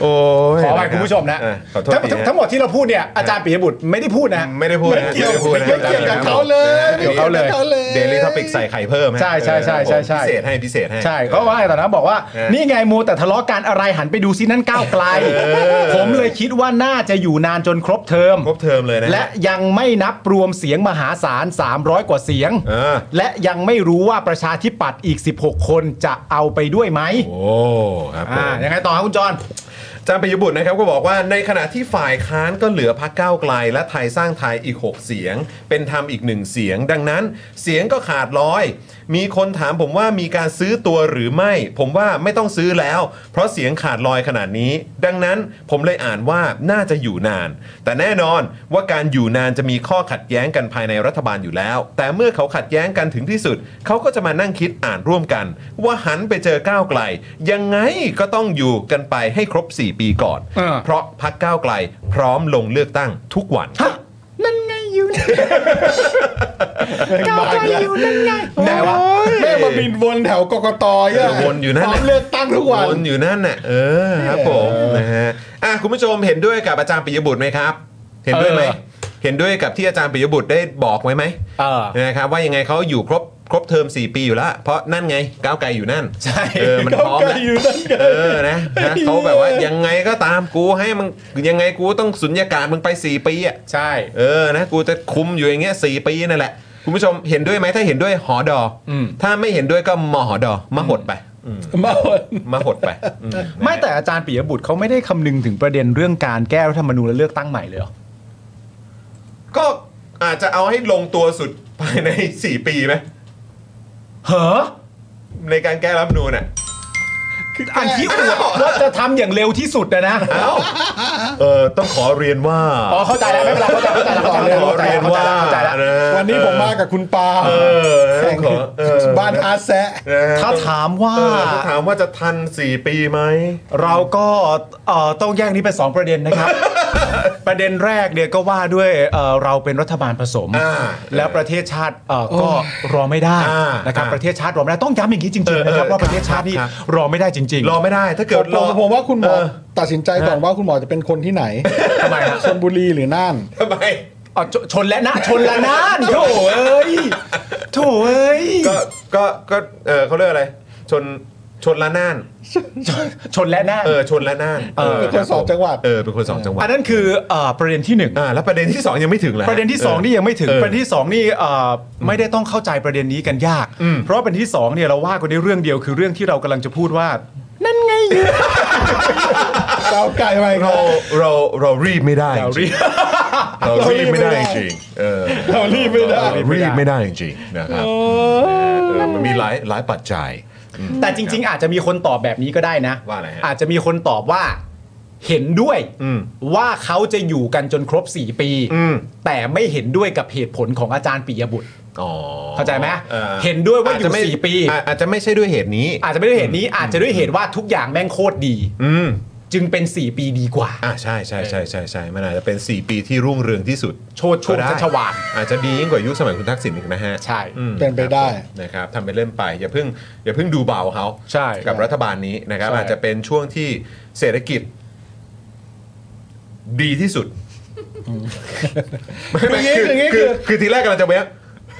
[SPEAKER 1] โอ้ย
[SPEAKER 2] ขออภัยคุณผู้ชมนะ
[SPEAKER 1] เออขอโทษ
[SPEAKER 2] ทั้ง
[SPEAKER 1] ทีนะ
[SPEAKER 2] ทั้งหมดที่เราพูดเนี่ยอาจารย์ปิยบุตรไม่ได้พูดนะ
[SPEAKER 1] ไม่ได้พูดนะ
[SPEAKER 3] ไม่เกี่ยว
[SPEAKER 1] ด้พูดนะ
[SPEAKER 3] ไม่เกี่ยวกับเขาเลย
[SPEAKER 1] เดี๋ยว
[SPEAKER 2] เขาเลย
[SPEAKER 3] เขาเลย
[SPEAKER 1] เดลี่ท็อปิกใส่ไข่เพิ่มฮะ
[SPEAKER 2] ใช่ใช่ใช่ใช่ใช่
[SPEAKER 1] พิเศษให้พิเศษให้
[SPEAKER 2] ใช่เขาว่าให้ตอนนั้นบอกว่า
[SPEAKER 1] เออ
[SPEAKER 2] นี่ไงมูแต่ทะเลาะกันอะไรหันไปดูซินั่นก้าวไกล
[SPEAKER 1] อ
[SPEAKER 2] ผมเลยคิดว่าน่าจะอยู่นานจนครบเทอม
[SPEAKER 1] ครบเทอมเลยนะ
[SPEAKER 2] และยังไม่นับรวมเสียงมหาศาล 300 กว่าเสียง
[SPEAKER 1] เออ
[SPEAKER 2] และยังไม่รู้ว่าประชาธิปัตย์อีก 16 คนจะเอาไปด้วยไหม
[SPEAKER 1] โอ้ครับผ
[SPEAKER 2] อ่าม ยังไงต่อครับคุณจอน
[SPEAKER 1] จามปิยบุตรนะครับก็บอกว่าในขณะที่ฝ่ายค้านก็เหลือพักก้าวไกล และไทยสร้างไทยอีก 6 เสียง เป็นธรรมอีกหนึ่งเสียง ดังนั้นเสียงก็ขาดร้อย มีคนถามผมว่ามีการซื้อตัวหรือไม่ ผมว่าไม่ต้องซื้อแล้ว เพราะเสียงขาดลอยขนาดนี้ ดังนั้นผมเลยอ่านว่าน่าจะอยู่นาน แต่แน่นอนว่าการอยู่นานจะมีข้อขัดแย้งกันภายในรัฐบาลอยู่แล้ว แต่เมื่อเขาขัดแย้งกันถึงที่สุด เขาก็จะมานั่งคิดอ่านร่วมกัน ว่าหันไปเจอก้าวไกล ยังไงก็ต้องอยู่กันไปให้ครบ 4 ปีก่อน
[SPEAKER 2] อ่า
[SPEAKER 1] เพราะพักก้าวไกล พร้อมลงเลือกตั้งทุกวัน
[SPEAKER 2] นั่นไงอยู่ก้าวไกลอยู่นั่นไง
[SPEAKER 1] ไหนวะ
[SPEAKER 3] แม่งมาบินวนแถวกกต
[SPEAKER 1] เออวนอยู่นั่น
[SPEAKER 3] พร้อ
[SPEAKER 1] แหละ
[SPEAKER 3] มเลือกตั้งทุกวัน
[SPEAKER 1] วนอยู่นั่นน่ะเออครับผมนะฮะอ่ะคุณผู้ชมเห็นด้วยกับอาจารย์ปิยบุตรไหมครับ เห็นด้วยไหมเห็นด้วยกับที่อาจารย์ปิยบุตรได้บอกไว้ไหม
[SPEAKER 2] เออ
[SPEAKER 1] นะครับว่ายังไงเขาอยู่ครบครบเทอม 4 ปีอยู่แล้ว เพราะนั่นไงก้าวไกลอยู่นั่น
[SPEAKER 2] ใช่
[SPEAKER 1] เออมันพร้อมแล้ว
[SPEAKER 3] ก้าวไกลอยู่นั่นไง
[SPEAKER 1] เออนะนะเขาแบบว่ายังไงก็ตามกูให้มึงยังไงกูต้องสุญญากาศมึงไป 4 ปีอ่ะ
[SPEAKER 2] ใช่
[SPEAKER 1] เออนะกูจะคุมอยู่อย่างเงี้ยสปีนั่นแหละ คุณผู้ชมเห็นด้วยไหมถ้าเห็นด้วยหอดออ
[SPEAKER 2] ม
[SPEAKER 1] ถ้าไม่เห็นด้วยก็มหอดอมหดไปอืม
[SPEAKER 3] มาวน
[SPEAKER 1] มหดไปอื
[SPEAKER 2] ไม่แต่อาจารย์ปิยบุตรเขาไม่ได้คำนึงถึงประเด็นเรื่องการแก้รัฐธรรมนูญและเลือกตั้งใหม่เลยเหรอ
[SPEAKER 1] ก็อาจจะเอาให้ลงตัวสุดภายใน 4 ปีไหม
[SPEAKER 2] เหรอ
[SPEAKER 1] ในการแก้รัฐธรรมนูนอ่ะ
[SPEAKER 2] อันที่อวดว่าจะทำอย่างเร็วที่สุดนะนะ
[SPEAKER 1] เอ้าเออต้องขอเรียนว่า
[SPEAKER 2] อ๋อเข้าใจแล้วไม่เป็นไรเข้าใจเข้าใจแล้วเข้าใจแล้ว
[SPEAKER 1] ขอเรียน
[SPEAKER 2] เข้าใจแล้ว
[SPEAKER 1] ว่า
[SPEAKER 2] เข้าใจแล้ว
[SPEAKER 1] ะ
[SPEAKER 3] วันนี้ผมมากับคุณปาล์ม
[SPEAKER 1] เออ
[SPEAKER 3] แข่ง
[SPEAKER 1] ขอเออ
[SPEAKER 3] บ้านอาแซะ
[SPEAKER 1] นะฮะ
[SPEAKER 2] ถ้าถามว่า
[SPEAKER 1] เออถ้าถามว่าจะทัน 4 ปีไหม
[SPEAKER 2] เราก็เอ่อต้องแยกนี้เป็นสองประเด็นนะครับ ประเด็นแรกเนี่ยก็ว่าด้วยเอ่อเราเป็นรัฐบาลผสม
[SPEAKER 1] อ่า
[SPEAKER 2] และประเทศชาติเอ่อก็รอไม่ได้
[SPEAKER 1] อ่า
[SPEAKER 2] นะครับ
[SPEAKER 1] อ่า
[SPEAKER 2] ประเทศชาติรอไม่ได้ต้องย้ำอย่างนี้จริงๆนะครับ
[SPEAKER 1] เออเออ
[SPEAKER 2] ว่าประเทศชาตินี่
[SPEAKER 1] ครับ
[SPEAKER 2] รอไม่ได้จริง ๆ
[SPEAKER 1] รอไม่ได้ถ้าเกิด
[SPEAKER 3] ผ
[SPEAKER 1] รอ
[SPEAKER 3] มผมว่าคุณหมอ
[SPEAKER 1] เออ
[SPEAKER 3] ตัดสินใจก่อนว่าคุณหมอจะเป็นคนที่ไหน
[SPEAKER 2] ทำไมฮะ
[SPEAKER 3] ชลบุรีหรือน่าน
[SPEAKER 1] ทำไม
[SPEAKER 2] อ๋อชชนและนะชนและนานโถเอ้ยโถเอ้ย
[SPEAKER 1] ก็ก็ก็เออเขาเรียกอะไร ชนชนละน่าน
[SPEAKER 2] ชนและนาน
[SPEAKER 1] เออชนละน่าน
[SPEAKER 2] เออ
[SPEAKER 3] เป็นคนสองจังหวัด
[SPEAKER 1] เออเป็นคนสองจังหวัด
[SPEAKER 2] อันนั้นคือเอ่อประเด็นที่หนึ่ง
[SPEAKER 1] อ่าแล้วประเด็นที่ 2 ยังไม่ถึงเลย
[SPEAKER 2] ประเด็นที่ 2 นี่ยังไม่ถึง
[SPEAKER 1] เออ
[SPEAKER 2] ประเด็นที่ 2 นี่เอ่ออไม่ได้ต้องเข้าใจประเด็นนี้กันยาก
[SPEAKER 1] อืม
[SPEAKER 2] เพราะประเด็นที่ 2 เนี่ยเราว่ากันได้เรื่องเดียวคือเรื่องที่เรากำลังจะพูดว่า นั่นไง
[SPEAKER 3] เราไกลไป
[SPEAKER 1] เรา
[SPEAKER 3] เรา
[SPEAKER 1] เราเรารีบไม่ได้
[SPEAKER 2] เรารีบ
[SPEAKER 1] เรารีบไม่ได้จ
[SPEAKER 3] เรารีบไม่ได้เรารีบไม่
[SPEAKER 1] ริงๆเออ
[SPEAKER 3] ได้
[SPEAKER 1] เรารีบไม่ได้จริงๆนะครับเออมันมีหลายหลายปัจจัย
[SPEAKER 2] แต่จริง ๆ อาจจะมีคนตอบแบบนี้ก็ได้นะ
[SPEAKER 1] ว่าอะไรฮะ
[SPEAKER 2] อาจจะมีคนตอบว่าเห็นด้วย
[SPEAKER 1] อืม
[SPEAKER 2] ว่าเขาจะอยู่กันจนครบ 4 ปี
[SPEAKER 1] อืม
[SPEAKER 2] แต่ไม่เห็นด้วยกับเหตุผลของอาจารย์ปิยบุตร
[SPEAKER 1] อ๋อ
[SPEAKER 2] เข้าใจไหม
[SPEAKER 1] ออ
[SPEAKER 2] เห็นด้วยว่าอยู่
[SPEAKER 1] จจะไม่
[SPEAKER 2] สี่ปี
[SPEAKER 1] อาอาจจะไม่ใช่ด้วยเหตุนี้
[SPEAKER 2] อาจจะไม่ได้เหตุนี้อาจจะด้วยเหตุว่าทุกอย่างแม่งโคตรดี
[SPEAKER 1] อืม
[SPEAKER 2] จึงเป็น 4 ปีดีกว่า
[SPEAKER 1] อ่าใช่ใช่ใช่ใช่ใช่มันอาจจะเป็น 4 ปีที่รุ่งเรืองที่สุด
[SPEAKER 2] โชดช่วง
[SPEAKER 1] ก็ได้
[SPEAKER 2] ชัชวาล
[SPEAKER 1] อาจจะดียิ่งกว่ายุคสมัยคุณทักษิณอีกนะฮะ
[SPEAKER 2] ใช่
[SPEAKER 1] อืม
[SPEAKER 3] เป็นไปได้
[SPEAKER 1] นะครับทำไปนเล่นไปอย่าเพิ่งอย่าเพิ่งดูเบาเขา
[SPEAKER 2] ใช่
[SPEAKER 1] กับรัฐบาลนี้นะครับ
[SPEAKER 2] ใช่
[SPEAKER 1] อาจจะเป็นช่วงที่เศรษฐกิจ ดีที่สุดไม่ไม่
[SPEAKER 3] คืออย่างงี้คืออย่างงี้คือ
[SPEAKER 1] คือทีแรกกำลังจะแวะ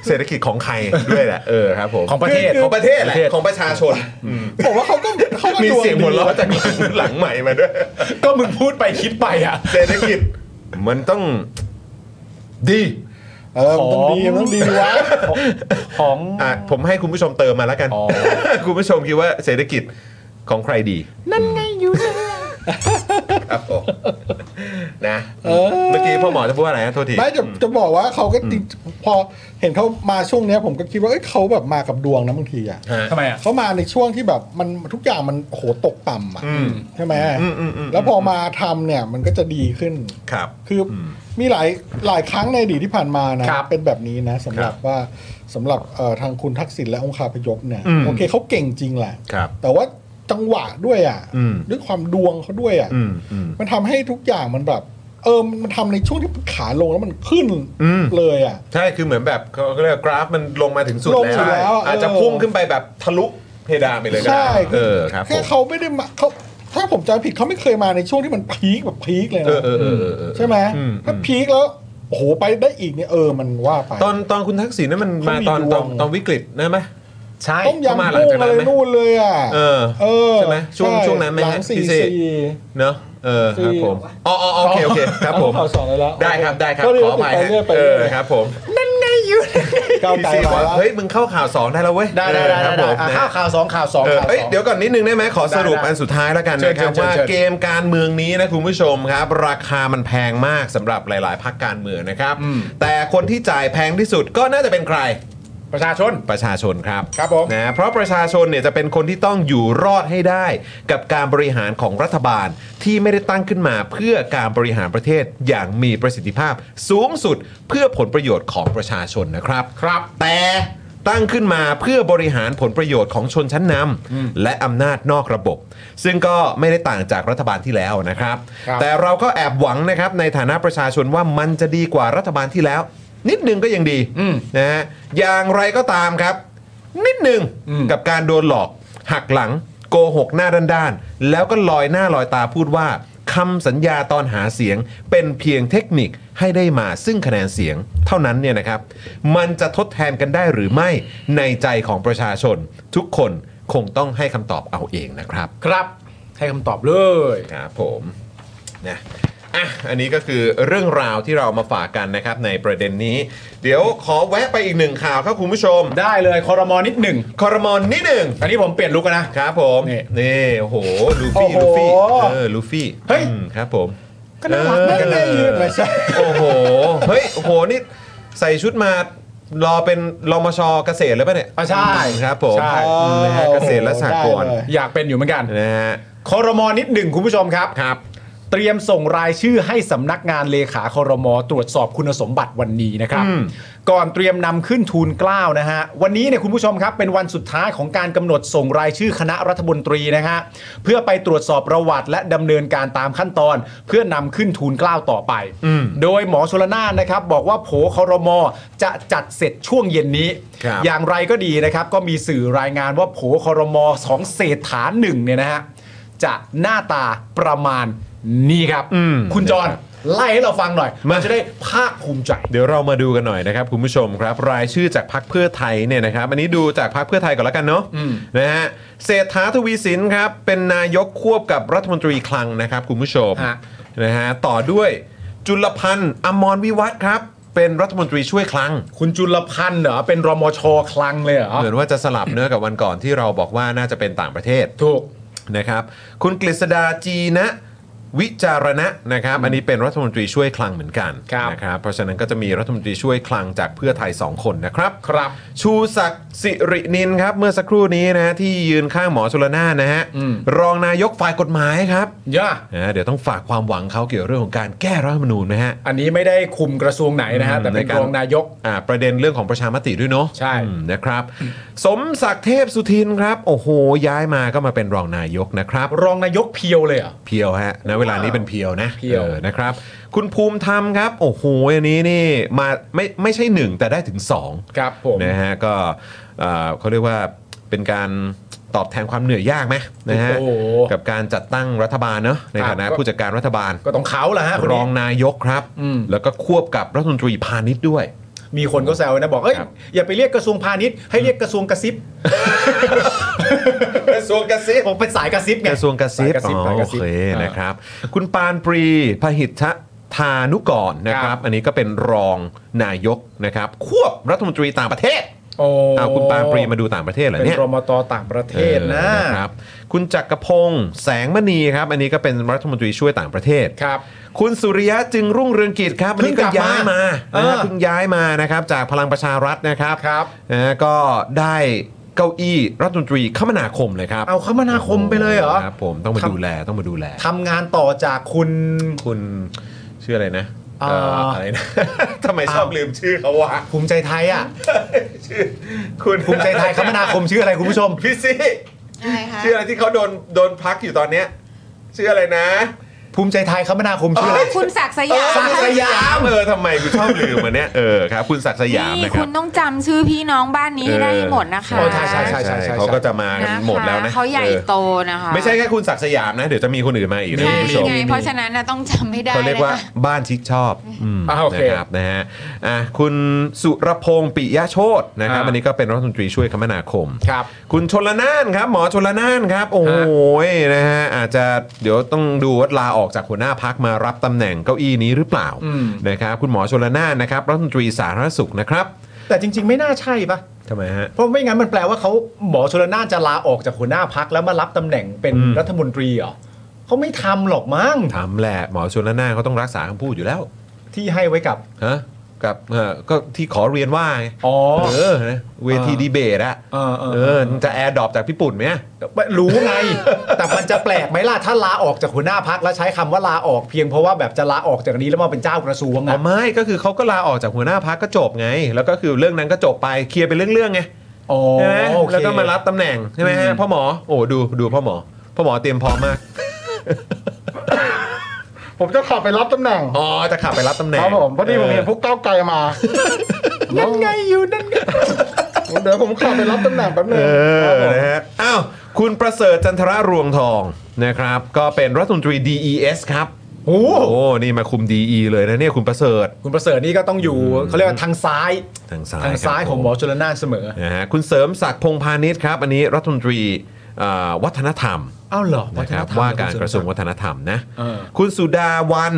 [SPEAKER 1] เศรษฐกิจของใครด้วยแหละเออครับผม
[SPEAKER 2] ของประเทศ
[SPEAKER 1] ของประเทศแหละของประชาชนอืม
[SPEAKER 3] ผมว่าเขาก็เขาก็
[SPEAKER 1] มี
[SPEAKER 3] ดว
[SPEAKER 1] เสียง
[SPEAKER 3] ดี
[SPEAKER 1] หัวเราะจากหลังหลังใหม่มาด้วย
[SPEAKER 2] ก็มึงพูดไปคิดไปอ่ะ
[SPEAKER 1] เศรษฐกิจมันต้องดี
[SPEAKER 3] เออมันต้องดีมันต้องดีวะ
[SPEAKER 2] ของ
[SPEAKER 1] อ่ะผมให้คุณผู้ชมเติมมาแล้วกัน
[SPEAKER 2] อ๋อ
[SPEAKER 1] คุณผู้ชมคิดว่าเศรษฐกิจของใครดี
[SPEAKER 2] นั่นไงอยู่
[SPEAKER 1] ครับผมนะเมื่อกี้พ่อหมอจะพูดว่าอะไรนะโทษที
[SPEAKER 3] ไม่จะจะบอกว่าเขาก็จริงพอเห็นเขามาช่วงเนี้ยผมก็คิดว่าเอ้ยเขาแบบมากับดวงนะบางทีอ่ะ
[SPEAKER 1] ฮะ
[SPEAKER 2] ทำไมอ่ะ
[SPEAKER 3] เขามาในช่วงที่แบบมันทุกอย่างมันโหตกต่ำอ่ะ
[SPEAKER 1] อืม
[SPEAKER 3] ใช่ไหม
[SPEAKER 1] อืมอืมอืม
[SPEAKER 3] แล้วพอมาทำเนี่ยมันก็จะดีขึ้น
[SPEAKER 1] ครับ
[SPEAKER 3] คืออมีหลายหลายครั้งในอดีตที่ผ่านมานะครับ เป็นแบบนี้นะสำหรับ
[SPEAKER 1] ครับ
[SPEAKER 3] ว่าสำหรับเอ่อทางคุณทักษิณและองคาพยพเนี่ย
[SPEAKER 1] อืม
[SPEAKER 3] โอเคเขาเก่งจริงแหละ
[SPEAKER 1] ครับ
[SPEAKER 3] แต่ว่าจังหวะด้วยอ่ะ
[SPEAKER 1] อืม
[SPEAKER 3] ด้วยความดวงเขาด้วยอ่ะ
[SPEAKER 1] อืมอืม
[SPEAKER 3] มันทำให้ทุกอย่างมันแบบ เออมันทำในช่วงที่มันขาลงแล้วมันขึ้น
[SPEAKER 1] อืม
[SPEAKER 3] เลยอ่ะ
[SPEAKER 1] ใช่คือเหมือนแบบเขาเขาเรียกว่ากราฟมันลงมาถึงสุด
[SPEAKER 3] ลง
[SPEAKER 1] แล้ว
[SPEAKER 3] สุดแล้ว
[SPEAKER 1] ใช่อาจจะ
[SPEAKER 3] เออ
[SPEAKER 1] พุ่งขึ้นไปแบบทะลุเพดานไปเลยก็
[SPEAKER 3] ใช่
[SPEAKER 1] ได้เออครับผ
[SPEAKER 3] แค่
[SPEAKER 1] ม
[SPEAKER 3] เขาไม่ได้มาเขาถ้าผมจำไม่ผิดเขาไม่เคยมาในช่วงที่มันพีคแบบพีคเลย
[SPEAKER 1] เออ
[SPEAKER 3] นะ
[SPEAKER 1] เออเออเออเออ
[SPEAKER 3] ใช่ไหม
[SPEAKER 1] อือื
[SPEAKER 3] ถ้าพีคแล้วโอ้โหไปได้อีกเนี่ยเออมันว่าไป
[SPEAKER 1] ตอนตอนคุณทักษิณนั่นมันมา
[SPEAKER 3] เขามี
[SPEAKER 1] ตอน
[SPEAKER 3] ดวง
[SPEAKER 1] ตอนตอนวิกฤตนะไหม
[SPEAKER 2] ใช่
[SPEAKER 3] ต้ม
[SPEAKER 1] เข้ามาย
[SPEAKER 3] ำ
[SPEAKER 1] หลัง
[SPEAKER 3] กุ้ง
[SPEAKER 1] จากนั้
[SPEAKER 3] อะไร
[SPEAKER 1] นไหม
[SPEAKER 3] นู่นเลยอ่ะ
[SPEAKER 1] เออ
[SPEAKER 3] เออ
[SPEAKER 1] ใช่ไหมช่วง
[SPEAKER 3] ใ
[SPEAKER 1] ช่วงนั้นไหม
[SPEAKER 3] หลั
[SPEAKER 1] ฮะ
[SPEAKER 3] งสี่
[SPEAKER 1] พี่เสก
[SPEAKER 3] สี่
[SPEAKER 1] เนอะเออครับผมอ๋ออ๋อโอเคโอเคครับผม
[SPEAKER 3] เอาข่าวสองเลยละ
[SPEAKER 1] ได้ครับได้ครับ
[SPEAKER 3] ก็เรียก
[SPEAKER 1] ขออภัย
[SPEAKER 3] ไป
[SPEAKER 1] ฮะ
[SPEAKER 3] เรื่อยไป
[SPEAKER 1] เอ
[SPEAKER 3] เรื่อย
[SPEAKER 1] อครับผม
[SPEAKER 2] นั่นไงอยู่
[SPEAKER 3] ก้าวไกล
[SPEAKER 1] ซีบอ
[SPEAKER 3] มาก แล้ว
[SPEAKER 1] เฮ้ยมึงเข้าข่าวสองได้แล้วเว้ย
[SPEAKER 2] ได้ได้ได้ได้
[SPEAKER 1] เออ
[SPEAKER 2] อ่ะ
[SPEAKER 1] ค
[SPEAKER 2] ข่า
[SPEAKER 1] รับ
[SPEAKER 2] ว
[SPEAKER 1] ผม
[SPEAKER 2] ข่าวสองข่าวสอง
[SPEAKER 1] เออ
[SPEAKER 2] ข่าวส
[SPEAKER 1] เอ้ย
[SPEAKER 2] อง
[SPEAKER 1] เดี๋ยวก่อนนิดนึงได้ไหมขอสรุป
[SPEAKER 2] ได้ได้
[SPEAKER 1] อันสุดท้ายแล้วกันนะครับ
[SPEAKER 2] เชิญเชิญ
[SPEAKER 1] ว่า
[SPEAKER 2] เชิญ
[SPEAKER 1] เกมการเมืองนี้นะคุณผู้ชมครับ ราคามันแพงมากสำหรับหลาย ๆพรรคการเมืองนะครับ แต่คนที่จ่ายแพงที่สุดก็น่าจะเป็นใคร
[SPEAKER 2] ประชาชน
[SPEAKER 1] ประชาชนครับ
[SPEAKER 2] ครับผม
[SPEAKER 1] นะเพราะประชาชนเนี่ยจะเป็นคนที่ต้องอยู่รอดให้ได้ กับการบริหารของรัฐบาลที่ไม่ได้ตั้งขึ้นมาเพื่อการบริหารประเทศอย่างมีประสิทธิภาพสูงสุดเพื่อผลประโยชน์ของประชาชนนะครับ
[SPEAKER 2] ครับ
[SPEAKER 1] แต่ตั้งขึ้นมาเพื่อบริหารผลประโยชน์ของชนชั้นนำและอำนาจนอกระบบ ซึ่งก็ไม่ได้ต่างจากรัฐบาลที่แล้วนะครับ
[SPEAKER 2] ครับ
[SPEAKER 1] แต่เราก็แอบหวังนะครับในฐานะประชาชนว่ามันจะดีกว่ารัฐบาลที่แล้ว นิดนึงก็ยังดีนะฮะอย่างไรก็ตามครับ นิดนึงกับการโดนหลอก หักหลัง โกหกหน้าด้านๆแล้วก็ลอยหน้าลอยตาพูดว่าคำสัญญาตอนหาเสียงเป็นเพียงเทคนิคให้ได้มาซึ่งคะแนนเสียงเท่านั้นเนี่ยนะครับ มันจะทดแทนกันได้หรือไม่ในใจของประชาชน ทุกคนคงต้องให้คำตอบเอาเองนะครับ
[SPEAKER 2] ครับ ให้คำตอบเลย
[SPEAKER 1] ครับผมนะอ่ะอันนี้ก็คือเรื่องราวที่เรามาฝากกันนะครับในประเด็นนี้ เดี๋ยวขอแวะไปอีกหนึ่งข่าวครับคุณผู้ชม
[SPEAKER 2] ได้เลยคอรมอนิดหนึ่ง
[SPEAKER 1] คอรมอนนิดหนึ่ง
[SPEAKER 2] อันนี้ผมเปลี่ยนลุกแล้วนะ
[SPEAKER 1] ครับผม
[SPEAKER 2] นี่
[SPEAKER 1] นี่โอ้โหลู
[SPEAKER 2] โอ้
[SPEAKER 1] ฟี่ลู
[SPEAKER 2] โห
[SPEAKER 1] ฟี่เออลูฟี่
[SPEAKER 2] เฮ้ย
[SPEAKER 1] อืมครับผม
[SPEAKER 2] ก็น่ารักไม่ได้ยืนเลยใช่
[SPEAKER 1] โอ้โหเฮ้ยโอ้โหนี่ใส่ชุดมารอเป็นรมชเกษตรเลยป่ะเนี่ย
[SPEAKER 2] อ่ะใช่
[SPEAKER 1] ครับผม
[SPEAKER 2] ใช่
[SPEAKER 1] นะฮะเกษตรและสหกรณ์
[SPEAKER 3] ได้เลย
[SPEAKER 2] อยากเป็นอยู่เหมือนกัน
[SPEAKER 1] นะฮะ
[SPEAKER 2] คอรมอนิดหนึ่งคุณผู้ชมครับ
[SPEAKER 1] ครับ
[SPEAKER 2] เตรียมส่งรายชื่อให้สำนักงานเลขาคอรมอตรวจสอบคุณสมบัติวันนี้นะครับ
[SPEAKER 1] อืม
[SPEAKER 2] ก่อนเตรียมนำขึ้นทูลเกล้านะฮะ วันนี้เนี่ยคุณผู้ชมครับ เป็นวันสุดท้ายของการกำหนดส่งรายชื่อคณะรัฐมนตรีนะฮะเพื่อไปตรวจสอบประวัติและดำเนินการตามขั้นตอน เพื่อนำขึ้นทูลเกล้าต่อไป โดยหมอชลนานนะครับ บอกว่าโผคอรมอจะจัดเสร็จช่วงเย็นนี้
[SPEAKER 1] ครับ
[SPEAKER 2] อย่างไรก็ดีนะครับ ก็มีสื่อรายงานว่าโผคอรมอของเศรษฐาหนึ่งเนี่ยนะฮะ จะหน้าตาประมาณนี้ครับ
[SPEAKER 1] อืม
[SPEAKER 2] คุณจรไล่ให้เราฟังหน่อย
[SPEAKER 1] มามั
[SPEAKER 2] มันจะได้ภาคภูมิใจ
[SPEAKER 1] เดี๋ยวเรามาดูกันหน่อยนะครับคุณผู้ชมครับ รายชื่อจากพักเพื่อไทยเนี่ยนะครับอันนี้ดูจากพักเพื่อไทยก่อนแล้วกันเนาะนะฮะเศรษฐาทวีสินครับเป็นนายกควบกับรัฐมนตรีคลังนะครับคุณผู้ชม
[SPEAKER 2] ฮะ
[SPEAKER 1] นะฮะต่อด้วยจุลพันธ์อมรวิวัฒน์ครับเป็นรัฐมนตรีช่วยคลัง
[SPEAKER 2] คุณจุลพันธ์เหรอ เป็นรมชคลังเลยเหรอ
[SPEAKER 1] เหมือนว่าจะสลับเนื้อกับวันก่อนที่เราบอกว่าน่าจะเป็นต่างประเทศ
[SPEAKER 2] ถูก
[SPEAKER 1] นะครับคุณกฤษดาจีนะวิจารณะนะครับอันนี้เป็นรัฐมนตรีช่วยคลังเหมือนกัน
[SPEAKER 2] ครับ
[SPEAKER 1] นะครับเพราะฉะนั้นก็จะมีรัฐมนตรีช่วยคลังจากเพื่อไทย 2 คนนะครับ
[SPEAKER 2] ครับ
[SPEAKER 1] ชูศักดิ์สิรินินครับเมื่อสักครู่นี้นะฮะที่ยืนข้างหมอชลนานนะฮะรองนายกฝ่ายกฎหมายครับ
[SPEAKER 2] ย่า
[SPEAKER 1] นะฮะเดี๋ยวต้องฝากความหวังเขาเกี่ยวเรื่องของการแก้รัฐธรรมนูญนะฮะ
[SPEAKER 2] อันนี้ไม่ได้คุมกระทรวงไหนนะฮะ แต่เป็น
[SPEAKER 1] ในการ ร
[SPEAKER 2] องนายก
[SPEAKER 1] อ่าประเด็นเรื่องของประชามติด้วยเนาะ
[SPEAKER 2] ใช่
[SPEAKER 1] อืมนะครับ สมศักดิ์เทพสุทินครับโอ้โหย้ายมาก็มาเป็นรองนายกนะครับ
[SPEAKER 2] รองนายกเพียวเลยเหรอ
[SPEAKER 1] เพียวฮะณเวลานี้เป็นเพียวนะ
[SPEAKER 2] เพียว
[SPEAKER 1] ออนะครับ คุณภูมิธรรมครับ โอ้โหอันนี้นี่มาไม่ไม่ใช่หนึ่งแต่ได้ถึงสอง
[SPEAKER 2] ครับผม
[SPEAKER 1] นะฮะก็เอ่อเขาเรียกว่าเป็นการตอบแทนความเหนื่อยยากไหมนะฮะ
[SPEAKER 2] โอ้โห
[SPEAKER 1] กับการจัดตั้งรัฐบาลเนอะในฐานะ
[SPEAKER 2] ครับ
[SPEAKER 1] ผู้จัดการรัฐบาล
[SPEAKER 2] ก็ต้องเขาแหละฮะคน
[SPEAKER 1] ร
[SPEAKER 2] นี้
[SPEAKER 1] องนายกครับ
[SPEAKER 2] อืม
[SPEAKER 1] แล้วก็ควบกับรัฐมนตรีพาณิชย์ด้วย
[SPEAKER 2] มีคนก็แซวนะบอก เอ้ย
[SPEAKER 1] ครับ
[SPEAKER 2] อย่าไปเรียกกระทรวงพาณิชย์ ให้เรียกกระทรวงกระซิบ กระทรวงกระซิบผมเป็นสายกระซิบไง
[SPEAKER 1] กระทรวงกระซิบ
[SPEAKER 2] สายกระซิบ
[SPEAKER 1] อ๋อ
[SPEAKER 2] สาย
[SPEAKER 1] โอ
[SPEAKER 2] กระซิบ
[SPEAKER 1] เค
[SPEAKER 2] อ่า
[SPEAKER 1] นะครับ คุณปานปรีพหิทธทานุกรนะค
[SPEAKER 2] ครั
[SPEAKER 1] รับ
[SPEAKER 2] บ
[SPEAKER 1] อันนี้ก็เป็นรองนายกนะครับ ควบรัฐมนตรีต่างประเทศ
[SPEAKER 2] โอ้
[SPEAKER 1] อ้าวคุณปานปรีมาดูต่างประเทศเหรอ
[SPEAKER 2] เป็น
[SPEAKER 1] เนี่ย
[SPEAKER 2] รมตต่างประเทศนะ
[SPEAKER 1] เออครับคุณจักรพงศ์แสงมณีครับ อันนี้ก็เป็นรัฐมนตรีช่วยต่างประเทศ
[SPEAKER 2] ครับ
[SPEAKER 1] คุณสุริยะจึงรุ่งเรืองกิจครับอันนี้ก็
[SPEAKER 2] เพิ่งกลับ
[SPEAKER 1] ย้ายมา
[SPEAKER 2] เออ
[SPEAKER 1] นะครับเพิ่งย้ายมานะครับจากพลังประชารัฐนะครับ
[SPEAKER 2] ครับ
[SPEAKER 1] นะฮะก็ได้เก้าอี้รัฐมนตรีคมนาคมเลยครับ
[SPEAKER 2] เอาคมนาคมไปเลยเหรอ
[SPEAKER 1] ครับผมต้องมา
[SPEAKER 2] ครับ
[SPEAKER 1] ดูแลต้องมาดูแล
[SPEAKER 2] ทำงานต่อจากคุณ
[SPEAKER 1] คุณชื่ออะไรนะ
[SPEAKER 2] เอ่อ
[SPEAKER 1] เอะไรนะ ทำไมชอบ
[SPEAKER 2] อ้าว
[SPEAKER 1] ลืมชื่อเขาวะ
[SPEAKER 2] ภูมิใจไทยอ่ะ
[SPEAKER 1] ชื่อคุณ
[SPEAKER 2] ภูมิใจไทยคมนาคมชื่ออะไรคุณผู้ชม
[SPEAKER 1] พี่ซี่
[SPEAKER 5] อะไรคะ
[SPEAKER 1] ชื่ออะไรที่เขาโดนโดนพักอยู่ตอนเนี้ยชื่ออะไรนะ
[SPEAKER 2] ภูมิใจไทยคมนาคมชื่ออะไร
[SPEAKER 5] คุณศักดิ์สยาม
[SPEAKER 2] ศักดิ์สยาม
[SPEAKER 1] เออทำไมกูชอบลืมอันเนี้ยเออครับคุณศักดิ์สยาม
[SPEAKER 5] นี่
[SPEAKER 1] นะค
[SPEAKER 5] คุ
[SPEAKER 1] รับ
[SPEAKER 5] ณต้องจำชื่อพี่น้องบ้านนี้ให้ได้
[SPEAKER 1] เออ
[SPEAKER 5] หมดนะคะ
[SPEAKER 2] โอ้ใช่ใช่ใช่ใช่ใช่
[SPEAKER 1] เขาก็จะมากันหมดแล้วนะ
[SPEAKER 5] เขาใหญ่
[SPEAKER 1] ออ
[SPEAKER 5] โตนะคะ
[SPEAKER 1] ไม่ใช่แค่คุณศักดิ์สยามนะ เดี๋ยวจะมีคนอื่นมาอีกนะ
[SPEAKER 5] ใช่
[SPEAKER 1] คุณผู้ชม
[SPEAKER 5] ไงเพราะฉะนั้นน่ะต้องจำให้ได้
[SPEAKER 1] เขาเรียก
[SPEAKER 5] ล
[SPEAKER 1] ว่า
[SPEAKER 5] ค่ะ
[SPEAKER 1] บ้านชิคชอบอืม
[SPEAKER 2] อ่าโอเค
[SPEAKER 1] นะครับนะฮะอ่ะคุณสุรพงศ์ปิยะโชตนะครับ
[SPEAKER 2] อ่า
[SPEAKER 1] อันนี้ก็เป็นรัฐมนตรีช่วยคมนาคม
[SPEAKER 2] ครับ
[SPEAKER 1] คุณชนละนานครับ หมอชนละนานครับ โอ้โหนะฮะอาจจะเดี๋ยวต้องดูว่าลาออกจากหัวหน้าพักมารับตำแหน่งเก้าอี้นี้หรือเปล่า
[SPEAKER 2] อืม
[SPEAKER 1] นะครับคุณหมอชนละนานนะครับรัฐมนตรีสาธารณสุขนะครับ
[SPEAKER 2] แต่จริง ๆ ไม่น่าใช่ปะ
[SPEAKER 1] ทำไมฮะ
[SPEAKER 2] เพราะไม่งั้นมันแปลว่าเขาหมอชลนานจะลาออกจากหัวหน้าพักแล้วมารับตำแหน่งเป็น
[SPEAKER 1] อืม
[SPEAKER 2] รัฐมนตรีเหรอเขาไม่ทำหรอกมั้ง
[SPEAKER 1] ทำแหละหมอชนละนานเขาต้องรักษาคำพูดอยู่แล้ว
[SPEAKER 2] ที่ให้ไว้กับ
[SPEAKER 1] ฮะกับเออก็ที่ขอเรียนว่าไง
[SPEAKER 2] อ๋อ
[SPEAKER 1] เออนะเวที
[SPEAKER 2] อ่า
[SPEAKER 1] ดีเบตอะ
[SPEAKER 2] เออเออ
[SPEAKER 1] เอ
[SPEAKER 2] เอ
[SPEAKER 1] อ
[SPEAKER 2] อ
[SPEAKER 1] จะแอร์ดรอปจากพี่ปุ่นไหม
[SPEAKER 2] รู้ไง แต่มันจะแปลกไหมล่ะถ้าลาออกจากหัวหน้าพักแล้วใช้คำว่าลาออกเพียงเพราะว่าแบบจะลาออกจากนี้แล้วมาเป็นเจ้ากระทรวง
[SPEAKER 1] อ๋
[SPEAKER 2] อะ
[SPEAKER 1] อไม่ก็คือเขาก็ลาออกจากหัวหน้าพักก็จบไง แล้วก็คือเรื่องนั้นก็จบไปเคลียร์เป็นเรื่องๆไง
[SPEAKER 2] โอ้
[SPEAKER 1] ใช่ไหม
[SPEAKER 2] โอเค
[SPEAKER 1] แล้วก็มารับตำแหน่งใช่ไหมฮะ
[SPEAKER 2] อืม
[SPEAKER 1] พ่อหมอโอ้ดูดูพ่อหมอพ่อหมอเตรียมพร้อมมาก
[SPEAKER 3] ผมจะขับไปรับตำแหน่ง
[SPEAKER 1] อ๋อจะขับไปรับตำแหน่ง
[SPEAKER 3] ครับผมพอดีผมเห็นพวกก้าวไกลมา
[SPEAKER 2] นั่นไงอยู่นั่นไง
[SPEAKER 3] เดี๋ยวผมขับไปรับตำแหน่งแป๊บนึ
[SPEAKER 1] เอง
[SPEAKER 3] ค
[SPEAKER 1] อ
[SPEAKER 3] รับผม
[SPEAKER 1] นะฮะอ้าวคุณประเสริฐจันทรรวงทองนะครับ ก็เป็นรัฐมนตรี DES ครับ
[SPEAKER 2] โอ้โห
[SPEAKER 1] โอ้นี่มาคุม DE เลยนะเนี่ยคุณประเสริฐ
[SPEAKER 2] คุณประเสริฐนี่ก็ต้องอยู่เขาเรียกว่าทางซ้าย
[SPEAKER 1] ทางซ้าย
[SPEAKER 2] ทางซ้าย
[SPEAKER 1] ครับ
[SPEAKER 2] ของหมอชลนานเสมอ
[SPEAKER 1] นะฮะคุณเสริมศักดิ์พงษ์พาณิชย์ครับ อันนี้รัฐมนตรีเอ่อวัฒนธรรม
[SPEAKER 2] อ้าวเหรอ
[SPEAKER 1] นะครับ
[SPEAKER 2] ฒนธม
[SPEAKER 1] ว่าการกระทรวงวัฒนธรรมนะ
[SPEAKER 2] เออ
[SPEAKER 1] คุณสุดาวัน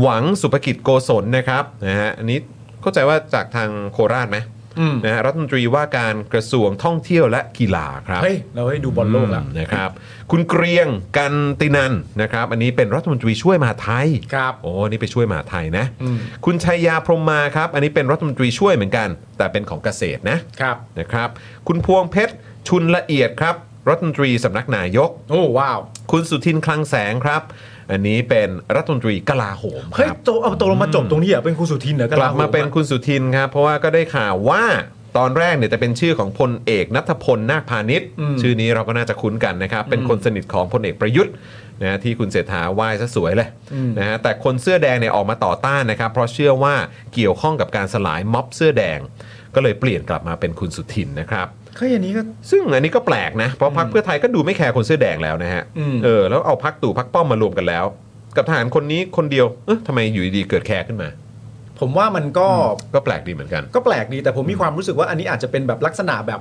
[SPEAKER 1] หวังสุภกิจโกศลนะครับนะฮะอันนี้เข้าใจว่าจากทางโคราชไหม
[SPEAKER 2] อืม
[SPEAKER 1] นะฮะรัฐมนตรีว่าการกระทรวงท่องเที่ยวและกีฬาครับ
[SPEAKER 2] เฮ้ยเราให้ดูบอลโลกแล้ว
[SPEAKER 1] อืมนะครับ คุณเกรียงกันตินันนะครับ อันนี้เป็นรัฐมนตรีช่วยมหาดไทย
[SPEAKER 2] ครับ
[SPEAKER 1] โอ้นี่ไปช่วยมหาไทยนะ
[SPEAKER 2] อืม
[SPEAKER 1] คุณชัยยาพรหมมาครับ อันนี้เป็นรัฐมนตรีช่วยเหมือนกัน แต่เป็นของเกษตรนะครับ นะครับ คุณพวงเพชรชุนละเอียดครับ รัฐมนตรีสำนักนายก
[SPEAKER 2] โอ้ว้าว
[SPEAKER 1] คุณสุทินคลังแสงครับ อันนี้เป็นรัฐมนตรีกลาโหมค
[SPEAKER 2] เฮ้ย
[SPEAKER 1] รับ
[SPEAKER 2] โตเอาตกลงมาจบตรงนี้เหรอเป็นคุณสุทินเหรอก
[SPEAKER 1] ลับมาเป็นคุณสุทินครับ เพราะว่าก็ได้ข่าวว่าตอนแรกเนี่ยจะเป็นชื่อของพลเอกนัทพลนาคพาณิชย์ชื่อนี้เราก็น่าจะคุ้นกันนะครับ เป็นคนสนิทของพลเอกประยุทธ์นะที่คุณเศรษฐาไหว้ซะสวยเลย นะฮะแต่คนเสื้อแดงเนี่ยออกมาต่อต้านนะครับ เพราะเชื่อว่าเกี่ยวข้องกับการสลายม็อบเสื้อแดง ก็เลยเปลี่ยนกลับมาเป็นคุณสุทินนะครับ
[SPEAKER 2] เฮ้ยอันนี้ก็
[SPEAKER 1] ซึ่งอันนี้ก็แปลกนะเพราะพรรคเพื่อไทยก็ดูไม่แคร์คนเสื้อแดงแล้วนะฮะ
[SPEAKER 2] อืม
[SPEAKER 1] เออแล้วเอาพรรคตู่พรรคป้อมมารวมกันแล้ว กับทหารคนนี้คนเดียวเอ๊ะทำไมอยู่ดีๆเกิดแคร์ขึ้นมา
[SPEAKER 2] ผมว่ามันก็
[SPEAKER 1] ก็แปลกดีเหมือนกัน
[SPEAKER 2] ก็แปลกดีแต่ผมมีความรู้สึกว่าอันนี้อาจจะเป็นแบบลักษณะแบบ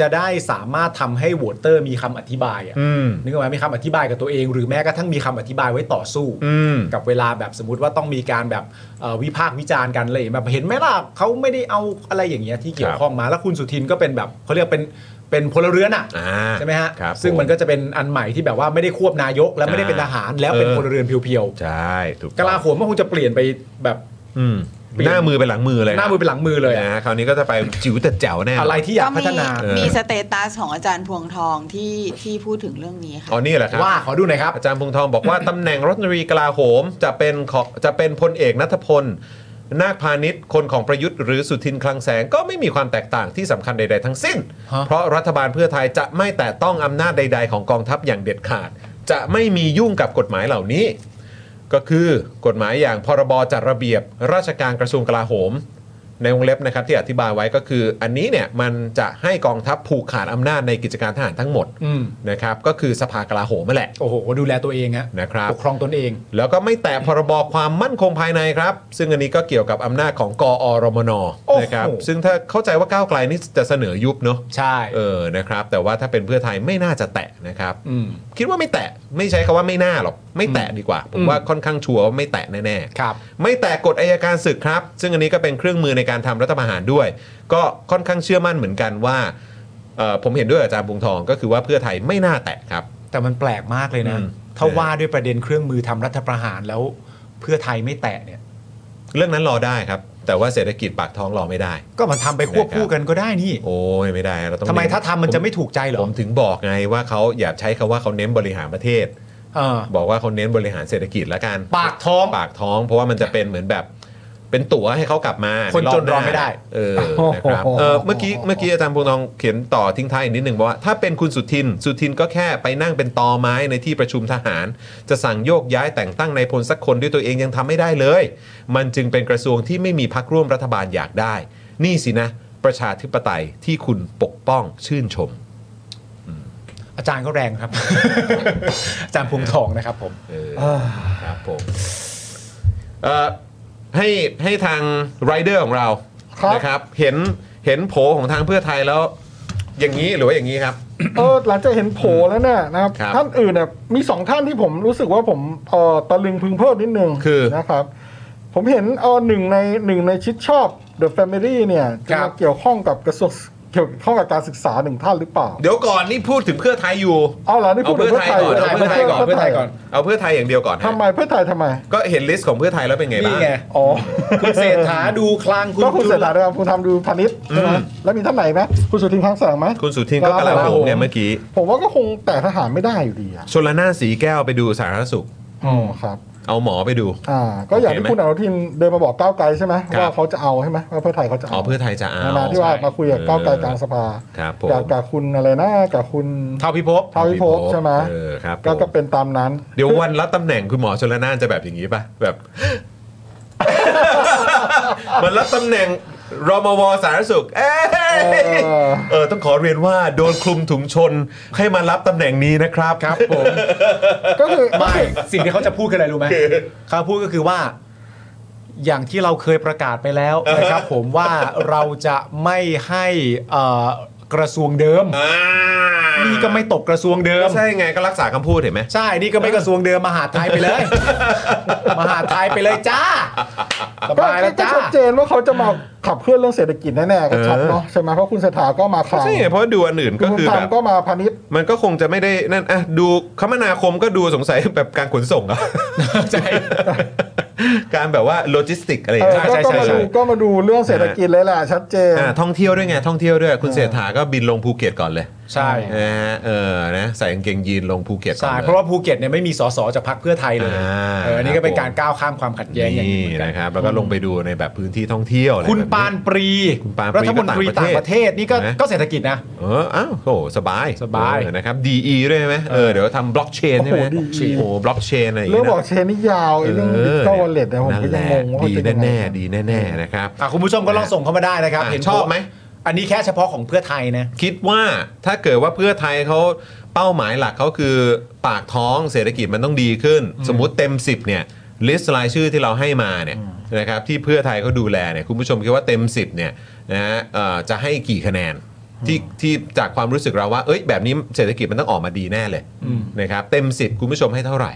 [SPEAKER 2] จะได้สามารถทำให้โหวตเตอร์มีคำอธิบายอ่ะ
[SPEAKER 1] อืม
[SPEAKER 2] นึกออกไหมมีคำอธิบายกับตัวเองหรือแม้กระทั่งมีคำอธิบายไว้ต่อสู้
[SPEAKER 1] อืม
[SPEAKER 2] กับเวลาแบบสมมติว่าต้องมีการแบบเอ่อวิพากษ์วิจารณ์กันอะไรอย่างเลยแบบเห็นไหมล่ะเขาไม่ได้เอาอะไรอย่างเงี้ยที่เกี่ย
[SPEAKER 1] คว รับ
[SPEAKER 2] ข้องมาแล้วคุณสุทินก็เป็นแบบเขาเรียกเป็นเป็นพลเรือนอ่ะ
[SPEAKER 1] อ่า
[SPEAKER 2] ใช่ไหมฮะ
[SPEAKER 1] ครับ
[SPEAKER 2] ซึ่ง
[SPEAKER 1] ผม
[SPEAKER 2] มันก็จะเป็นอันใหม่ที่แบบว่าไม่ได้ควบนายก และไม่ได้เป็นทหารแล้วเป็น
[SPEAKER 1] เออ
[SPEAKER 2] พลเรือนเพียว
[SPEAKER 1] ใช่ถูก
[SPEAKER 2] ๆกลาโหมก็คงจะเปลี่ยนไปแบบ
[SPEAKER 1] อืมหน้ามือไปหลังมือเลย
[SPEAKER 2] หน้ามือเป็นหลังมือเลย
[SPEAKER 1] นะ
[SPEAKER 2] อะ
[SPEAKER 1] ฮะคราวนี้ก็จะไปจิ๋วแต่แจ๋วแน่
[SPEAKER 2] อะไรที่อยากพัฒนา
[SPEAKER 9] ก็มีมีสเตตัสของอาจารย์พวงทองที่ที่พูดถึงเรื่องนี้ค่ะ
[SPEAKER 1] อ๋อนี่แหละครับ
[SPEAKER 2] ว่าขอดูหน่อยครับ
[SPEAKER 1] อาจารย์พงษ์ทองบอกว่า ตำแหน่งรัฐมนตรีกลาโหม จะเป็นของจะเป็นพลเอกนัทพล นาคพาณิชย์คนของประยุทธ์หรือสุทินคลังแสงก็ไม่มีความแตกต่างที่สำคัญใด ๆ ทั้งสิ้น
[SPEAKER 2] ฮะ
[SPEAKER 1] เพราะรัฐบาลเพื่อไทยจะไม่แต่ต้องอำนาจใด ๆ ของกองทัพอย่างเด็ดขาด จะไม่มียุ่งกับกฎหมายเหล่านี้ ก็คือกฎหมายอย่างพรบจัดระเบียบ ราชการกระทรวงกลาโหม ในวงเล็บนะครับที่อธิบายไว้ก็คือ อันนี้เนี่ยมันจะให้กองทัพผูกขาดอำนาจในกิจการทหารทั้งหมด
[SPEAKER 2] อืม
[SPEAKER 1] นะครับก็คือสภากลาโหมนั่นแหละ
[SPEAKER 2] โอ้โหดูแลตัวเองฮะ
[SPEAKER 1] นะครับ
[SPEAKER 2] ปกครองตนเอง
[SPEAKER 1] แล้วก็ไม่แตะพรบความมั่นคงภายในครับ ซึ่งอันนี้ก็เกี่ยวกับอำนาจของกอรมนนะครับ ซึ่งถ้าเข้าใจว่าก้าวไกลนี่จะเสนอยุบเนาะ
[SPEAKER 2] ใช่
[SPEAKER 1] เออนะครับ แต่ว่าถ้าเป็นเพื่อไทยไม่น่าจะแตะนะครับ
[SPEAKER 2] ม
[SPEAKER 1] คิดว่าไม่แตะไม่ใช้คาว่าไม่น่าหรอกไม่แตะดีกว่า ผม
[SPEAKER 2] อืม
[SPEAKER 1] ว่าค่อนข้างชัวร์ว่าไม่แตะแน่ๆ
[SPEAKER 2] ครับ
[SPEAKER 1] ไม่แตะกฎอายการศึกครับ ซึ่งอันนี้ก็เป็นเครื่องมือในการทำรัฐประหารด้วย ก็ค่อนข้างเชื่อมั่นเหมือนกันว่าเอ่อผมเห็นด้วยกับอาจารย์บุงทองก็คือว่าเพื่อไทยไม่น่าแตะครับ
[SPEAKER 2] แต่มันแปลกมากเลยนะ
[SPEAKER 1] อืม
[SPEAKER 2] ถ้าว่าด้วยประเด็นเครื่องมือทำรัฐประหารแล้ว เพื่อไทยไม่แตะเนี่ย
[SPEAKER 1] เรื่องนั้นรอได้ครับ แต่ว่าเศรษฐกิจปากท้องรอไม่ได้
[SPEAKER 2] ก็มันทำไปควบคู่กันก็ได้นี่
[SPEAKER 1] โอ้ยไม่ได้เราต้อง
[SPEAKER 2] ทำไม
[SPEAKER 1] เน้น
[SPEAKER 2] ถ้าทำมันจะไม่ถูกใจเหร
[SPEAKER 1] ผ
[SPEAKER 2] อ
[SPEAKER 1] มถึงบอกไงว่าเขาอย่าใช้คำว่าเขาเน้นบริหารประเทศ
[SPEAKER 2] เออ
[SPEAKER 1] บอกว่าเขาเน้นบริหารเศรษฐกิจละกัน
[SPEAKER 2] ปากท้อง
[SPEAKER 1] ปากท้อง เพราะว่ามันจะเป็นเหมือนแบบ เป็นตั๋วให้เขากลับมา
[SPEAKER 2] คนจนรอ
[SPEAKER 1] หา
[SPEAKER 2] ไม่ได้
[SPEAKER 1] เออนะครับเออเมื่อกี้เมื่อกี้อาจารย์พงษ์ทองเขียนต่อทิ้งท้ายอีกนิดหนึ่งว่าถ้าเป็นคุณสุทิน สุทินก็แค่ไปนั่งเป็นตอไม้ในที่ประชุมทหาร จะสั่งโยกย้ายแต่งตั้งนายพลสักคนด้วยตัวเองยังทำไม่ได้เลย มันจึงเป็นกระทรวงที่ไม่มีพักร่วมรัฐบาลอยากได้ นี่สินะ ประชาธิปไตยที่คุณปกป้องชื่นชม
[SPEAKER 2] อาจารย์ก็แรง ครับ อาจารย์พวงทองนะครับผม
[SPEAKER 1] เออครับผมเอ่อให้ให้ทางไรเดอร์ของเรา
[SPEAKER 3] ครับ
[SPEAKER 1] นะครับ เห็นเห็นโผของทางเพื่อไทยแล้ว อย่างนี้หรือว่าอย่างนี้ครับ
[SPEAKER 3] เออหลังจากเห็นโผล่แล้วเนี่ยนะครับ
[SPEAKER 1] ครับ
[SPEAKER 3] ท่านอื่นเนี่ยมีสองท่านที่ผมรู้สึกว่าผมเออตะลึงพึงเพลิดนิดนึง
[SPEAKER 1] คือ
[SPEAKER 3] นะครับ ผมเห็นเออหนึ่งในหนึ่งในชิดชอบ The Family เนี่ยจะ
[SPEAKER 1] ครั
[SPEAKER 3] มา
[SPEAKER 1] บ
[SPEAKER 3] เกี่ยวข้องกับกระทรวงเกี่ยวข้องกับการศึกษาหนึ่งท่านหรือเปล่า
[SPEAKER 1] เดี๋ยวก่อนนี่พูดถึงเพื่อไทยอยู่
[SPEAKER 3] เอาล่ะนี่
[SPEAKER 1] เอา
[SPEAKER 3] พูดถึ
[SPEAKER 1] เพื่
[SPEAKER 3] ง
[SPEAKER 1] อ
[SPEAKER 3] เพื่อย
[SPEAKER 1] ไท
[SPEAKER 3] ไทย
[SPEAKER 1] ก่อนเอาเพื่อไทยก่อนเพื่อไทยก่อนเอาเพื่อไทยอย่างเดียวก่อนฮะ
[SPEAKER 3] ทำไมเพื่อไทยทำไม
[SPEAKER 1] ก็เห็นลิสต์ของเพื่อไทยแล้วเป็นไงบ้าง
[SPEAKER 2] นี่ไง
[SPEAKER 3] อ๋อ
[SPEAKER 2] คุณเศรษฐาดูคลังคุณ
[SPEAKER 3] ก็คุณ
[SPEAKER 2] จุ
[SPEAKER 3] เศรษ
[SPEAKER 2] ล
[SPEAKER 3] ฐาด้วยครับคุณทำดูพาณิชย์ใช่ไหม
[SPEAKER 1] อืม
[SPEAKER 3] แล้วมีท่านไหนไหมคุณสุทินคลังแสงไหม
[SPEAKER 1] คุณสุทินก็กลาโหมเนี่ยเมื่อกี้
[SPEAKER 3] ผมว่าก็คงแต่ทหารไม่ได้อยู่ดีอ่ะ
[SPEAKER 1] ชนละนานสีแก้วไปดูสาธารณสุข
[SPEAKER 3] อ๋อครับ
[SPEAKER 1] เอาหมอไปดู
[SPEAKER 3] อ่าก็อย่างที่คุณอนุทินเดินมาบอกก้าวไกลใช่ไหม
[SPEAKER 1] ครับ
[SPEAKER 3] ว่าเขาจะเอาใช่ไหมว่าเพื่อไทยเขาจะ
[SPEAKER 1] อ๋อ
[SPEAKER 3] เอา
[SPEAKER 1] เพื่อไทยจะเอา
[SPEAKER 3] ในมาที่ว่ามาคุยกับก้าวไกลกลางสภา
[SPEAKER 1] ครับผม
[SPEAKER 3] กับกับคุณอะไรนะกับคุณ
[SPEAKER 1] เท่าพิภพ
[SPEAKER 3] เท่าพิภพใช่ไหม
[SPEAKER 1] เออครับ
[SPEAKER 3] ก็
[SPEAKER 1] ผ
[SPEAKER 3] ก็
[SPEAKER 1] ม
[SPEAKER 3] เป็นตามนั้น
[SPEAKER 1] เดี๋ยววันรับตำแหน่งคุณหมอชนละนานจะแบบอย่างนี้ป่ะแบบ มันรับตำแหน่งรมวสาธารณสุข เอ้
[SPEAKER 3] เอยอ
[SPEAKER 1] เออต้องขอเรียนว่าโดนคลุมถุงชนให้มารับตำแหน่งนี้นะครับ
[SPEAKER 2] ครับผม
[SPEAKER 3] ก็คือ
[SPEAKER 2] ไม่ สิ่งที่เขาจะพูดคืออะไรรู้ไหมเขาพูดก็คือว่า อย่างที่เราเคยประกาศไปแล้วนะครับผมว่าเราจะไม่ให้เอ่อกระทรวงเดิม
[SPEAKER 1] อ่า
[SPEAKER 2] นี่ก็ไม่ตกกระทรวงเดิม
[SPEAKER 1] ก็ใช่ไงก็รักษาคำพูดเห็นไหม
[SPEAKER 2] ใช่ นี่ก็ไม่กระทรวงเดิมมหาดไทยไปเลย มหาดไทยไปเลยจ้าส
[SPEAKER 3] ก็
[SPEAKER 2] บายแล้ว
[SPEAKER 3] ก็
[SPEAKER 2] จ้า
[SPEAKER 3] ชัดเจนว่าเขาจะมาขับเคลื่อนเรื่องเศรษฐกิจแน่ๆก็ชัดเนาะใช่ไหมเพราะคุณเศรษฐาก็มาค
[SPEAKER 1] ก็
[SPEAKER 3] ลัง
[SPEAKER 1] ใช่ไงเพราะดูอันอื่นก็
[SPEAKER 3] คุณ
[SPEAKER 1] คือ
[SPEAKER 3] ทา
[SPEAKER 1] แบ
[SPEAKER 3] ม
[SPEAKER 1] บ
[SPEAKER 3] ก็มาพาณิชย์
[SPEAKER 1] มันก็คงจะไม่ได้นั่นอ่ะดูคมนาคมก็ดูสงสัยแบบการขนส่ง อะ
[SPEAKER 2] ใช่
[SPEAKER 1] การแบบว่าโลจิสติกอะไรอ
[SPEAKER 3] เอย่าง อ
[SPEAKER 1] เงี้ย
[SPEAKER 3] ก็
[SPEAKER 2] ใช่
[SPEAKER 3] ก็
[SPEAKER 2] ใช่
[SPEAKER 3] มา
[SPEAKER 2] ใช่
[SPEAKER 3] ดูก็มาดูเรื่องเศรษฐกิจเลยแหละชัดเจน
[SPEAKER 1] อ่าท่องเที่ยวด้วยไงท่องเที่ยวด้วยคุณเศรษฐาก็บินลงภูเก็ตก่อนเลย
[SPEAKER 2] ใช่
[SPEAKER 1] นะฮะเออนะใส่กางเกงยีนลงภูเก็ตก่อน
[SPEAKER 2] ใช่
[SPEAKER 1] ลย
[SPEAKER 2] เพราะว่าภูเก็ตเนี่ยไม่มีสสจากพรรคเพื่อไทยเลย
[SPEAKER 1] อ่า
[SPEAKER 2] เอออันนี้ก็เป็นการก้าวข้ามความขัดแย้งอย่างห
[SPEAKER 1] นี่
[SPEAKER 2] งเหมือกั
[SPEAKER 1] นะครับแล้วก็ลงไปดูในแบบพื้นที่ท่องเที่ยวอะไร
[SPEAKER 2] คุณ
[SPEAKER 1] แบบนี้
[SPEAKER 2] ปานปรี
[SPEAKER 1] คุณปานปรี
[SPEAKER 2] รัฐมนตรี
[SPEAKER 1] ก็
[SPEAKER 2] ต่า
[SPEAKER 1] ต่าง ง
[SPEAKER 2] ป
[SPEAKER 1] ประ ระ
[SPEAKER 2] เท
[SPEAKER 1] เท
[SPEAKER 2] ศ
[SPEAKER 1] ศ
[SPEAKER 2] นี่ก็
[SPEAKER 1] นะ
[SPEAKER 2] ก็เศรษฐกิจนะ
[SPEAKER 1] เอออ้าวโอ้สบาย
[SPEAKER 2] สบาย
[SPEAKER 1] เออนะครับ DE ด้วยไหมเออเดี๋ยวทำบล็อกเชนใช่ไหม
[SPEAKER 3] โอ้โห DE
[SPEAKER 1] โอ้บล็อกเชนอะไรอย่าง
[SPEAKER 3] เรื่
[SPEAKER 1] เงี้
[SPEAKER 3] อง
[SPEAKER 1] ย
[SPEAKER 3] บอกเชนนี่ยาวไอ้เรื่องดิจิตอลวอลเล็ตเนี่ยผมก็ยังงงว่าเขา
[SPEAKER 1] ดี
[SPEAKER 3] จะยังไง
[SPEAKER 1] แน่ๆดีแน่ๆนะครับ
[SPEAKER 2] อ่ะคุณผู้ชมก็ลองส่งเข้ามาได้นะครับ
[SPEAKER 1] อ่ะ
[SPEAKER 2] เห็น
[SPEAKER 1] ชอบไหม
[SPEAKER 2] อันนี้แค่เฉพาะของเพื่อไทยนะ
[SPEAKER 1] คิดว่าถ้าเกิดว่าเพื่อไทยเขาเป้าหมายหลักเขาคือปากท้องเศรษฐกิจมันต้องดีขึ้น สมมติเต็ม 10เนี่ยลิสต์รายชื่อที่เราให้มาเนี่ยนะครับที่เพื่อไทยเขาดูแลเนี่ยคุณผู้ชมคิดว่าเต็ม 10เนี่ยนะฮะเอ่อจะให้กี่คะแนนที่ที่จากความรู้สึกเราว่าเอ้ยแบบนี้เศรษฐกิจมันต้องออกมาดีแน่เลย
[SPEAKER 2] อืม
[SPEAKER 1] นะครับเต็ม 10 คุณผู้ชมให้เท่าไหร่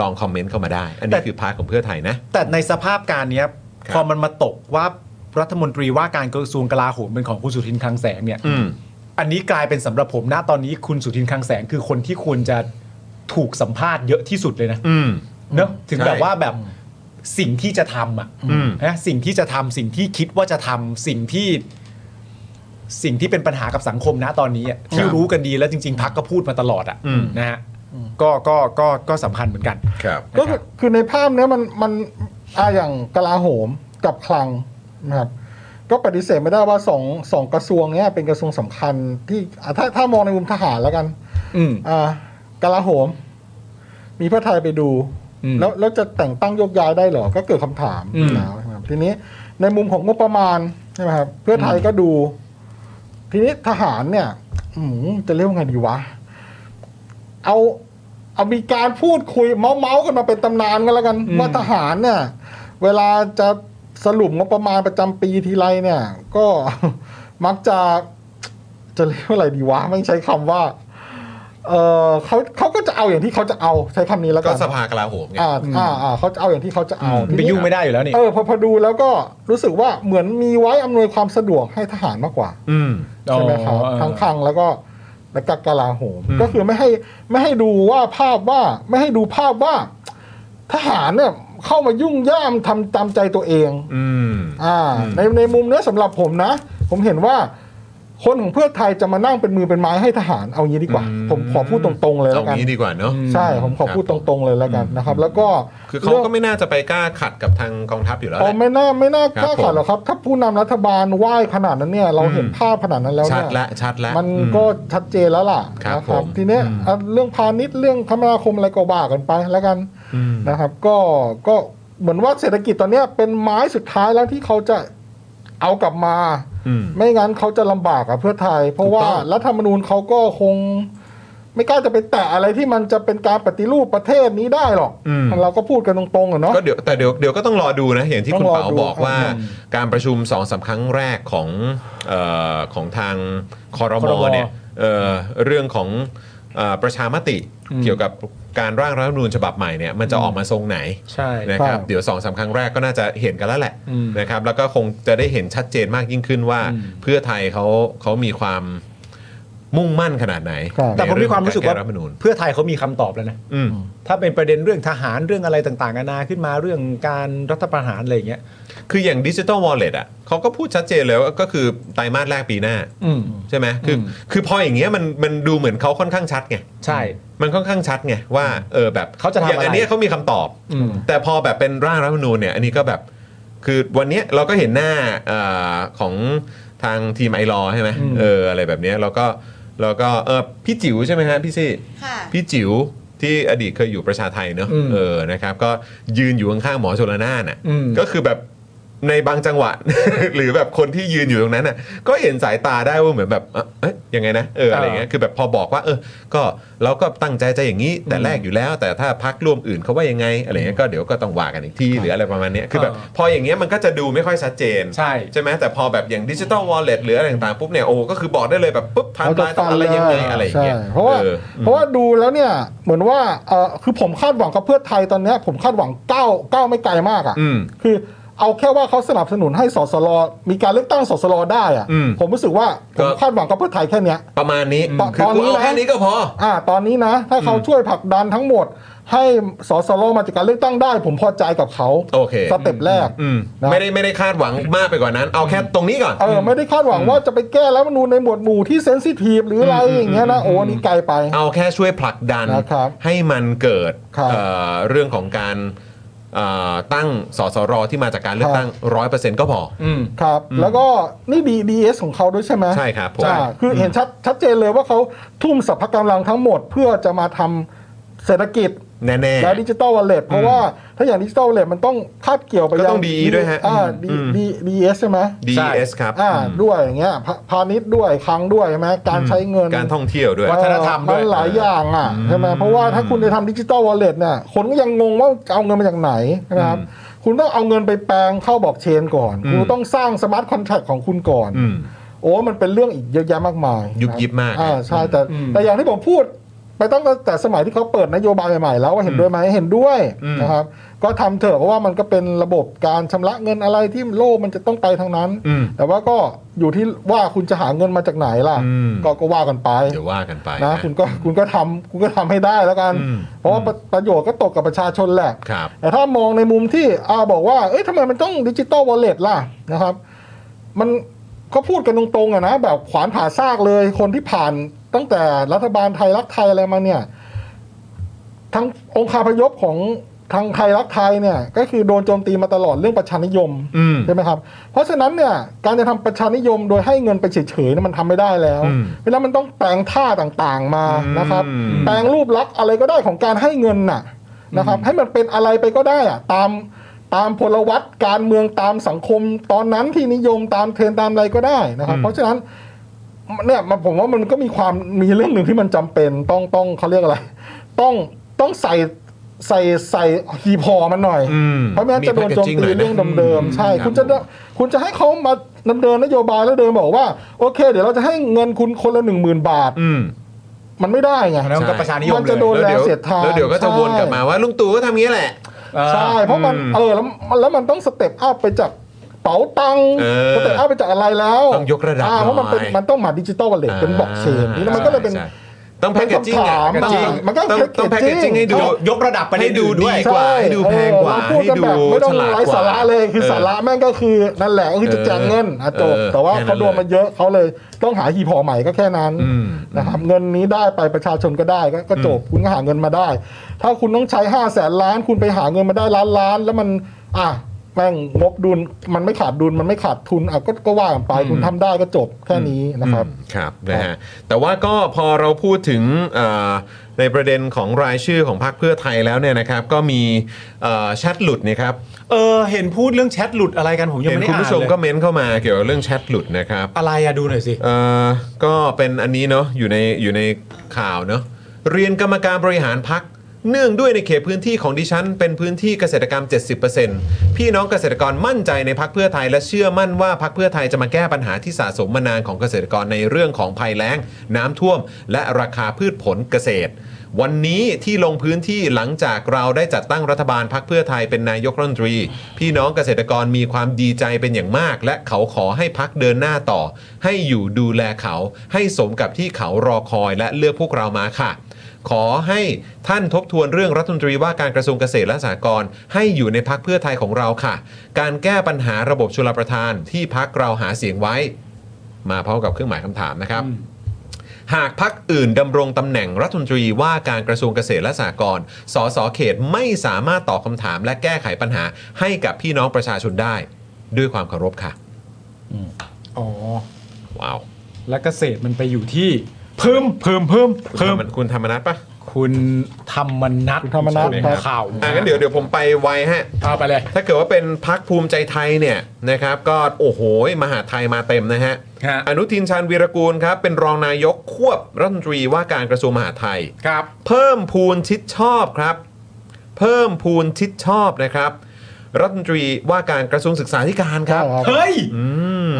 [SPEAKER 1] ลองคอมเมนต์เข้ามาได้ อันนี้คือพาร์ทของเพื่อไทยนะ
[SPEAKER 2] แต่ในสภาพการเนี้
[SPEAKER 1] ค
[SPEAKER 2] ย
[SPEAKER 1] รับ
[SPEAKER 2] พอมันมาตกว่ารัฐมนตรีว่าการกระทรวงกลาโหมเป็นของคุณสุทินคลังแสงเนี่ย
[SPEAKER 1] อืม
[SPEAKER 2] อันนี้กลายเป็นสำหรับผมนะตอนนี้คุณสุทินคลังแสงคือคนที่ควรจะถูกสัมภาษณ์เยอะที่สุดเลยนะ
[SPEAKER 1] อืม
[SPEAKER 2] เนอะถึง
[SPEAKER 1] ใช่
[SPEAKER 2] แบบว่าแบบสิ่งที่จะทำอ่ะ
[SPEAKER 1] อืม
[SPEAKER 2] นะสิ่งที่จะทำสิ่งที่คิดว่าจะทำสิ่งที่ สิ่งที่เป็นปัญหากับสังคมนะตอนนี้อะที่รู้กันดีแล้วจริง ๆพักก็พูดมาตลอดอ่ะ
[SPEAKER 1] อืม
[SPEAKER 2] นะฮะก็ก็ก็ก็สำคัญเหมือนกัน
[SPEAKER 1] ครับ
[SPEAKER 3] ก็คือคือในภาพเนี้ยมันมันอ่าอย่างกลาโหมกับคลังนะครับก็ปฏิเสธไม่ได้ว่าสองสองกระทรวงเนี้ยเป็นกระทรวงสำคัญที่อ่ะถ้าถ้ามองในมุมทหารแล้วกัน
[SPEAKER 2] อืม
[SPEAKER 3] อ่ากลาโหม มีเพื่อไทยไปดู
[SPEAKER 2] อืม
[SPEAKER 3] แล้วแล้วจะแต่งตั้งโยกย้ายได้เหรอ ก็เกิดคำถาม
[SPEAKER 2] อืม
[SPEAKER 3] แล้วนะครับทีนี้ในมุมของงบประมาณใช่ไหมครับเพื่อไทยก็ดู ทีนี้ทหารเนี่ย อืมจะเรียกว่าไงดีวะ เอาเอามีการพูดคุยเมาส์เมาส์กันมาเป็นตำนานกันแล้วกัน ว่าทหารเนี่ย เวลาจะสรุปงบประมาณประจำปีทีไรเนี่ย ก็ มักจะจะเรียกว่าอะไรดีวะไม่ใช้คำว่า เออเขาเขาก็จะเอาอย่างที่เขาจะเอาใช้คำนี้แล้ว
[SPEAKER 1] ก็
[SPEAKER 3] กัน
[SPEAKER 1] สภากลาโหมไง
[SPEAKER 3] อ่าอ่าอ่าเขาจะเอาอย่างที่เขาจะเอาที
[SPEAKER 2] ไป
[SPEAKER 3] นี้
[SPEAKER 2] ยุ่งไม่ได้อยู่แล้วนี่
[SPEAKER 3] เออพอพอดูแล้วก็รู้สึกว่าเหมือนมีไว้อำนวยความสะดวกให้ทหารมากกว่า
[SPEAKER 1] อืม
[SPEAKER 3] ใช่ไหมครับ
[SPEAKER 2] อ๋อ
[SPEAKER 3] ทั้งคลังแล้วก็แล้วก็กลาโหม
[SPEAKER 1] อืม
[SPEAKER 3] ก็คือไม่ให้ไม่ให้ดูว่าภาพว่าไม่ให้ดูภาพว่า ทหารเนี่ยเข้ามายุ่งย่ามทำตามใจตัวเอง
[SPEAKER 1] อืม
[SPEAKER 3] อ่า
[SPEAKER 1] อืม
[SPEAKER 3] ในในมุมเนี้ยสำหรับผมนะ ผมเห็นว่า คนของเพื่อไทยจะมานั่งเป็นมือเป็นไม้ให้ทหารเอางี้ดีกว่า ผมขอพูดตรงๆเลยแล้ว
[SPEAKER 1] เอา
[SPEAKER 3] กัน
[SPEAKER 1] งี้ดีกว่าเนอะ
[SPEAKER 3] ใช่ผมขอพูดตรงๆเลยแล้วกันนะครับ แล้วก็
[SPEAKER 1] คือเขาก็ไม่น่าจะไปกล้าขัดกับทางกองทัพอยู่แล้ว
[SPEAKER 3] อ๋อ
[SPEAKER 1] แหละ
[SPEAKER 3] ไม่น่าไม่น่า
[SPEAKER 1] ครับ
[SPEAKER 3] กล้าขัดหรอกครับ ถ้าผู้นำรัฐบาลไหว้ขนาดนั้นเนี่ย เราเห็น
[SPEAKER 1] อืม
[SPEAKER 3] ภาพขนาดนั้นแล้ว
[SPEAKER 1] ชัด
[SPEAKER 3] เนี่ย
[SPEAKER 1] และชัดและ
[SPEAKER 3] มันก็ชัดเจนแล้วล่ะ
[SPEAKER 1] ครับ
[SPEAKER 3] นะ
[SPEAKER 1] ผม
[SPEAKER 3] ทีเนี้ย
[SPEAKER 1] อืม
[SPEAKER 3] อ่ะเรื่องพาณิชย์เรื่องคมนาคมอะไรก็บ่ากันไปแล้วกัน
[SPEAKER 1] อืม
[SPEAKER 3] นะครับ ก็ก็เหมือนว่าเศรษฐกิจตอนเนี้ยเป็นไม้สุดท้ายแล้วที่เขาจะเอากลับมา
[SPEAKER 1] อืม
[SPEAKER 3] ไม่งั้นเขาจะลำบากอะเพื่อไทย เพราะว่า
[SPEAKER 1] ถูกต้อง
[SPEAKER 3] รัฐธรรมนูญเขาก็คง ไม่กล้าจะไปแตะอะไรที่มันจะเป็นการปฏิรูปประเทศนี้ได้หรอกเราก็พูดกันตรงๆอะเนาะ
[SPEAKER 1] ก็เดี๋ยวแต่เดี๋ยวเดี๋ยวก็ต้องรอดูนะ อย่างที่
[SPEAKER 3] ต้อ
[SPEAKER 1] คุ
[SPEAKER 3] ง
[SPEAKER 1] ณ
[SPEAKER 3] รอ
[SPEAKER 1] เป๋า
[SPEAKER 3] ดู
[SPEAKER 1] บอกว่า
[SPEAKER 3] อืม
[SPEAKER 1] การประชุมสองสามครั้งแรกของเออของทางคอรม
[SPEAKER 2] ครม
[SPEAKER 1] เนี่ยเอ่อเรื่องของเอ่อประชามติเกี่ยวกับ การร่างรัฐธรรมนูญฉบับใหม่เนี่ยมันจะออกมาทรงไหน
[SPEAKER 2] ใช่
[SPEAKER 1] นะครับ
[SPEAKER 3] ครับ
[SPEAKER 1] เดี๋ยวสองสามครั้งแรกก็น่าจะเห็นกันแล้วแหละ
[SPEAKER 2] อืม
[SPEAKER 1] นะครับแล้วก็คงจะได้เห็นชัดเจนมากยิ่งขึ้นว่า
[SPEAKER 2] อืม
[SPEAKER 1] เพื่อไทยเขาเขามีความมุ่งมั่นขนาดไหน
[SPEAKER 3] ครับ
[SPEAKER 2] แต่ผมมีความรู้สึกว่า
[SPEAKER 1] ในเองแรัฐธรรมนูญ
[SPEAKER 2] เพื่อไทยเขามีคำตอบแล้วนะ
[SPEAKER 1] อืม
[SPEAKER 2] ถ้าเป็นประเด็นเรื่องทหารเรื่องอะไรต่างๆนานาขึ้นมาเรื่องการรัฐประหารอะไรอย่างเงี้ย
[SPEAKER 1] คืออย่างดิจิตอลวอลเล็ตอ่ะเขาก็พูดชัดเจนเลยว่าก็คือไตรมาสแรกปีหน้า
[SPEAKER 2] อืม
[SPEAKER 1] ใช่ไหมคืออ
[SPEAKER 2] ม
[SPEAKER 1] คือพออย่างเงี้ยมันมันดูเหมือนเขาค่อนข้างชัดไง
[SPEAKER 2] ใช่
[SPEAKER 1] มันค่อนข้างชัดไงว่าเออแบบ
[SPEAKER 2] เขาจะทำ
[SPEAKER 1] อย่างอัน
[SPEAKER 2] อะไร
[SPEAKER 1] เนี้ยเขามีคำตอบ
[SPEAKER 2] อืม
[SPEAKER 1] แต่พอแบบเป็นร่างรัฐธรรมนูญเนี่ยอันนี้ก็แบบคือวันเนี้ยเราก็เห็นหน้าเออของทางทีมไอรอใช่ไหม
[SPEAKER 2] อืม
[SPEAKER 1] เอออะไรแบบเนี้ยเราก็เราก็เออพี่จิ๋วใช่ไหมฮะพี่ซี่
[SPEAKER 5] ค่ะ
[SPEAKER 1] พี่จิ๋วที่อดีตเคยอยู่ประชาไทยเนอะ
[SPEAKER 2] อืม
[SPEAKER 1] เออนะครับก็ยืนอยู่ข้างๆหมอชลนานน่ะ
[SPEAKER 2] อืม
[SPEAKER 1] ก็คือแบบในบางจังหวะ หรือแบบคนที่ยืนอยู่ตรงนั้นน่ะก็เห็นสายตาได้ว่าเหมือนแบบเอ๊ะเอ๊ะยังไงนะเอออะไรเงี้ยคือแบบพอบอกว่าเออก็เราก็ตั้งใจจะอย่างนี้แต่แรกอยู่แล้ว แต่ถ้าพักร่วมอื่นเขาว่ายังไงอะไรเงี้ยก็เดี๋ยวก็ต้องว่ากันอีกทีหรืออะไรประมาณเนี้ยคือแบบพออย่างเงี้ยมันก็จะดูไม่ค่อยชัดเจน
[SPEAKER 2] ใช่
[SPEAKER 1] ใช่ไหมแต่พอแบบอย่างดิจิตอลวอลเล็ตหรืออะไรต่างๆปุ๊บเนี่ยโอ้ก็คือบอกได้เลยแบบปุ๊บพัน
[SPEAKER 3] เราจะ
[SPEAKER 1] ลายต้อง
[SPEAKER 3] ฟัน
[SPEAKER 1] อะไร
[SPEAKER 3] เลย
[SPEAKER 1] ยังไงอะไรอย่างเงี้ย
[SPEAKER 3] ใช่เพราะว่า
[SPEAKER 1] ออ
[SPEAKER 3] เพราะว่าดูแล้วเนี่ยเหมือนว่าเออคือผมคาดหวังกับเพื่อไทยตอนเนี้ยผมคาดหวังก้าวก้าวไม่ไกลมากอ่ะ
[SPEAKER 1] อืม
[SPEAKER 3] คือเอาแค่ว่าเขาสนับสนุนให้สสรมีการเลือกตั้งสสรได้อ่ะ
[SPEAKER 1] อืม
[SPEAKER 3] ผมรู้สึกว่าผ
[SPEAKER 1] ก็
[SPEAKER 3] มคาดหวังกับเพื่อไทยแค่เนี้ย
[SPEAKER 1] ประมาณนี้
[SPEAKER 3] ตอน
[SPEAKER 1] คือ
[SPEAKER 3] ตอน
[SPEAKER 1] กู
[SPEAKER 3] นี้
[SPEAKER 1] เอา
[SPEAKER 3] นะ
[SPEAKER 1] แค่นี้ก็พอ
[SPEAKER 3] อ่าตอนนี้นะถ้าเขาช่วยผลักดันทั้งหมด ให้สสรมาจากการเลือกตั้งได้ ผมพอใจกับเขา
[SPEAKER 1] โอเค
[SPEAKER 3] สเต็ปแรก
[SPEAKER 1] อืม
[SPEAKER 3] นะ
[SPEAKER 1] ไม่ได้ไม่ได้คาดหวังมากไปกว่านั้น เอาแค่ตรงนี้ก่อน
[SPEAKER 3] เออไม่ได้คาดหวังว่าจะไปแก้แล้วมนูญในหมวดหมู่ที่เซนซิทีฟหรืออะไรอย่างเงี้ยนะโอ้อันนี่ไกลไป
[SPEAKER 1] เอาแค่ช่วยผลักดัน
[SPEAKER 3] นะครับ
[SPEAKER 1] ให้มันเกิด
[SPEAKER 3] ครับ
[SPEAKER 1] เอ่อเรื่องของการเอ่อตั้งสสรที่มาจากการเลือก
[SPEAKER 3] ครับ
[SPEAKER 1] ตั้งร้อยเปอร์เซ็นต์ก็พอ
[SPEAKER 2] อืม
[SPEAKER 3] ครับ แล้วก็นี่ดีดีเอสของเขาด้วยใช่ไหม
[SPEAKER 1] ใช่ครับผม
[SPEAKER 3] อ่าคือเห็นชัดชัดเจนเลยว่าเขาทุ่มสรรพกำลังทั้งหมดเพื่อจะมาทำเศรษฐกิจ
[SPEAKER 1] แน่
[SPEAKER 3] และดิจิตอลวอลเล็ตเพราะว่าถ้าอย่างดิจิตอลวอลเล็ตมันต้องคาบเกี่ยวไป
[SPEAKER 1] ก็
[SPEAKER 3] ยั
[SPEAKER 1] ต้อง DE ด้วยฮะ
[SPEAKER 3] อ่า
[SPEAKER 1] อืม
[SPEAKER 3] ดีดีเอสใช่ไหม
[SPEAKER 1] ๆ DES ครับ
[SPEAKER 3] อ่า
[SPEAKER 1] อืม
[SPEAKER 3] ด้วยอย่างเงี้ยพาพาณิชย์ด้วยคลังด้วยใช่ไหมการใช้เงิน
[SPEAKER 1] การท่องเที่ยวด้วย
[SPEAKER 2] วัฒนธรรมด้วย
[SPEAKER 3] นหลายอย่างอ่ะใช่ไหมเพราะว่าถ้าคุณจะทำดิจิตอลวอลเล็ตเนี่ยคนก็ยังงงว่าเอาเงินมาจากไหนนะครับคุณต้องเอาเงินไปแปลงเข้าบล็อกเชนก่อน
[SPEAKER 1] อืม
[SPEAKER 3] คุณต้องสร้างสมาร์ทคอนแทรคของคุณก่อน
[SPEAKER 1] อืม
[SPEAKER 3] โอ้ มันเป็นเรื่องอีกเยอะแยะมากมาย
[SPEAKER 1] ยุบยิบมาก
[SPEAKER 3] อ่าใช่แต่
[SPEAKER 2] อืม
[SPEAKER 3] แต่อย่างที่ผมพูด ไปตั้งแต่สมัยที่เขาเปิดนโยบายใหม่ๆแล้วว่าเห็นด้วยไหมเห็นด้วย
[SPEAKER 1] อืม
[SPEAKER 3] นะครับ ก็ทำเถอะเพราะว่ามันก็เป็นระบบการชำระเงินอะไรที่โลกมันจะต้องไปทางนั้น
[SPEAKER 1] อืม
[SPEAKER 3] แต่ว่าก็อยู่ที่ว่าคุณจะหาเงินมาจากไหนล่ะ
[SPEAKER 1] อืม
[SPEAKER 3] ก็ก็ว่ากันไป
[SPEAKER 1] เดี๋ยวว่ากันไป
[SPEAKER 3] นะ
[SPEAKER 1] นะ
[SPEAKER 3] คุณก็คุณก็ทำคุณก็ทำให้ได้แล้วกัน
[SPEAKER 1] อืม
[SPEAKER 3] เพราะว่าประประโยชน์ก็ตกกับประชาชนแหละ
[SPEAKER 1] ครับ
[SPEAKER 3] แต่ถ้ามองในมุมที่อาบอกว่า เอ๊ะทำไมมันต้องดิจิตอลวอลเล็ตล่ะนะครับ มันก็พูดกันตรงๆอะนะแบบขวานผ่าซากเลย คนที่ผ่านตั้งแต่รัฐบาลไทยรักไทยอะไรมาเนี่ย ทั้งองคาพยพของทางไทยรักไทยเนี่ย ก็คือโดนโจมตีมาตลอดเรื่องประชานิยม
[SPEAKER 1] อืม
[SPEAKER 3] ใช่ไหมครับ เพราะฉะนั้นเนี่ย การจะทำประชานิยมโดยให้เงินไปเฉยๆเนี่ยมันทำไม่ได้แล้ว
[SPEAKER 1] อืม
[SPEAKER 3] เพราะฉะนั้นมันต้องแปลงท่าต่างๆมานะครับ
[SPEAKER 1] อืม
[SPEAKER 3] แปลงรูปลักษณ์อะไรก็ได้ของการให้เงินน่ะนะครับ ให้มันเป็นอะไรไปก็ได้อะตามตามพลวัตการเมืองตามสังคมตอนนั้นที่นิยมตามเทรนด์ตามอะไรก็ได้นะครับ เพราะฉะนั้นเนี่ยมันผมว่ามันก็มีความมีเรื่องหนึ่งที่มันจำเป็นต้องต้องเขาเรียกอะไร ต้องต้องใส่ใส่ใส่ฮีพอมันหน่อย
[SPEAKER 1] อืม
[SPEAKER 3] เพราะไม่งั้นจะโดนโจมตีเรื่องเดิมๆใช่
[SPEAKER 1] ครับ
[SPEAKER 3] คุณจะได้คุณจะให้เขามาดำเนินนโยบายแล้วเดินบอกว่า โอเค เดี๋ยวเราจะให้เงินคุณคนละหนึ่งหมื่นบาท
[SPEAKER 1] อืม
[SPEAKER 3] มันไม่ได้ไง
[SPEAKER 2] อันนั้นก็ประชานิยม
[SPEAKER 3] มัน
[SPEAKER 2] เล
[SPEAKER 3] จะโดน
[SPEAKER 2] ย
[SPEAKER 1] แล้ว
[SPEAKER 3] แรง
[SPEAKER 1] เดี๋ยว
[SPEAKER 3] เสียดทาน
[SPEAKER 1] แล้วเดี๋ยวก็จะวนกลับมาว่าลุงตู่ก็ทำงี้แหละ
[SPEAKER 2] เออ
[SPEAKER 3] ใช่เพราะมันเออแล้วแล้วมันต้องสเต็ปอัพไปจากเป๋าตังค์
[SPEAKER 1] เออ
[SPEAKER 3] สเต็ปอัพไปจากอะไรแล้ว
[SPEAKER 1] ต้องยกระดับ
[SPEAKER 3] าเพราะมันเป็น
[SPEAKER 1] หน่อย
[SPEAKER 3] มันต้องมาดิจิตอลวอลเล็ตเป็นบล็อกเชนนี่แล้วมันก็เลยเป็น
[SPEAKER 1] ใช่ต้องแพคเกจจิ้ง
[SPEAKER 3] เป็นคำถาม
[SPEAKER 1] แพคเกจจิ้ง
[SPEAKER 3] มันก็
[SPEAKER 1] ต้องต้องแพคเกจจิ้ง
[SPEAKER 3] packaging
[SPEAKER 1] ให้ดู
[SPEAKER 2] ยกยกระดับไป
[SPEAKER 1] ให้ดูดี
[SPEAKER 2] ด้วย
[SPEAKER 1] กว่า
[SPEAKER 3] ใช่
[SPEAKER 1] ให้ดูแพงกว่า
[SPEAKER 3] เออเรพูด
[SPEAKER 1] ให้
[SPEAKER 3] กัน
[SPEAKER 1] ดู
[SPEAKER 3] แบบไม่ต้อง
[SPEAKER 1] ฉลาด
[SPEAKER 3] ไร้
[SPEAKER 1] กว่า
[SPEAKER 3] สาระเลยคือ
[SPEAKER 1] ออ
[SPEAKER 3] สาระแม่งก็คือนั่นแหละก็คือจะแจกเงินอ่ะจบ
[SPEAKER 1] เออ
[SPEAKER 3] แต่ว่า
[SPEAKER 1] แค่นั้น
[SPEAKER 3] เขาโดนมาเยอะเขาเลยต้องหาฮีพอใหม่ก็แค่นั้น
[SPEAKER 1] อืม
[SPEAKER 3] นะครับเงินนี้ได้ไปประชาชนก็ได้ก็ก็จบคุณก็หาเงินมาได้ ถ้าคุณต้องใช้ห้าแสนล้านคุณไปหาเงินมาได้ล้านล้านแล้วมันอ่ะแม่งงบดุลมันไม่ขาดดุลมันไม่ขาดทุนอ่ะก็ก็ว่ากันไปคุณทำได้ก็จบแค่นี้นะครับ
[SPEAKER 1] อืมครับนะฮะแต่ว่าก็พอเราพูดถึงเอ่อในประเด็นของรายชื่อของพรรคเพื่อไทยแล้วเนี่ยนะครับ ก็มีเอ่อแชทหลุดเนะครับ
[SPEAKER 2] เออ เห็นพูดเรื่องแชทหลุดอะไรกันผมยัง
[SPEAKER 1] เห็น
[SPEAKER 2] ไม่ได้
[SPEAKER 1] คุณ
[SPEAKER 2] อ่าน
[SPEAKER 1] ผู้ชม
[SPEAKER 2] เลย
[SPEAKER 1] ก็เม้นเข้ามาเกี่ยวกับเรื่องแชทหลุดนะครับ
[SPEAKER 2] อะไรอะดูหน่อยสิ
[SPEAKER 1] เอ่อก็เป็นอันนี้เนาะอยู่ในอยู่ในข่าวเนาะเรียนกรรมการบริหารพัก เนื่องด้วยในเขตพื้นที่ของดิฉัน เป็นพื้นที่เกษตรกรรม 70%พี่น้องเกษตรกรมั่นใจในพักเพื่อไทยและเชื่อมั่นว่าพักเพื่อไทยจะมาแก้ปัญหาที่สะสมมานานของเกษตรกรในเรื่องของภัยแล้ง น้ำท่วม และราคาพืชผลเกษตร วันนี้ที่ลงพื้นที่หลังจากเราได้จัดตั้งรัฐบาลพักเพื่อไทยเป็นนายกรัฐมนตรี พี่น้องเกษตรกรมีความดีใจเป็นอย่างมาก และเขาขอให้พักเดินหน้าต่อ ให้อยู่ดูแลเขา ให้สมกับที่เขารอคอยและเลือกพวกเรามาค่ะ ขอให้ท่านทบทวนเรื่องรัฐมนตรีว่าการกระทรวงเกษตรและสหกรณ์ให้อยู่ในพักเพื่อไทยของเราค่ะ การแก้ปัญหาระบบชลประทานที่พักเราหาเสียงไว้ มาพร้อมกับเครื่องหมายคำถามนะครับ หากพักอื่นดำรงตำแหน่งรัฐมนตรีว่าการกระทรวงเกษตรและสหกรณ์สสเขตไม่สามารถตอบคำถามและแก้ไขปัญหาให้กับพี่น้องประชาชนได้ ด้วยความเคารพค่ะ
[SPEAKER 2] อ๋อ
[SPEAKER 1] ว้าว
[SPEAKER 2] และเกษตรมันไปอยู่ที่ เพิ่มเพิ่มเพิ่ม
[SPEAKER 1] คุณธร
[SPEAKER 2] เพิ่ม
[SPEAKER 1] รมคุณธรรมนัทปะ
[SPEAKER 2] คุณธรรมนัท
[SPEAKER 3] คุณธรรมนัสครับ
[SPEAKER 2] ข่าว
[SPEAKER 1] อ่ะงั้นเดี๋ยวเดี๋ยวผมไปไวฮะ
[SPEAKER 2] พาไปเลย
[SPEAKER 1] ถ้าเกิดว่าเป็นพักภูมิใจไทยเนี่ยนะครับก็โอ้โหมหาไทยมาเต็มนะฮะ
[SPEAKER 2] ฮะ
[SPEAKER 1] อนุทินชาญวีรกูลครับ เป็นรองนายกควบรัฐมนตรีว่าการกระทรวงมหาดไทย
[SPEAKER 2] ครับ
[SPEAKER 1] เพิ่มพูนชิดชอบครับ เพิ่มพูนชิดชอบนะครับ รัฐมนตรีว่าการกระทรวงศึกษาธิการครับ
[SPEAKER 3] ครับ
[SPEAKER 2] เฮ้ย
[SPEAKER 1] อืม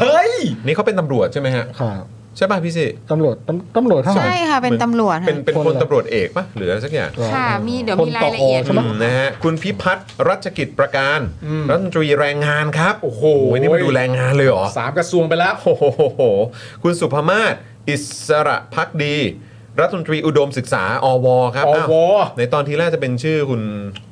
[SPEAKER 2] เฮ้ย
[SPEAKER 1] นี่เขาเป็นตำรวจใช่ไหมฮะ
[SPEAKER 3] ครับ
[SPEAKER 1] ใช่ป่ะพี่สิ
[SPEAKER 3] ตำรวจตำตำรวจทหาร
[SPEAKER 5] ใช่ค่ะ เป็นตำรวจ
[SPEAKER 1] เป็นเป็นคนตำรวจเอกป่ะหรืออะไรสักอย่าง
[SPEAKER 5] ค่ะ มีเดี๋ยวมี
[SPEAKER 3] คน
[SPEAKER 5] รา
[SPEAKER 3] ต่
[SPEAKER 5] ย
[SPEAKER 3] อ
[SPEAKER 5] ละเอียด
[SPEAKER 3] อใช่ไหม
[SPEAKER 1] อืมนะฮะคุณพิพัฒน์รัชกิจประการ รัฐมนตรีแรงงานครับ
[SPEAKER 2] โอ้โห
[SPEAKER 1] วันนี้มาดูแรงงานเลยเหรอ
[SPEAKER 2] สามกระทรวงไปแล้ว
[SPEAKER 1] โอ้โหโหโหคุณสุภมาศอิสระพักดี รัฐมนตรีอุดมศึกษาอวครั
[SPEAKER 2] อว
[SPEAKER 1] บาวในตอนทีแรกจะเป็นชื่อคุณ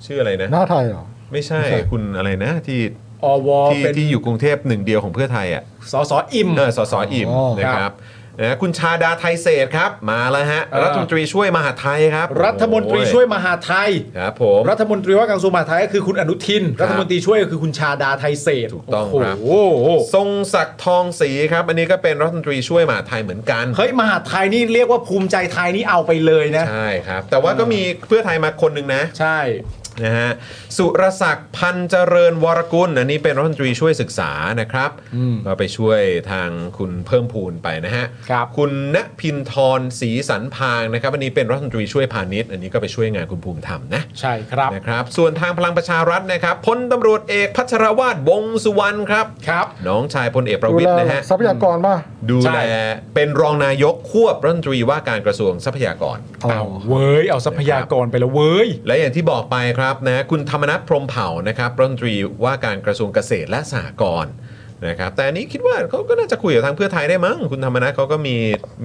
[SPEAKER 1] ชื่ออะไรนะ
[SPEAKER 3] หน้าไทยเหรอ
[SPEAKER 1] ไม่ใช่
[SPEAKER 3] ไม่ใช่
[SPEAKER 1] คุณอะไรนะที่
[SPEAKER 2] อว
[SPEAKER 1] ที่
[SPEAKER 2] เป็น
[SPEAKER 1] ที่อยู่กรุงเทพหนึ่งเดียวของเพื่อไทยอ่ะ
[SPEAKER 2] สสอิ่ม
[SPEAKER 1] เออสสอิ่ม
[SPEAKER 3] อ๋อ
[SPEAKER 1] นะครับนะคุณชาดาไทยเศษครับ มาแล้วฮะ
[SPEAKER 2] เออ
[SPEAKER 1] รัฐมนตรีช่วยมหาดไทยครับ
[SPEAKER 2] รัฐมนตรี
[SPEAKER 1] โอ้
[SPEAKER 2] ช่วยมหาไทย
[SPEAKER 1] ครับผม
[SPEAKER 2] รัฐมนตรีว่าการกระทรวงมหาดไทยก็คือคุณอนุทิน รัฐมนตรีช่วยก็คือคุณชาดาไทยเศษ
[SPEAKER 1] ถูกต้องครับ
[SPEAKER 2] โอ้โห
[SPEAKER 1] ทรงศักดิ์ทองศรีครับ อันนี้ก็เป็นรัฐมนตรีช่วยมหาดไทยเหมือนกัน
[SPEAKER 2] เฮ้ยมหาไทยนี่เรียกว่าภูมิใจไทยนี่เอาไปเลยนะ
[SPEAKER 1] ใช่ครับ แต่ว่าก็มีเพื่อไทยมาคนหนึ่งนะ
[SPEAKER 2] ใช่
[SPEAKER 1] นะฮะสุรศักดิ์พันเจริญวรกุลอันนี้เป็นรัฐมนตรีช่วยศึกษานะครับ
[SPEAKER 2] อืม
[SPEAKER 1] ก็ไปช่วยทางคุณเพิ่มพูนไปนะฮะ
[SPEAKER 2] ครับ
[SPEAKER 1] คุณณพินทรศรีสันพางนะครับอันนี้เป็นรัฐมนตรีช่วยพาณิชย์อันนี้ก็ไปช่วยงานคุณภูมิธรรมนะ
[SPEAKER 2] ใช่ครับ
[SPEAKER 1] นะครับส่วนทางพลังประชารัฐนะครับพลตำรวจเอกพัชรวาทวงษ์สุวรรณครับ
[SPEAKER 2] ครับ
[SPEAKER 1] น้องชายพลเอกประ
[SPEAKER 3] ดู
[SPEAKER 1] วิท
[SPEAKER 3] แล
[SPEAKER 1] ย์นะฮะ
[SPEAKER 3] ทรัพยากรป่ะ
[SPEAKER 1] ดู
[SPEAKER 2] ใช่
[SPEAKER 1] แลเป็นรองนายกควบรัฐมนตรีว่าการกระทรวงทรัพยากร
[SPEAKER 2] เอาเว้ย เอาทรัพยากรไปแล้วเว้ย
[SPEAKER 1] และอย่างที่บอกไปครับนะคุณธรรมนัฐพรหมเผ่านะครับรัฐมนตรีว่าการกระทรวงเกษตรและสหกรณ์นะครับแต่อันนี้คิดว่าเขาก็น่าจะคุยกับทางเพื่อไทยได้มั้งคุณธรรมนัฐเขาก็มี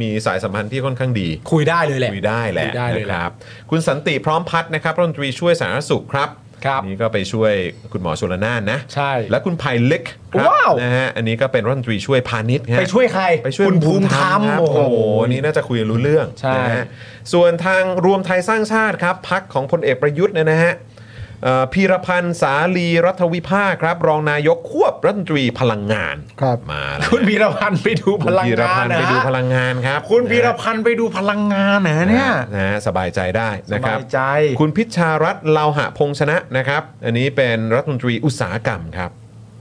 [SPEAKER 1] มีสายสัมพันธ์ที่ค่อนข้างดี
[SPEAKER 2] คุยได้เลยแหละ
[SPEAKER 1] คุยได้แหละ
[SPEAKER 2] คุยได้เลย
[SPEAKER 1] นะคุณสันติพร้อมพัฒน์นะครับรัฐมนตรีช่วยสาธารณสุขครับ
[SPEAKER 2] ครับ
[SPEAKER 1] นี่ก็ไปช่วยคุณหมอชลนานนะ
[SPEAKER 2] ใช่
[SPEAKER 1] และคุณไผ่เล็กครับ
[SPEAKER 2] ว้าว
[SPEAKER 1] นะฮะอันนี้ก็เป็นรัฐมนตรีช่วยพาณิชย์ฮะ
[SPEAKER 2] ไปช่วยใคร
[SPEAKER 1] ไปช่วย
[SPEAKER 2] คุณภูมิธรรม
[SPEAKER 1] คบโอ้
[SPEAKER 2] โอ้โห
[SPEAKER 1] โหวันนี่น่าจะคุยรู้เรื่อง
[SPEAKER 2] ใช่
[SPEAKER 1] นะฮะส่วนทางรวมไทยสร้างชาติครับพักของพลเอกประยุทธ์เนยนะฮะเอ่อพีรพันธ์สาลีรัฐวิภาคครับ รองนายกควบรัฐมนตรีพลังงาน
[SPEAKER 3] ครับ
[SPEAKER 1] มาแล้ว
[SPEAKER 2] คุณพีรพันธ์ไปดูพ
[SPEAKER 1] คุณ
[SPEAKER 2] ลัง
[SPEAKER 1] พีร
[SPEAKER 2] งา
[SPEAKER 1] พั
[SPEAKER 2] น
[SPEAKER 1] นธ์
[SPEAKER 2] นะ
[SPEAKER 1] ไปดูพลังงานครับ
[SPEAKER 2] คุณพีรพันธ์ไปดูพลังงานนะ
[SPEAKER 1] นะฮะ
[SPEAKER 2] เนี่ย
[SPEAKER 1] นะฮะสบายใจได้นะครับ
[SPEAKER 2] สายใจ
[SPEAKER 1] คุณพิชชารัตน์เลาหะพงษ์ชนะนะครับ อันนี้เป็นรัฐมนตรีอุตสาหกรรมครับ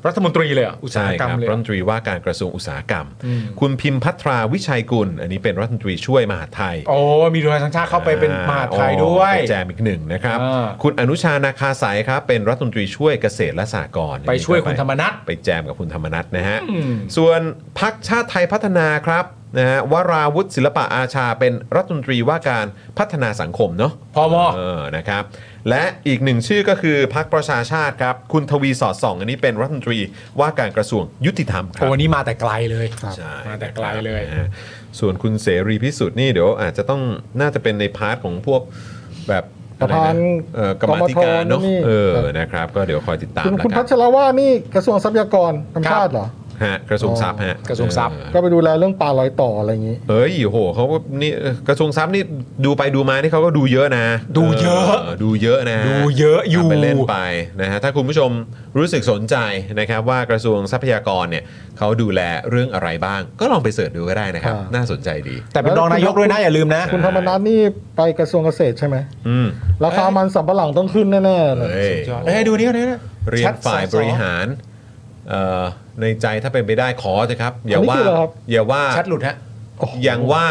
[SPEAKER 2] รัฐมนตรีเลยเหรออุตสา
[SPEAKER 1] ใช่
[SPEAKER 2] หก
[SPEAKER 1] ค
[SPEAKER 2] ร
[SPEAKER 1] รั
[SPEAKER 2] ร
[SPEAKER 1] บ
[SPEAKER 2] มเลยเหร
[SPEAKER 1] รั
[SPEAKER 2] อ
[SPEAKER 1] ฐมนตรีว่าการกระทรวงอุตสาหกรรม
[SPEAKER 2] อืม
[SPEAKER 1] คุณพิมพ์พัทราวิชัยกุล อันนี้เป็นรัฐมนตรีช่วยมหาดไทย
[SPEAKER 2] โอ้มีด้วยทั้งชาติเข้าไปเป็นมหาดไทย
[SPEAKER 1] อ๋อ
[SPEAKER 2] ด้วย
[SPEAKER 1] เป็นแจมอีกหนึ่งนะครับ
[SPEAKER 2] อ่า
[SPEAKER 1] คุณอนุชานาคาสายครับ เป็นรัฐมนตรีช่วยเกษตรและสหกรณ์
[SPEAKER 2] ไปช่วยคุณธร
[SPEAKER 1] อัน
[SPEAKER 2] รม
[SPEAKER 1] นี้ก็
[SPEAKER 2] นัท
[SPEAKER 1] ไปแจมกับคุณธรรมนัทนะฮะ
[SPEAKER 2] อืม
[SPEAKER 1] ส่วนพักชาติไทยพัฒนาครับนะฮะวราวุฒิศิลปะอาชา เป็นรัฐมนตรีว่าการพัฒนาสังคมเนาะ
[SPEAKER 2] พม
[SPEAKER 1] เออ นะครับ และอีกหนึ่งชื่อก็คือพักประชาชาติครับ คุณทวีสอดส่อง อันนี้เป็นรัฐมนตรีว่าการกระทรวงยุติธรรมครั
[SPEAKER 2] โอ้
[SPEAKER 1] บ
[SPEAKER 2] นี่มาแต่ไกลเลย
[SPEAKER 1] ใช่
[SPEAKER 2] มาแต่ไกลเลย
[SPEAKER 1] นะฮะส่วนคุณเสรีพิสุทธิ์นี่เดี๋ยวอาจจะต้องน่าจะเป็นในพาร์ทของพวกแบบอไ
[SPEAKER 3] ประธาน
[SPEAKER 1] เอ่อกรรมาธิการเนาะ
[SPEAKER 3] กมทนี่
[SPEAKER 1] เออ นะครับ ก็เดี๋ยวคอยติดตาม
[SPEAKER 3] คุณ
[SPEAKER 1] แล้ว
[SPEAKER 3] คุณ
[SPEAKER 1] กั
[SPEAKER 3] พั
[SPEAKER 1] น
[SPEAKER 3] ชรว่านี่กระทรวงทรัพยากรธรรมชาติเหรอ
[SPEAKER 1] ฮะกระทรวงทรัพย์ฮะ
[SPEAKER 2] กระทรวงทรัพย์
[SPEAKER 1] เออ
[SPEAKER 3] ก็ไปดูแลเรื่องป่าลอยต่ออะไรอย่างนี้
[SPEAKER 1] เอ้ยโหเขาก็นี่กระทรวงทรัพย์นี่ดูไปดูมานี่เขาก็ดูเยอะนะ
[SPEAKER 2] ดูเยอะ
[SPEAKER 1] ดูเยอะนะ
[SPEAKER 2] ดูเยอะอยู่
[SPEAKER 1] ไปเล่นไปนะฮะถ้าคุณผู้ชมรู้สึกสนใจนะครับว่ากระทรวงทรัพยากรเนี่ยเขาดูแลเรื่องอะไรบ้าง ก็ลองไปเสิร์ชดูก็ได้นะครับ
[SPEAKER 3] อ่า
[SPEAKER 1] น่าสนใจดี
[SPEAKER 2] แต่เป็นรองนายกด้วยนะอย่าลืมนะ
[SPEAKER 3] คุณธรรมนัฐนี่ไปกระทรวงเกษตรใช่ไหม
[SPEAKER 1] อืม
[SPEAKER 3] ราคามันสำปะหลังต้องขึ้นแน่ๆเลย
[SPEAKER 1] เฮ้ย
[SPEAKER 2] เอ้ยดูนี่ดูนี่
[SPEAKER 1] เรียนฝ่ายบริ
[SPEAKER 2] ร
[SPEAKER 1] หารเอ่อในใจถ้าเป็นไปได้ขอเถอะครับ อย่า
[SPEAKER 3] อันนี้
[SPEAKER 1] ว่า
[SPEAKER 3] คืออะไรครับ
[SPEAKER 1] อย่าว่า
[SPEAKER 2] ชัดหลุดฮะ
[SPEAKER 1] อย่างว่า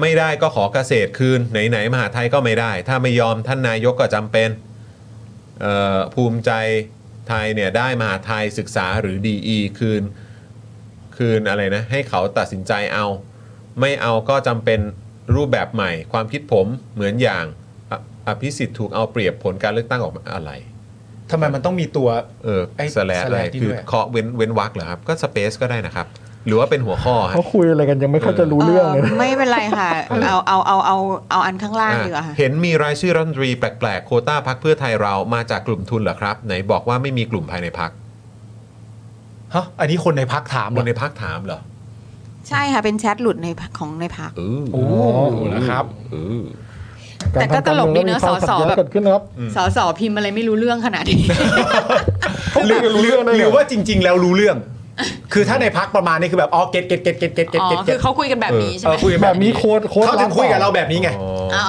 [SPEAKER 1] ไม่ได้ก็ขอเกษตรคืน ไหนๆมหาไทยก็ไม่ได้ ถ้าไม่ยอมท่านนายกก็จำเป็นเอ่อภูมิใจไทยเนี่ยได้มหาไทยศึกษาหรือดีคืน คืนอะไรนะ ให้เขาตัดสินใจเอา ไม่เอาก็จำเป็นรูปแบบใหม่ ความคิดผมเหมือนอย่างออภิสิทธิ์ถูกเอาเปรียบผลการเลือกตั้งออกมาอะไร
[SPEAKER 2] ทำไมมันต้องมีตัว
[SPEAKER 1] เออ
[SPEAKER 2] ไอ้
[SPEAKER 1] สแลชอะไร
[SPEAKER 2] slash นี่
[SPEAKER 1] คือ
[SPEAKER 2] ด้วยอะ
[SPEAKER 1] เคาะเว้นเว้นวักเหรอครับ ก็สเปซก็ได้นะครับ หรือว่าเป็นหัวข้อฮะ
[SPEAKER 10] เขาคุยอะไรกันยังไม่ค่อยจะรู้เรื่องเลยนะ
[SPEAKER 9] ไม่เป็นไรค่ะ เอาเอาเอาเอาเอาอันข้างล่างดีกว่าค่ะ
[SPEAKER 1] เห็นมีรายชื่อรัฐมนตรีแปลกๆ โควต้าพักเพื่อไทยเรามาจากกลุ่มทุนเหรอครับ ไหนบอกว่าไม่มีกลุ่มภายในพัก
[SPEAKER 2] ฮะอันนี้คนในพักถาม
[SPEAKER 1] ค
[SPEAKER 2] เหรอน
[SPEAKER 1] ในพักถามเหรอ
[SPEAKER 9] ใช่ค่ะ เป็นแชทหลุดในพรรคของในพัก
[SPEAKER 1] เออ
[SPEAKER 2] โอ้โหนะครับ
[SPEAKER 1] เออ
[SPEAKER 5] แต่ก็ตลกดีเนอะส
[SPEAKER 10] การทำการเมือง
[SPEAKER 5] อสอ
[SPEAKER 10] มีความขัดแย้ง
[SPEAKER 5] แบบ
[SPEAKER 10] เกิดขึ้นนะครับ
[SPEAKER 9] สอสอพิมพ์อะไรไม่รู้เรื่องขนาดนี้
[SPEAKER 2] หรือ
[SPEAKER 10] รู้เรื่องได้ไง
[SPEAKER 2] หรือว่าจริง ๆ แล้วรู้เรื่อง คือถ้าในพักประมาณนี้คือแบบอ๋อเก็ตเก็ตเก็ตเก็ตเก็ตเก็ต
[SPEAKER 5] อ๋อ
[SPEAKER 2] เก็ต
[SPEAKER 5] คือเขาคุยกันแบบนี้ใช่ไหม
[SPEAKER 2] คุยกัน
[SPEAKER 10] แบ
[SPEAKER 2] แบบ บ
[SPEAKER 10] มี
[SPEAKER 2] นี้
[SPEAKER 10] โค้ดโค้ด
[SPEAKER 2] เขาถึงคุยกับเราแบบนี้ไง
[SPEAKER 1] อ๋อ
[SPEAKER 5] อ๋อ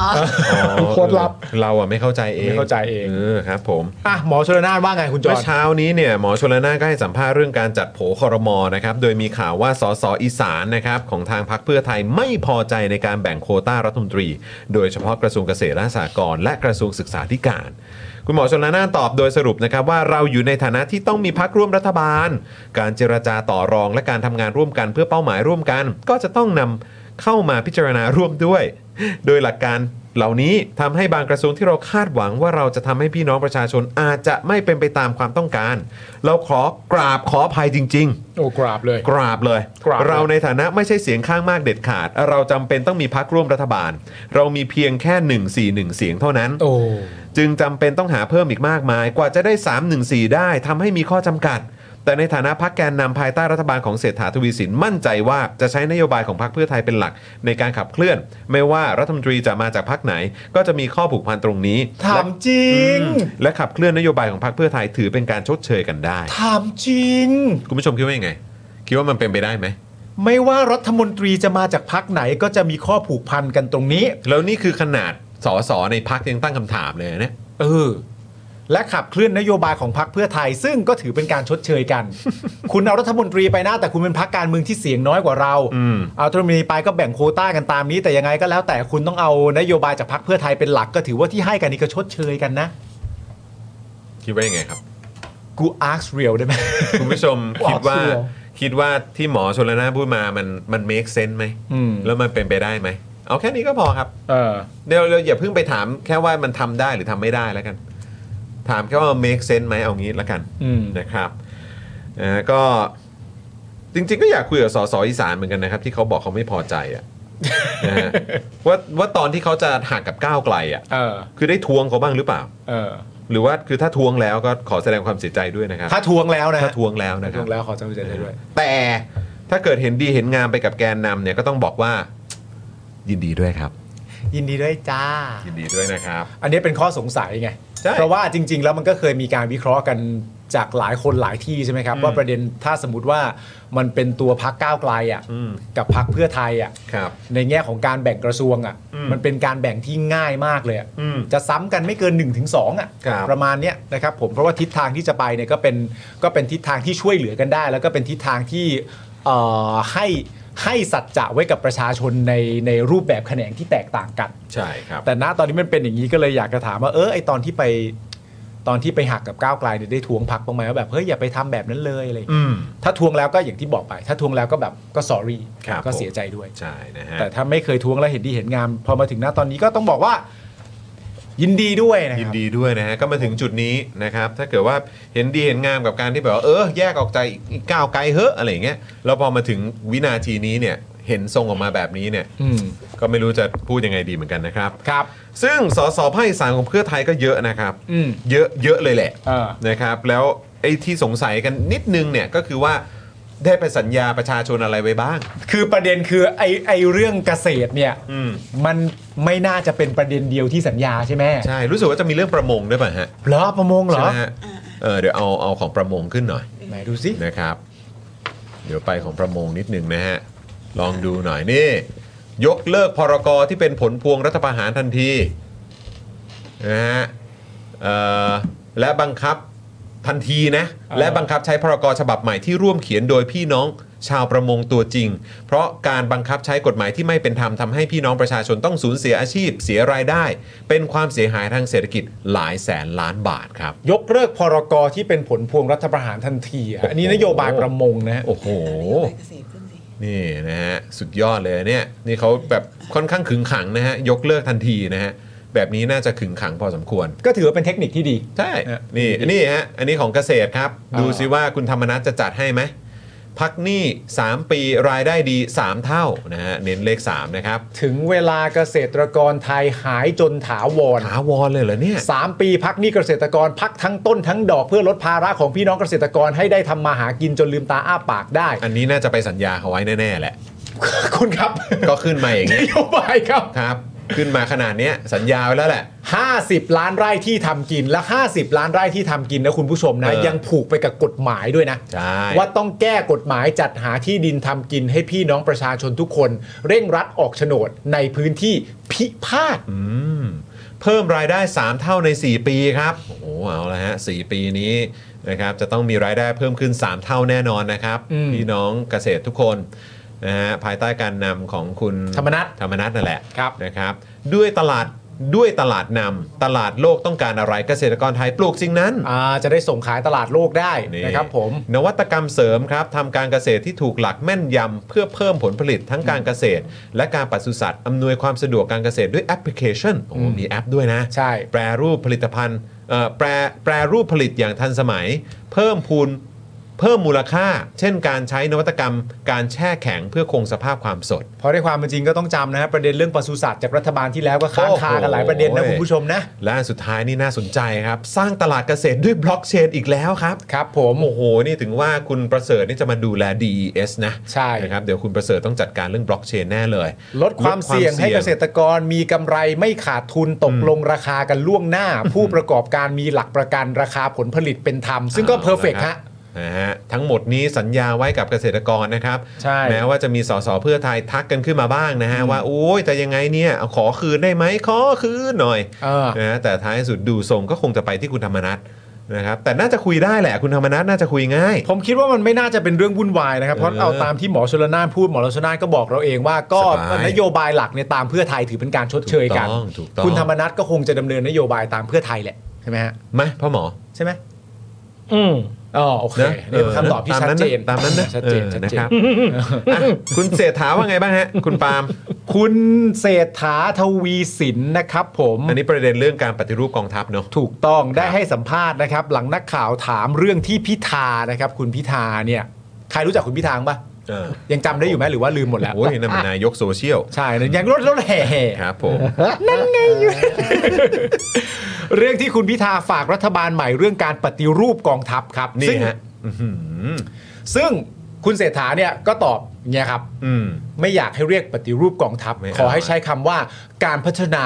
[SPEAKER 1] อ๋อ
[SPEAKER 10] โค้ดลับ
[SPEAKER 1] เราอ่ะไม่เข้าใจเอง
[SPEAKER 2] ไม่เข้าใจเอง
[SPEAKER 1] เออครับผม
[SPEAKER 2] อ่ะหมอชลนานว่าไงคุณจอ
[SPEAKER 1] เมื่
[SPEAKER 2] ห์
[SPEAKER 1] อน เช้านี้เนี่ยหมอชลนานก็ให้สัมภาษณ์เรื่องการจัดโผคอรมอนะครับ โดยมีข่าวว่าสสอีสานนะครับของทางพักเพื่อไทยไม่พอใจในการแบ่งโควต้ารัฐมนตรี โดยเฉพาะกระทรวงเกษตรและสหกรณ์และกระทรวงศึกษาธิการ คุณหมอชนละนานตอบโดยสรุปนะครับว่าเราอยู่ในฐานะที่ต้องมีพักร่วมรัฐบาล การเจรจาต่อรองและการทำงานร่วมกันเพื่อเป้าหมายร่วมกัน ก็จะต้องนำเข้ามาพิจารณาร่วมด้วย โดยหลักการเหล่านี้ทำให้บางกระทรวงที่เราคาดหวังว่าเราจะทำให้พี่น้องประชาชนอาจจะไม่เป็นไปตามความต้องการ เราขอกราบขออภัยจริง ๆ
[SPEAKER 2] โอ้กราบเลย
[SPEAKER 1] กราบเลย
[SPEAKER 2] กราบเลย
[SPEAKER 1] เราในฐานะไม่ใช่เสียงข้างมากเด็ดขาด เราจำเป็นต้องมีพักร่วมรัฐบาล เรามีเพียงแค่141เสียงเท่านั้น
[SPEAKER 2] โอ้
[SPEAKER 1] จึงจำเป็นต้องหาเพิ่มอีกมากมาย กว่าจะได้ 314 ได้ทำให้มีข้อจำกัด แต่ในฐานะพักแกนนำภายใต้รัฐบาลของเศรษฐาทวีสินมั่นใจว่าจะใช้นโยบายของพรรคเพื่อไทยเป็นหลักในการขับเคลื่อน ไม่ว่ารัฐมนตรีจะมาจากพรรคไหน ก็จะมีข้อผูกพันตรงนี้
[SPEAKER 2] ถามจริง
[SPEAKER 1] และขับเคลื่อนนโยบายของพรรคเพื่อไทยถือเป็นการชดเชยกันได้
[SPEAKER 2] ถามจริง
[SPEAKER 1] คุณผู้ชมคิดว่ายังไง คิดว่ามันเป็นไปได้ไหม
[SPEAKER 2] ไม่ว่ารัฐมนตรีจะมาจากพักไหนก็จะมีข้อผูกพันกันตรงนี้
[SPEAKER 1] แล้วนี่คือขนาดสอสอในพักยังตั้งคำถามเลยนะ
[SPEAKER 2] เออ และขับเคลื่อนนโยบายของพักเพื่อไทย ซึ่งก็ถือเป็นการชดเชยกัน คุณเอารัฐมนตรีไปนะแต่คุณเป็นพักการเมืองที่เสียงน้อยกว่าเรา
[SPEAKER 1] อืม
[SPEAKER 2] เอารัฐมนตรีไปก็แบ่งโควต้ากันตามนี้ แต่ยังไงก็แล้วแต่คุณต้องเอานโยบายจากพักเพื่อไทยเป็นหลักก็ถือว่าที่ให้กันนี่ก็ชดเชยกันนะ
[SPEAKER 1] คิดว่ายังไงครับ
[SPEAKER 2] กูอาร์คเรียล ได้ไหม
[SPEAKER 1] คุณผู้ชม คิดว่าคิดว่าที่หมอชนละนานพูดมามันมัน make sense ไหม
[SPEAKER 2] อืม
[SPEAKER 1] แล้วมันเป็นไปได้ไหม เอาแค่นี้ก็พอครับ
[SPEAKER 2] เออ
[SPEAKER 1] เดี๋ยวเราอย่าเพิ่งไปถามแค่ว่ามันทำได้หรือทำไม่ได้แล้วกัน ถามแค่ว่า make sense ไหมเอางี้แล้วกัน
[SPEAKER 2] อืม
[SPEAKER 1] นะครับเอ่อก็จริง ๆ ก็อยากคุยกับสสอีสานเหมือนกันนะครับ ที่เขาบอกเขาไม่พอใจอะ นะฮะว่าว่าตอนที่เขาจะหักกับก้าวไกลอ่ะ
[SPEAKER 2] เออ
[SPEAKER 1] คือได้ทวงเขาบ้างหรือเปล่า
[SPEAKER 2] เออ
[SPEAKER 1] หรือว่าคือถ้าทวงแล้วก็ขอแสดงความเสียใจด้วยนะครับ
[SPEAKER 2] ถ้าทวงแล้วนะ
[SPEAKER 1] ถ้าทวงแล้วนะ
[SPEAKER 2] ถ้า
[SPEAKER 1] ครับ
[SPEAKER 2] ทวงแล้วขอจำใจได้ด้วย
[SPEAKER 1] แต่ถ้าเกิดเห็นดีเห็นงามไปกับแกนนำเนี่ยก็ต้องบอกว่า ยินดีด้วยครับ
[SPEAKER 2] ยินดีด้วยจ้า
[SPEAKER 1] ยินดีด้วยนะครับ
[SPEAKER 2] อันนี้เป็นข้อสงสัยไง
[SPEAKER 1] ใช่
[SPEAKER 2] เพราะว่าจริง ๆ แล้วมันก็เคยมีการวิเคราะห์กันจากหลายคนหลายที่ใช่ไหมครับ
[SPEAKER 1] อืม
[SPEAKER 2] ว่าประเด็นถ้าสมมติว่ามันเป็นตัวพักก้าวไกลอ่ะ
[SPEAKER 1] อืม
[SPEAKER 2] กับพักเพื่อไทยอ่ะ
[SPEAKER 1] ครับ
[SPEAKER 2] ในแง่ของการแบ่งกระทรวงอ่ะ
[SPEAKER 1] อืม
[SPEAKER 2] มันเป็นการแบ่งที่ง่ายมากเลยอะ
[SPEAKER 1] อืม
[SPEAKER 2] จะซ้ำกันไม่เกิน1นถึงสอ่ะ
[SPEAKER 1] ครับ
[SPEAKER 2] ประมาณเนี้ยนะครับผมเพราะว่าทิศทางที่จะไปเนี่ยก็เป็นก็เป็นทิศทางที่ช่วยเหลือกันได้ แล้วก็เป็นทิศทางที่เอ่อให้ให้สัจจะไว้กับประชาชนในในรูปแบบแขนงที่แตกต่างกัน
[SPEAKER 1] ใช่ครับ
[SPEAKER 2] แต่ณตอนนี้มันเป็นอย่างนี้ก็เลยอยากจะถามว่าเออไอตอนที่ไปตอนที่ไปหักกับก้าวไกลเนี่ยได้ทวงพักบ้างไหมว่าแบบเฮ้ยอย่าไปทำแบบนั้นเลยอะไรอย่าง
[SPEAKER 1] อื
[SPEAKER 2] เงี้ย
[SPEAKER 1] ม
[SPEAKER 2] ถ้าทวงแล้วก็อย่างที่บอกไป ถ้าทวงแล้วก็แบบก็ sorry
[SPEAKER 1] ครับ
[SPEAKER 2] ก็
[SPEAKER 1] ผม
[SPEAKER 2] เสียใจด้วย
[SPEAKER 1] ใช่นะฮะ
[SPEAKER 2] แต่ถ้าไม่เคยทวงแล้วเห็นดีเห็นงาม พอมาถึงณตอนนี้ก็ต้องบอกว่า ยินดีด้วยนะ
[SPEAKER 1] ยิ
[SPEAKER 2] คน รับ
[SPEAKER 1] ดีด้วยนะฮะก็มาถึงจุดนี้นะครับ ถ้าเกิดว่าเห็นดีเห็นงามกับการที่แบบว่าเออแยกออกใจอีกอีกก้าวไกลเฮ้อะอะไรอย่างเงี้ยแล้วพอมาถึงวินาทีนี้เนี่ย เห็นทรงออกมาแบบนี้เนี่ย
[SPEAKER 2] อืม
[SPEAKER 1] ก็ไม่รู้จะพูดยังไงดีเหมือนกันนะครับ
[SPEAKER 2] ครับ
[SPEAKER 1] ซึ่งสสภาคอีสานของเพื่อไทยก็เยอะนะครับ
[SPEAKER 2] อืม
[SPEAKER 1] เยอะเยอะเลยแหละ
[SPEAKER 2] เออ
[SPEAKER 1] นะครับแล้วไอ้ที่สงสัยกันนิดนึงเนี่ยก็คือว่าได้ไปสัญญาประชาชนอะไรไว้บ้าง
[SPEAKER 2] คือประเด็นคือไอไอเรื่องเกษตรเนี่ย
[SPEAKER 1] อืม
[SPEAKER 2] มันไม่น่าจะเป็นประเด็นเดียวที่สัญญาใช่ไหม
[SPEAKER 1] ใช่รู้สึกว่าจะมีเรื่องประมงด้วยป่ะฮะ
[SPEAKER 2] เหรอประมงเหร
[SPEAKER 1] ใช่
[SPEAKER 2] อ
[SPEAKER 1] ไหมฮะเออเดี๋ยวเอาเอาของประมงขึ้นหน่อย
[SPEAKER 2] ไหนดูสิ
[SPEAKER 1] นะครับ เดี๋ยวไปของประมงนิดนึงนะฮะลองดูหน่อยนี่ยกเลิกพรกที่เป็นผลพวงรัฐประหารทันทีนะฮะเอ่อและบังคับทันทีนะและบังคับใช้พรกฉบับใหม่ที่ร่วมเขียนโดยพี่น้อง ชาวประมงตัวจริง เพราะการบังคับใช้กฎหมายที่ไม่เป็นธรรมทำให้พี่น้องประชาชนต้องสูญเสียอาชีพ เสียรายได้ เป็นความเสียหายทางเศรษฐกิจหลายแสนล้านบาทครับ
[SPEAKER 2] ยกเลิกพรกที่เป็นผลพวงรัฐประหารทันทีอะอันนี้นโยบายประมงนะฮะ
[SPEAKER 1] โอ้โห นี่นะฮะสุดยอดเลยเนี่ยนี่เขาแบบค่อนข้างขึงขังนะฮะยกเลิกทันทีนะฮะแบบนี้น่าจะขึงขังพอสมควร
[SPEAKER 2] ก็ถือว่าเป็นเทคนิคที่ดี
[SPEAKER 1] ใช่ นี่นี่ฮะ อันนี้ของเกษตรครับ ดูซิว่าคุณธรรมนัสจะจัดให้ไหม พักหนี้ 3 ปีรายได้ดี 3 เท่านะฮะ เน้นเลข 3 นะครับ
[SPEAKER 2] ถึงเวลาเกษตรกรไทยหายจนถาวร
[SPEAKER 1] ถาวรเลยเหรอเนี่ย
[SPEAKER 2] สามปีพักหนี้เกษตรกรพักทั้งต้นทั้งดอกเพื่อลดภาระของพี่น้องเกษตรกรให้ได้ทำมาหากินจนลืมตาอ้าปากได้
[SPEAKER 1] อันนี้น่าจะไปสัญญาเขาไว้แน่ ๆ แหละ
[SPEAKER 2] คุณครับ
[SPEAKER 1] ก็ขึ้นมาอย่าง
[SPEAKER 2] น
[SPEAKER 1] เงี้ย
[SPEAKER 2] โยบายครับ
[SPEAKER 1] ครับ ขึ้นมาขนาดเนี้ยสัญญาไว้แล้วแหละ
[SPEAKER 2] 50 ล้านไร่ที่ทำกินและ 50 ล้านไร่ที่ทำกินนะคุณผู้ชมนะ
[SPEAKER 1] เออ
[SPEAKER 2] ยังผูกไปกับกฎหมายด้วยนะ
[SPEAKER 1] ใช่
[SPEAKER 2] ว่าต้องแก้กฎหมายจัดหาที่ดินทำกินให้พี่น้องประชาชนทุกคน เร่งรัดออกโฉนดในพื้นที่พิพาท
[SPEAKER 1] อืมเพิ่มรายได้ 3 เท่าใน 4 ปีครับ โอ้โหเอาละฮะ 4 ปีนี้นะครับจะต้องมีรายได้เพิ่มขึ้น 3 เท่าแน่นอนนะครับ
[SPEAKER 2] อืม
[SPEAKER 1] พี่น้องเกษตรทุกคนนะฮะภายใต้การนำของคุณ
[SPEAKER 2] ธรรมนัส
[SPEAKER 1] ธรรมนัสนั่นแหละ
[SPEAKER 2] ครับ
[SPEAKER 1] นะครับด้วยตลาดด้วยตลาดนำตลาดโลกต้องการอะไรเกษตรกรไทยปลูกสิ่งนั้น
[SPEAKER 2] อ่าจะได้ส่งขายตลาดโลกได้นะครับผม
[SPEAKER 1] นวัตกรรมเสริมครับทำการเกษตรที่ถูกหลักแม่นยำเพื่อเพิ่มผลผลิตทั้งการเกษตร และการปศุสัตว์อำนวยความสะดวกการเกษตรด้วยแอปพลิเคชันโอ้โห
[SPEAKER 2] อืม
[SPEAKER 1] มีแอปด้วยนะ
[SPEAKER 2] ใช่
[SPEAKER 1] แปรรูปผลิตภัณฑ์เอ่อแปรแปรรูปผลิตอย่างทันสมัย เพิ่มพูนเพิ่มมูลค่า เช่นการใช้นวัตกรรม การแช่แข็งเพื่อคงสภาพความสด
[SPEAKER 2] เพราะในความเป็นจริงก็ต้องจำนะฮะประเด็นเรื่องปศุสัตว์จากรัฐบาลที่แล้วก็ค้างคากันหลายประเด็นนะ
[SPEAKER 1] โอ้โห
[SPEAKER 2] คุณผู้ชมนะ
[SPEAKER 1] และอันสุดท้ายนี่น่าสนใจครับ สร้างตลาดเกษตรด้วยบล็อกเชนอีกแล้วครับ
[SPEAKER 2] ครับผม
[SPEAKER 1] โอ้โห นี่ถึงว่าคุณประเสริฐนี่จะมาดูแล DES นะ
[SPEAKER 2] ใช่
[SPEAKER 1] นะครับ เดี๋ยวคุณประเสริฐต้องจัดการเรื่องบล็อกเชนแน่เลย
[SPEAKER 2] ลดความเสี่ยงให้เกษตรกรมีกำไรไม่ขาดทุนตกลงราคากันล่วงหน้า ผู้ประกอบการมีหลักประกันราคาผลผลิตเป็นธรรม ซึ่งก็เพอร์เฟก
[SPEAKER 1] อาล
[SPEAKER 2] ฮะ
[SPEAKER 1] นะฮะ ทั้งหมดนี้สัญญาไว้กับเกษตรกรนะครับ
[SPEAKER 2] ใช่
[SPEAKER 1] แม้ว่าจะมีสสเพื่อไทยทักกันขึ้นมาบ้างนะฮะ ว่า โอ้ยแต่ยังไงเนี่ยเอาขอคืนได้ไหมขอคืนหน่อย
[SPEAKER 2] เออ
[SPEAKER 1] นะฮะแต่ท้ายสุดดูทรงก็คงจะไปที่คุณธรรมนัฐนะครับ แต่น่าจะคุยได้แหละ คุณธรรมนัฐน่าจะคุยง่าย
[SPEAKER 2] ผมคิดว่ามันไม่น่าจะเป็นเรื่องวุ่นวายนะครับ เพราะ
[SPEAKER 1] เออ
[SPEAKER 2] เอาตามที่หมอชลนานพูดหมอชลนานก็บอกเราเองว่าก็
[SPEAKER 1] สบาย
[SPEAKER 2] นโยบายหลักเนี่ยตามเพื่อไทยถือเป็นการชดเชยกัน
[SPEAKER 1] ถูกต้องถูกต้อง
[SPEAKER 2] คุณธรรมนัฐก็คงจะดำเนินนโยบายตามเพื่อไทยแหละใช่ไหมฮะ
[SPEAKER 1] ไหมพ่อหมอ
[SPEAKER 2] ใช่ไหมอืมอ๋อโอเค
[SPEAKER 1] นะ
[SPEAKER 2] นี่เป็นคำตอบที่
[SPEAKER 1] เ
[SPEAKER 2] ชัดเจน
[SPEAKER 1] ตามนั้นนะ
[SPEAKER 2] ชัดเจน
[SPEAKER 1] ออ
[SPEAKER 2] ชัด
[SPEAKER 1] นะ
[SPEAKER 2] เจ
[SPEAKER 1] คน รับอ่ะคุณเศรษฐาว่าไงบ้างฮะ คุณปาล์ ม
[SPEAKER 2] คุณเศรษฐาทวีสินนะครับผม
[SPEAKER 1] อันนี้ประเด็นเรื่องการปฏิรูปกองทัพเนาะ
[SPEAKER 2] ถูกต้องได้
[SPEAKER 1] ครับ
[SPEAKER 2] ให้สัมภาษณ์นะครับ หลังนักข่าวถามเรื่องที่พิธานะครับ คุณพิธาเนี่ย ใครรู้จักคุณพิธาบ้างปะ
[SPEAKER 1] เออ
[SPEAKER 2] ยังจำได้อยู่ไหมหรือว่าลืมหมดแล้ว
[SPEAKER 1] โอ้ยนั่นมันนายกโซเชียล
[SPEAKER 2] ใช่นะยังรถรถแห่
[SPEAKER 1] ครับ ผม
[SPEAKER 2] นั่นไงอยู่ เรื่องที่คุณพิธาฝากรัฐบาลใหม่เรื่องการปฏิรูปกองทัพครับ
[SPEAKER 1] นี่
[SPEAKER 2] ซึ่ง
[SPEAKER 1] ฮะอื้อหือ
[SPEAKER 2] ซึ่งคุณเศรษฐาเนี่ยก็ตอบอย่างเนี่ยครับ
[SPEAKER 1] อืม
[SPEAKER 2] ไม่อยากให้เรียกปฏิรูปกองทัพ
[SPEAKER 1] ไม่เอา
[SPEAKER 2] ขอให้ใช้คำว่าการพัฒนา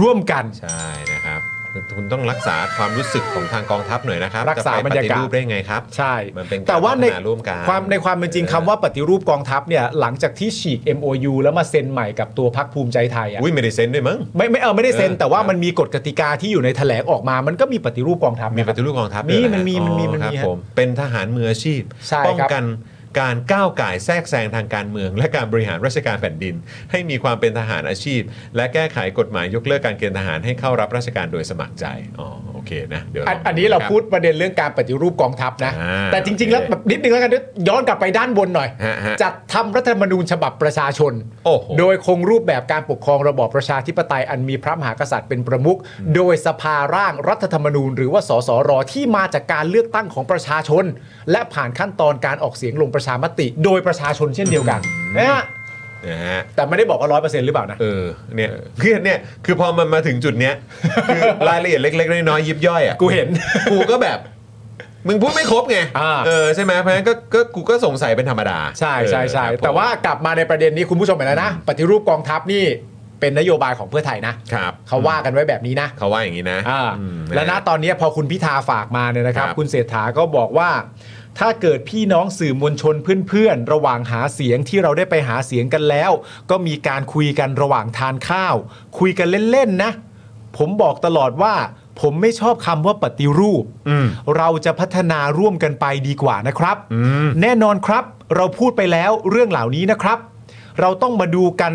[SPEAKER 2] ร่วมกัน
[SPEAKER 1] ใช่นะครับคุณคุณต้องรักษาความรู้สึกของทางกองทัพหน่อยนะครับ
[SPEAKER 2] รักษา
[SPEAKER 1] จะไป
[SPEAKER 2] บรรยา
[SPEAKER 1] ป
[SPEAKER 2] กาศ
[SPEAKER 1] ฏิรูปได้ไงครับ
[SPEAKER 2] ใช่
[SPEAKER 1] มันเป็นการ
[SPEAKER 2] แต่ว่าใน
[SPEAKER 1] พัฒนาร่วมกัน
[SPEAKER 2] ความในความเป็นจริง
[SPEAKER 1] เออ
[SPEAKER 2] คำว่าปฏิรูปกองทัพเนี่ยหลังจากที่ฉีก MOU แล้วมาเซ็นใหม่กับตัวพักภูมิใจไทยอ่ะ
[SPEAKER 1] อุ้ยไม่ได้เซ็นด้วยมั้ง
[SPEAKER 2] ไม่ไม่เออไม่ได้เซ็น
[SPEAKER 1] เออ
[SPEAKER 2] แต่ว่า
[SPEAKER 1] ครับ
[SPEAKER 2] มันมีกฎกติกาที่อยู่ในแถลงออกมา มันก็มีปฏิรูปกองทัพ
[SPEAKER 1] มี
[SPEAKER 2] นะค
[SPEAKER 1] ป
[SPEAKER 2] รับ
[SPEAKER 1] ฏิรูปกองทัพ
[SPEAKER 2] มี
[SPEAKER 1] ด้วยเหรอ
[SPEAKER 2] มันมีมันมี
[SPEAKER 1] อ๋อ
[SPEAKER 2] มันมี
[SPEAKER 1] ครับ
[SPEAKER 2] ฮะ
[SPEAKER 1] ผมเป็นทหารมืออาชีพ
[SPEAKER 2] ใช่ครับ
[SPEAKER 1] ป้องกันการก้าวก่ายแทรกแซงทางการเมือง และการบริหารราชการแผ่นดิน ให้มีความเป็นทหารอาชีพ และแก้ไขกฎหมายยกเลิกการเกณฑ์ทหารให้เข้ารับราชการโดยสมัครใจอ๋อโอเคนะเดี๋ยว
[SPEAKER 2] อัน
[SPEAKER 1] ลง
[SPEAKER 2] อันนี้เราพูดประเด็นเรื่องการปฏิรูปกองทัพนะ
[SPEAKER 1] อ่า
[SPEAKER 2] แต่จริง ๆ แล้วแบบนิดนึงแล้วกันย้อนกลับไปด้านบนหน่อย
[SPEAKER 1] ฮะฮะ
[SPEAKER 2] จัดทำรัฐธรรมนูญฉบับประชาชน
[SPEAKER 1] โอ้โห
[SPEAKER 2] โดยคงรูปแบบการปกครองระบอบประชาธิปไตยอันมีพระมหากษัตริย์เป็นประมุขโดยสภาร่างรัฐธรรมนูญ หรือว่าสสรที่มาจากการเลือกตั้งของประชาชน และผ่านขั้นตอนการออกเสียงลงประชามติ โดยประชาชนเช่นเดียวกันนะฮะ
[SPEAKER 1] นะฮะ
[SPEAKER 2] แต่ไม่ได้บอกว่าร้อยเปอร์เซ็นต์หรือเปล่านะ
[SPEAKER 1] เออเนี่ยคือเนี่ยคือพอมันมาถึงจุดเนี้ยคือรายละเอียดเล็ก ๆ น้อยๆยิบย่อยอ่ะ
[SPEAKER 2] กูเห็น
[SPEAKER 1] กูก็แบบ มึงพูดไม่ครบไง
[SPEAKER 2] อ่า
[SPEAKER 1] เออใช่ไหมเพราะฉะนั้นก็ก็กูก็สงสัยเป็นธรรมดา
[SPEAKER 2] ใช่ใช่ใช่
[SPEAKER 1] เออครับผม
[SPEAKER 2] แต่ว่ากลับมาในประเด็นนี้คุณผู้ชมเห็นแล้วนะ ปฏิรูปกองทัพนี่เป็นนโยบายของเพื่อไทยนะครับ เขาว่ากันไว้แบบนี้นะ
[SPEAKER 1] เขาว่าอย่างนี้นะ
[SPEAKER 2] อ่า
[SPEAKER 1] อืม
[SPEAKER 2] และณตอนนี้พอคุณพิธาฝากมาเนี่ยนะครับ
[SPEAKER 1] ครับ
[SPEAKER 2] คุณเศรษฐาก็บอกว่า ถ้าเกิดพี่น้องสื่อมวลชนเพื่อนๆ ระหว่างหาเสียงที่เราได้ไปหาเสียงกันแล้ว ก็มีการคุยกันระหว่างทานข้าว คุยกันเล่นๆนะ ผมบอกตลอดว่า ผมไม่ชอบคำว่าปฏิรูป
[SPEAKER 1] อืม
[SPEAKER 2] เราจะพัฒนาร่วมกันไปดีกว่านะครับ
[SPEAKER 1] อืม
[SPEAKER 2] แน่นอนครับ เราพูดไปแล้วเรื่องเหล่านี้นะครับ เราต้องมาดูกัน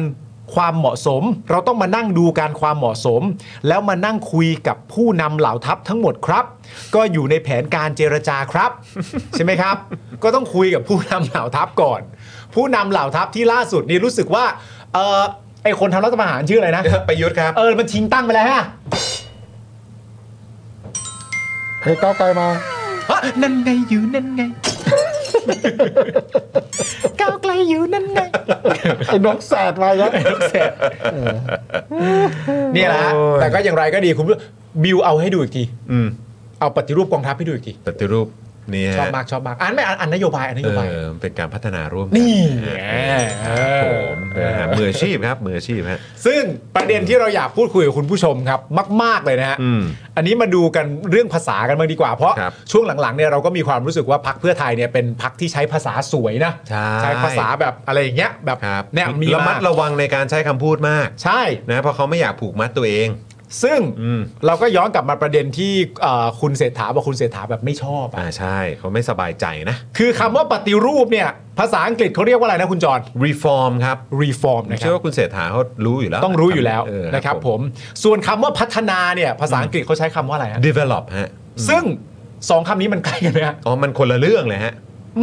[SPEAKER 2] ความเหมาะสม เราต้องมานั่งดูการความเหมาะสม แล้วมานั่งคุยกับผู้นำเหล่าทัพทั้งหมดครับ ก็อยู่ในแผนการเจรจาครับ ใช่ไหมครับ ก็ต้องคุยกับผู้นำเหล่าทัพก่อน ผู้นำเหล่าทัพที่ล่าสุดนี่รู้สึกว่าเออไอคนทำรัฐประหารชื่ออะไรนะ
[SPEAKER 1] ประยุทธ์ครับ
[SPEAKER 2] เออมันชิงตั้งไปแล้วฮะ
[SPEAKER 10] เฮ้ยก้าวไกลมา
[SPEAKER 2] ฮะนั่นไงอยู่นั่นไง ก้าวไกลอยู่นั่นไง
[SPEAKER 10] ไอ้นกแสดมาแล้ว
[SPEAKER 2] นี่แหละฮะ
[SPEAKER 1] โอ้ย
[SPEAKER 2] แต่ก็อย่างไรก็ดีคุณผู้บิวเอาให้ดูอีกที
[SPEAKER 1] อืม
[SPEAKER 2] เอาปฏิรูปกองทัพให้ดูอีกที
[SPEAKER 1] ปฏิรูปเนี่ย
[SPEAKER 2] ชอบมากชอบมากอ่านไม่อ่านอ่านนโยบายอ่านน
[SPEAKER 1] เอ
[SPEAKER 2] โยบาย
[SPEAKER 1] อเป็นการพัฒนาร่วมกั
[SPEAKER 2] นี่
[SPEAKER 1] นะ
[SPEAKER 2] ไง
[SPEAKER 1] ฮะ
[SPEAKER 2] เอ
[SPEAKER 1] ครับผ
[SPEAKER 2] อ
[SPEAKER 1] มนะฮะมืออาชีพครับมืออาชีพฮะ
[SPEAKER 2] ซึ่งประเด็นที่เราอยากพูดคุยกับคุณผู้ชมครับ มาก ๆ เลยนะฮะ
[SPEAKER 1] อืม
[SPEAKER 2] อันนี้มาดูกันเรื่องภาษากันบ้างดีกว่า เพราะ
[SPEAKER 1] ครับ
[SPEAKER 2] ช่วงหลังๆเนี่ยเราก็มีความรู้สึกว่าพักเพื่อไทยเนี่ยเป็นพักที่ใช้ภาษาสวยนะ
[SPEAKER 1] ใช่
[SPEAKER 2] ภาษาแบบอะไรอย่างเงี้ยแบบ
[SPEAKER 1] ครับ
[SPEAKER 2] เนี่ยมี
[SPEAKER 1] ระมัด
[SPEAKER 2] าก
[SPEAKER 1] ระวังในการใช้คำพูดมาก
[SPEAKER 2] ใช่
[SPEAKER 1] นะเพราะเขาไม่อยากผูกมัดตัวเอง
[SPEAKER 2] ซึ่ง
[SPEAKER 1] อืม
[SPEAKER 2] เราก็ย้อนกลับมาประเด็นที่เอ่อคุณเศรษฐาบอกคุณเศรษฐาแบบไม่ชอบอะ
[SPEAKER 1] อ่าใช่เขาไม่สบายใจนะ
[SPEAKER 2] คือคำว่าปฏิรูปเนี่ย ภาษาอังกฤษเขาเรียกว่าอะไรนะคุณจอน
[SPEAKER 1] reform ครับ
[SPEAKER 2] reform
[SPEAKER 1] ผม
[SPEAKER 2] นะค
[SPEAKER 1] เชื่อ
[SPEAKER 2] รับ
[SPEAKER 1] ว่าคุณเศรษฐาเขารู้อยู่แล้ว
[SPEAKER 2] ต้องรู้อยู่แล้ว
[SPEAKER 1] เ
[SPEAKER 2] นะครับผม ส่วนคำว่าพัฒนาเนี่ย ภาษาอังกฤษเขาใช้คำว่าอะไรฮะ
[SPEAKER 1] develop ฮะ
[SPEAKER 2] ซึ่งสองคำนี้มันใกล้กันไหมฮะ
[SPEAKER 1] อ๋อมันคนละเรื่องเลยฮะ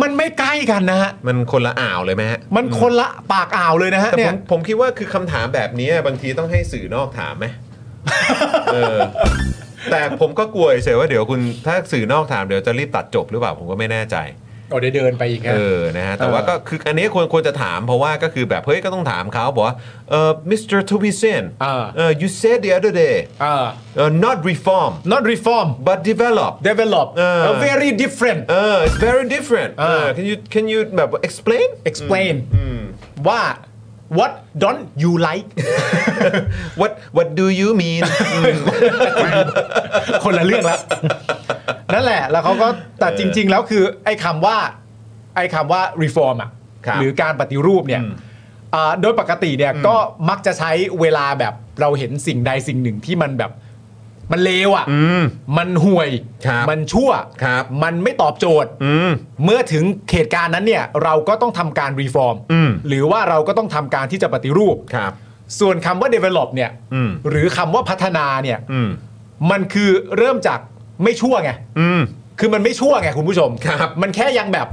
[SPEAKER 2] มันไม่ใกล้กันนะฮะ
[SPEAKER 1] มันคนละอ่าวเลยไหมฮะ
[SPEAKER 2] มันคนละปากอ่าวเลยนะฮะ
[SPEAKER 1] แต่ผ
[SPEAKER 2] เนี่ย
[SPEAKER 1] มผมคิดว่าคือคำถามแบบนี้บางทีต้องให้สื่อนอกถามไหม เออ แต่ผมก็กลัวเฉยๆว่าเดี๋ยวคุณถ้าสื่อนอกถามเดี๋ยวจะรีบตัดจบหรือเปล่าผมก็ไม่แน่ใจ
[SPEAKER 2] โอ้เดี๋ยวเดินไปอีกฮะ
[SPEAKER 1] เออ นะฮะ แต่ว่าก็คืออันนี้ควรควรจะถามเพราะว่าก็คือแบบ เฮ้ย ก็ต้องถามเขาบอกว่าเอ่อ Mr. t o b i s o n
[SPEAKER 2] อ่า
[SPEAKER 1] เอ่อ you said the other day
[SPEAKER 2] เออ
[SPEAKER 1] uh, not reform
[SPEAKER 2] not reform
[SPEAKER 1] but develop
[SPEAKER 2] develop
[SPEAKER 1] เออ
[SPEAKER 2] A very different
[SPEAKER 1] เออ it's very different เออ
[SPEAKER 2] อ่า
[SPEAKER 1] can you can you แบบ explain
[SPEAKER 2] explain ว่า what don't you like
[SPEAKER 1] what what do you mean
[SPEAKER 2] คนละเรื่องแล้ว นั่นแหละ แล้วเขาก็แต่จริง ๆ แล้วคือ ไอ้คำว่า ไอ้คำว่า reform อ่ะ
[SPEAKER 1] ครับ
[SPEAKER 2] หรือการปฏิรูปเนี่ยอ่าโดยปกติเนี่ยก็มักจะใช้เวลาแบบเราเห็นสิ่งใดสิ่งหนึ่งที่มันแบบมันเลวอ่ะ มันห่วย
[SPEAKER 1] ครับ
[SPEAKER 2] มันชั่ว
[SPEAKER 1] ครับ
[SPEAKER 2] มันไม่ตอบโจทย์
[SPEAKER 1] อืม
[SPEAKER 2] เมื่อถึงเหตุการณ์นั้นเนี่ยเราก็ต้องทำการรีฟอร์ม
[SPEAKER 1] อืม
[SPEAKER 2] หรือว่าเราก็ต้องทำการที่จะปฏิรูป
[SPEAKER 1] ครับ
[SPEAKER 2] ส่วนคำว่า develop เนี่ย
[SPEAKER 1] อืม
[SPEAKER 2] หรือคำว่าพัฒนาเนี่ย
[SPEAKER 1] อืม
[SPEAKER 2] มันคือเริ่มจากไม่ชั่วไง
[SPEAKER 1] อืม
[SPEAKER 2] คือมันไม่ชั่วไงคุณผู้ชม
[SPEAKER 1] ครับ
[SPEAKER 2] มันแค่ยังแบบ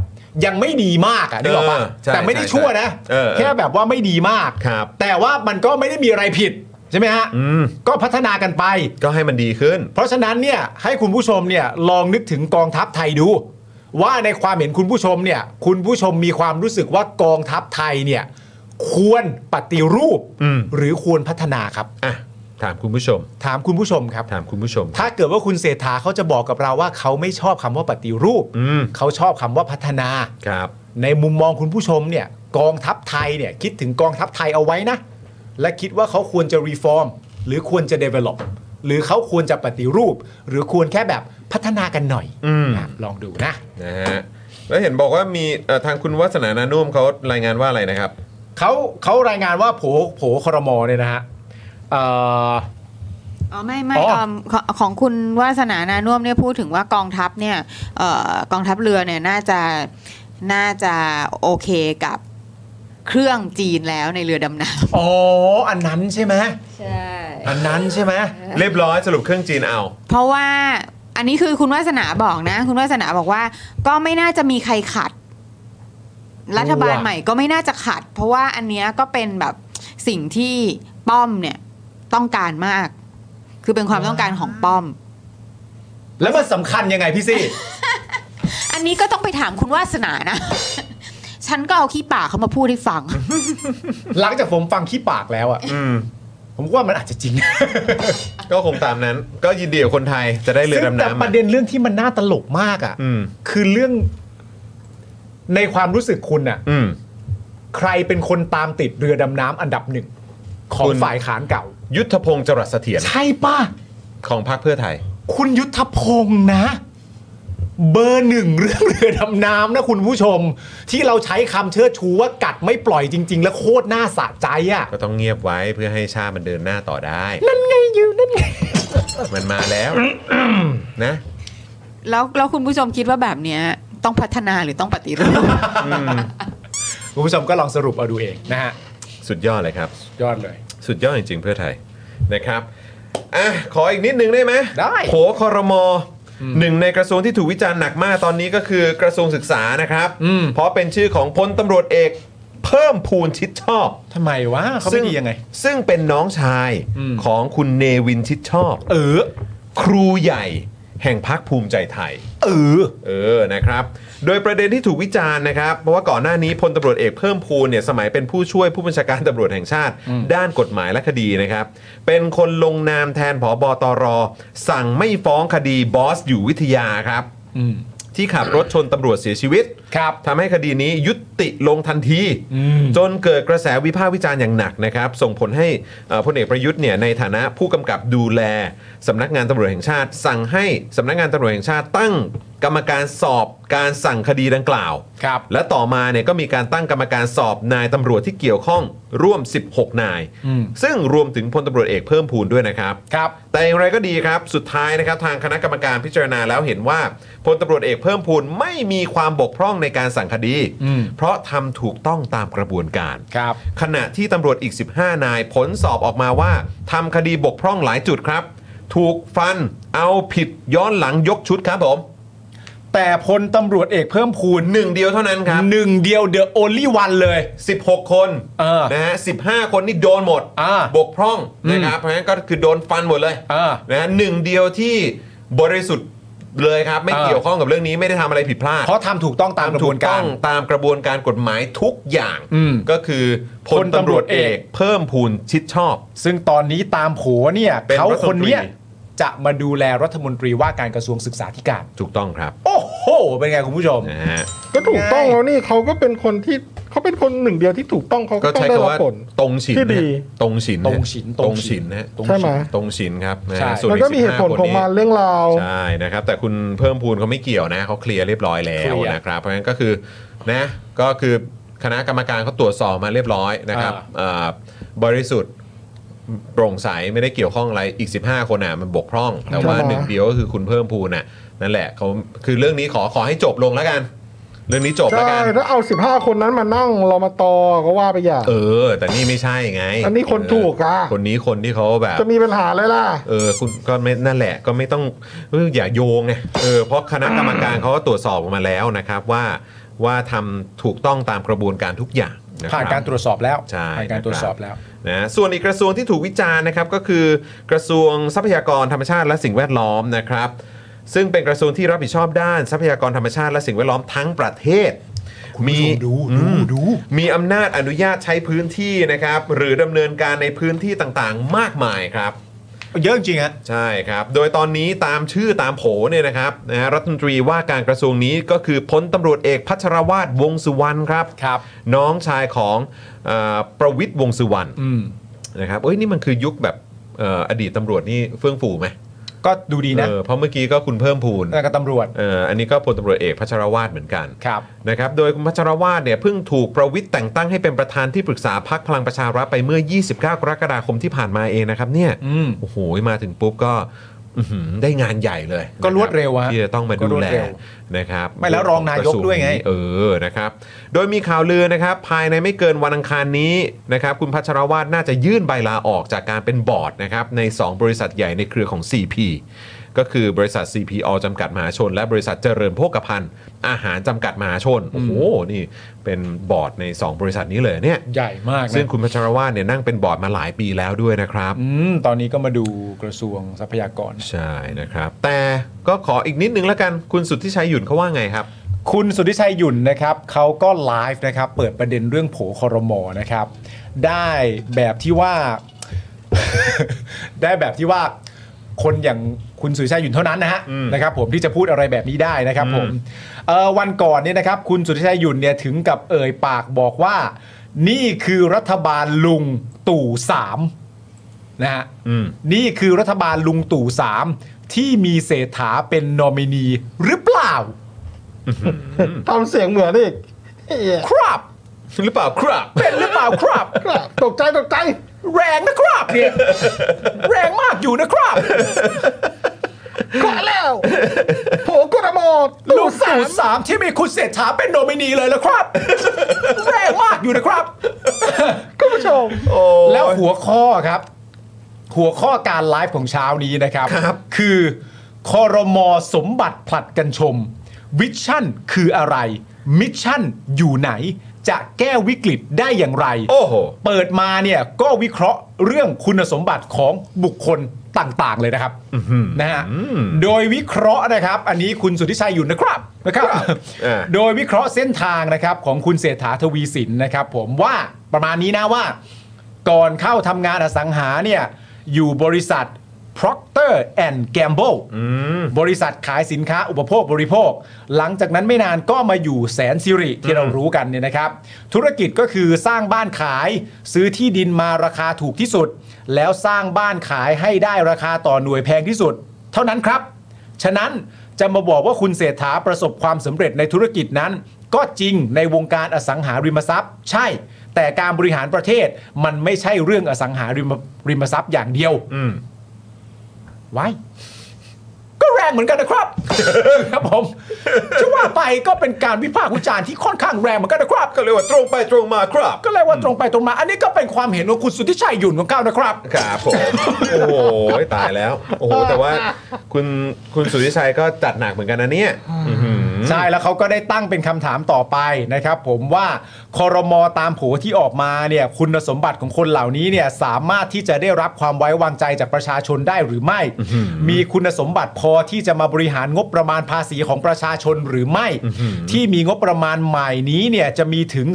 [SPEAKER 2] ยังไม่ดีมากอะนึกออกปะ
[SPEAKER 1] เออใช่
[SPEAKER 2] แต่ไม่ได้
[SPEAKER 1] ใช่
[SPEAKER 2] ชั่วนะ
[SPEAKER 1] เออเออ
[SPEAKER 2] แค่แบบว่าไม่ดีมาก
[SPEAKER 1] ครับ
[SPEAKER 2] แต่ว่ามันก็ไม่ได้มีอะไรผิดใช่ไหมฮะ
[SPEAKER 1] อืม
[SPEAKER 2] ก็พัฒนากันไป
[SPEAKER 1] ก็ให้มันดีขึ้น
[SPEAKER 2] เพราะฉะนั้นเนี่ยให้คุณผู้ชมเนี่ยลองนึกถึงกองทัพไทยดู ว่าในความเห็นคุณผู้ชมเนี่ยคุณผู้ชมมีความรู้สึกว่ากองทัพไทยเนี่ยควรปฏิรูป
[SPEAKER 1] อืม
[SPEAKER 2] หรือควรพัฒนาครับ
[SPEAKER 1] อ่ะ ถามคุณผู้ชม
[SPEAKER 2] ถามคุณผู้ชมครับ
[SPEAKER 1] ถามคุณผู้ชม
[SPEAKER 2] ถ้าเกิดว่าคุณเศรษฐาเขาจะบอกกับเราว่าเขาไม่ชอบคำว่าปฏิรูป
[SPEAKER 1] อืม
[SPEAKER 2] เขาชอบคำว่าพัฒนา
[SPEAKER 1] ครับ
[SPEAKER 2] ในมุมมองคุณผู้ชมเนี่ยกองทัพไทยเนี่ยคิดถึงกองทัพไทยเอาไว้นะ และคิดว่าเขาควรจะรีฟอร์มหรือควรจะ develop หรือเขาควรจะปฏิรูป หรือควรแค่แบบพัฒนากันหน่อย
[SPEAKER 1] อืม
[SPEAKER 2] ครับลองดูนะ
[SPEAKER 1] นะฮะ แล้วเห็นบอกว่ามีเอ่อทางคุณวัฒนานานุ่มเขารายงานว่าอะไรนะครับ
[SPEAKER 2] เขาเขารายงานว่าโผโผครมเนี่ยนะฮะเอ่อ
[SPEAKER 9] อ๋อไม่ไม่
[SPEAKER 2] อ๋อ
[SPEAKER 9] เอิ่มของของคุณวาสนานานุ่วมเนี่ยพูดถึงว่ากองทัพเนี่ยเอ่อกองทัพเรือเนี่ยน่าจะน่าจะโอเคกับเครื่องจีนแล้วในเรือดำน้
[SPEAKER 2] อ๋ออันนั้นใช่ไหม
[SPEAKER 9] ำใช่
[SPEAKER 2] อันนั้นใช่ไหม
[SPEAKER 1] เรียบร้อยสรุปเครื่องจีนเอา
[SPEAKER 9] เพราะว่าอันนี้คือคุณวาสนาบอกนะ คุณวาสนาบอกว่าก็ไม่น่าจะมีใครขัด รัฐบาลใหม่ก็ไม่น่าจะขัด เพราะว่าอันเนี้ยก็เป็นแบบสิ่งที่ป้อมเนี่ยต้องการมาก คือเป็นความต้องการของป้อม
[SPEAKER 2] แล้วมันสำคัญยังไงพี่ซี่
[SPEAKER 9] อันนี้ก็ต้องไปถามคุณวาสนานะ ฉันก็เอาขี้ปากเขามาพูดให้ฟัง
[SPEAKER 2] หลังจากผมฟังขี้ปากแล้วอ่ะ
[SPEAKER 1] อืม
[SPEAKER 2] ผมว่ามันอาจจะจริง
[SPEAKER 1] ก็คงตามนั้น ก็ยินดีกับคนไทยจะได้เรือดำ
[SPEAKER 2] ซึ่งแต่
[SPEAKER 1] น้ำ
[SPEAKER 2] ป
[SPEAKER 1] มา
[SPEAKER 2] ระเด็นเรื่องที่มันน่าตลกมากอ่ะ
[SPEAKER 1] อืม
[SPEAKER 2] คือเรื่องในความรู้สึกคุณอ่ะ
[SPEAKER 1] อืม
[SPEAKER 2] ใครเป็นคนตามติดเรือดำน้ำอันดับหนึ่ง ของ
[SPEAKER 1] คุณ
[SPEAKER 2] ฝ่ายขานเก่า
[SPEAKER 1] ยุทธพงศ์จรัสเสถียร
[SPEAKER 2] ใช่ป่ะ
[SPEAKER 1] ของพรรคเพื่อไทย
[SPEAKER 2] คุณยุทธพงศ์นะ เบอร์หนึ่งเรื่องเรือดำน้ำนะคุณผู้ชม ที่เราใช้คำเชิดชูว่ากัดไม่ปล่อยจริง ๆ และโคตรน่าสะใจอ่ะ
[SPEAKER 1] ก็ต้องเงียบไว้เพื่อให้ชาติมันเดินหน้าต่อได้
[SPEAKER 2] นั่นไงอยู่นั่นไง
[SPEAKER 1] มันมา แล้วนะ
[SPEAKER 9] แล้วแล้วคุณผู้ชมคิดว่าแบบเนี้ย ต้องพัฒนาหรือต้องปฏิรูป
[SPEAKER 2] คุณผู้ชมก็ลองสรุปเอาดูเองนะฮะ
[SPEAKER 1] สุดยอดเลยครับ
[SPEAKER 2] ยอดเลย
[SPEAKER 1] สุดยอดจริงๆเพื่อไทยนะครับอ่ะขออีกนิดนึงได้ไหม
[SPEAKER 2] ได้
[SPEAKER 1] โผคอรมอหนึ่งในกระทรวงที่ถูกวิจารณ์หนักมากตอนนี้ก็คือกระทรวงศึกษานะครับ
[SPEAKER 2] อืม
[SPEAKER 1] เพราะเป็นชื่อของพลตำรวจเอกเพิ่มพูนชิดชอบ
[SPEAKER 2] ทำไมวะเขาไม่ดียังไง
[SPEAKER 1] ซึ่งเป็นน้องชาย
[SPEAKER 2] อืม
[SPEAKER 1] ของคุณเนวินชิดชอบ
[SPEAKER 2] เออ
[SPEAKER 1] ครูใหญ่แห่งพรรคภูมิใจไทย
[SPEAKER 2] เออ
[SPEAKER 1] เออ นะครับ โดยประเด็นที่ถูกวิจารณ์นะครับ เพราะว่าก่อนหน้านี้พลตำรวจเอกเพิ่มพูนเนี่ยสมัยเป็นผู้ช่วยผู้บัญชาการตำรวจแห่งชาติ ด้านกฎหมายและคดีนะครับ เป็นคนลงนามแทนผอบอตร สั่งไม่ฟ้องคดีบอสอยู่วิทยาครับ
[SPEAKER 2] อืม
[SPEAKER 1] ที่ขับรถชนตำรวจเสียชีวิต
[SPEAKER 2] ครับ
[SPEAKER 1] ทำให้คดีนี้ยุติลงทันที จนเกิดกระแสวิพากษ์วิจารณ์อย่างหนักนะครับ ส่งผลให้เอ่อพลเอกประยุทธ์เนี่ยในฐานะผู้กำกับดูแลสำนักงานตำรวจแห่งชาติ สั่งให้สำนักงานตำรวจแห่งชาติตั้งกรรมการสอบการสั่งคดีดังกล่าว
[SPEAKER 2] ครับ
[SPEAKER 1] และต่อมาเนี่ยก็มีการตั้งกรรมการสอบนายตำรวจที่เกี่ยวข้องร่วม 16 นาย
[SPEAKER 2] อืม
[SPEAKER 1] ซึ่งรวมถึงพลตำรวจเอกเพิ่มพูนด้วยนะครับ
[SPEAKER 2] ครับ
[SPEAKER 1] แต่อย่างไรก็ดีครับ สุดท้ายนะครับ ทางคณะกรรมการพิจารณาแล้วเห็นว่าพลตำรวจเอกเพิ่มพูนไม่มีความบกพร่องในการสั่งคดี
[SPEAKER 2] อืม
[SPEAKER 1] เพราะทำถูกต้องตามกระบวนการ
[SPEAKER 2] ครับ
[SPEAKER 1] ขณะที่ตำรวจอีก 15 นายผลสอบออกมาว่าทำคดีบกพร่องหลายจุดครับ ถูกฟันเอาผิดย้อนหลังยกชุดครับผม
[SPEAKER 2] แต่พลตำรวจเอกเพิ่มพูน
[SPEAKER 1] หนึ่งเดียวเท่านั้นครับ
[SPEAKER 2] หนึ่งเดียว the only one เลย
[SPEAKER 1] 16 คน
[SPEAKER 2] เออ
[SPEAKER 1] นะฮะสิคนนี่โดนหมด
[SPEAKER 2] อ่า
[SPEAKER 1] บกพร่อง
[SPEAKER 2] อืม
[SPEAKER 1] นะครับเพราะฉะนั้นก็คือโดนฟันหมดเลย
[SPEAKER 2] อ่าน
[SPEAKER 1] นะฮะหนึ่งเดียวที่บริสุทธิ์เลยครับ ไม่
[SPEAKER 2] อ่า
[SPEAKER 1] เกี่ยวข้องกับเรื่องนี้ไม่ได้ทำอะไรผิดพลาด
[SPEAKER 2] เพราะทำถูกต้องตามกระบ
[SPEAKER 1] ถู
[SPEAKER 2] วน
[SPEAKER 1] ก
[SPEAKER 2] กา
[SPEAKER 1] ต้อ
[SPEAKER 2] ร
[SPEAKER 1] งตามกระบวนการกฎหมายทุกอย่าง
[SPEAKER 2] อืม
[SPEAKER 1] ก็คือพ
[SPEAKER 2] พ
[SPEAKER 1] ล
[SPEAKER 2] ล
[SPEAKER 1] ตำ
[SPEAKER 2] ตำ
[SPEAKER 1] ร
[SPEAKER 2] ร
[SPEAKER 1] ว
[SPEAKER 2] ว
[SPEAKER 1] จ
[SPEAKER 2] จ
[SPEAKER 1] เอ
[SPEAKER 2] เอก ก
[SPEAKER 1] เพิ่มพูนชิดชอบ
[SPEAKER 2] ซึ่งตอนนี้ตามโผเนี่ย
[SPEAKER 1] เป็น
[SPEAKER 2] เขา
[SPEAKER 1] รัฐมนตรี
[SPEAKER 2] คนเนี้ยจะมาดูแลรัฐมนตรีว่าการกระทรวงศึกษาธิการ
[SPEAKER 1] ถูกต้องครับ
[SPEAKER 2] โอ้โห เป็นไงคุณผู้ชม
[SPEAKER 1] นะฮะ
[SPEAKER 10] ก็ถูกต้อง
[SPEAKER 2] ง่าย
[SPEAKER 10] แล้วนี่เขาก็เป็นคนที่เขาเป็นคนหนึ่งเดียวที่ถูกต้องเขา
[SPEAKER 1] ก็
[SPEAKER 10] ก็ต้อง
[SPEAKER 1] ใช้
[SPEAKER 10] ได้รับ
[SPEAKER 1] คำว่า
[SPEAKER 10] ผล
[SPEAKER 1] ตรงฉิน
[SPEAKER 10] ที่ดี
[SPEAKER 1] นะตรงฉิน
[SPEAKER 2] ตรงฉิน
[SPEAKER 1] ตรงฉินนะฮะ
[SPEAKER 2] ตรง
[SPEAKER 10] ใช่
[SPEAKER 2] ฉิน
[SPEAKER 10] ไหม
[SPEAKER 1] ตรงฉินครับนะฮะ
[SPEAKER 2] ใช่
[SPEAKER 1] ส่วน
[SPEAKER 10] มันก็มี
[SPEAKER 1] อี
[SPEAKER 10] เหตุผล
[SPEAKER 1] 15
[SPEAKER 10] ของ
[SPEAKER 1] คนนี้
[SPEAKER 10] มันเรื่องราว
[SPEAKER 1] ใช่นะครับ แต่คุณเพิ่มพูนเขาไม่เกี่ยวนะเขาเคลียร์เรียบร้อยแล้
[SPEAKER 2] เคลี
[SPEAKER 1] วย
[SPEAKER 2] ร์
[SPEAKER 1] นะครับ เพราะฉะนั้นก็คือนะก็คือคณะกรรมการเขาตรวจสอบมาเรียบร้อยนะครับ
[SPEAKER 2] อ่า
[SPEAKER 1] เอ่อบริสุทธิ์โปร่งใสไม่ได้เกี่ยวข้องอะไรอีก 15 คนอ่ะมันบกพร่อง แต่ว่า
[SPEAKER 10] ใช่
[SPEAKER 1] หนึ่งเดียวก็คือคุณเพิ่มพูนน่ะนั่นแหละเขาคือเรื่องนี้ขอขอให้จบลงแล้วกัน เรื่องนี้จบแล้ว
[SPEAKER 10] ใช่
[SPEAKER 1] กัน
[SPEAKER 10] ถ้าเอา 15 คนนั้นมานั่งรอมาตอก็ว่าไปอย่าง
[SPEAKER 1] เออ แต่นี่ไม่ใช่ไง
[SPEAKER 10] อันนี้คน
[SPEAKER 1] เ
[SPEAKER 10] ถูกอ่ะ
[SPEAKER 1] คนนี้คนที่เขาแบบ
[SPEAKER 10] จะมีปัญหาเลยล่ะ
[SPEAKER 1] เออคุณก็ไม่นั่นแหละก็ไม่ต้องเอออย่าโยงไงเออเพราะคณะกรรมการเขาก็ตรวจสอบออกมาแล้วนะครับว่าว่าทำถูกต้องตามกระบวนการทุกอย่างะคบ
[SPEAKER 2] ผ่านการตรวจสอบแล้ว
[SPEAKER 1] ใช่
[SPEAKER 2] ผ่านการตรวจสอบ
[SPEAKER 1] นะค
[SPEAKER 2] แล้ว
[SPEAKER 1] นะส่วนอีกกระทรวงที่ถูกวิจารณ์นะครับก็คือกระทรวงทรัพยากรธรรมชาติและสิ่งแวดล้อมนะครับซึ่งเป็นกระทรวงที่รับผิดชอบด้านทรัพยากรธรรมชาติและสิ่งแวดล้อมทั้งประเทศ มี
[SPEAKER 2] ดูดู
[SPEAKER 1] อืม
[SPEAKER 2] ดู
[SPEAKER 1] มีอำนาจอนุญาตใช้พื้นที่นะครับหรือดำเนินการในพื้นที่ต่างๆ มากมายครับ
[SPEAKER 2] เยอะจริงๆฮะ
[SPEAKER 1] ใช่ครับ โดยตอนนี้ตามชื่อตามโผเนี่ยนะครับนะฮะรัฐมนตรีว่าการกระทรวงนี้ก็คือพลตำรวจเอกพัชรวาทวงษ์สุวรรณครับ
[SPEAKER 2] ครับ
[SPEAKER 1] น้องชายของเออประวิทย์วงษ์สุวรรณ
[SPEAKER 2] อืม
[SPEAKER 1] นะครับเอ้ยนี่มันคือยุคแบบเอ่ออดีตตำรวจนี่เฟื่องฟูไหม
[SPEAKER 2] ก็ดูดีนะ
[SPEAKER 1] เออเพราะเมื่อกี้ก็คุณเพิ่มพูน
[SPEAKER 2] แล้วก็ตำรวจ
[SPEAKER 1] เอ่ออันนี้ก็พลตำรวจเอกพัชรวาทเหมือนกัน
[SPEAKER 2] ครับ
[SPEAKER 1] นะครับ โดยคุณพัชรวาทเนี่ยเพิ่งถูกประวิทย์แต่งตั้งให้เป็นประธานที่ปรึกษาพักพลังประชารัฐไปเมื่อ 29 กรกฎาคมที่ผ่านมาเองนะครับเนี่ย
[SPEAKER 2] อืม
[SPEAKER 1] โอ้โห มาถึงปุ๊บก็อื้อหือได้งานใหญ่เลย
[SPEAKER 2] ก็รวดเร็วอะ
[SPEAKER 1] ที่จะต้องมา
[SPEAKER 2] ก็
[SPEAKER 1] ดู
[SPEAKER 2] รวด
[SPEAKER 1] แล
[SPEAKER 2] เร็ว
[SPEAKER 1] นะครับ
[SPEAKER 2] ไม่แล้วรองนายกด้วยไง
[SPEAKER 1] เออ นะครับ โดยมีข่าวลือนะครับ ภายในไม่เกินวันอังคารนี้นะครับ คุณพัชรวาทน่าจะยื่นใบลาออกจากการเป็นบอร์ดนะครับใน 2 บริษัทใหญ่ในเครือของ CP ก็คือบริษัท CPO จำกัดมหาชน และบริษัทเจริญโภคภัณฑ์ อาหารจำกัดมหาชน โอ้โห นี่เป็นบอร์ดใน 2 บริษัทนี้เลยเนี่ย
[SPEAKER 2] ใหญ่มากนะ
[SPEAKER 1] ซึ่งคุณพัชรวาทเนี่ยนั่งเป็นบอร์ดมาหลายปีแล้วด้วยนะครับ
[SPEAKER 2] อืมตอนนี้ก็มาดูกระทรวงทรัพยากร
[SPEAKER 1] ใช่นะครับ แต่ก็ขออีกนิดนึงแล้วกันคุณสุทธิชัยหยุ่นเขาว่าไงครับ
[SPEAKER 2] คุณสุทธิชัยหยุ่นนะครับเขาก็ไลฟ์นะครับเปิดประเด็นเรื่องโผคอรมอนะครับ ได้แบบที่ว่า ได้แบบที่ว่าคนอย่างคุณสุทธิชัยหยุ่นเท่านั้นนะฮะนะครับ ผมที่จะพูดอะไรแบบนี้ได้นะครับผมเอ่อวันก่อนเนี่ยนะครับคุณสุทธิชัยหยุ่นเนี่ยถึงกับเอ่ยปากบอกว่า นี่คือรัฐบาลลุงตู่สามนะฮะ
[SPEAKER 1] อืม
[SPEAKER 2] นี่คือรัฐบาลลุงตู่สามที่มีเศรษฐาเป็นนอมินีหรือเปล่า
[SPEAKER 10] ทำเสียงเหมือนอีก
[SPEAKER 2] ครับ
[SPEAKER 1] หรือเปล่าครับ
[SPEAKER 2] เป็นหรือเปล่าครับ
[SPEAKER 10] ตกใจตกใจ
[SPEAKER 2] แรงนะครับเนี่ยแรงมากอยู่นะครับ
[SPEAKER 10] ขอแล้วโผกรมอ
[SPEAKER 3] ด
[SPEAKER 2] ลูกสู่สามที่มีคุณเศรษฐาเป็นโนมินีเลยแล้วครับ แรงมากอยู่นะครับ
[SPEAKER 3] คุณผู้ชม
[SPEAKER 1] โอ้
[SPEAKER 2] แล้วหัวข้อครับ หัวข้อการไลฟ์ของเช้านี้นะครับ คือคอรมอสมบัติผลัดกันชม วิชั่นคืออะไร มิชชั่นอยู่ไหน จะแก้วิกฤตได้อย่างไร
[SPEAKER 1] โอ้โห
[SPEAKER 2] เปิดมาเนี่ยก็วิเคราะห์เรื่องคุณสมบัติของบุคคลต่าง ๆ เลยนะครับนะฮะโดยวิเคราะห์นะครับ อันนี้คุณสุทธิชัยอยู่นะครับนะครับ
[SPEAKER 1] อ่า
[SPEAKER 2] โดยวิเคราะห์เส้นทางนะครับของคุณเศรษฐาทวีสินนะครับ ผมว่าประมาณนี้นะว่า ก่อนเข้าทำงานอสังหาเนี่ยอยู่บริษัท Procter and Gamble บริษัทขายสินค้าอุปโภคบริโภค หลังจากนั้นไม่นานก็มาอยู่แสนสิริที่เรารู้กันเนี่ยนะครับ ธุรกิจก็คือสร้างบ้านขาย ซื้อที่ดินมาราคาถูกที่สุด แล้วสร้างบ้านขายให้ได้ราคาต่อหน่วยแพงที่สุด เท่านั้นครับ ฉะนั้นจะมาบอกว่าคุณเศรษฐาประสบความสำเร็จในธุรกิจนั้น ก็จริงในวงการอสังหาริมทรัพย์ ใช่ แต่การบริหารประเทศมันไม่ใช่เรื่องอสังหาริมรมทรัพย์อย่างเดียว
[SPEAKER 1] อืม
[SPEAKER 2] ไว้ ก็แรงเหมือนกันนะครับ ครับผมจะว่าไปก็เป็นการวิพากษ์วิจารณ์ที่ค่อนข้างแรงเหมือนกันนะครับ
[SPEAKER 1] ก็เรียกว่าตรงไปตรงมาครับ
[SPEAKER 2] ก็เลยว่าตรงไปตรงมา อันนี้ก็เป็นความเห็นของคุณสุทธิชัยหยุ่นของก้าวนะครับ
[SPEAKER 1] ครับผม โอ้โหตายแล้ว โอ้โห แต่ว่าคุณคุณสุทธิชัยก็จัดหนักเหมือนกันนะเนี่ยอื้อหือ
[SPEAKER 2] ใช่แล้วเขาก็ได้ตั้งเป็นคำถามต่อไปนะครับผมว่าคอรมอตามโผที่ออกมาเนี่ยคุณสมบัติของคนเหล่านี้เนี่ยสามารถที่จะได้รับความไว้วางใจจากประชาชนได้หรือไม่ มีคุณสมบัติพอที่จะมาบริหารงบประมาณภาษีของประชาชนหรือไม่ ที่มีงบประมาณใหม่นี้เนี่ยจะมีถึง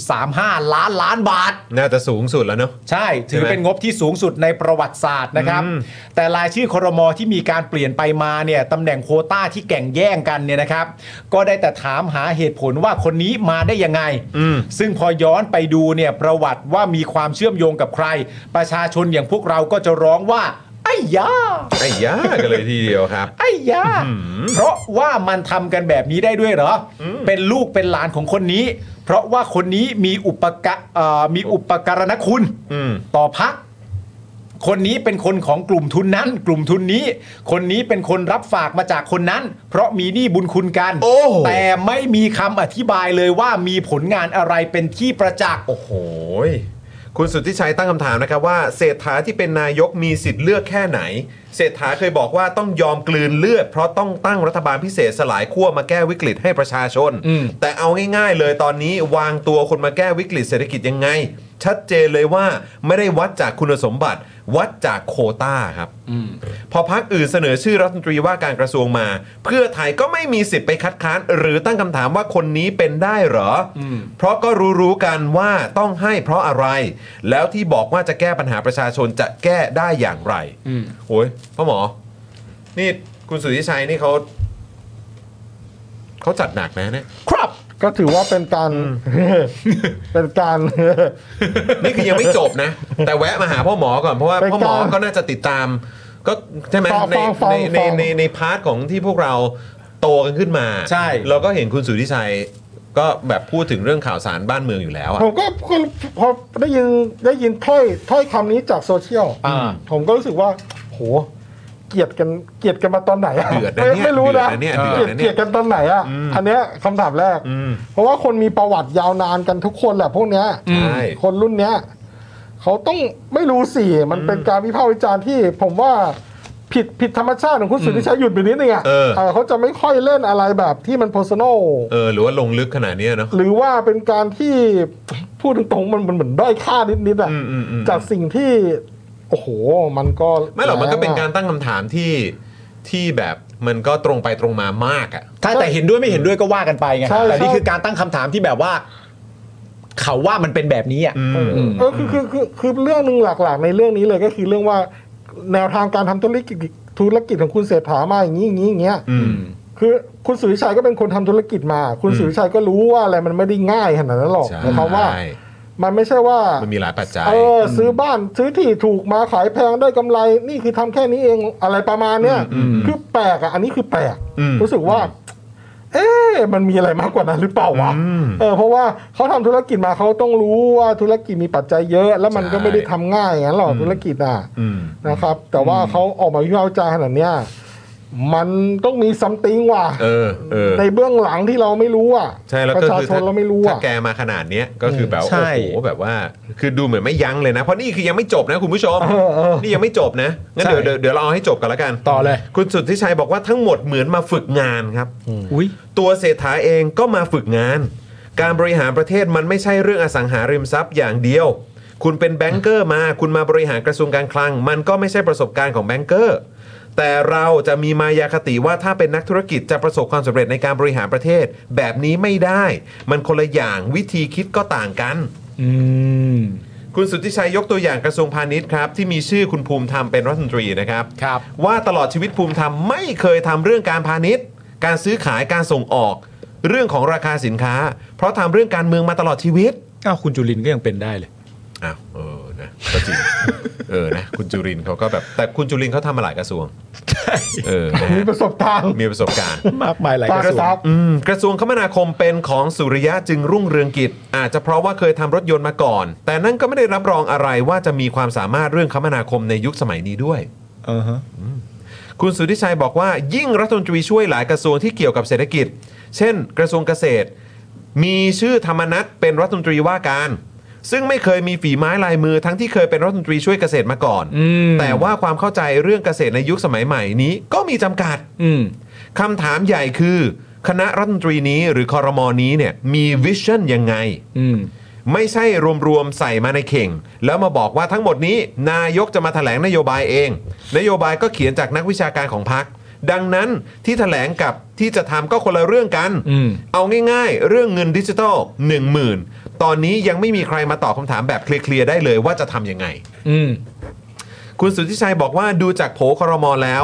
[SPEAKER 2] 3.35 ล้านล้านบาท
[SPEAKER 1] น่าจะสูงสุดแล้วเนาะ
[SPEAKER 2] ใช่ ถือ
[SPEAKER 1] ใช่ไหม
[SPEAKER 2] เป็นงบที่สูงสุดในประวัติศาสตร์นะครับ
[SPEAKER 1] อืม
[SPEAKER 2] แต่รายชื่อครมอที่มีการเปลี่ยนไปมาเนี่ยตำแหน่งโควต้าที่แก่งแย่งกันเนี่ยนะครับ ก็ได้แต่ถามหาเหตุผลว่าคนนี้มาได้ยังไง ซึ่งพอย้อนไปดูเนี่ยประวัติว่ามีความเชื่อมโยงกับใคร ประชาชนอย่างพวกเราก็จะร้องว่า ไอ้ยา
[SPEAKER 1] ไอ้ยากันเลยทีเดียวครับ
[SPEAKER 2] ไอ้ยาเพราะว่ามันทำกันแบบนี้ได้ด้วยเหรออเป็นลูกเป็นหลานของคนนี้ เพราะว่าคนนี้มีอุปกะเอ่อมีอุปการณคุณ
[SPEAKER 1] อืม
[SPEAKER 2] ต่อพัก คนนี้เป็นคนของกลุ่มทุนนั้น กลุ่มทุนนี้ คนนี้เป็นคนรับฝากมาจากคนนั้น เพราะมีหนี้บุญคุณกัน
[SPEAKER 1] โอ้
[SPEAKER 2] แต่ไม่มีคำอธิบายเลยว่ามีผลงานอะไรเป็นที่ประจักษ์
[SPEAKER 1] โอ้โหยคุณสุทธิชัยตั้งคำถามนะครับว่าเศรษฐาที่เป็นนายกมีสิทธิ์เลือกแค่ไหน เศรษฐาเคยบอกว่าต้องยอมกลืนเลือด เพราะต้องตั้งรัฐบาลพิเศษสลายขั้วมาแก้วิกฤตให้ประชาชน
[SPEAKER 2] อืม
[SPEAKER 1] แต่เอาง่ายๆเลยตอนนี้วางตัวคนมาแก้วิกฤตเศรษฐกิจยังไง ชัดเจนเลยว่าไม่ได้วัดจากคุณสมบัติ วัดจากโควต้าครับ พอพักอื่นเสนอชื่อรัฐมนตรีว่าการกระทรวงมา เพื่อไทยก็ไม่มีสิทธิ์ไปคัดค้าน หรือตั้งคำถามว่าคนนี้เป็นได้เหรออเพราะก็รู้รู้ๆกันว่าต้องให้เพราะอะไร แล้วที่บอกว่าจะแก้ปัญหาประชาชนจะแก้ได้อย่างไรโอ้ยพ่อหมอ นี่คุณสุทธิชัยนี่เขาเขาจัดหนักนะเนี่ย
[SPEAKER 2] ครับ
[SPEAKER 3] ก็ถือว่าเป็นการ เป็นการ
[SPEAKER 1] นี่คือยังไม่จบนะ แต่แวะมาหาพ่อหมอก่อนเพราะว่า
[SPEAKER 3] ไปก่อน
[SPEAKER 1] พ่อหมอก็น่าจะติดตาม ก็ใช่ไหม
[SPEAKER 3] ฟัง
[SPEAKER 1] ใน
[SPEAKER 3] ฟังฟัง
[SPEAKER 1] ในใน
[SPEAKER 3] ฟัง
[SPEAKER 1] ในในพาร์ทของที่พวกเราโตกันขึ้นมา
[SPEAKER 2] ใช่
[SPEAKER 1] เราก็เห็นคุณสุทธิชัย ก็แบบพูดถึงเรื่องข่าวสารบ้านเมืองอยู่แล้วอะ
[SPEAKER 3] ผมก็ก็พอได้ยินได้ยินถ้อยถ้อยคำนี้จากโซเชียล
[SPEAKER 2] อ่า
[SPEAKER 3] ผมก็รู้สึกว่า โห เกลียดกันเกลียดกันมาตอนไหนอะ
[SPEAKER 1] เดือดนะ
[SPEAKER 3] ไม่
[SPEAKER 1] เนี่ย
[SPEAKER 3] ไม่รู้นะ
[SPEAKER 1] เดือดนะเนี่ย
[SPEAKER 3] เก
[SPEAKER 1] เดื
[SPEAKER 3] ลี
[SPEAKER 1] อด
[SPEAKER 3] ด
[SPEAKER 1] นะ
[SPEAKER 3] เก
[SPEAKER 1] เนี่ย
[SPEAKER 3] ลียดกันตอนไหนอ่ะ
[SPEAKER 1] อืม
[SPEAKER 3] อันเนี้ยคำถามแรก
[SPEAKER 1] อืม
[SPEAKER 3] เพราะว่าคนมีประวัติยาวนานกันทุกคนแหละพวกเนี้ย
[SPEAKER 1] ใช่
[SPEAKER 3] คนรุ่นเนี้ยเขาต้องไม่รู้สิมันเป็นการวิพากษ์วิจารณ์ที่ ผมว่าผิดผิดธรรมชาติของคุณสุทธิชัยหยุดไปนิดนึงอ่ะ
[SPEAKER 1] เออ
[SPEAKER 3] เออเขาจะไม่ค่อยเล่นอะไรแบบที่มันโพสโน
[SPEAKER 1] เออหรือว่าลงลึกขนาดเนี้ยเนาะ
[SPEAKER 3] หรือว่าเป็นการที่ พูดตรงๆมันมันเหมือนด้อยค่านิดๆอ่ะ
[SPEAKER 1] อืมอืมอืม
[SPEAKER 3] จากสิ่งที่ โอ้โห มันก็
[SPEAKER 1] ไม่หรอกมันก็เป็นการ
[SPEAKER 3] แงอะ
[SPEAKER 1] ตั้งคำถามที่ที่แบบมันก็ตรงไปตรงมามากอะ
[SPEAKER 2] ถ้าแต่เห็นด้วยไม่เห็นด้วยก็ว่ากันไปไงแต่นี่คือการตั้งคำถามที่แบบว่า เขาว่ามันเป็นแบบนี้อ่ะ
[SPEAKER 1] อืม
[SPEAKER 3] เออคือคือคือคือเรื่องหนึ่งหลักๆ ในเรื่องนี้เลยก็คือเรื่องว่าแนวทางการทำธุรกิจธุรกิจของคุณเศรษฐามาอย่างนี้อย่างนี้อย่างเงี้ย
[SPEAKER 1] อืม
[SPEAKER 3] คือคุณสุริชัยก็เป็นคนทำธุรกิจมา คุณสุริชัยก็รู้ว่าอะไรมันไม่ได้ง่ายขนาดนั้นหรอก
[SPEAKER 1] ใช่
[SPEAKER 3] นะครับว่า มันไม่ใช่ว่า
[SPEAKER 1] มันมีหลายปัจจัย
[SPEAKER 3] เออซื้อบ้านซื้อที่ถูกมาขายแพงได้กำไร นี่คือทำแค่นี้เองอะไรประมาณเนี้ย
[SPEAKER 1] อืมอืม
[SPEAKER 3] คือแปลกอ่ะอันนี้คือแปลก
[SPEAKER 1] อืม
[SPEAKER 3] รู้สึกว่า เอ๊ะมันมีอะไรมากกว่านั้นหรือเปล่าวะ
[SPEAKER 1] อืม
[SPEAKER 3] เออเพราะว่าเขาทำธุรกิจมาเขาต้องรู้ว่าธุรกิจมีปัจจัยเยอะ แล้วมันก็
[SPEAKER 1] ใช่
[SPEAKER 3] ไม่ได้ทำง่ายอย่างนั้นหรอกธุรกิจอ่ะ
[SPEAKER 1] อืม
[SPEAKER 3] นะครับ แต่ว่าเขาออกมาวิพากษ์วิจารณ์ขนาดเนี้ย
[SPEAKER 10] มันต้องมีซัมติงว่ะ
[SPEAKER 1] เออเออ
[SPEAKER 10] ในเบื้องหลังที่เราไม่รู้อ่ะ
[SPEAKER 1] ใช่แล้ว
[SPEAKER 10] ป
[SPEAKER 1] ก็
[SPEAKER 10] ระชา
[SPEAKER 1] คือ
[SPEAKER 10] ชน
[SPEAKER 1] ถ้า
[SPEAKER 10] เราไม่รู้
[SPEAKER 1] ถ้า
[SPEAKER 10] อ่ะ
[SPEAKER 1] แกมาขนาดเนี้ยก็คือแบบว่า
[SPEAKER 2] ใช่
[SPEAKER 1] โอ้โหแบบว่า คือดูเหมือนไม่ยั้งเลยนะ เพราะนี่คือยังไม่จบนะคุณผู้ชม
[SPEAKER 10] เออเออ
[SPEAKER 1] นี่ยังไม่จบนะงั้นเดี๋ยวเดี๋ยวเดี๋ยวเราเอาให้จบกันละกัน
[SPEAKER 10] ต่อเลย
[SPEAKER 1] คุณสุทธิชัยบอกว่าทั้งหมดเหมือนมาฝึกงานครับ
[SPEAKER 2] อุ้ย
[SPEAKER 1] ตัวเศรษฐาเองก็มาฝึกงาน การบริหารประเทศมันไม่ใช่เรื่องอสังหาริมทรัพย์อย่างเดียว คุณเป็นแบงเกอร์มา คุณมาบริหารกระทรวงการคลัง มันก็ไม่ใช่ประสบการณ์ของแบงเกอร์ แต่เราจะมีมายาคติว่าถ้าเป็นนักธุรกิจจะประสบความสำเร็จในการบริหารประเทศ แบบนี้ไม่ได้ มันคนละอย่างวิธีคิดก็ต่างกัน
[SPEAKER 2] อืม
[SPEAKER 1] คุณสุทธิชัยยกตัวอย่างกระทรวงพาณิชย์ครับ ที่มีชื่อคุณภูมิธรรมเป็นรัฐมนตรีนะครับ
[SPEAKER 2] ครับ
[SPEAKER 1] ว่าตลอดชีวิตภูมิธรรมไม่เคยทำเรื่องการพาณิชย์ การซื้อขายการส่งออก เรื่องของราคาสินค้า เพราะทำเรื่องการเมืองมาตลอดชีวิต
[SPEAKER 2] อ้าวคุณจุลินก็ยังเป็นได้เลย
[SPEAKER 1] อ้าวเออนะก็จริง เออนะคุณจุรินทร์เขาก็แบบแต่คุณจุรินทร์เขาทำมาหลายกระทรวงเออนะ
[SPEAKER 10] มี
[SPEAKER 1] ฮะ
[SPEAKER 10] ประสบการณ์
[SPEAKER 1] มีประสบการณ์
[SPEAKER 2] มากมายหลาย
[SPEAKER 10] ตาก
[SPEAKER 2] ระทรวง
[SPEAKER 10] ซับ
[SPEAKER 1] อืมกระทรวงคมนาคมเป็นของสุริยะจึงรุ่งเรืองกิจ อาจจะเพราะว่าเคยทำรถยนต์มาก่อน แต่นั่นก็ไม่ได้รับรองอะไรว่าจะมีความสามารถเรื่องคมนาคมในยุคสมัยนี้ด้วย
[SPEAKER 2] เออฮะ
[SPEAKER 1] คุณสุทธิชัยบอกว่า ยิ่งรัฐมนตรีช่วยหลายกระทรวงที่เกี่ยวกับเศรษฐกิจ เช่น กระทรวงเกษตร มีชื่อธรรมนัตเป็นรัฐมนตรีว่าการ ซึ่งไม่เคยมีฝีไม้ลายมือทั้งที่เคยเป็นรัฐมนตรีช่วยเกษตรมาก่อน
[SPEAKER 2] อืม
[SPEAKER 1] แต่ว่าความเข้าใจเรื่องเกษตรในยุคสมัยใหม่นี้ก็มีจำกัด
[SPEAKER 2] อืม
[SPEAKER 1] คำถามใหญ่คือ คณะรัฐมนตรีนี้หรือคอรมอนี้เนี่ยมีวิชั่นยังไง
[SPEAKER 2] อืม
[SPEAKER 1] ไม่ใช่รวมๆใส่มาในเข่ง แล้วมาบอกว่าทั้งหมดนี้ นายกจะมาถแถลงนโยบายเอง นโยบายก็เขียนจากนักวิชาการของพรรคดังนั้นที่ถแถลงกับที่จะทำก็คนละเรื่องกัน
[SPEAKER 2] อืม
[SPEAKER 1] เอาง่ายๆ เรื่องเงินดิจิทัล1 0,000 ตอนนี้ยังไม่มีใครมาตอบคำถามแบบเคลียร์ๆได้เลยว่าจะทำยังไง
[SPEAKER 2] อืม
[SPEAKER 1] คุณสุทธิชัยบอกว่าดูจากโผครมอแล้ว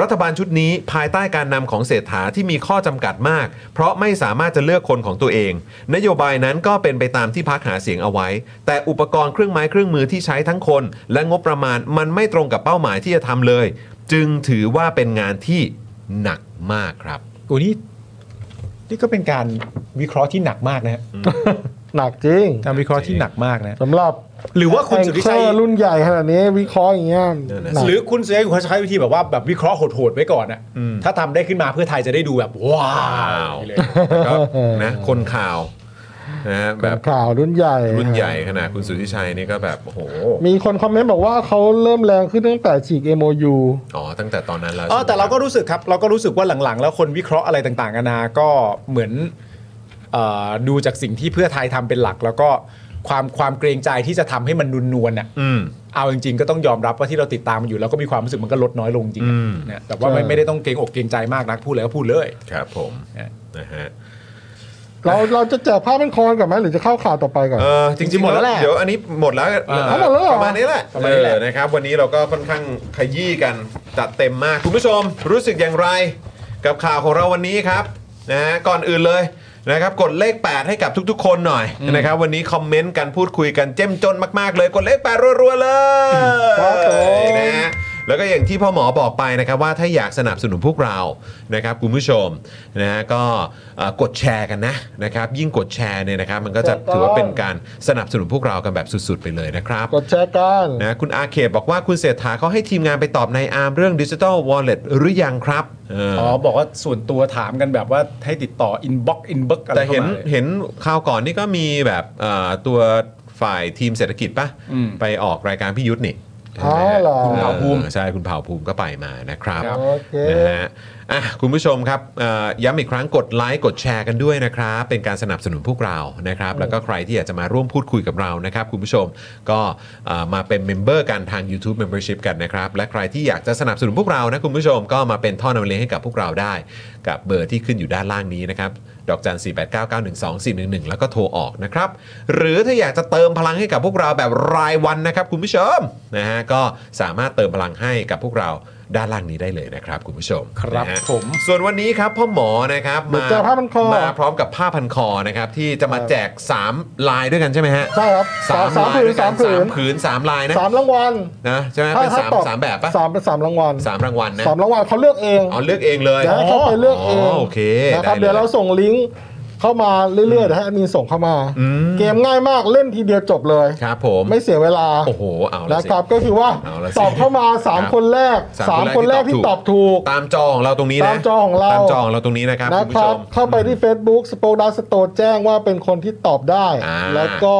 [SPEAKER 1] รัฐบาลชุดนี้ภายใต้การนำของเศรษฐาที่มีข้อจำกัดมาก เพราะไม่สามารถจะเลือกคนของตัวเอง นโยบายนั้นก็เป็นไปตามที่พักหาเสียงเอาไว้ แต่อุปกรณ์เครื่องไม้เครื่องมือที่ใช้ทั้งคน และงบประมาณมันไม่ตรงกับเป้าหมายที่จะทำเลย จึงถือว่าเป็นงานที่หนักมากครับ
[SPEAKER 2] กูนี่ นี่ก็เป็นการวิเคราะห์ที่หนักมากนะฮะ
[SPEAKER 10] หนักจริง
[SPEAKER 2] การวิเคราะห์ที่หนักมากนะ
[SPEAKER 10] สำหรับ
[SPEAKER 2] หรือว่าคุณสุทธิชัย
[SPEAKER 10] แองเกอร์รุ่นใหญ่ขนาดนี้วิเคราะห์อย่างเงี้ย
[SPEAKER 1] เออนะ
[SPEAKER 10] หนัก
[SPEAKER 2] หรือคุณเซยคุณเขาใช้วิธีแบบว่าแบบวิเคราะห์โหดๆไว้ก่อนอะ
[SPEAKER 1] อืม
[SPEAKER 2] ถ้าทำได้ขึ้นมาเพื่อไทยจะได้ดูแบบ ว้าวเลย
[SPEAKER 1] แล้วก็นะคนข่าวนะ
[SPEAKER 10] แบ
[SPEAKER 1] แบบ บ
[SPEAKER 10] ข่าวรุ่นใหญ่
[SPEAKER 1] รุ่นใหญ่ขนาดคุณสุทธิชัยนี่ก็แบบโอ้โห
[SPEAKER 10] มีคนคอมเมนต์บอกว่าเขาเริ่มแรงขึ้นตั้งแต่ฉีก MOU
[SPEAKER 1] อ๋อตั้งแต่ตอนนั้นแล้ว
[SPEAKER 2] เออแต่เราก็
[SPEAKER 1] ใช่ไหมคบ
[SPEAKER 2] รู้สึกครับ เราก็รู้สึกว่าหลังๆ แล้วคนวิเคราะห์อะไรต่างๆนานาก็เหมือนเออดูจากสิ่งที่เพื่อไทยทำเป็นหลัก แล้วก็ความความเกรงใจที่จะทำให้มันนวลๆน่ะ
[SPEAKER 1] อืม
[SPEAKER 2] เอาจริงๆก็ต้องยอมรับว่าที่เราติดตามมันอยู่ แล้วก็มีความรู้สึกมันก็ลดน้อยลงจริงๆ
[SPEAKER 1] อืม
[SPEAKER 2] นะแต่ว่าไม่ไม่ได้ต้องเกรงอกเกรงใจมากนักพูดแล้วก็พูดเลย
[SPEAKER 1] ครับผม
[SPEAKER 2] นะ
[SPEAKER 1] นะฮะ
[SPEAKER 10] เราเราจะแจกผ้าพันคอกันไหมหรือจะเข้าข่าวต่อไปก่อน
[SPEAKER 1] เออจริงๆ
[SPEAKER 2] หมดแล้วแหละ
[SPEAKER 1] เดี๋ยวอันนี้หมดแล้ว
[SPEAKER 2] เออ
[SPEAKER 1] เอ่อ
[SPEAKER 10] หมดแล้วเหรอ
[SPEAKER 1] ประมาณนี้แหละ
[SPEAKER 2] ประมาณนี้แหละ
[SPEAKER 1] เออนะครับ วันนี้เราก็ค่อนข้างขยี้กันจัดเต็มมากคุณผู้ชม รู้สึกอย่างไร กับข่าวของเราวันนี้ครับนะฮะก่อนอื่นเลยนะครับกดเลข 8 ให้กับทุกๆ คนหน่อยนะครับวันนี้คอมเมนต์กันพูดคุยกันเจ้มจนมากๆ เลยกดเลข8รัวๆเลย
[SPEAKER 10] ครับผม
[SPEAKER 1] นะฮะ แล้วก็อย่างที่พ่อหมอบอกไปนะครับว่าถ้าอยากสนับสนุนพวกเรานะครับคุณผู้ชมนะฮะก็เอ่อกดแชร์กันนะนะครับยิ่งกดแชร์เนี่ยนะครับมันก็จะ
[SPEAKER 10] ถูกต้อง
[SPEAKER 1] ถือว่าเป็นการสนับสนุนพวกเรากันแบบสุดๆ ไปเลยนะครับ
[SPEAKER 10] กดแชร์กัน
[SPEAKER 1] นะคุณอาเขตบอกว่าคุณเศรษฐาเขาให้ทีมงานไปตอบในอาร์มเรื่องดิจิ t a ลวอลเล็ตหรือยังครับเออ
[SPEAKER 2] อ๋อบอกว่าส่วนตัวถามกันแบบว่าให้ติดต่ออินบ็อกอินบ็อกอะไร
[SPEAKER 1] แต่
[SPEAKER 2] เข้า
[SPEAKER 1] เห็น
[SPEAKER 2] มาเลย
[SPEAKER 1] เห็นข่าวก่อนนี่ก็มีแบบเอ่อตัวฝ่ายทีมเศรษฐกิจปะ
[SPEAKER 2] อืม
[SPEAKER 1] ไปออกรายการพี่ยุทธนี่
[SPEAKER 10] อ๋อเหรอ
[SPEAKER 2] คุณเผ่าภูมิ
[SPEAKER 1] ออใช่คุณเผ่าภูมิก็ไปมานะครับ
[SPEAKER 2] ครับ
[SPEAKER 10] โอเค
[SPEAKER 1] นะฮะอ่ะคุณผู้ชมครับเอ่อย้ำอีกครั้งกดไลค์กดแชร์กันด้วยนะครับ เป็นการสนับสนุนพวกเรานะครับ แล้วก็ใครที่อยากจะมาร่วมพูดคุยกับเรานะครับ คุณผู้ชมก็เอ่อมาเป็นเมมเบอร์กันทาง YouTube Membership กันนะครับ และใครที่อยากจะสนับสนุนพวกเรานะคุณผู้ชมก็มาเป็นท่อนำเลี้ยงให้กับพวกเราได้ กับเบอร์ที่ขึ้นอยู่ด้านล่างนี้นะครับ ดอกจัน 4 8 9 9 1 2 4 1 1 แล้วก็โทรออกนะครับ หรือถ้าอยากจะเติมพลังให้กับพวกเราแบบรายวันนะครับคุณผู้ชมนะฮะก็สามารถเติมพลังให้กับพวกเราด้านล่างนี้ได้เลยนะครับคุณผู้ชม
[SPEAKER 2] ครับ
[SPEAKER 1] นะฮะ
[SPEAKER 2] ผม
[SPEAKER 1] ส่วนวันนี้ครับพ่อหมอนะครับ
[SPEAKER 10] เดี๋ยวเจอผ้าพันคอ
[SPEAKER 1] มาพร้อมกับผ้าพันคอนะครับที่จะมาแจก 3 ลายด้วยกันใช่ไหมฮะ
[SPEAKER 10] ใช่ครับสามสาม
[SPEAKER 1] ลาย
[SPEAKER 10] ผืน
[SPEAKER 1] ด้วยกั
[SPEAKER 10] สามผื
[SPEAKER 1] สาม
[SPEAKER 10] น
[SPEAKER 1] ผืนสามลายนะ
[SPEAKER 10] สามรางวัล
[SPEAKER 1] นะใช่ไหมเป็นสาม
[SPEAKER 10] ตอบ
[SPEAKER 1] สามแบบปะ
[SPEAKER 10] สามเป็นสามรางวัล
[SPEAKER 1] สามรางวัลนะ
[SPEAKER 10] สามรางวัลเขาเลือกเอง
[SPEAKER 1] อ๋อเลือกเองเลย
[SPEAKER 10] เดี๋ยวให้เขาไปเลือกเอง
[SPEAKER 1] โอเค
[SPEAKER 10] นะครับ
[SPEAKER 1] ได้ล
[SPEAKER 10] เดี๋ยวเราส่งลิงก์
[SPEAKER 3] เข้ามาเรื่อยๆนะฮะแอดมินส่งเข้ามา
[SPEAKER 1] อืม
[SPEAKER 3] เกมง่ายมากเล่นทีเดียวจบเลย
[SPEAKER 1] ครับผม
[SPEAKER 3] ไม่เสียเวลา
[SPEAKER 1] โอ้โหเอาละ
[SPEAKER 3] นะ
[SPEAKER 1] สิ
[SPEAKER 3] ครับก็คือว่า
[SPEAKER 1] เอาละสิ
[SPEAKER 3] ตอบเข้ามา
[SPEAKER 1] ครับ
[SPEAKER 3] 3 คนแรก
[SPEAKER 1] สาม
[SPEAKER 3] 3 คนแรกที่ตอบถูก
[SPEAKER 1] ตามจอของเราตรงนี้นะ
[SPEAKER 3] ตามจอของเรา
[SPEAKER 1] ตามจอของเราตรงนี้นะครับ
[SPEAKER 3] นะ
[SPEAKER 1] คุณ
[SPEAKER 3] ค
[SPEAKER 1] ผู้ช
[SPEAKER 3] รับ
[SPEAKER 1] ม
[SPEAKER 3] เข้าไปที่ Facebook s p o k e Dark Store แจ้งว่าเป็นคนที่ตอบได้
[SPEAKER 1] อ่า
[SPEAKER 3] แล้วก็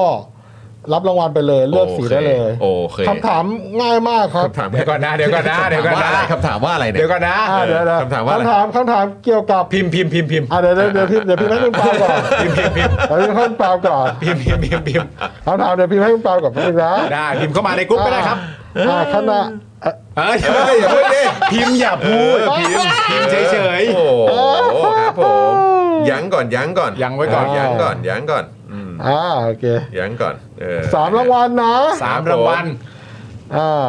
[SPEAKER 3] รับรางวัลไปเลยเลือกสีได้เลย
[SPEAKER 1] โอเค
[SPEAKER 3] คำถามง่ายมากครับ
[SPEAKER 1] คำถาม
[SPEAKER 2] เดี๋ยวก่อนนะเดี๋ยวก่อนนะเดี๋ยวก่อนนะ
[SPEAKER 1] คำถามว่าอะไรคำถามว่าอะไรเนี่ย
[SPEAKER 2] เดี๋ยวก่อนนะ
[SPEAKER 3] อ่าเดี๋ยวเดี๋ยว
[SPEAKER 1] คำถามว่าอะไร
[SPEAKER 3] คำถามคำถามเกี่ยวกับ
[SPEAKER 2] พิมพ์พิมพ์พิมพ์พิมพ์
[SPEAKER 3] อ่าเดี๋ยวเดี๋ยวเดี๋ยวพิมพ์เดี๋ยวพิมพ์ให้คุณปาล์มก่อน
[SPEAKER 2] พิมพ์พิมพ์พิมพ์
[SPEAKER 3] เดี๋ยวพิมพ์ให้คุณปาล์มก่อน
[SPEAKER 2] พิมพ์พิมพ์พิมพ์พิมพ์
[SPEAKER 3] คำถามเดี๋ยวพิมพ์ให้คุณปาล์มก่อนพิมพ์นะ
[SPEAKER 2] ได้พิมพ์เข้ามาในกลุ่มก็ได้ครับ
[SPEAKER 3] อ่าคณะ
[SPEAKER 2] เอ้ยเฮ้ยอย่าพูดดิพิมพ์อย่าพูดพิมพ์พิมพ์เฉย
[SPEAKER 1] โอ้โหครับผมยั้งก่อนยั้งก่อน
[SPEAKER 2] ยั้งไว้ก่อน
[SPEAKER 1] เยั้งก่อนยั้งก่อนอืม
[SPEAKER 3] อ่าโอเค
[SPEAKER 1] ยั้งก่อนเออ
[SPEAKER 3] สามรางวัลนะ
[SPEAKER 2] ๆสามรางวัล
[SPEAKER 3] อ่า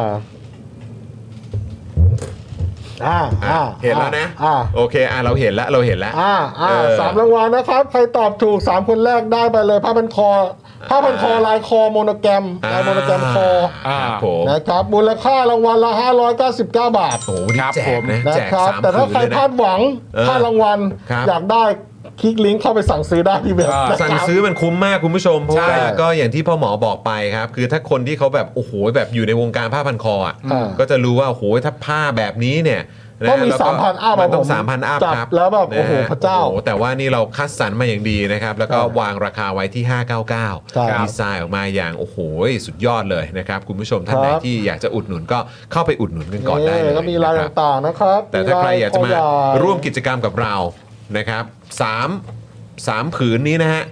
[SPEAKER 3] อ่าอ่า
[SPEAKER 1] เห็นแล้วนะ
[SPEAKER 3] อ่า
[SPEAKER 1] โอเคอ่ะเราเห็นแล้วเราเห็นแล้ว
[SPEAKER 3] อ่าอ่า
[SPEAKER 1] เออ
[SPEAKER 3] สามรางวัลนะครับ ใครตอบถูกสามคนแรกได้ไปเลยผ้าพันคอผ้าพันคอลายคอโมโนแกรมลายโมโนแกรมคอ
[SPEAKER 1] อ่าครับผม
[SPEAKER 3] นะครับมูลค่ารางวัลละ599 บาท
[SPEAKER 1] โอ้โหนี่แจกนะ
[SPEAKER 3] นะ
[SPEAKER 1] แจก
[SPEAKER 3] ครับ
[SPEAKER 1] สาม
[SPEAKER 3] แต่ถ้า
[SPEAKER 1] ผืน
[SPEAKER 3] ใคร
[SPEAKER 1] เลย
[SPEAKER 3] พ
[SPEAKER 1] นะ
[SPEAKER 3] ลาดหวัง
[SPEAKER 1] เออ
[SPEAKER 3] พลาดรางวัล
[SPEAKER 1] ครับ
[SPEAKER 3] อยากได้คลิกลิงก์เข้าไปสั่งซื้อได้ที่เว็บ
[SPEAKER 2] อ่า
[SPEAKER 3] นะค
[SPEAKER 1] สั่ง
[SPEAKER 3] รับ
[SPEAKER 1] ซื้อมันคุ้มมากคุณผู้ชมเพราะ
[SPEAKER 2] ใช่
[SPEAKER 1] ว่าก็อย่างที่พ่อหมอบอกไปครับ คือถ้าคนที่เขาแบบโอ้โหแบบอยู่ในวงการผ้าพันคออ่ะ
[SPEAKER 3] อ่า
[SPEAKER 1] ก็จะรู้ว่าโอ้โหถ้าผ้าแบบนี้เนี่ยนะ
[SPEAKER 3] ต้องมี
[SPEAKER 1] แล้ว
[SPEAKER 3] สามพันอัพ
[SPEAKER 1] มันต้อง
[SPEAKER 3] ผม
[SPEAKER 1] สามพันอัพ
[SPEAKER 3] จั
[SPEAKER 1] ครับ
[SPEAKER 3] บแล้วแบบโอ้โห
[SPEAKER 1] นฮ
[SPEAKER 3] พระเจ้า
[SPEAKER 1] โอ้โหแต่ว่านี่เราคัดสรรมาอย่างดีนะครับ แล้วก็
[SPEAKER 3] ใช่
[SPEAKER 1] วางราคาไว้ที่
[SPEAKER 3] ใช่
[SPEAKER 1] 599ดีไซน์ออกมาอย่างโอ้โหสุดยอดเลยนะครับคุณผู้ชมท่านไหน
[SPEAKER 3] ครับ
[SPEAKER 1] ที่อยากจะอุดหนุนก็เข้าไปอุดหนุนกันก่อนได้เลย
[SPEAKER 3] ก็มีราย
[SPEAKER 1] นะครับ
[SPEAKER 3] ต่างๆนะครับ
[SPEAKER 1] แต่ถ้าใครอยากจะมา
[SPEAKER 3] ลย
[SPEAKER 1] ร่วมกิจกรรมกับเรานะครับสามสามผืนนี้นะฮะ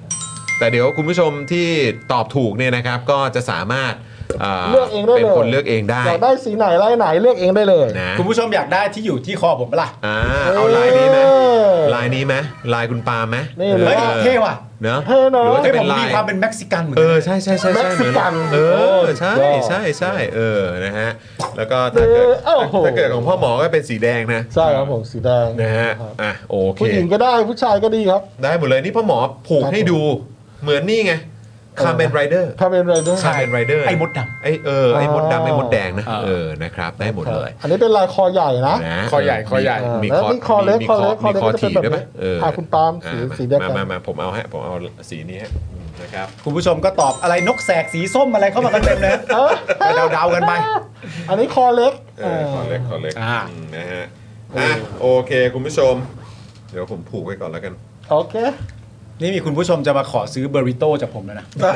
[SPEAKER 1] แต่เดี๋ยวคุณผู้ชมที่ตอบถูกเนี่ยนะครับ ก็จะสามารถเอ่อ
[SPEAKER 3] เลือกเองได้เลย
[SPEAKER 1] นคนเลือกเองได้
[SPEAKER 3] อยากได้สีไหนลายไหนเลือกเองได้เลย
[SPEAKER 1] นะ
[SPEAKER 2] คุณผู้ชมอยากได้ที่อยู่ที่คอผมปะล่ะ
[SPEAKER 1] อ่าเอาลายนี้ไหม
[SPEAKER 3] เออ
[SPEAKER 1] ลายนี้ไหมลายคุณปาไหม
[SPEAKER 3] นี่เลย
[SPEAKER 2] เฮ้ย
[SPEAKER 1] ออ
[SPEAKER 2] เท่ว่ะ
[SPEAKER 1] เนอะ
[SPEAKER 3] เท่เนอะ
[SPEAKER 1] หรือว่า
[SPEAKER 2] เฮ้
[SPEAKER 1] จะ
[SPEAKER 2] ยผ
[SPEAKER 1] เป็น
[SPEAKER 2] ม
[SPEAKER 1] ลา
[SPEAKER 2] มี
[SPEAKER 1] ย
[SPEAKER 2] ความเป็นเม็กซิกันเหมือน
[SPEAKER 1] เอ
[SPEAKER 2] กัน
[SPEAKER 1] อ
[SPEAKER 2] นะ
[SPEAKER 1] ใช่ใช่ใช่
[SPEAKER 3] เม็
[SPEAKER 1] ใช่
[SPEAKER 3] กซิกัน
[SPEAKER 1] เออใช่
[SPEAKER 3] โอ้ย
[SPEAKER 1] ใช่ใช่เออนะฮะแล้วก็ถ้าเกิด
[SPEAKER 3] เออโอ้โห
[SPEAKER 1] ถ้าเกิดของพ่อหมอก็เป็นสีแดงนะ
[SPEAKER 3] ใช่ครับผมสีแดง
[SPEAKER 1] นะฮะ
[SPEAKER 3] ครับ
[SPEAKER 1] อ่ะโอเค
[SPEAKER 3] ผู้หญิงก็ได้ผู้ชายก็ดีครับ
[SPEAKER 1] ได้หมดเลย นี่พ่อหมอผูกให้ดูเหมือนนี่ไง
[SPEAKER 3] เออ
[SPEAKER 1] คา m เ n นไรเดอร์
[SPEAKER 3] ถ้าเป็นไรเดอร์
[SPEAKER 1] คา m เ n นไรเดอร์
[SPEAKER 2] ไอ้มดดำ
[SPEAKER 1] ไอเออไอ้มด
[SPEAKER 3] อ๋อ
[SPEAKER 1] ดำไอ้มดแดงนะ
[SPEAKER 2] เออ
[SPEAKER 1] เออนะครับ ได้หมดเลย
[SPEAKER 3] อันนี้เป็นลายคอใหญ่นะ
[SPEAKER 1] นะ
[SPEAKER 2] คอใหญ่คอใหญ่
[SPEAKER 1] มี
[SPEAKER 3] แล้ว
[SPEAKER 1] คอ
[SPEAKER 3] นี่คอเล็ก
[SPEAKER 1] มี
[SPEAKER 3] คอเล็กคอ
[SPEAKER 1] มี
[SPEAKER 3] เล็ก
[SPEAKER 1] คอ
[SPEAKER 3] ก็จะเป็
[SPEAKER 1] ถี่
[SPEAKER 3] นแบบ
[SPEAKER 1] ด้วยไหม
[SPEAKER 3] นี้
[SPEAKER 1] เออ
[SPEAKER 3] อ่ะคุณปาล์มสี
[SPEAKER 1] อ่ะ
[SPEAKER 3] สีเดียวกัน
[SPEAKER 1] มามามาผมเอาฮะผมเอาสีนี้ฮะอืมนะครับ
[SPEAKER 2] คุณผู้ชมก็ตอบอะไรนกแสกสีส้มอะไรเข้ามากันเต็มเลย
[SPEAKER 3] เออ
[SPEAKER 2] ไปเดาๆกันไป
[SPEAKER 3] อันนี้คอเล็ก
[SPEAKER 1] เออคอเล็กคอเล็ก
[SPEAKER 2] อ่า
[SPEAKER 1] อืมนะฮะอ่ะโอเค คุณผู้ชม เดี๋ยวผมผูกไว้ก่อนแล้วกัน
[SPEAKER 3] โอเค
[SPEAKER 2] นี่มีคุณผู้ชมจะมาขอซื้อเบอร์ริโต้จากผมแล้วนะ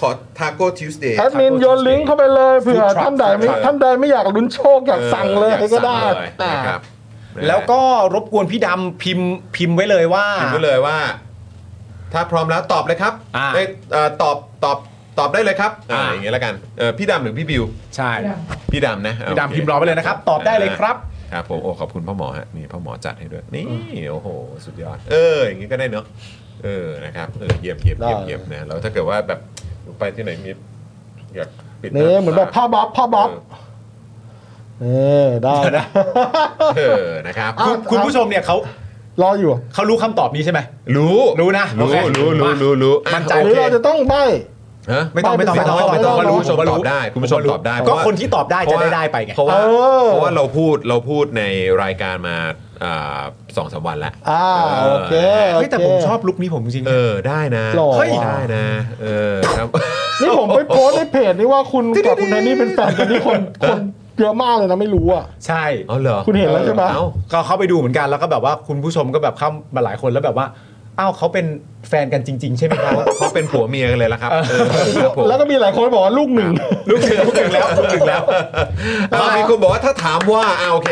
[SPEAKER 1] ขอทาโก้ทิวส์เดย์
[SPEAKER 3] แอดมินโยนลิงก์เข้าไปเลยเผื่อ
[SPEAKER 2] Food truck
[SPEAKER 3] ท่านใดไม่
[SPEAKER 1] food truck
[SPEAKER 3] ท่านใดไม่อยากลุ้นโชค อยากสั่งเลยก็ได้
[SPEAKER 1] นะครับ
[SPEAKER 2] แล้วก็รบกวนพี่ดำพิมพ์พิมพ์ไว้เลยว่า
[SPEAKER 1] พิมพ์ไว้เลยว่า ถ้าพร้อมแล้วตอบเลยครับ
[SPEAKER 2] อ่า
[SPEAKER 1] เอ้ยเอ่อตอบตอบตอบได้เลยครับอ่า
[SPEAKER 2] อ่า
[SPEAKER 1] อย่างเงี้ยแล้วกันเอ่อพี่ดำหรือพี่บิว
[SPEAKER 2] ใช่
[SPEAKER 1] พี่ดำนะ
[SPEAKER 2] พี่
[SPEAKER 1] โเค
[SPEAKER 2] ดำพิมพ์รอไว้เลยนะครับตอบได้เลยครับ
[SPEAKER 1] ครับผมโอ้ขอบคุณพ่อหมอฮะนี่พ่อหมอจัดให้ด้วยนี่โอ้โหสุดยอด เอออย่างงี้ก็ได้เนาะเออนะครับเออเยี่ยมเยี่ยมเยี่ยม
[SPEAKER 3] ได้
[SPEAKER 1] เยี่ยมนะแล้วถ้าเกิดว่าแบบไปที่ไหนมีอยากปิดา
[SPEAKER 3] นี่เหมือนแบบผ้าบัฟผ้าบัฟนี่ได้ นะ
[SPEAKER 1] เออเออนะครับ
[SPEAKER 2] คุณคุณผู้ชมเนี่ยเขา
[SPEAKER 3] รออยู่
[SPEAKER 2] เขารู้คำตอบนี้ใช่ไหม
[SPEAKER 1] รู้
[SPEAKER 2] รู้นะโอ
[SPEAKER 1] รู้
[SPEAKER 2] เค
[SPEAKER 1] รู้รู้
[SPEAKER 2] มา
[SPEAKER 1] รู้รู้
[SPEAKER 2] มั่นใจ
[SPEAKER 3] หรือเราจะต้องใบ
[SPEAKER 1] ฮะ
[SPEAKER 2] ไม่ต้องไม่ต้อง
[SPEAKER 3] ไม่
[SPEAKER 2] ไม่
[SPEAKER 3] ต้
[SPEAKER 2] ต้
[SPEAKER 3] อ
[SPEAKER 2] อง งไม่ต้อง
[SPEAKER 3] ไม่ต้อง
[SPEAKER 2] ว่ารู้
[SPEAKER 1] คุณผู้ชม
[SPEAKER 2] ว่า
[SPEAKER 1] ตอ
[SPEAKER 2] รู้
[SPEAKER 1] บได้คุณผู้ชมตอบได้
[SPEAKER 2] ก็
[SPEAKER 1] เพราะว่า
[SPEAKER 2] คนที่ตอบได้จะได้ได้ไปไง
[SPEAKER 1] เพราะว่า
[SPEAKER 3] เออ
[SPEAKER 1] เพราะว่าเราพูดเราพูดในรายการมาอ่าสองสามวันแล้ว
[SPEAKER 3] อ่า
[SPEAKER 1] เออ
[SPEAKER 3] โอเคโอ
[SPEAKER 2] เฮ้ย
[SPEAKER 3] เค
[SPEAKER 2] แต่ผมชอบลุคนี้ผมจริงๆ
[SPEAKER 1] เออได้นะ
[SPEAKER 3] หล่อว่ะ
[SPEAKER 1] ได้นะเออครับ
[SPEAKER 3] นี่ผมไปโพสต์ในเพจนี่ว่าคุณกับคุณแนนนี่เป็นแฟนกันนี่คนคนเยอะมากเลยนะไม่รู้อ่ะ
[SPEAKER 2] ใช่
[SPEAKER 1] เอาเหรอ
[SPEAKER 3] คุณเห็นแล้วใช่ปะ
[SPEAKER 1] เอ้า
[SPEAKER 2] ก็เข้าไปดูเหมือนกันแล้วก็แบบว่าคุณผู้ชมก็แบบเข้ามาหลายคนแล้วแบบว่าอ้าวเขาเป็นแฟนกันจริง ๆ ใช่ไหม ครับ
[SPEAKER 1] เขาเป็นผัวเมียกันเลยละครับเออครับผม
[SPEAKER 3] แล้วก็มีหลายคนบอกว่าลูกหนึ่ง
[SPEAKER 2] ลูกถึงลูกถึงแล้วลูกถึงแล้ว
[SPEAKER 1] เอ้ามีคุณบอกว่าถ้าถามว่าอ่าโอเค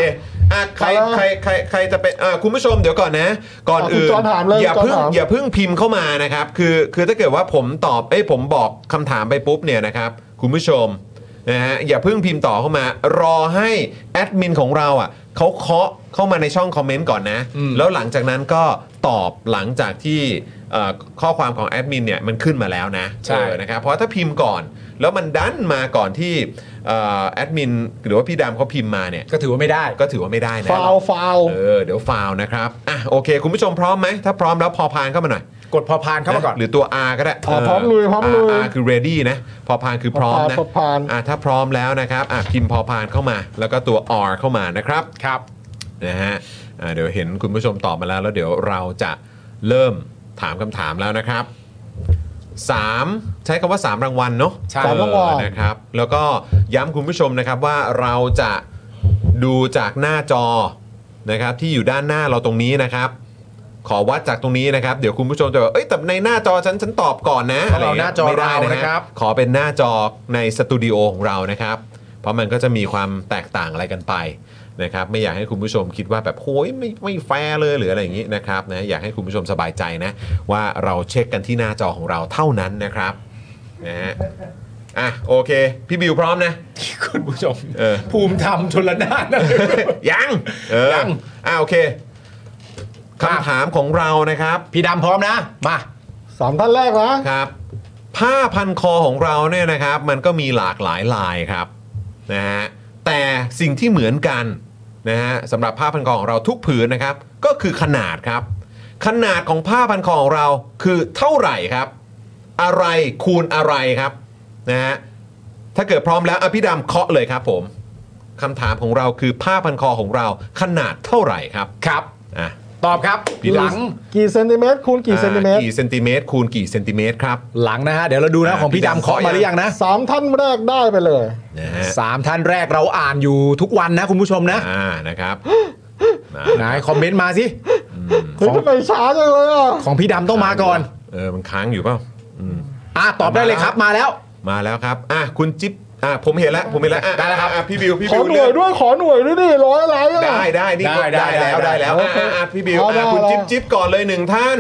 [SPEAKER 1] อ่ะใคร
[SPEAKER 3] เอาละ
[SPEAKER 1] ใครใครใครจะเป็นอ่ะคุณผู้ชมเดี๋ยวก่อนนะ ก่อน
[SPEAKER 3] อ่ะคุณ
[SPEAKER 1] อื่น
[SPEAKER 3] จอห์นถามเลย
[SPEAKER 1] อย่า
[SPEAKER 3] คุณจอห์นถาม
[SPEAKER 1] เพิ่งอย่าเพิ่งพิมพ์เข้ามานะครับ คือคือถ้าเกิดว่าผมตอบเอ้ยผมบอกคำถามไปปุ๊บเนี่ยนะครับ คุณผู้ชมนะฮะอย่าเพิ่งพิมพ์ต่อเข้ามารอให้แอดมินของเราอ่ะเขาเคาะเข้ามาในช่องคอมเมนต์ก่อนนะ
[SPEAKER 2] อืม
[SPEAKER 1] แล้วหลังจากนั้นก็ตอบหลังจากที่เอ่อข้อความของแอดมินเนี่ยมันขึ้นมาแล้วนะ
[SPEAKER 2] ใช่
[SPEAKER 1] เออนะครับเพราะถ้าพิมพ์ก่อน แล้วมันดันมาก่อนที่เอ่อแอดมินหรือว่าพี่ดำเขาพิมพ์มาเนี่ย
[SPEAKER 2] ก็ถือว่าไม่ได้
[SPEAKER 1] ก็ถือว่าไม่ได้นะ
[SPEAKER 3] ฟาวฟาว
[SPEAKER 1] เออเดี๋ยวฟาวนะครับอ่ะโอเค คุณผู้ชมพร้อมไหมถ้าพร้อมแล้วพอพานเข้ามาหน่อย
[SPEAKER 2] กดพอพานเข้ามาก่อน
[SPEAKER 1] หรือตัว R ก็ได้
[SPEAKER 3] อ่ะพร้อมลุยพร้อมลุย
[SPEAKER 1] า R คือ ready นะพอพานคือพร้อมนะ
[SPEAKER 3] พอพาน
[SPEAKER 1] อ่ะถ้าพร้อมแล้วนะครับอ่ะพิมพ์พอพานเข้ามา แล้วก็ตัว R เข้ามานะครับ
[SPEAKER 2] ครับ
[SPEAKER 1] นะฮะอ่าเดี๋ยวเห็นคุณผู้ชมตอบมาแล้วแล้วเดี๋ยวเราจะเริ่ม ถามคำถามแล้วนะครับสามใช้คำว่าสามรางวัลเนาะ
[SPEAKER 2] ใช่สามรางวัล
[SPEAKER 1] เออนะครับ แล้วก็ย้ำคุณผู้ชมนะครับว่าเราจะดูจากหน้าจอนะครับที่อยู่ด้านหน้าเราตรงนี้นะครับ ขอวัดจากตรงนี้นะครับ เดี๋ยวคุณผู้ชมจะแบบเอ้ยแต่ในหน้าจอฉันฉันตอบก่อนนะ
[SPEAKER 2] ต้องเอาหน้าจอ
[SPEAKER 1] ไม่ได้
[SPEAKER 2] เรา
[SPEAKER 1] นะ
[SPEAKER 2] นะ
[SPEAKER 1] ค
[SPEAKER 2] ครั
[SPEAKER 1] รับ
[SPEAKER 2] บ
[SPEAKER 1] ขอเป็นหน้าจอในสตูดิโอของเรานะครับ เพราะมันก็จะมีความแตกต่างอะไรกันไปนะครับ ไม่อยากให้คุณผู้ชมคิดว่าแบบโอ้ยไม่ไม่แฟร์เลยหรืออะไรอย่างนี้นะครับนะอยากให้คุณผู้ชมสบายใจนะว่าเราเช็คกันที่หน้าจอของเราเท่านั้นนะครับนะฮะอ่ะโอเค พี่บิวพร้อมนะ
[SPEAKER 2] คุณผู้ชม
[SPEAKER 1] เออ
[SPEAKER 2] ภูมิธรรมชนละนาน
[SPEAKER 1] ยังเออ
[SPEAKER 2] ยัง
[SPEAKER 1] อ่ะโอเค
[SPEAKER 2] ครับ
[SPEAKER 1] คำถามของเรานะครับ
[SPEAKER 2] พี่ดำพร้อมนะ มา
[SPEAKER 10] สามท่านแรกนะ
[SPEAKER 1] ครับ ผ้าพันคอของเราเนี่ยนะครับ มันก็มีหลากหลายลายครับนะฮะแต่สิ่งที่เหมือนกันนะฮะสำหรับผ้าพันคอของเราทุกผืนนะครับ ก็คือขนาดครับ ขนาดของผ้าพันคอของเราคือเท่าไหร่ครับ อะไรคูณอะไรครับนะฮะถ้าเกิดพร้อมแล้วอะพี่ดำเคาะเลยครับผมคำถามของเราคือผ้าพันคอของเราขนาดเท่าไหร่ครับ
[SPEAKER 2] ครับ
[SPEAKER 1] อ่ะ
[SPEAKER 2] ตอบครับ
[SPEAKER 1] พี่หลัง
[SPEAKER 10] กี่เซนติเมตรคูณกี่เซนติเมตร
[SPEAKER 1] อ่ากี่เซนติเมตรคูณกี่เซนติเมตรครับ
[SPEAKER 2] หลังนะฮะ เดี๋ยวเราดูนะ
[SPEAKER 1] อ่า
[SPEAKER 2] ของพี่
[SPEAKER 1] พี่ดำ
[SPEAKER 2] ดำเคาะมาหรือยังนะ
[SPEAKER 10] สามท่านแรกได้ไปเลย
[SPEAKER 1] นะฮะ
[SPEAKER 2] สามท่านแรกเราอ่านอยู่ทุกวันนะคุณผู้ชมนะ
[SPEAKER 1] อ่านะครับนะ
[SPEAKER 2] ไหนคอมเมนต์มาสิ
[SPEAKER 10] เฮ้ยทำไมช้าจังเลยอ่ะ
[SPEAKER 2] ของพี่ดำต้องมาก่อน
[SPEAKER 1] เออมันค้างอยู่เปล่าอืม
[SPEAKER 2] อ่ะตอบได้เลยครับมาแล้ว
[SPEAKER 1] มาแล้วครับ อ่ะคุณจิ๊บอ่ะผมเห็นแล้วผมเห็นแล้วอ่ะ
[SPEAKER 2] ได้แล้วครับ
[SPEAKER 1] อ่ะพี่บิวพี่
[SPEAKER 10] ขอ
[SPEAKER 1] บิว
[SPEAKER 10] หน่ว
[SPEAKER 1] เลือย ก
[SPEAKER 10] ด้วย ขอหน่วยด้วยดิร้อยไลค์อ่ะ
[SPEAKER 1] ได้ได้นี่
[SPEAKER 2] ได้ได้
[SPEAKER 1] ได้แล้ว
[SPEAKER 2] ได้
[SPEAKER 1] ได้แล้ว
[SPEAKER 2] โอ
[SPEAKER 1] อ่ะ
[SPEAKER 2] เค
[SPEAKER 1] อ่ะอ่ะพี่บิว
[SPEAKER 10] เอาได้
[SPEAKER 1] อ่ะคุณ
[SPEAKER 10] แล้ว
[SPEAKER 1] จิ๊บจิ๊บก่อนเลยหนึ่งท่าน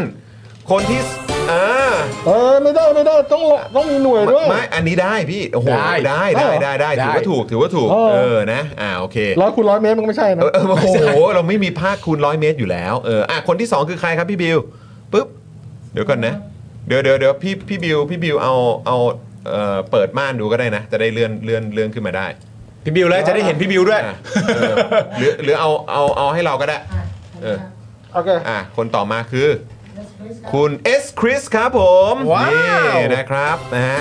[SPEAKER 1] คนที่สอ่า
[SPEAKER 10] เออไม่ได้ไม่ได้ต้องต้องมีหน่วยด้วย
[SPEAKER 1] ไม่อันนี้ได้พี่โอ้โห
[SPEAKER 2] ได้
[SPEAKER 1] ได้ได้ได้ได้
[SPEAKER 2] ได้
[SPEAKER 1] ถือว่าถูกถือว่าถูก
[SPEAKER 10] เออ
[SPEAKER 1] เออนะอ่าโอเค
[SPEAKER 10] ร้อยคูณร้อยเมตรมันก็ไม่ใช่นะ
[SPEAKER 1] เออเออโอ้โห เราไม่มีภาคคูณร้อยเมตรอยู่แล้ว เอออ่ะคนที่ 2 คือใครครับพี่บิวปุ๊บ เดี๋ยวก่อนนะ เดี๋ยวเดี๋ยวเดี๋ยวพี่พี่บิวพี่บิวเอาเอาเอ่อเปิดม่านดูก็ได้นะ จะได้เลื่อนเลื่อนเลื่อนขึ้นมาได้
[SPEAKER 2] พี่บิวเลยจะได้เห็นพี่บิวด้วย
[SPEAKER 1] อ่ะเออหรือหรือเอาเอาเอาให้เราก็ได้ เออ
[SPEAKER 10] โอเค
[SPEAKER 1] อ่ะ คนต่อมาคือ คุณเอสคริสครับผม
[SPEAKER 2] ว้าว
[SPEAKER 1] นี่นะครับนะฮะ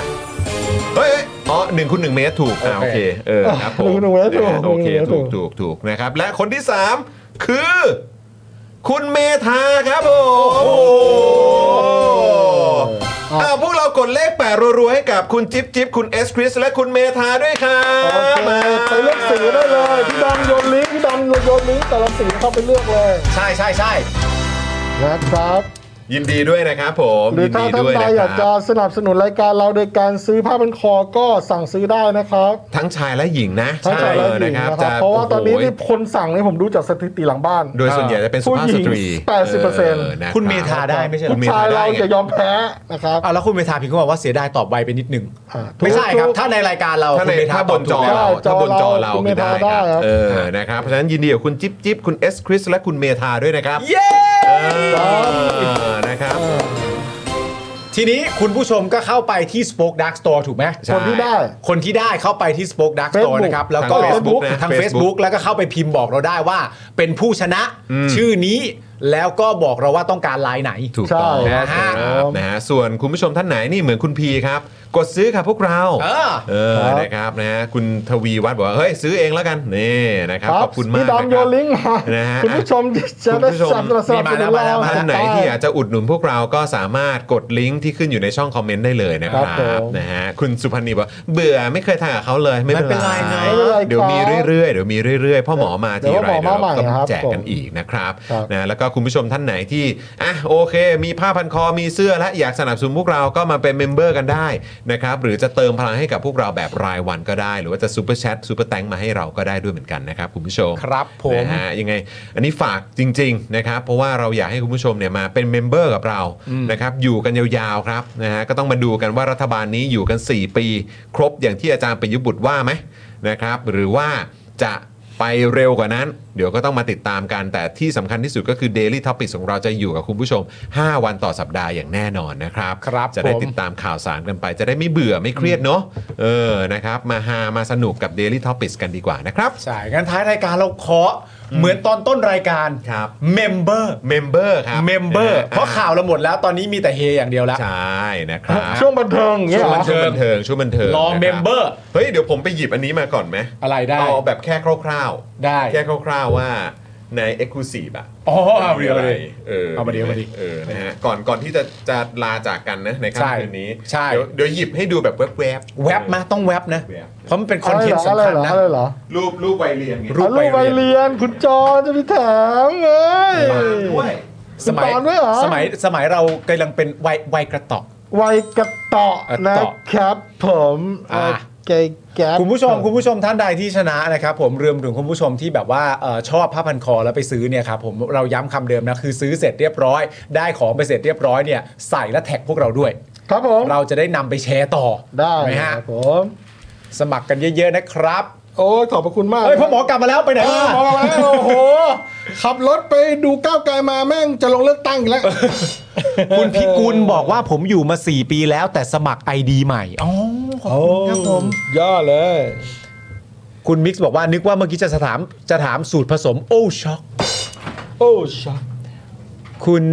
[SPEAKER 1] เฮ้ยเฮ้ยอ๋อหนึ่งคุณหนึ่งเมตรถูกอ่าโอ
[SPEAKER 2] โอ
[SPEAKER 1] เค
[SPEAKER 2] เค
[SPEAKER 1] เออครับผม
[SPEAKER 10] หนึ่งคูณหนึ่งเมตรถูก
[SPEAKER 1] นะฮะโอเค
[SPEAKER 10] หนึ่งคูณหนึ่งเมตรถู
[SPEAKER 1] ถูก
[SPEAKER 10] ก
[SPEAKER 1] ถูกถูกนะครับ และคนที่ 3 คือ คุณเมธาครับผม โอ้โหอ่าพวกเรากดเลขแปดรัวๆให้กับคุณจิ๊บจิ๊บคุณเอสคริสและคุณเมธาด้วยครับ
[SPEAKER 10] โอเค
[SPEAKER 1] มา
[SPEAKER 10] ไปเลือกสีได้เลยพี่ดำโยนลิงก์พี่ดำโยนลิงก์แต่ละสีเข้าไปเลือกเลย
[SPEAKER 2] ใช่ใช่ใช่
[SPEAKER 10] นะครับ
[SPEAKER 1] ยินดีด้วยนะครับผม
[SPEAKER 10] หรือ
[SPEAKER 1] ยิน
[SPEAKER 10] ถ้า
[SPEAKER 1] ดี
[SPEAKER 10] ท่าน
[SPEAKER 1] ด้วย
[SPEAKER 10] ใดอ
[SPEAKER 1] นะค
[SPEAKER 10] ยากจะ
[SPEAKER 1] รับ
[SPEAKER 10] สนับสนุนรายการเราโดยการซื้อผ้าพันคอก็สั่งซื้อได้นะครับ
[SPEAKER 1] ทั้งชายและหญิงนะ
[SPEAKER 10] ทั้งชายและ
[SPEAKER 1] เออ
[SPEAKER 10] หญิง
[SPEAKER 1] นะครับ
[SPEAKER 10] นะค
[SPEAKER 1] จะ
[SPEAKER 10] รับเพราะว่าตอนนี้
[SPEAKER 1] โโห
[SPEAKER 10] นี่คนสั่งเนี่ยผมดูจากสถิติหลังบ้าน
[SPEAKER 1] โดยส่วนใหญ่จะเป็นสุภาพสตรี
[SPEAKER 10] ผู้หญิง80%
[SPEAKER 1] ะรับ
[SPEAKER 2] คุณเมธาได้ไม่ใช่เหร
[SPEAKER 10] ลู
[SPEAKER 2] อก
[SPEAKER 10] ชายเรา
[SPEAKER 1] ได้ไง
[SPEAKER 10] จะยอมแพ้นะครับ
[SPEAKER 2] อ่ะแล้วคุณเมธาพิมพ์เข้ามาว่าเสียดายตอบไวไปนิดนึง
[SPEAKER 10] อ่ะ
[SPEAKER 2] ไม่ใช่ครับ
[SPEAKER 10] ถูกๆ
[SPEAKER 2] ถ้าในรายการเรา
[SPEAKER 1] ถ้าใน
[SPEAKER 2] คุณเมธา
[SPEAKER 1] ถ้า
[SPEAKER 2] ต
[SPEAKER 1] บ
[SPEAKER 2] อบ
[SPEAKER 1] น
[SPEAKER 2] ถู
[SPEAKER 1] จอก
[SPEAKER 2] แล้ว
[SPEAKER 1] เรา
[SPEAKER 10] จอ
[SPEAKER 1] ถ้าบนจอ
[SPEAKER 10] เรา
[SPEAKER 1] เรา
[SPEAKER 10] คุณ
[SPEAKER 1] คือได้
[SPEAKER 10] เมธาได้
[SPEAKER 1] ค
[SPEAKER 10] ครั
[SPEAKER 1] รับ
[SPEAKER 10] บ
[SPEAKER 1] เออนะครับเพราะฉะนั้นยินดีกับคุณจิ๊บจิ๊บคุณเอสคริสและคุณเมธาด้วยนะครับ
[SPEAKER 2] เย้
[SPEAKER 1] เออนะครับ
[SPEAKER 2] ทีนี้คุณผู้ชมก็เข้าไปที่ Spoke Dark Store ถูกไหม
[SPEAKER 1] ใช่
[SPEAKER 10] คนที่ได้
[SPEAKER 2] คนที่ได้เข้าไปที่ Spoke Dark Store
[SPEAKER 10] Facebook
[SPEAKER 2] นะครับ แล้วก็
[SPEAKER 1] ทาง Facebook นะ
[SPEAKER 2] ทาง
[SPEAKER 1] Facebook
[SPEAKER 2] Facebook แล้วก็เข้าไปพิมพ์บอกเราได้ว่า เป็นผู้ชนะชื่อนี้แล้วก็บอกเราว่าต้องการลายไหน
[SPEAKER 1] ถูกต้อง
[SPEAKER 10] ใช่
[SPEAKER 1] นะค
[SPEAKER 10] ครั
[SPEAKER 1] รับบ นะฮะส่วนคุณผู้ชมท่านไหนนี่เหมือนคุณพีครับ กดซื้อค่ะพวกเรา
[SPEAKER 2] เออ
[SPEAKER 1] เอ
[SPEAKER 10] ค
[SPEAKER 1] อ
[SPEAKER 10] รับ
[SPEAKER 1] นะครับนะฮะคุณทวีวัฒน์บอกว่าเฮ้ยซื้อเองแล้วกันนี่นะครับขอบคุณมาก
[SPEAKER 10] พี่
[SPEAKER 1] นะครับ
[SPEAKER 10] ดำโยนลิงก์มา
[SPEAKER 1] นะฮะ
[SPEAKER 10] คุณผู้ชมจะได้สนับสนุน
[SPEAKER 2] นี่มาแล้ว
[SPEAKER 10] เรา
[SPEAKER 1] ท่านไหนที่อยากจะอุดหนุนพวกเราก็สามารถกดลิงก์ที่ขึ้นอยู่ในช่องคอมเมนต์ได้เลยนะค
[SPEAKER 10] ครั
[SPEAKER 1] รั
[SPEAKER 10] บบ ผม
[SPEAKER 1] นะฮะคุณสุพันธ์นีบอกเบื่อไม่เคยทานกับเขาเลยไม่เป็นไร
[SPEAKER 10] ไม่เป็นไรครับ
[SPEAKER 1] เดี๋ยวมีเรื่อยๆเดี๋ยวมีเรื่อยๆพ่อหมอมาทีไร
[SPEAKER 10] เดี๋ยวพ่อหมอมา
[SPEAKER 1] เดี๋ยว
[SPEAKER 10] ใหม่ครั
[SPEAKER 1] ก็
[SPEAKER 10] บ
[SPEAKER 1] แจกกันอีกนะครับ
[SPEAKER 10] ครับ
[SPEAKER 1] นะแล้วก็คุณผู้ชมท่านไหนที่อ่ะโอเค มีผ้าพันคอมีเสื้อและอยากสนับสนุนพวกเราก็มาเป็นเมมเบอร์กันได้นะครับหรือจะเติมพลังให้กับพวกเราแบบรายวันก็ได้ หรือว่าจะซูเปอร์แชทซูเปอร์แตงมาให้เราก็ได้ด้วยเหมือนกันนะครับคุณผู้ชม
[SPEAKER 2] ครับผม
[SPEAKER 1] นะฮะยังไงอันนี้ฝากจริงๆนะครับเพราะว่าเราอยากให้คุณผู้ชมเนี่ยมาเป็นเมมเบอร์กับเรานะครับอยู่กันยาวๆครับนะฮะก็ต้องมาดูกันว่ารัฐบาลนี้อยู่กัน 4 ปี ครบอย่างที่อาจารย์ประยุทธ์บุตรว่าไหมนะครับหรือว่าจะไปเร็วกว่านั้น เดี๋ยวก็ต้องมาติดตามกัน แต่ที่สำคัญที่สุดก็คือ Daily t o p i c ของเราจะอยู่กับคุณผู้ชม 5 วันต่อสัปดาห์อย่างแน่นอนนะครับ
[SPEAKER 2] ครับ
[SPEAKER 1] จะได้
[SPEAKER 2] ผม
[SPEAKER 1] ติดตามข่าวสารกันไป จะได้ไม่เบื่อไม่เครียดเนาะเออนะครับมาหามาสนุกกับ Daily t o p i c กันดีกว่านะครับ
[SPEAKER 2] ใช่ งั้นท้ายรายการเราขออเหมือนตอนต้นรายการ
[SPEAKER 1] ครับ
[SPEAKER 2] เมมเบอร์
[SPEAKER 1] เมมเบอร์ครับ
[SPEAKER 2] เมมเบอร์เพราะข่าวเราหมดแล้วตอนนี้มีแต่เฮอย่างเดียวแล้ว
[SPEAKER 1] ใช่นะครับ
[SPEAKER 10] ช่วงบันเทิงอย่างเงี้ยเหรอ
[SPEAKER 1] ช่วงบันเทิงช่วงบันเทิง
[SPEAKER 2] รอ
[SPEAKER 1] นะค
[SPEAKER 2] เมมเบอร์
[SPEAKER 1] เฮ้ยเดี๋ยวผมไปหยิบอันนี้มาก่อนไหม
[SPEAKER 2] อะไรได้
[SPEAKER 1] เอาแบบแค่คร่าว
[SPEAKER 2] ได้
[SPEAKER 1] ๆ แค่คร่าวๆว่า ใน Exclusive อะ
[SPEAKER 2] อ๋อเอาเดี๋ยว
[SPEAKER 1] ะไร
[SPEAKER 2] เลย
[SPEAKER 1] เออ
[SPEAKER 2] เอามาเดี๋ยวมาดิ
[SPEAKER 1] เออนะฮะก่อนก่อนที่จะจะลาจากกันนะ ใน
[SPEAKER 2] ใช่
[SPEAKER 1] ค่ำคืนนี้
[SPEAKER 2] ใช่
[SPEAKER 1] เดี๋ยวเดี๋ยวหยิบให้ดูแบบแวบๆ
[SPEAKER 2] แว็บมาต้องแว็บนะ
[SPEAKER 1] แวบ
[SPEAKER 2] เพราะมันเป็นค
[SPEAKER 3] อะ
[SPEAKER 2] อน
[SPEAKER 3] ไร
[SPEAKER 2] เท
[SPEAKER 3] เหรอ
[SPEAKER 2] นต์
[SPEAKER 3] อะไร
[SPEAKER 2] สำคัญ
[SPEAKER 3] เหรอ
[SPEAKER 2] นะ
[SPEAKER 3] อะไรเหรอ
[SPEAKER 1] รูปรูปใบเรียงไง
[SPEAKER 2] รู
[SPEAKER 3] อะ
[SPEAKER 2] ป
[SPEAKER 3] ลูก
[SPEAKER 2] ใบ
[SPEAKER 3] ใบ
[SPEAKER 2] เรี
[SPEAKER 3] เรี
[SPEAKER 2] ย
[SPEAKER 3] ย
[SPEAKER 2] น
[SPEAKER 3] นคุณจอนจะมีแถมเอ้ย
[SPEAKER 1] มาด้วย
[SPEAKER 2] สมัย
[SPEAKER 3] ตอนด้วยเหรอ
[SPEAKER 2] สมัยสมัยเรากำลังเป็นวัยวัยกระตอก
[SPEAKER 3] วัยกระเตาะ
[SPEAKER 2] กระ
[SPEAKER 3] นะ
[SPEAKER 2] เตาะ
[SPEAKER 3] ครับผม
[SPEAKER 2] อ่า
[SPEAKER 3] เกแก๊บ
[SPEAKER 2] คุณผู้ชมคุณผู้ชมท่านใดที่ชนะนะครับผมรวมถึงคุณผู้ชมที่แบบว่าเอ่อชอบผ้าพันคอแล้วไปซื้อเนี่ยครับผมเราย้ำคำเดิมนะคือซื้อเสร็จเรียบร้อย ได้ของไปเสร็จเรียบร้อยเนี่ยใส่และแท็กพวกเราด้วย
[SPEAKER 3] ครับผม
[SPEAKER 2] เราจะได้นำไปแชร์ต่อ
[SPEAKER 3] ได้
[SPEAKER 2] ไหม
[SPEAKER 3] ค
[SPEAKER 2] ฮะ
[SPEAKER 3] รับผม
[SPEAKER 2] สมัครกันเยอะๆนะครับ
[SPEAKER 3] โอ้ยขอบพระคุณมาก
[SPEAKER 2] เฮ้ยพ่อหมอกลับมาแล้วไปไหน
[SPEAKER 3] เอ
[SPEAKER 2] มา
[SPEAKER 3] อหมอมาแล้วโอ้โห ขับรถไปดูก้าวไกลมาแม่งจะลงเลือกตั้งอีกแล้ว
[SPEAKER 2] คุณพิกุลบอกว่าผมอยู่มา 4 ปีแล้วแต่สมัคร ID ใหม่อ๋อขอบคุณครับผม
[SPEAKER 3] ย่อเลย
[SPEAKER 2] คุณมิกซ์บอกว่านึกว่าเมื่อกี้จะถามจะถามสูตรผสมโอช็อก
[SPEAKER 3] โอ้ชัก
[SPEAKER 2] คุณ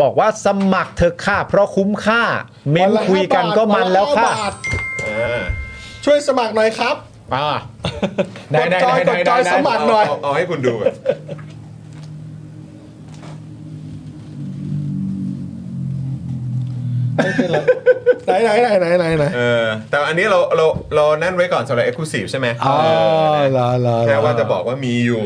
[SPEAKER 2] บอกว่าสมัครเธอะค่ะเพราะคุ้มค่า เม้นคุยกันก็มันแล้วค่ะ
[SPEAKER 3] นห้าบาท
[SPEAKER 1] อ่า
[SPEAKER 3] ช่วยสมัครหน่อยครับ
[SPEAKER 2] อ่าไหน
[SPEAKER 3] กดจอย
[SPEAKER 2] ไหนไหน
[SPEAKER 3] กดจอย
[SPEAKER 2] ไหน
[SPEAKER 3] สมัครหน่อย
[SPEAKER 1] เาเอาให้คุณดูก่อน
[SPEAKER 3] ไหนไหนไหนไหนไหนไหน
[SPEAKER 1] เออแต่อันนี้เราเราเรานั่นไว้ก่อนสำหรับ Exclusive ใช่ไหม
[SPEAKER 3] อ๋อ
[SPEAKER 1] เออ
[SPEAKER 3] ลาลา
[SPEAKER 1] แค่ว่าจะบอกว่ามีอยู่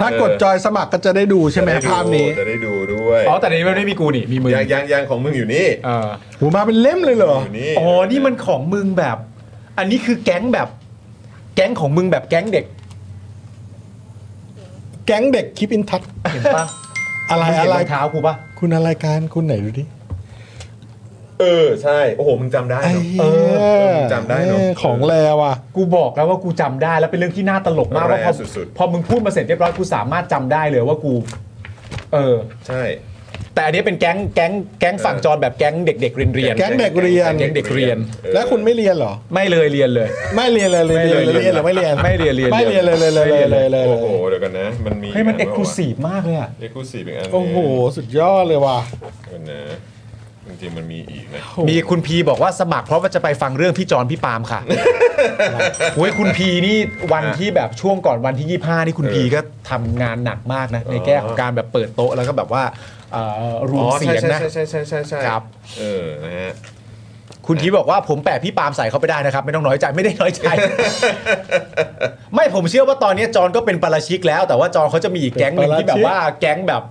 [SPEAKER 3] ถ้ากดจอยสมัครก็จะได้ดูใช่ไหม
[SPEAKER 1] จะด้ดู
[SPEAKER 3] ภาพนี้
[SPEAKER 1] จะได้ดูด้วย
[SPEAKER 2] อ๋อแต่ในนี้ไม่ได้มีกูนี่มีมึง
[SPEAKER 1] ยังยังยังของมึงอยู่นี่
[SPEAKER 2] เออ
[SPEAKER 3] หูมาเป็นเล่มเลยเหรอ
[SPEAKER 1] อยู่นี่
[SPEAKER 2] อ๋อนี่มันของมึงแบบ อันนี้คือแก๊งแบบ แก๊งของมึงแบบแก๊งเด็ก
[SPEAKER 3] แก๊งเด็กคลิปอินทัช
[SPEAKER 2] เห็นปะ
[SPEAKER 3] อะไร
[SPEAKER 2] มึงเห็
[SPEAKER 3] อะ
[SPEAKER 2] น
[SPEAKER 3] ไร
[SPEAKER 2] รองเท้ากูปะ
[SPEAKER 3] คุณอะไรการคุณไหนดูดิ
[SPEAKER 1] เออ ใช่ โอ้โห มึงจำได้
[SPEAKER 3] ไอ้
[SPEAKER 1] เนอะ
[SPEAKER 3] เหี้ย
[SPEAKER 1] เออจำได้เนอะ
[SPEAKER 3] เออของแล้วอ่ะ
[SPEAKER 2] กูบอกแล้วว่ากูจำได้แล้วเป็นเรื่องที่น่าตลกมากว่าพอ
[SPEAKER 1] แรงสุดๆ
[SPEAKER 2] พอมึงพูดมาเสร็จเรียบร้อยกูสามารถจำได้เลยว่ากู เออ
[SPEAKER 1] ใช่
[SPEAKER 2] แต่อันนี้เป็นแก๊งแก๊งแก๊งฝั่งจรแบบแก๊งเด็กๆเรียนเรียนๆ
[SPEAKER 3] แก๊งเด็กเรียน
[SPEAKER 2] แก๊งเด็กเรียน
[SPEAKER 1] เออ
[SPEAKER 3] แล้วคุณไม่เรียนเหรอ
[SPEAKER 2] ไม่เลยเรียนเลย
[SPEAKER 3] ไม่เรียนเลยเลยเรียนเลยเรียนหรือไม่เรียน
[SPEAKER 2] ไม่เรียนเรียน
[SPEAKER 3] ไม่เรียนเลยเลยเลยเลยเลยเลย
[SPEAKER 1] โอ้โห เดี๋ยวกันนะ มันมี
[SPEAKER 2] เฮ้ยมันเอกลูซีมากเลยอ่ะ
[SPEAKER 1] เอ็กซ์คลูซีฟอีกอัน
[SPEAKER 3] โอ้โห สุดยอดเลยว่ะ
[SPEAKER 1] เดี๋ยวกันนะ จริงๆ มันมีอีกนะ
[SPEAKER 2] มีคุณพีบอกว่าสมัครเพราะว่าจะไปฟังเรื่องพี่จอนพี่ปาล์มค่ะโอ้ยคุณพีนี่วันที่แบบช่วงก่อนวันที่ 25 นี่คุณพีก็ทำงานหนักมากนะ ในแง่ของการแบบเปิดโต๊ะแล้วก็แบบว่าเอ่อรวม
[SPEAKER 1] อ๋อ
[SPEAKER 2] เสี
[SPEAKER 1] ใช่
[SPEAKER 2] ยง
[SPEAKER 1] ใช่
[SPEAKER 2] นะ
[SPEAKER 1] ใช่ใช่ใช่ใช่
[SPEAKER 2] ครับ
[SPEAKER 1] เออ นะฮะ
[SPEAKER 2] คุณพีบอกว่าผมแปะพี่ปาล์มใส่เข้าไปได้นะครับ ไม่ต้องน้อยใจไม่ได้น้อยใจ ไม่ผมเชื่อว่าตอนนี้จอนก็เป็นปาราชิกแล้ว แต่ว่าจอนเขาจะมีอีกแก๊งหนึ่งที่แบบว่าแก๊งแบบ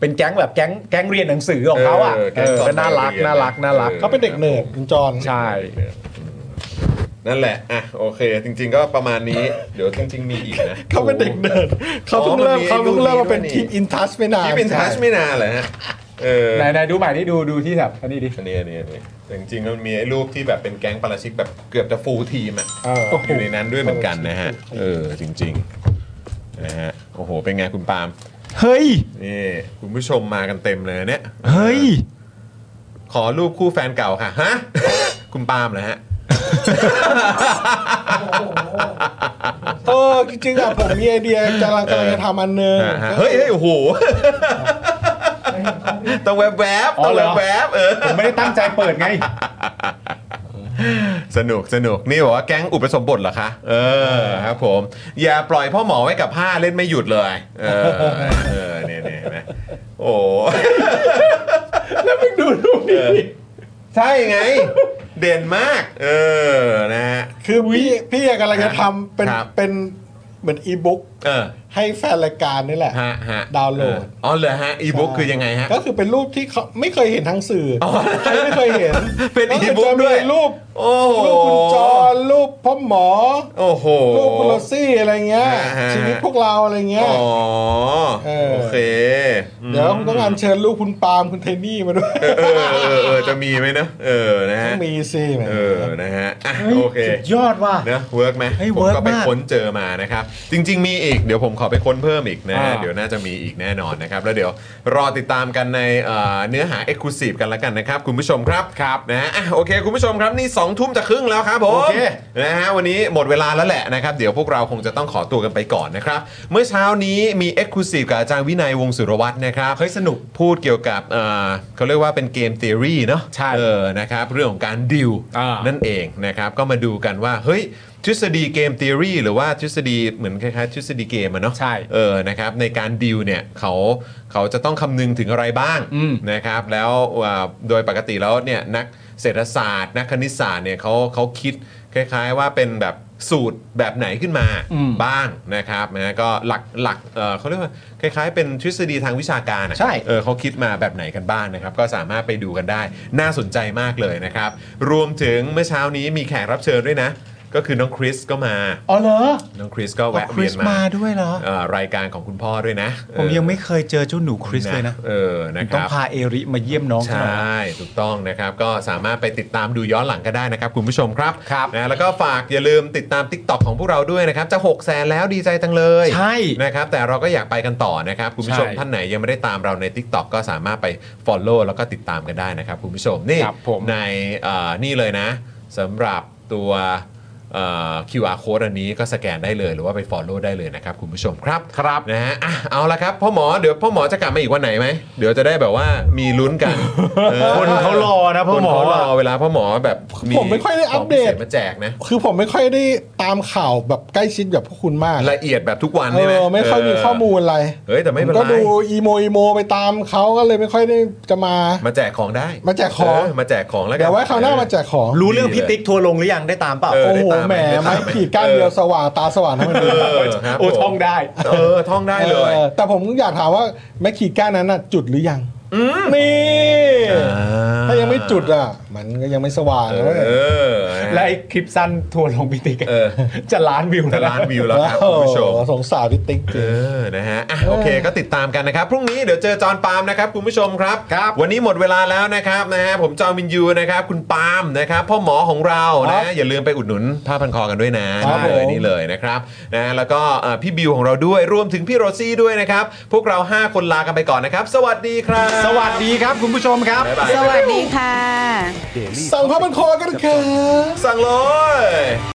[SPEAKER 2] เป็นแก๊งแบบแก๊งแก๊งเรียนหนังสือของเขาอ่ะ
[SPEAKER 1] เออแก๊
[SPEAKER 2] เอง อ
[SPEAKER 1] ตอน
[SPEAKER 2] น่ารัก
[SPEAKER 1] เรียน
[SPEAKER 2] น่ารักน่ารัก
[SPEAKER 1] เออ
[SPEAKER 3] เขาเป็นเด็กเนิร์ดคุณจอน
[SPEAKER 2] ใช่
[SPEAKER 1] นั่นแหละ อ่ะ โอเค จริง ๆ ก็ประมาณนี้ เดี๋ยวจริง ๆ มีอีกนะ
[SPEAKER 3] เขาเป็นเด็กเนิร์ดเขาเพิ่งเริ่มเขาเพิ่งเริ่มมาเป็น
[SPEAKER 1] มันมี
[SPEAKER 3] ทีมอินทัชไม่นาน
[SPEAKER 1] ที่เป็นทัชไม่นานเหรอฮะ เออ
[SPEAKER 2] ไหนไหนดูใหม่นี่ดูดูที่แบบอันนี้ดิ
[SPEAKER 1] อันนี้อันนี้อันนี้แต่จริงๆมันมีไอ้รูปที่แบบเป็นแก๊งปาราชิกแบบเกือบจะฟูลทีมอ่ะ
[SPEAKER 2] เออ
[SPEAKER 1] อยู่ในนั้นด้วยเหมือนกันนะฮะ เออ จริงๆนะฮะโอ้โห เป็นไงคุณปาล์ม
[SPEAKER 2] เฮ้ย
[SPEAKER 1] นี่คุณผู้ชมมากันเต็มเลยเนี่ย
[SPEAKER 2] เฮ้ย
[SPEAKER 1] ขอรูปคู่แฟนเก่าค่ะฮะ คุณปาล์มเหรอฮะ
[SPEAKER 3] เออ จริงๆอ่ะผมมีไอเดียกำลังกำลังจะทำอันหนึง
[SPEAKER 1] ฮะเฮ้ยเฮ้ยโอ้โห ต้องแวบแวบๆต้องแวบแวบๆเออ
[SPEAKER 2] ผมไม่ได้ตั้งใจเปิดไง
[SPEAKER 1] สนุกสนุกนี่บอกว่าแก๊งอุปสมบทเหรอคะ เออครับผม อย่าปล่อยพ่อหมอไว้กับผ้าเล่นไม่หยุดเลย เอ อเออเนี่ยเนี่ยเห็นไหมโอ้แล้วไปดูรูปนี้ใช่ไง เด่นมาก เออนะฮะ
[SPEAKER 3] คือพี่พี่กำลังจะทำเป็น
[SPEAKER 1] ครับ
[SPEAKER 3] เป็นเหมือนอีบุ๊ก
[SPEAKER 1] เออ
[SPEAKER 3] ให้แฟนรายการนี่แหละ
[SPEAKER 1] ฮะฮะ
[SPEAKER 3] ดาวน์โหลด
[SPEAKER 1] อ๋อเหรอฮะอีบุ๊กคือยังไงฮะ
[SPEAKER 3] ก็คือเป็นรูปที่เขาไม่เคยเห็นทางสื่ออใครไม่เคยเห็น
[SPEAKER 1] เป็น
[SPEAKER 3] แล้ว
[SPEAKER 1] e-book
[SPEAKER 3] จะมี
[SPEAKER 1] ด้วย
[SPEAKER 3] รูป
[SPEAKER 1] โอ้โห
[SPEAKER 3] รูปคุณจอห์นรูปพ่อหมอ
[SPEAKER 1] โอ้โห
[SPEAKER 3] รูปคุณโรซี่อะไรเงี้ย
[SPEAKER 1] อ่าฮะ
[SPEAKER 3] ชีวิตพวกเราอะไรเงี้ย
[SPEAKER 1] อ๋อ
[SPEAKER 3] เออ
[SPEAKER 1] โอเคอืม
[SPEAKER 3] เดี๋ยวผมต้องการเชิญรูปคุณปาล์มคุณเทนนี่มาด้วย
[SPEAKER 1] เออเออเออเออจะมีไหมนะเออนะ
[SPEAKER 3] ต้อ
[SPEAKER 1] ฮะ
[SPEAKER 3] งมีสิแหม
[SPEAKER 1] เออนะฮะอ่ะโอเค
[SPEAKER 2] สุดยอดว่ะ
[SPEAKER 1] เนอะเวิร์กไหม
[SPEAKER 2] เฮ้ย
[SPEAKER 1] ผม
[SPEAKER 2] work
[SPEAKER 1] ก็ไป
[SPEAKER 2] มาก
[SPEAKER 1] ค้นเจอมานะครับ จริง ๆ มีอีกเดี๋ยวผมขอไปค้นเพิ่มอีกนะฮะ
[SPEAKER 2] อ่า
[SPEAKER 1] เดี๋ยวน่าจะมีอีกแน่นอนนะครับ แล้วเดี๋ยวรอติดตามกันในเอ่อเนื้อหา Exclusive กันละกันนะครับ คุณผู้ชมครับครับนะฮะอ่ะโอเค คุณผู้ชมครับนี่2ทุ่มจะครึ่งแล้วครับผม
[SPEAKER 2] โอเค
[SPEAKER 1] นะฮะวันนี้หมดเวลาแล้วแหละนะครับ เดี๋ยวพวกเราคงจะต้องขอตัวกันไปก่อนนะครับ เมื่อเช้านี้มี e x c l u s i v e กับอาจารย์วินัยวงศ์สุรวัตรนะครับ
[SPEAKER 2] เฮ้ยสนุก
[SPEAKER 1] พูดเกี่ยวกับเอ่อเขาเรียกว่าเป็นเกม t ท e o r y เนาะ
[SPEAKER 2] ใช่
[SPEAKER 1] เออนะครับเรื่องของการดิว
[SPEAKER 2] อ่านั่
[SPEAKER 1] นั่นเองนะครับ ก็มาดูกันว่า เฮ้ย ทฤษฎีเกม t h e o r y หรือว่าทฤษฎีเหมือนคล้ายๆทฤษฎีเกมอะเนาะ
[SPEAKER 2] ใช่
[SPEAKER 1] เออนะครับในการดีลเนี่ยเขาเขาจะต้องคำนึงถึงอะไรบ้าง
[SPEAKER 2] อืม
[SPEAKER 1] นะครับแล้วอ่าโดยปกติแล้วเนี่ยนักเศรษฐศาสตร์ นักคณิตศาสตร์เนี่ยเขาเขาคิดคล้ายๆว่าเป็นแบบสูตรแบบไหนขึ้นมา
[SPEAKER 2] อืม
[SPEAKER 1] บ้างนะครับนะก็หลักหลักเอ่อเขาเรียกว่าคล้ายๆ เป็นทฤษฎีทางวิชาการอะ
[SPEAKER 2] ใช่
[SPEAKER 1] เออเขาคิดมาแบบไหนกันบ้างนะครับ ก็สามารถไปดูกันได้ น่าสนใจมากเลยนะครับ รวมถึงเมื่อเช้านี้มีแขกรับเชิญด้วยนะ ก็คือน้องคริสก็มา
[SPEAKER 2] อ๋อเหรอ
[SPEAKER 1] น้องคริสก็แวะ
[SPEAKER 2] ค
[SPEAKER 1] เวี
[SPEAKER 2] ริ
[SPEAKER 1] ย
[SPEAKER 2] ส
[SPEAKER 1] น
[SPEAKER 2] มา
[SPEAKER 1] มา
[SPEAKER 2] ด้วยเหรอ
[SPEAKER 1] เอ่อรายการของคุณพ่อด้วยนะ
[SPEAKER 2] ผม
[SPEAKER 1] เออ
[SPEAKER 2] ยังไม่เคยเจอเจ้าหนูคริสเลยนะ
[SPEAKER 1] เออนะค
[SPEAKER 2] ต้อง
[SPEAKER 1] รับ
[SPEAKER 2] พาเอริมาเยี่ยมน้อง
[SPEAKER 1] ใช
[SPEAKER 2] เขาหน่อย
[SPEAKER 1] ่ ถูกต้องนะครับ ก็สามารถไปติดตามดูย้อนหลังก็ได้นะครับ คุณผู้ชมครับ
[SPEAKER 2] ครับ
[SPEAKER 1] นะแล้วก็ฝากอย่าลืมติดตาม TikTok ของพวกเราด้วยนะครับ จะ 6 แสนแล้วดีใจจังเลย
[SPEAKER 2] ใช่
[SPEAKER 1] นะครับ แต่เราก็อยากไปกันต่อนะครับ คุณผู้ชม
[SPEAKER 2] ใช่
[SPEAKER 1] ท่านไหนยังไม่ได้ตามเราใน TikTok ก็สามารถไป Follow แล้วก็ติดตามกันได้นะครับ คุณผู้ชมนี่
[SPEAKER 2] ครับผม
[SPEAKER 1] ในเอ่อนี่เลยนะสำหรับตัวเอ่อ QR code อันนี้ก็สแกนได้เลยหรือว่าไป Follow ได้เลยนะครับคุณผู้ชมครับ
[SPEAKER 2] ครับ
[SPEAKER 1] นะฮะอ่ะเอาละครับพ่อหมอเดี๋ยวพ่อหมอจะกลับมาอีกวันไหนไหมเดี๋ยวจะได้แบบว่ามีลุ้น กันออ
[SPEAKER 2] คนเขารอนะพ่อหมอ
[SPEAKER 1] คนเขารอเวลาพ่อหมอแบบ
[SPEAKER 3] ผมไม่ค่อยได้อัปเดต
[SPEAKER 1] ขงพิศษมาแจกนะ
[SPEAKER 3] คือผมไม่ค่อยได้ตามข่าวแบบใกล้ชิดแบบพวกคุณมาก
[SPEAKER 1] ละเอียดแบบทุกวัน
[SPEAKER 3] เอ
[SPEAKER 1] ใช่ไหม
[SPEAKER 3] อไม่ค่อยมีข้อมูลอะไร
[SPEAKER 1] เฮ้ยแต่ไม่เป็น
[SPEAKER 3] ผก็
[SPEAKER 1] ไร
[SPEAKER 3] ดูอีโมอีโมไปตามเขาก็เลยไม่ค่อยได้จะมา
[SPEAKER 1] มาแจกของได้
[SPEAKER 3] มาแจกของ
[SPEAKER 1] เมาแจกของแล้วกัน
[SPEAKER 3] เดี๋ยวไว้คราวหน้ามาแจกของ
[SPEAKER 2] รู้เรื่องพี่ติ๊กทัวร์ลงหรือยังได้ตามเปล่า
[SPEAKER 1] เออ
[SPEAKER 3] โอ้โห
[SPEAKER 1] ได้ตาม
[SPEAKER 3] แหม
[SPEAKER 1] ด้ตา
[SPEAKER 3] ไม่ขีดก้านเดียวสว่างตาสว่างทั้งหมด
[SPEAKER 1] เอ
[SPEAKER 3] เลย
[SPEAKER 1] อครับ
[SPEAKER 2] โอ้ท่องได้
[SPEAKER 1] เออท่องได้เลย
[SPEAKER 3] เออแต่ผมอยากถามว่าไม่ขีดก้านนั้นน่ะจุดหรือยังนี่ถ้ายังไม่จุดอ่ะ มันก็ยังไม่สว่าง
[SPEAKER 1] เอ
[SPEAKER 3] เลย
[SPEAKER 1] อนะฮะ
[SPEAKER 2] และไอ้คลิปสั้นทัวร์ลงพี่ติ๊กอะ
[SPEAKER 1] เออ
[SPEAKER 2] จะล้านวิว
[SPEAKER 1] แต่
[SPEAKER 2] แล้วนะ
[SPEAKER 1] ล้านวิวแล้วครับคุณผู้ชม
[SPEAKER 3] โอ้โหสงสารพี่ติ๊กจ
[SPEAKER 1] เอ
[SPEAKER 3] ริง
[SPEAKER 1] อ นะฮะ อ่ะ โอเค ก็ติดตามกันนะครับ พรุ่งนี้เดี๋ยวเจอจอห์นปาล์มนะครับ คุณผู้ชมครับ
[SPEAKER 2] ครับ
[SPEAKER 1] วันนี้หมดเวลาแล้วนะครับ นะฮะ ผมจอห์นวินยูนะครับ คุณปาล์มนะครับ พ่อหมอของเรา นะ อย่าลืมไปอุดหนุนผ้าพันคอกันด้วยนะ
[SPEAKER 3] ครับ
[SPEAKER 1] นี่เลย
[SPEAKER 3] ผม
[SPEAKER 1] นี่เลยนะครับ นะ แล้วก็เอ่อพี่บิวของเราด้วย รวมถึงพี่โรซี่ด้วยนะครับ พวกเรา 5 คนลากันไปก่อนนะครับ สวัสดีครับ
[SPEAKER 2] สวัสดีครับคุณผู้ชมครับ
[SPEAKER 1] บ๊ายบาย
[SPEAKER 11] สวัสดีค่ะ
[SPEAKER 3] สั่งผ้าพันคอกันครับ
[SPEAKER 1] สั่งเลย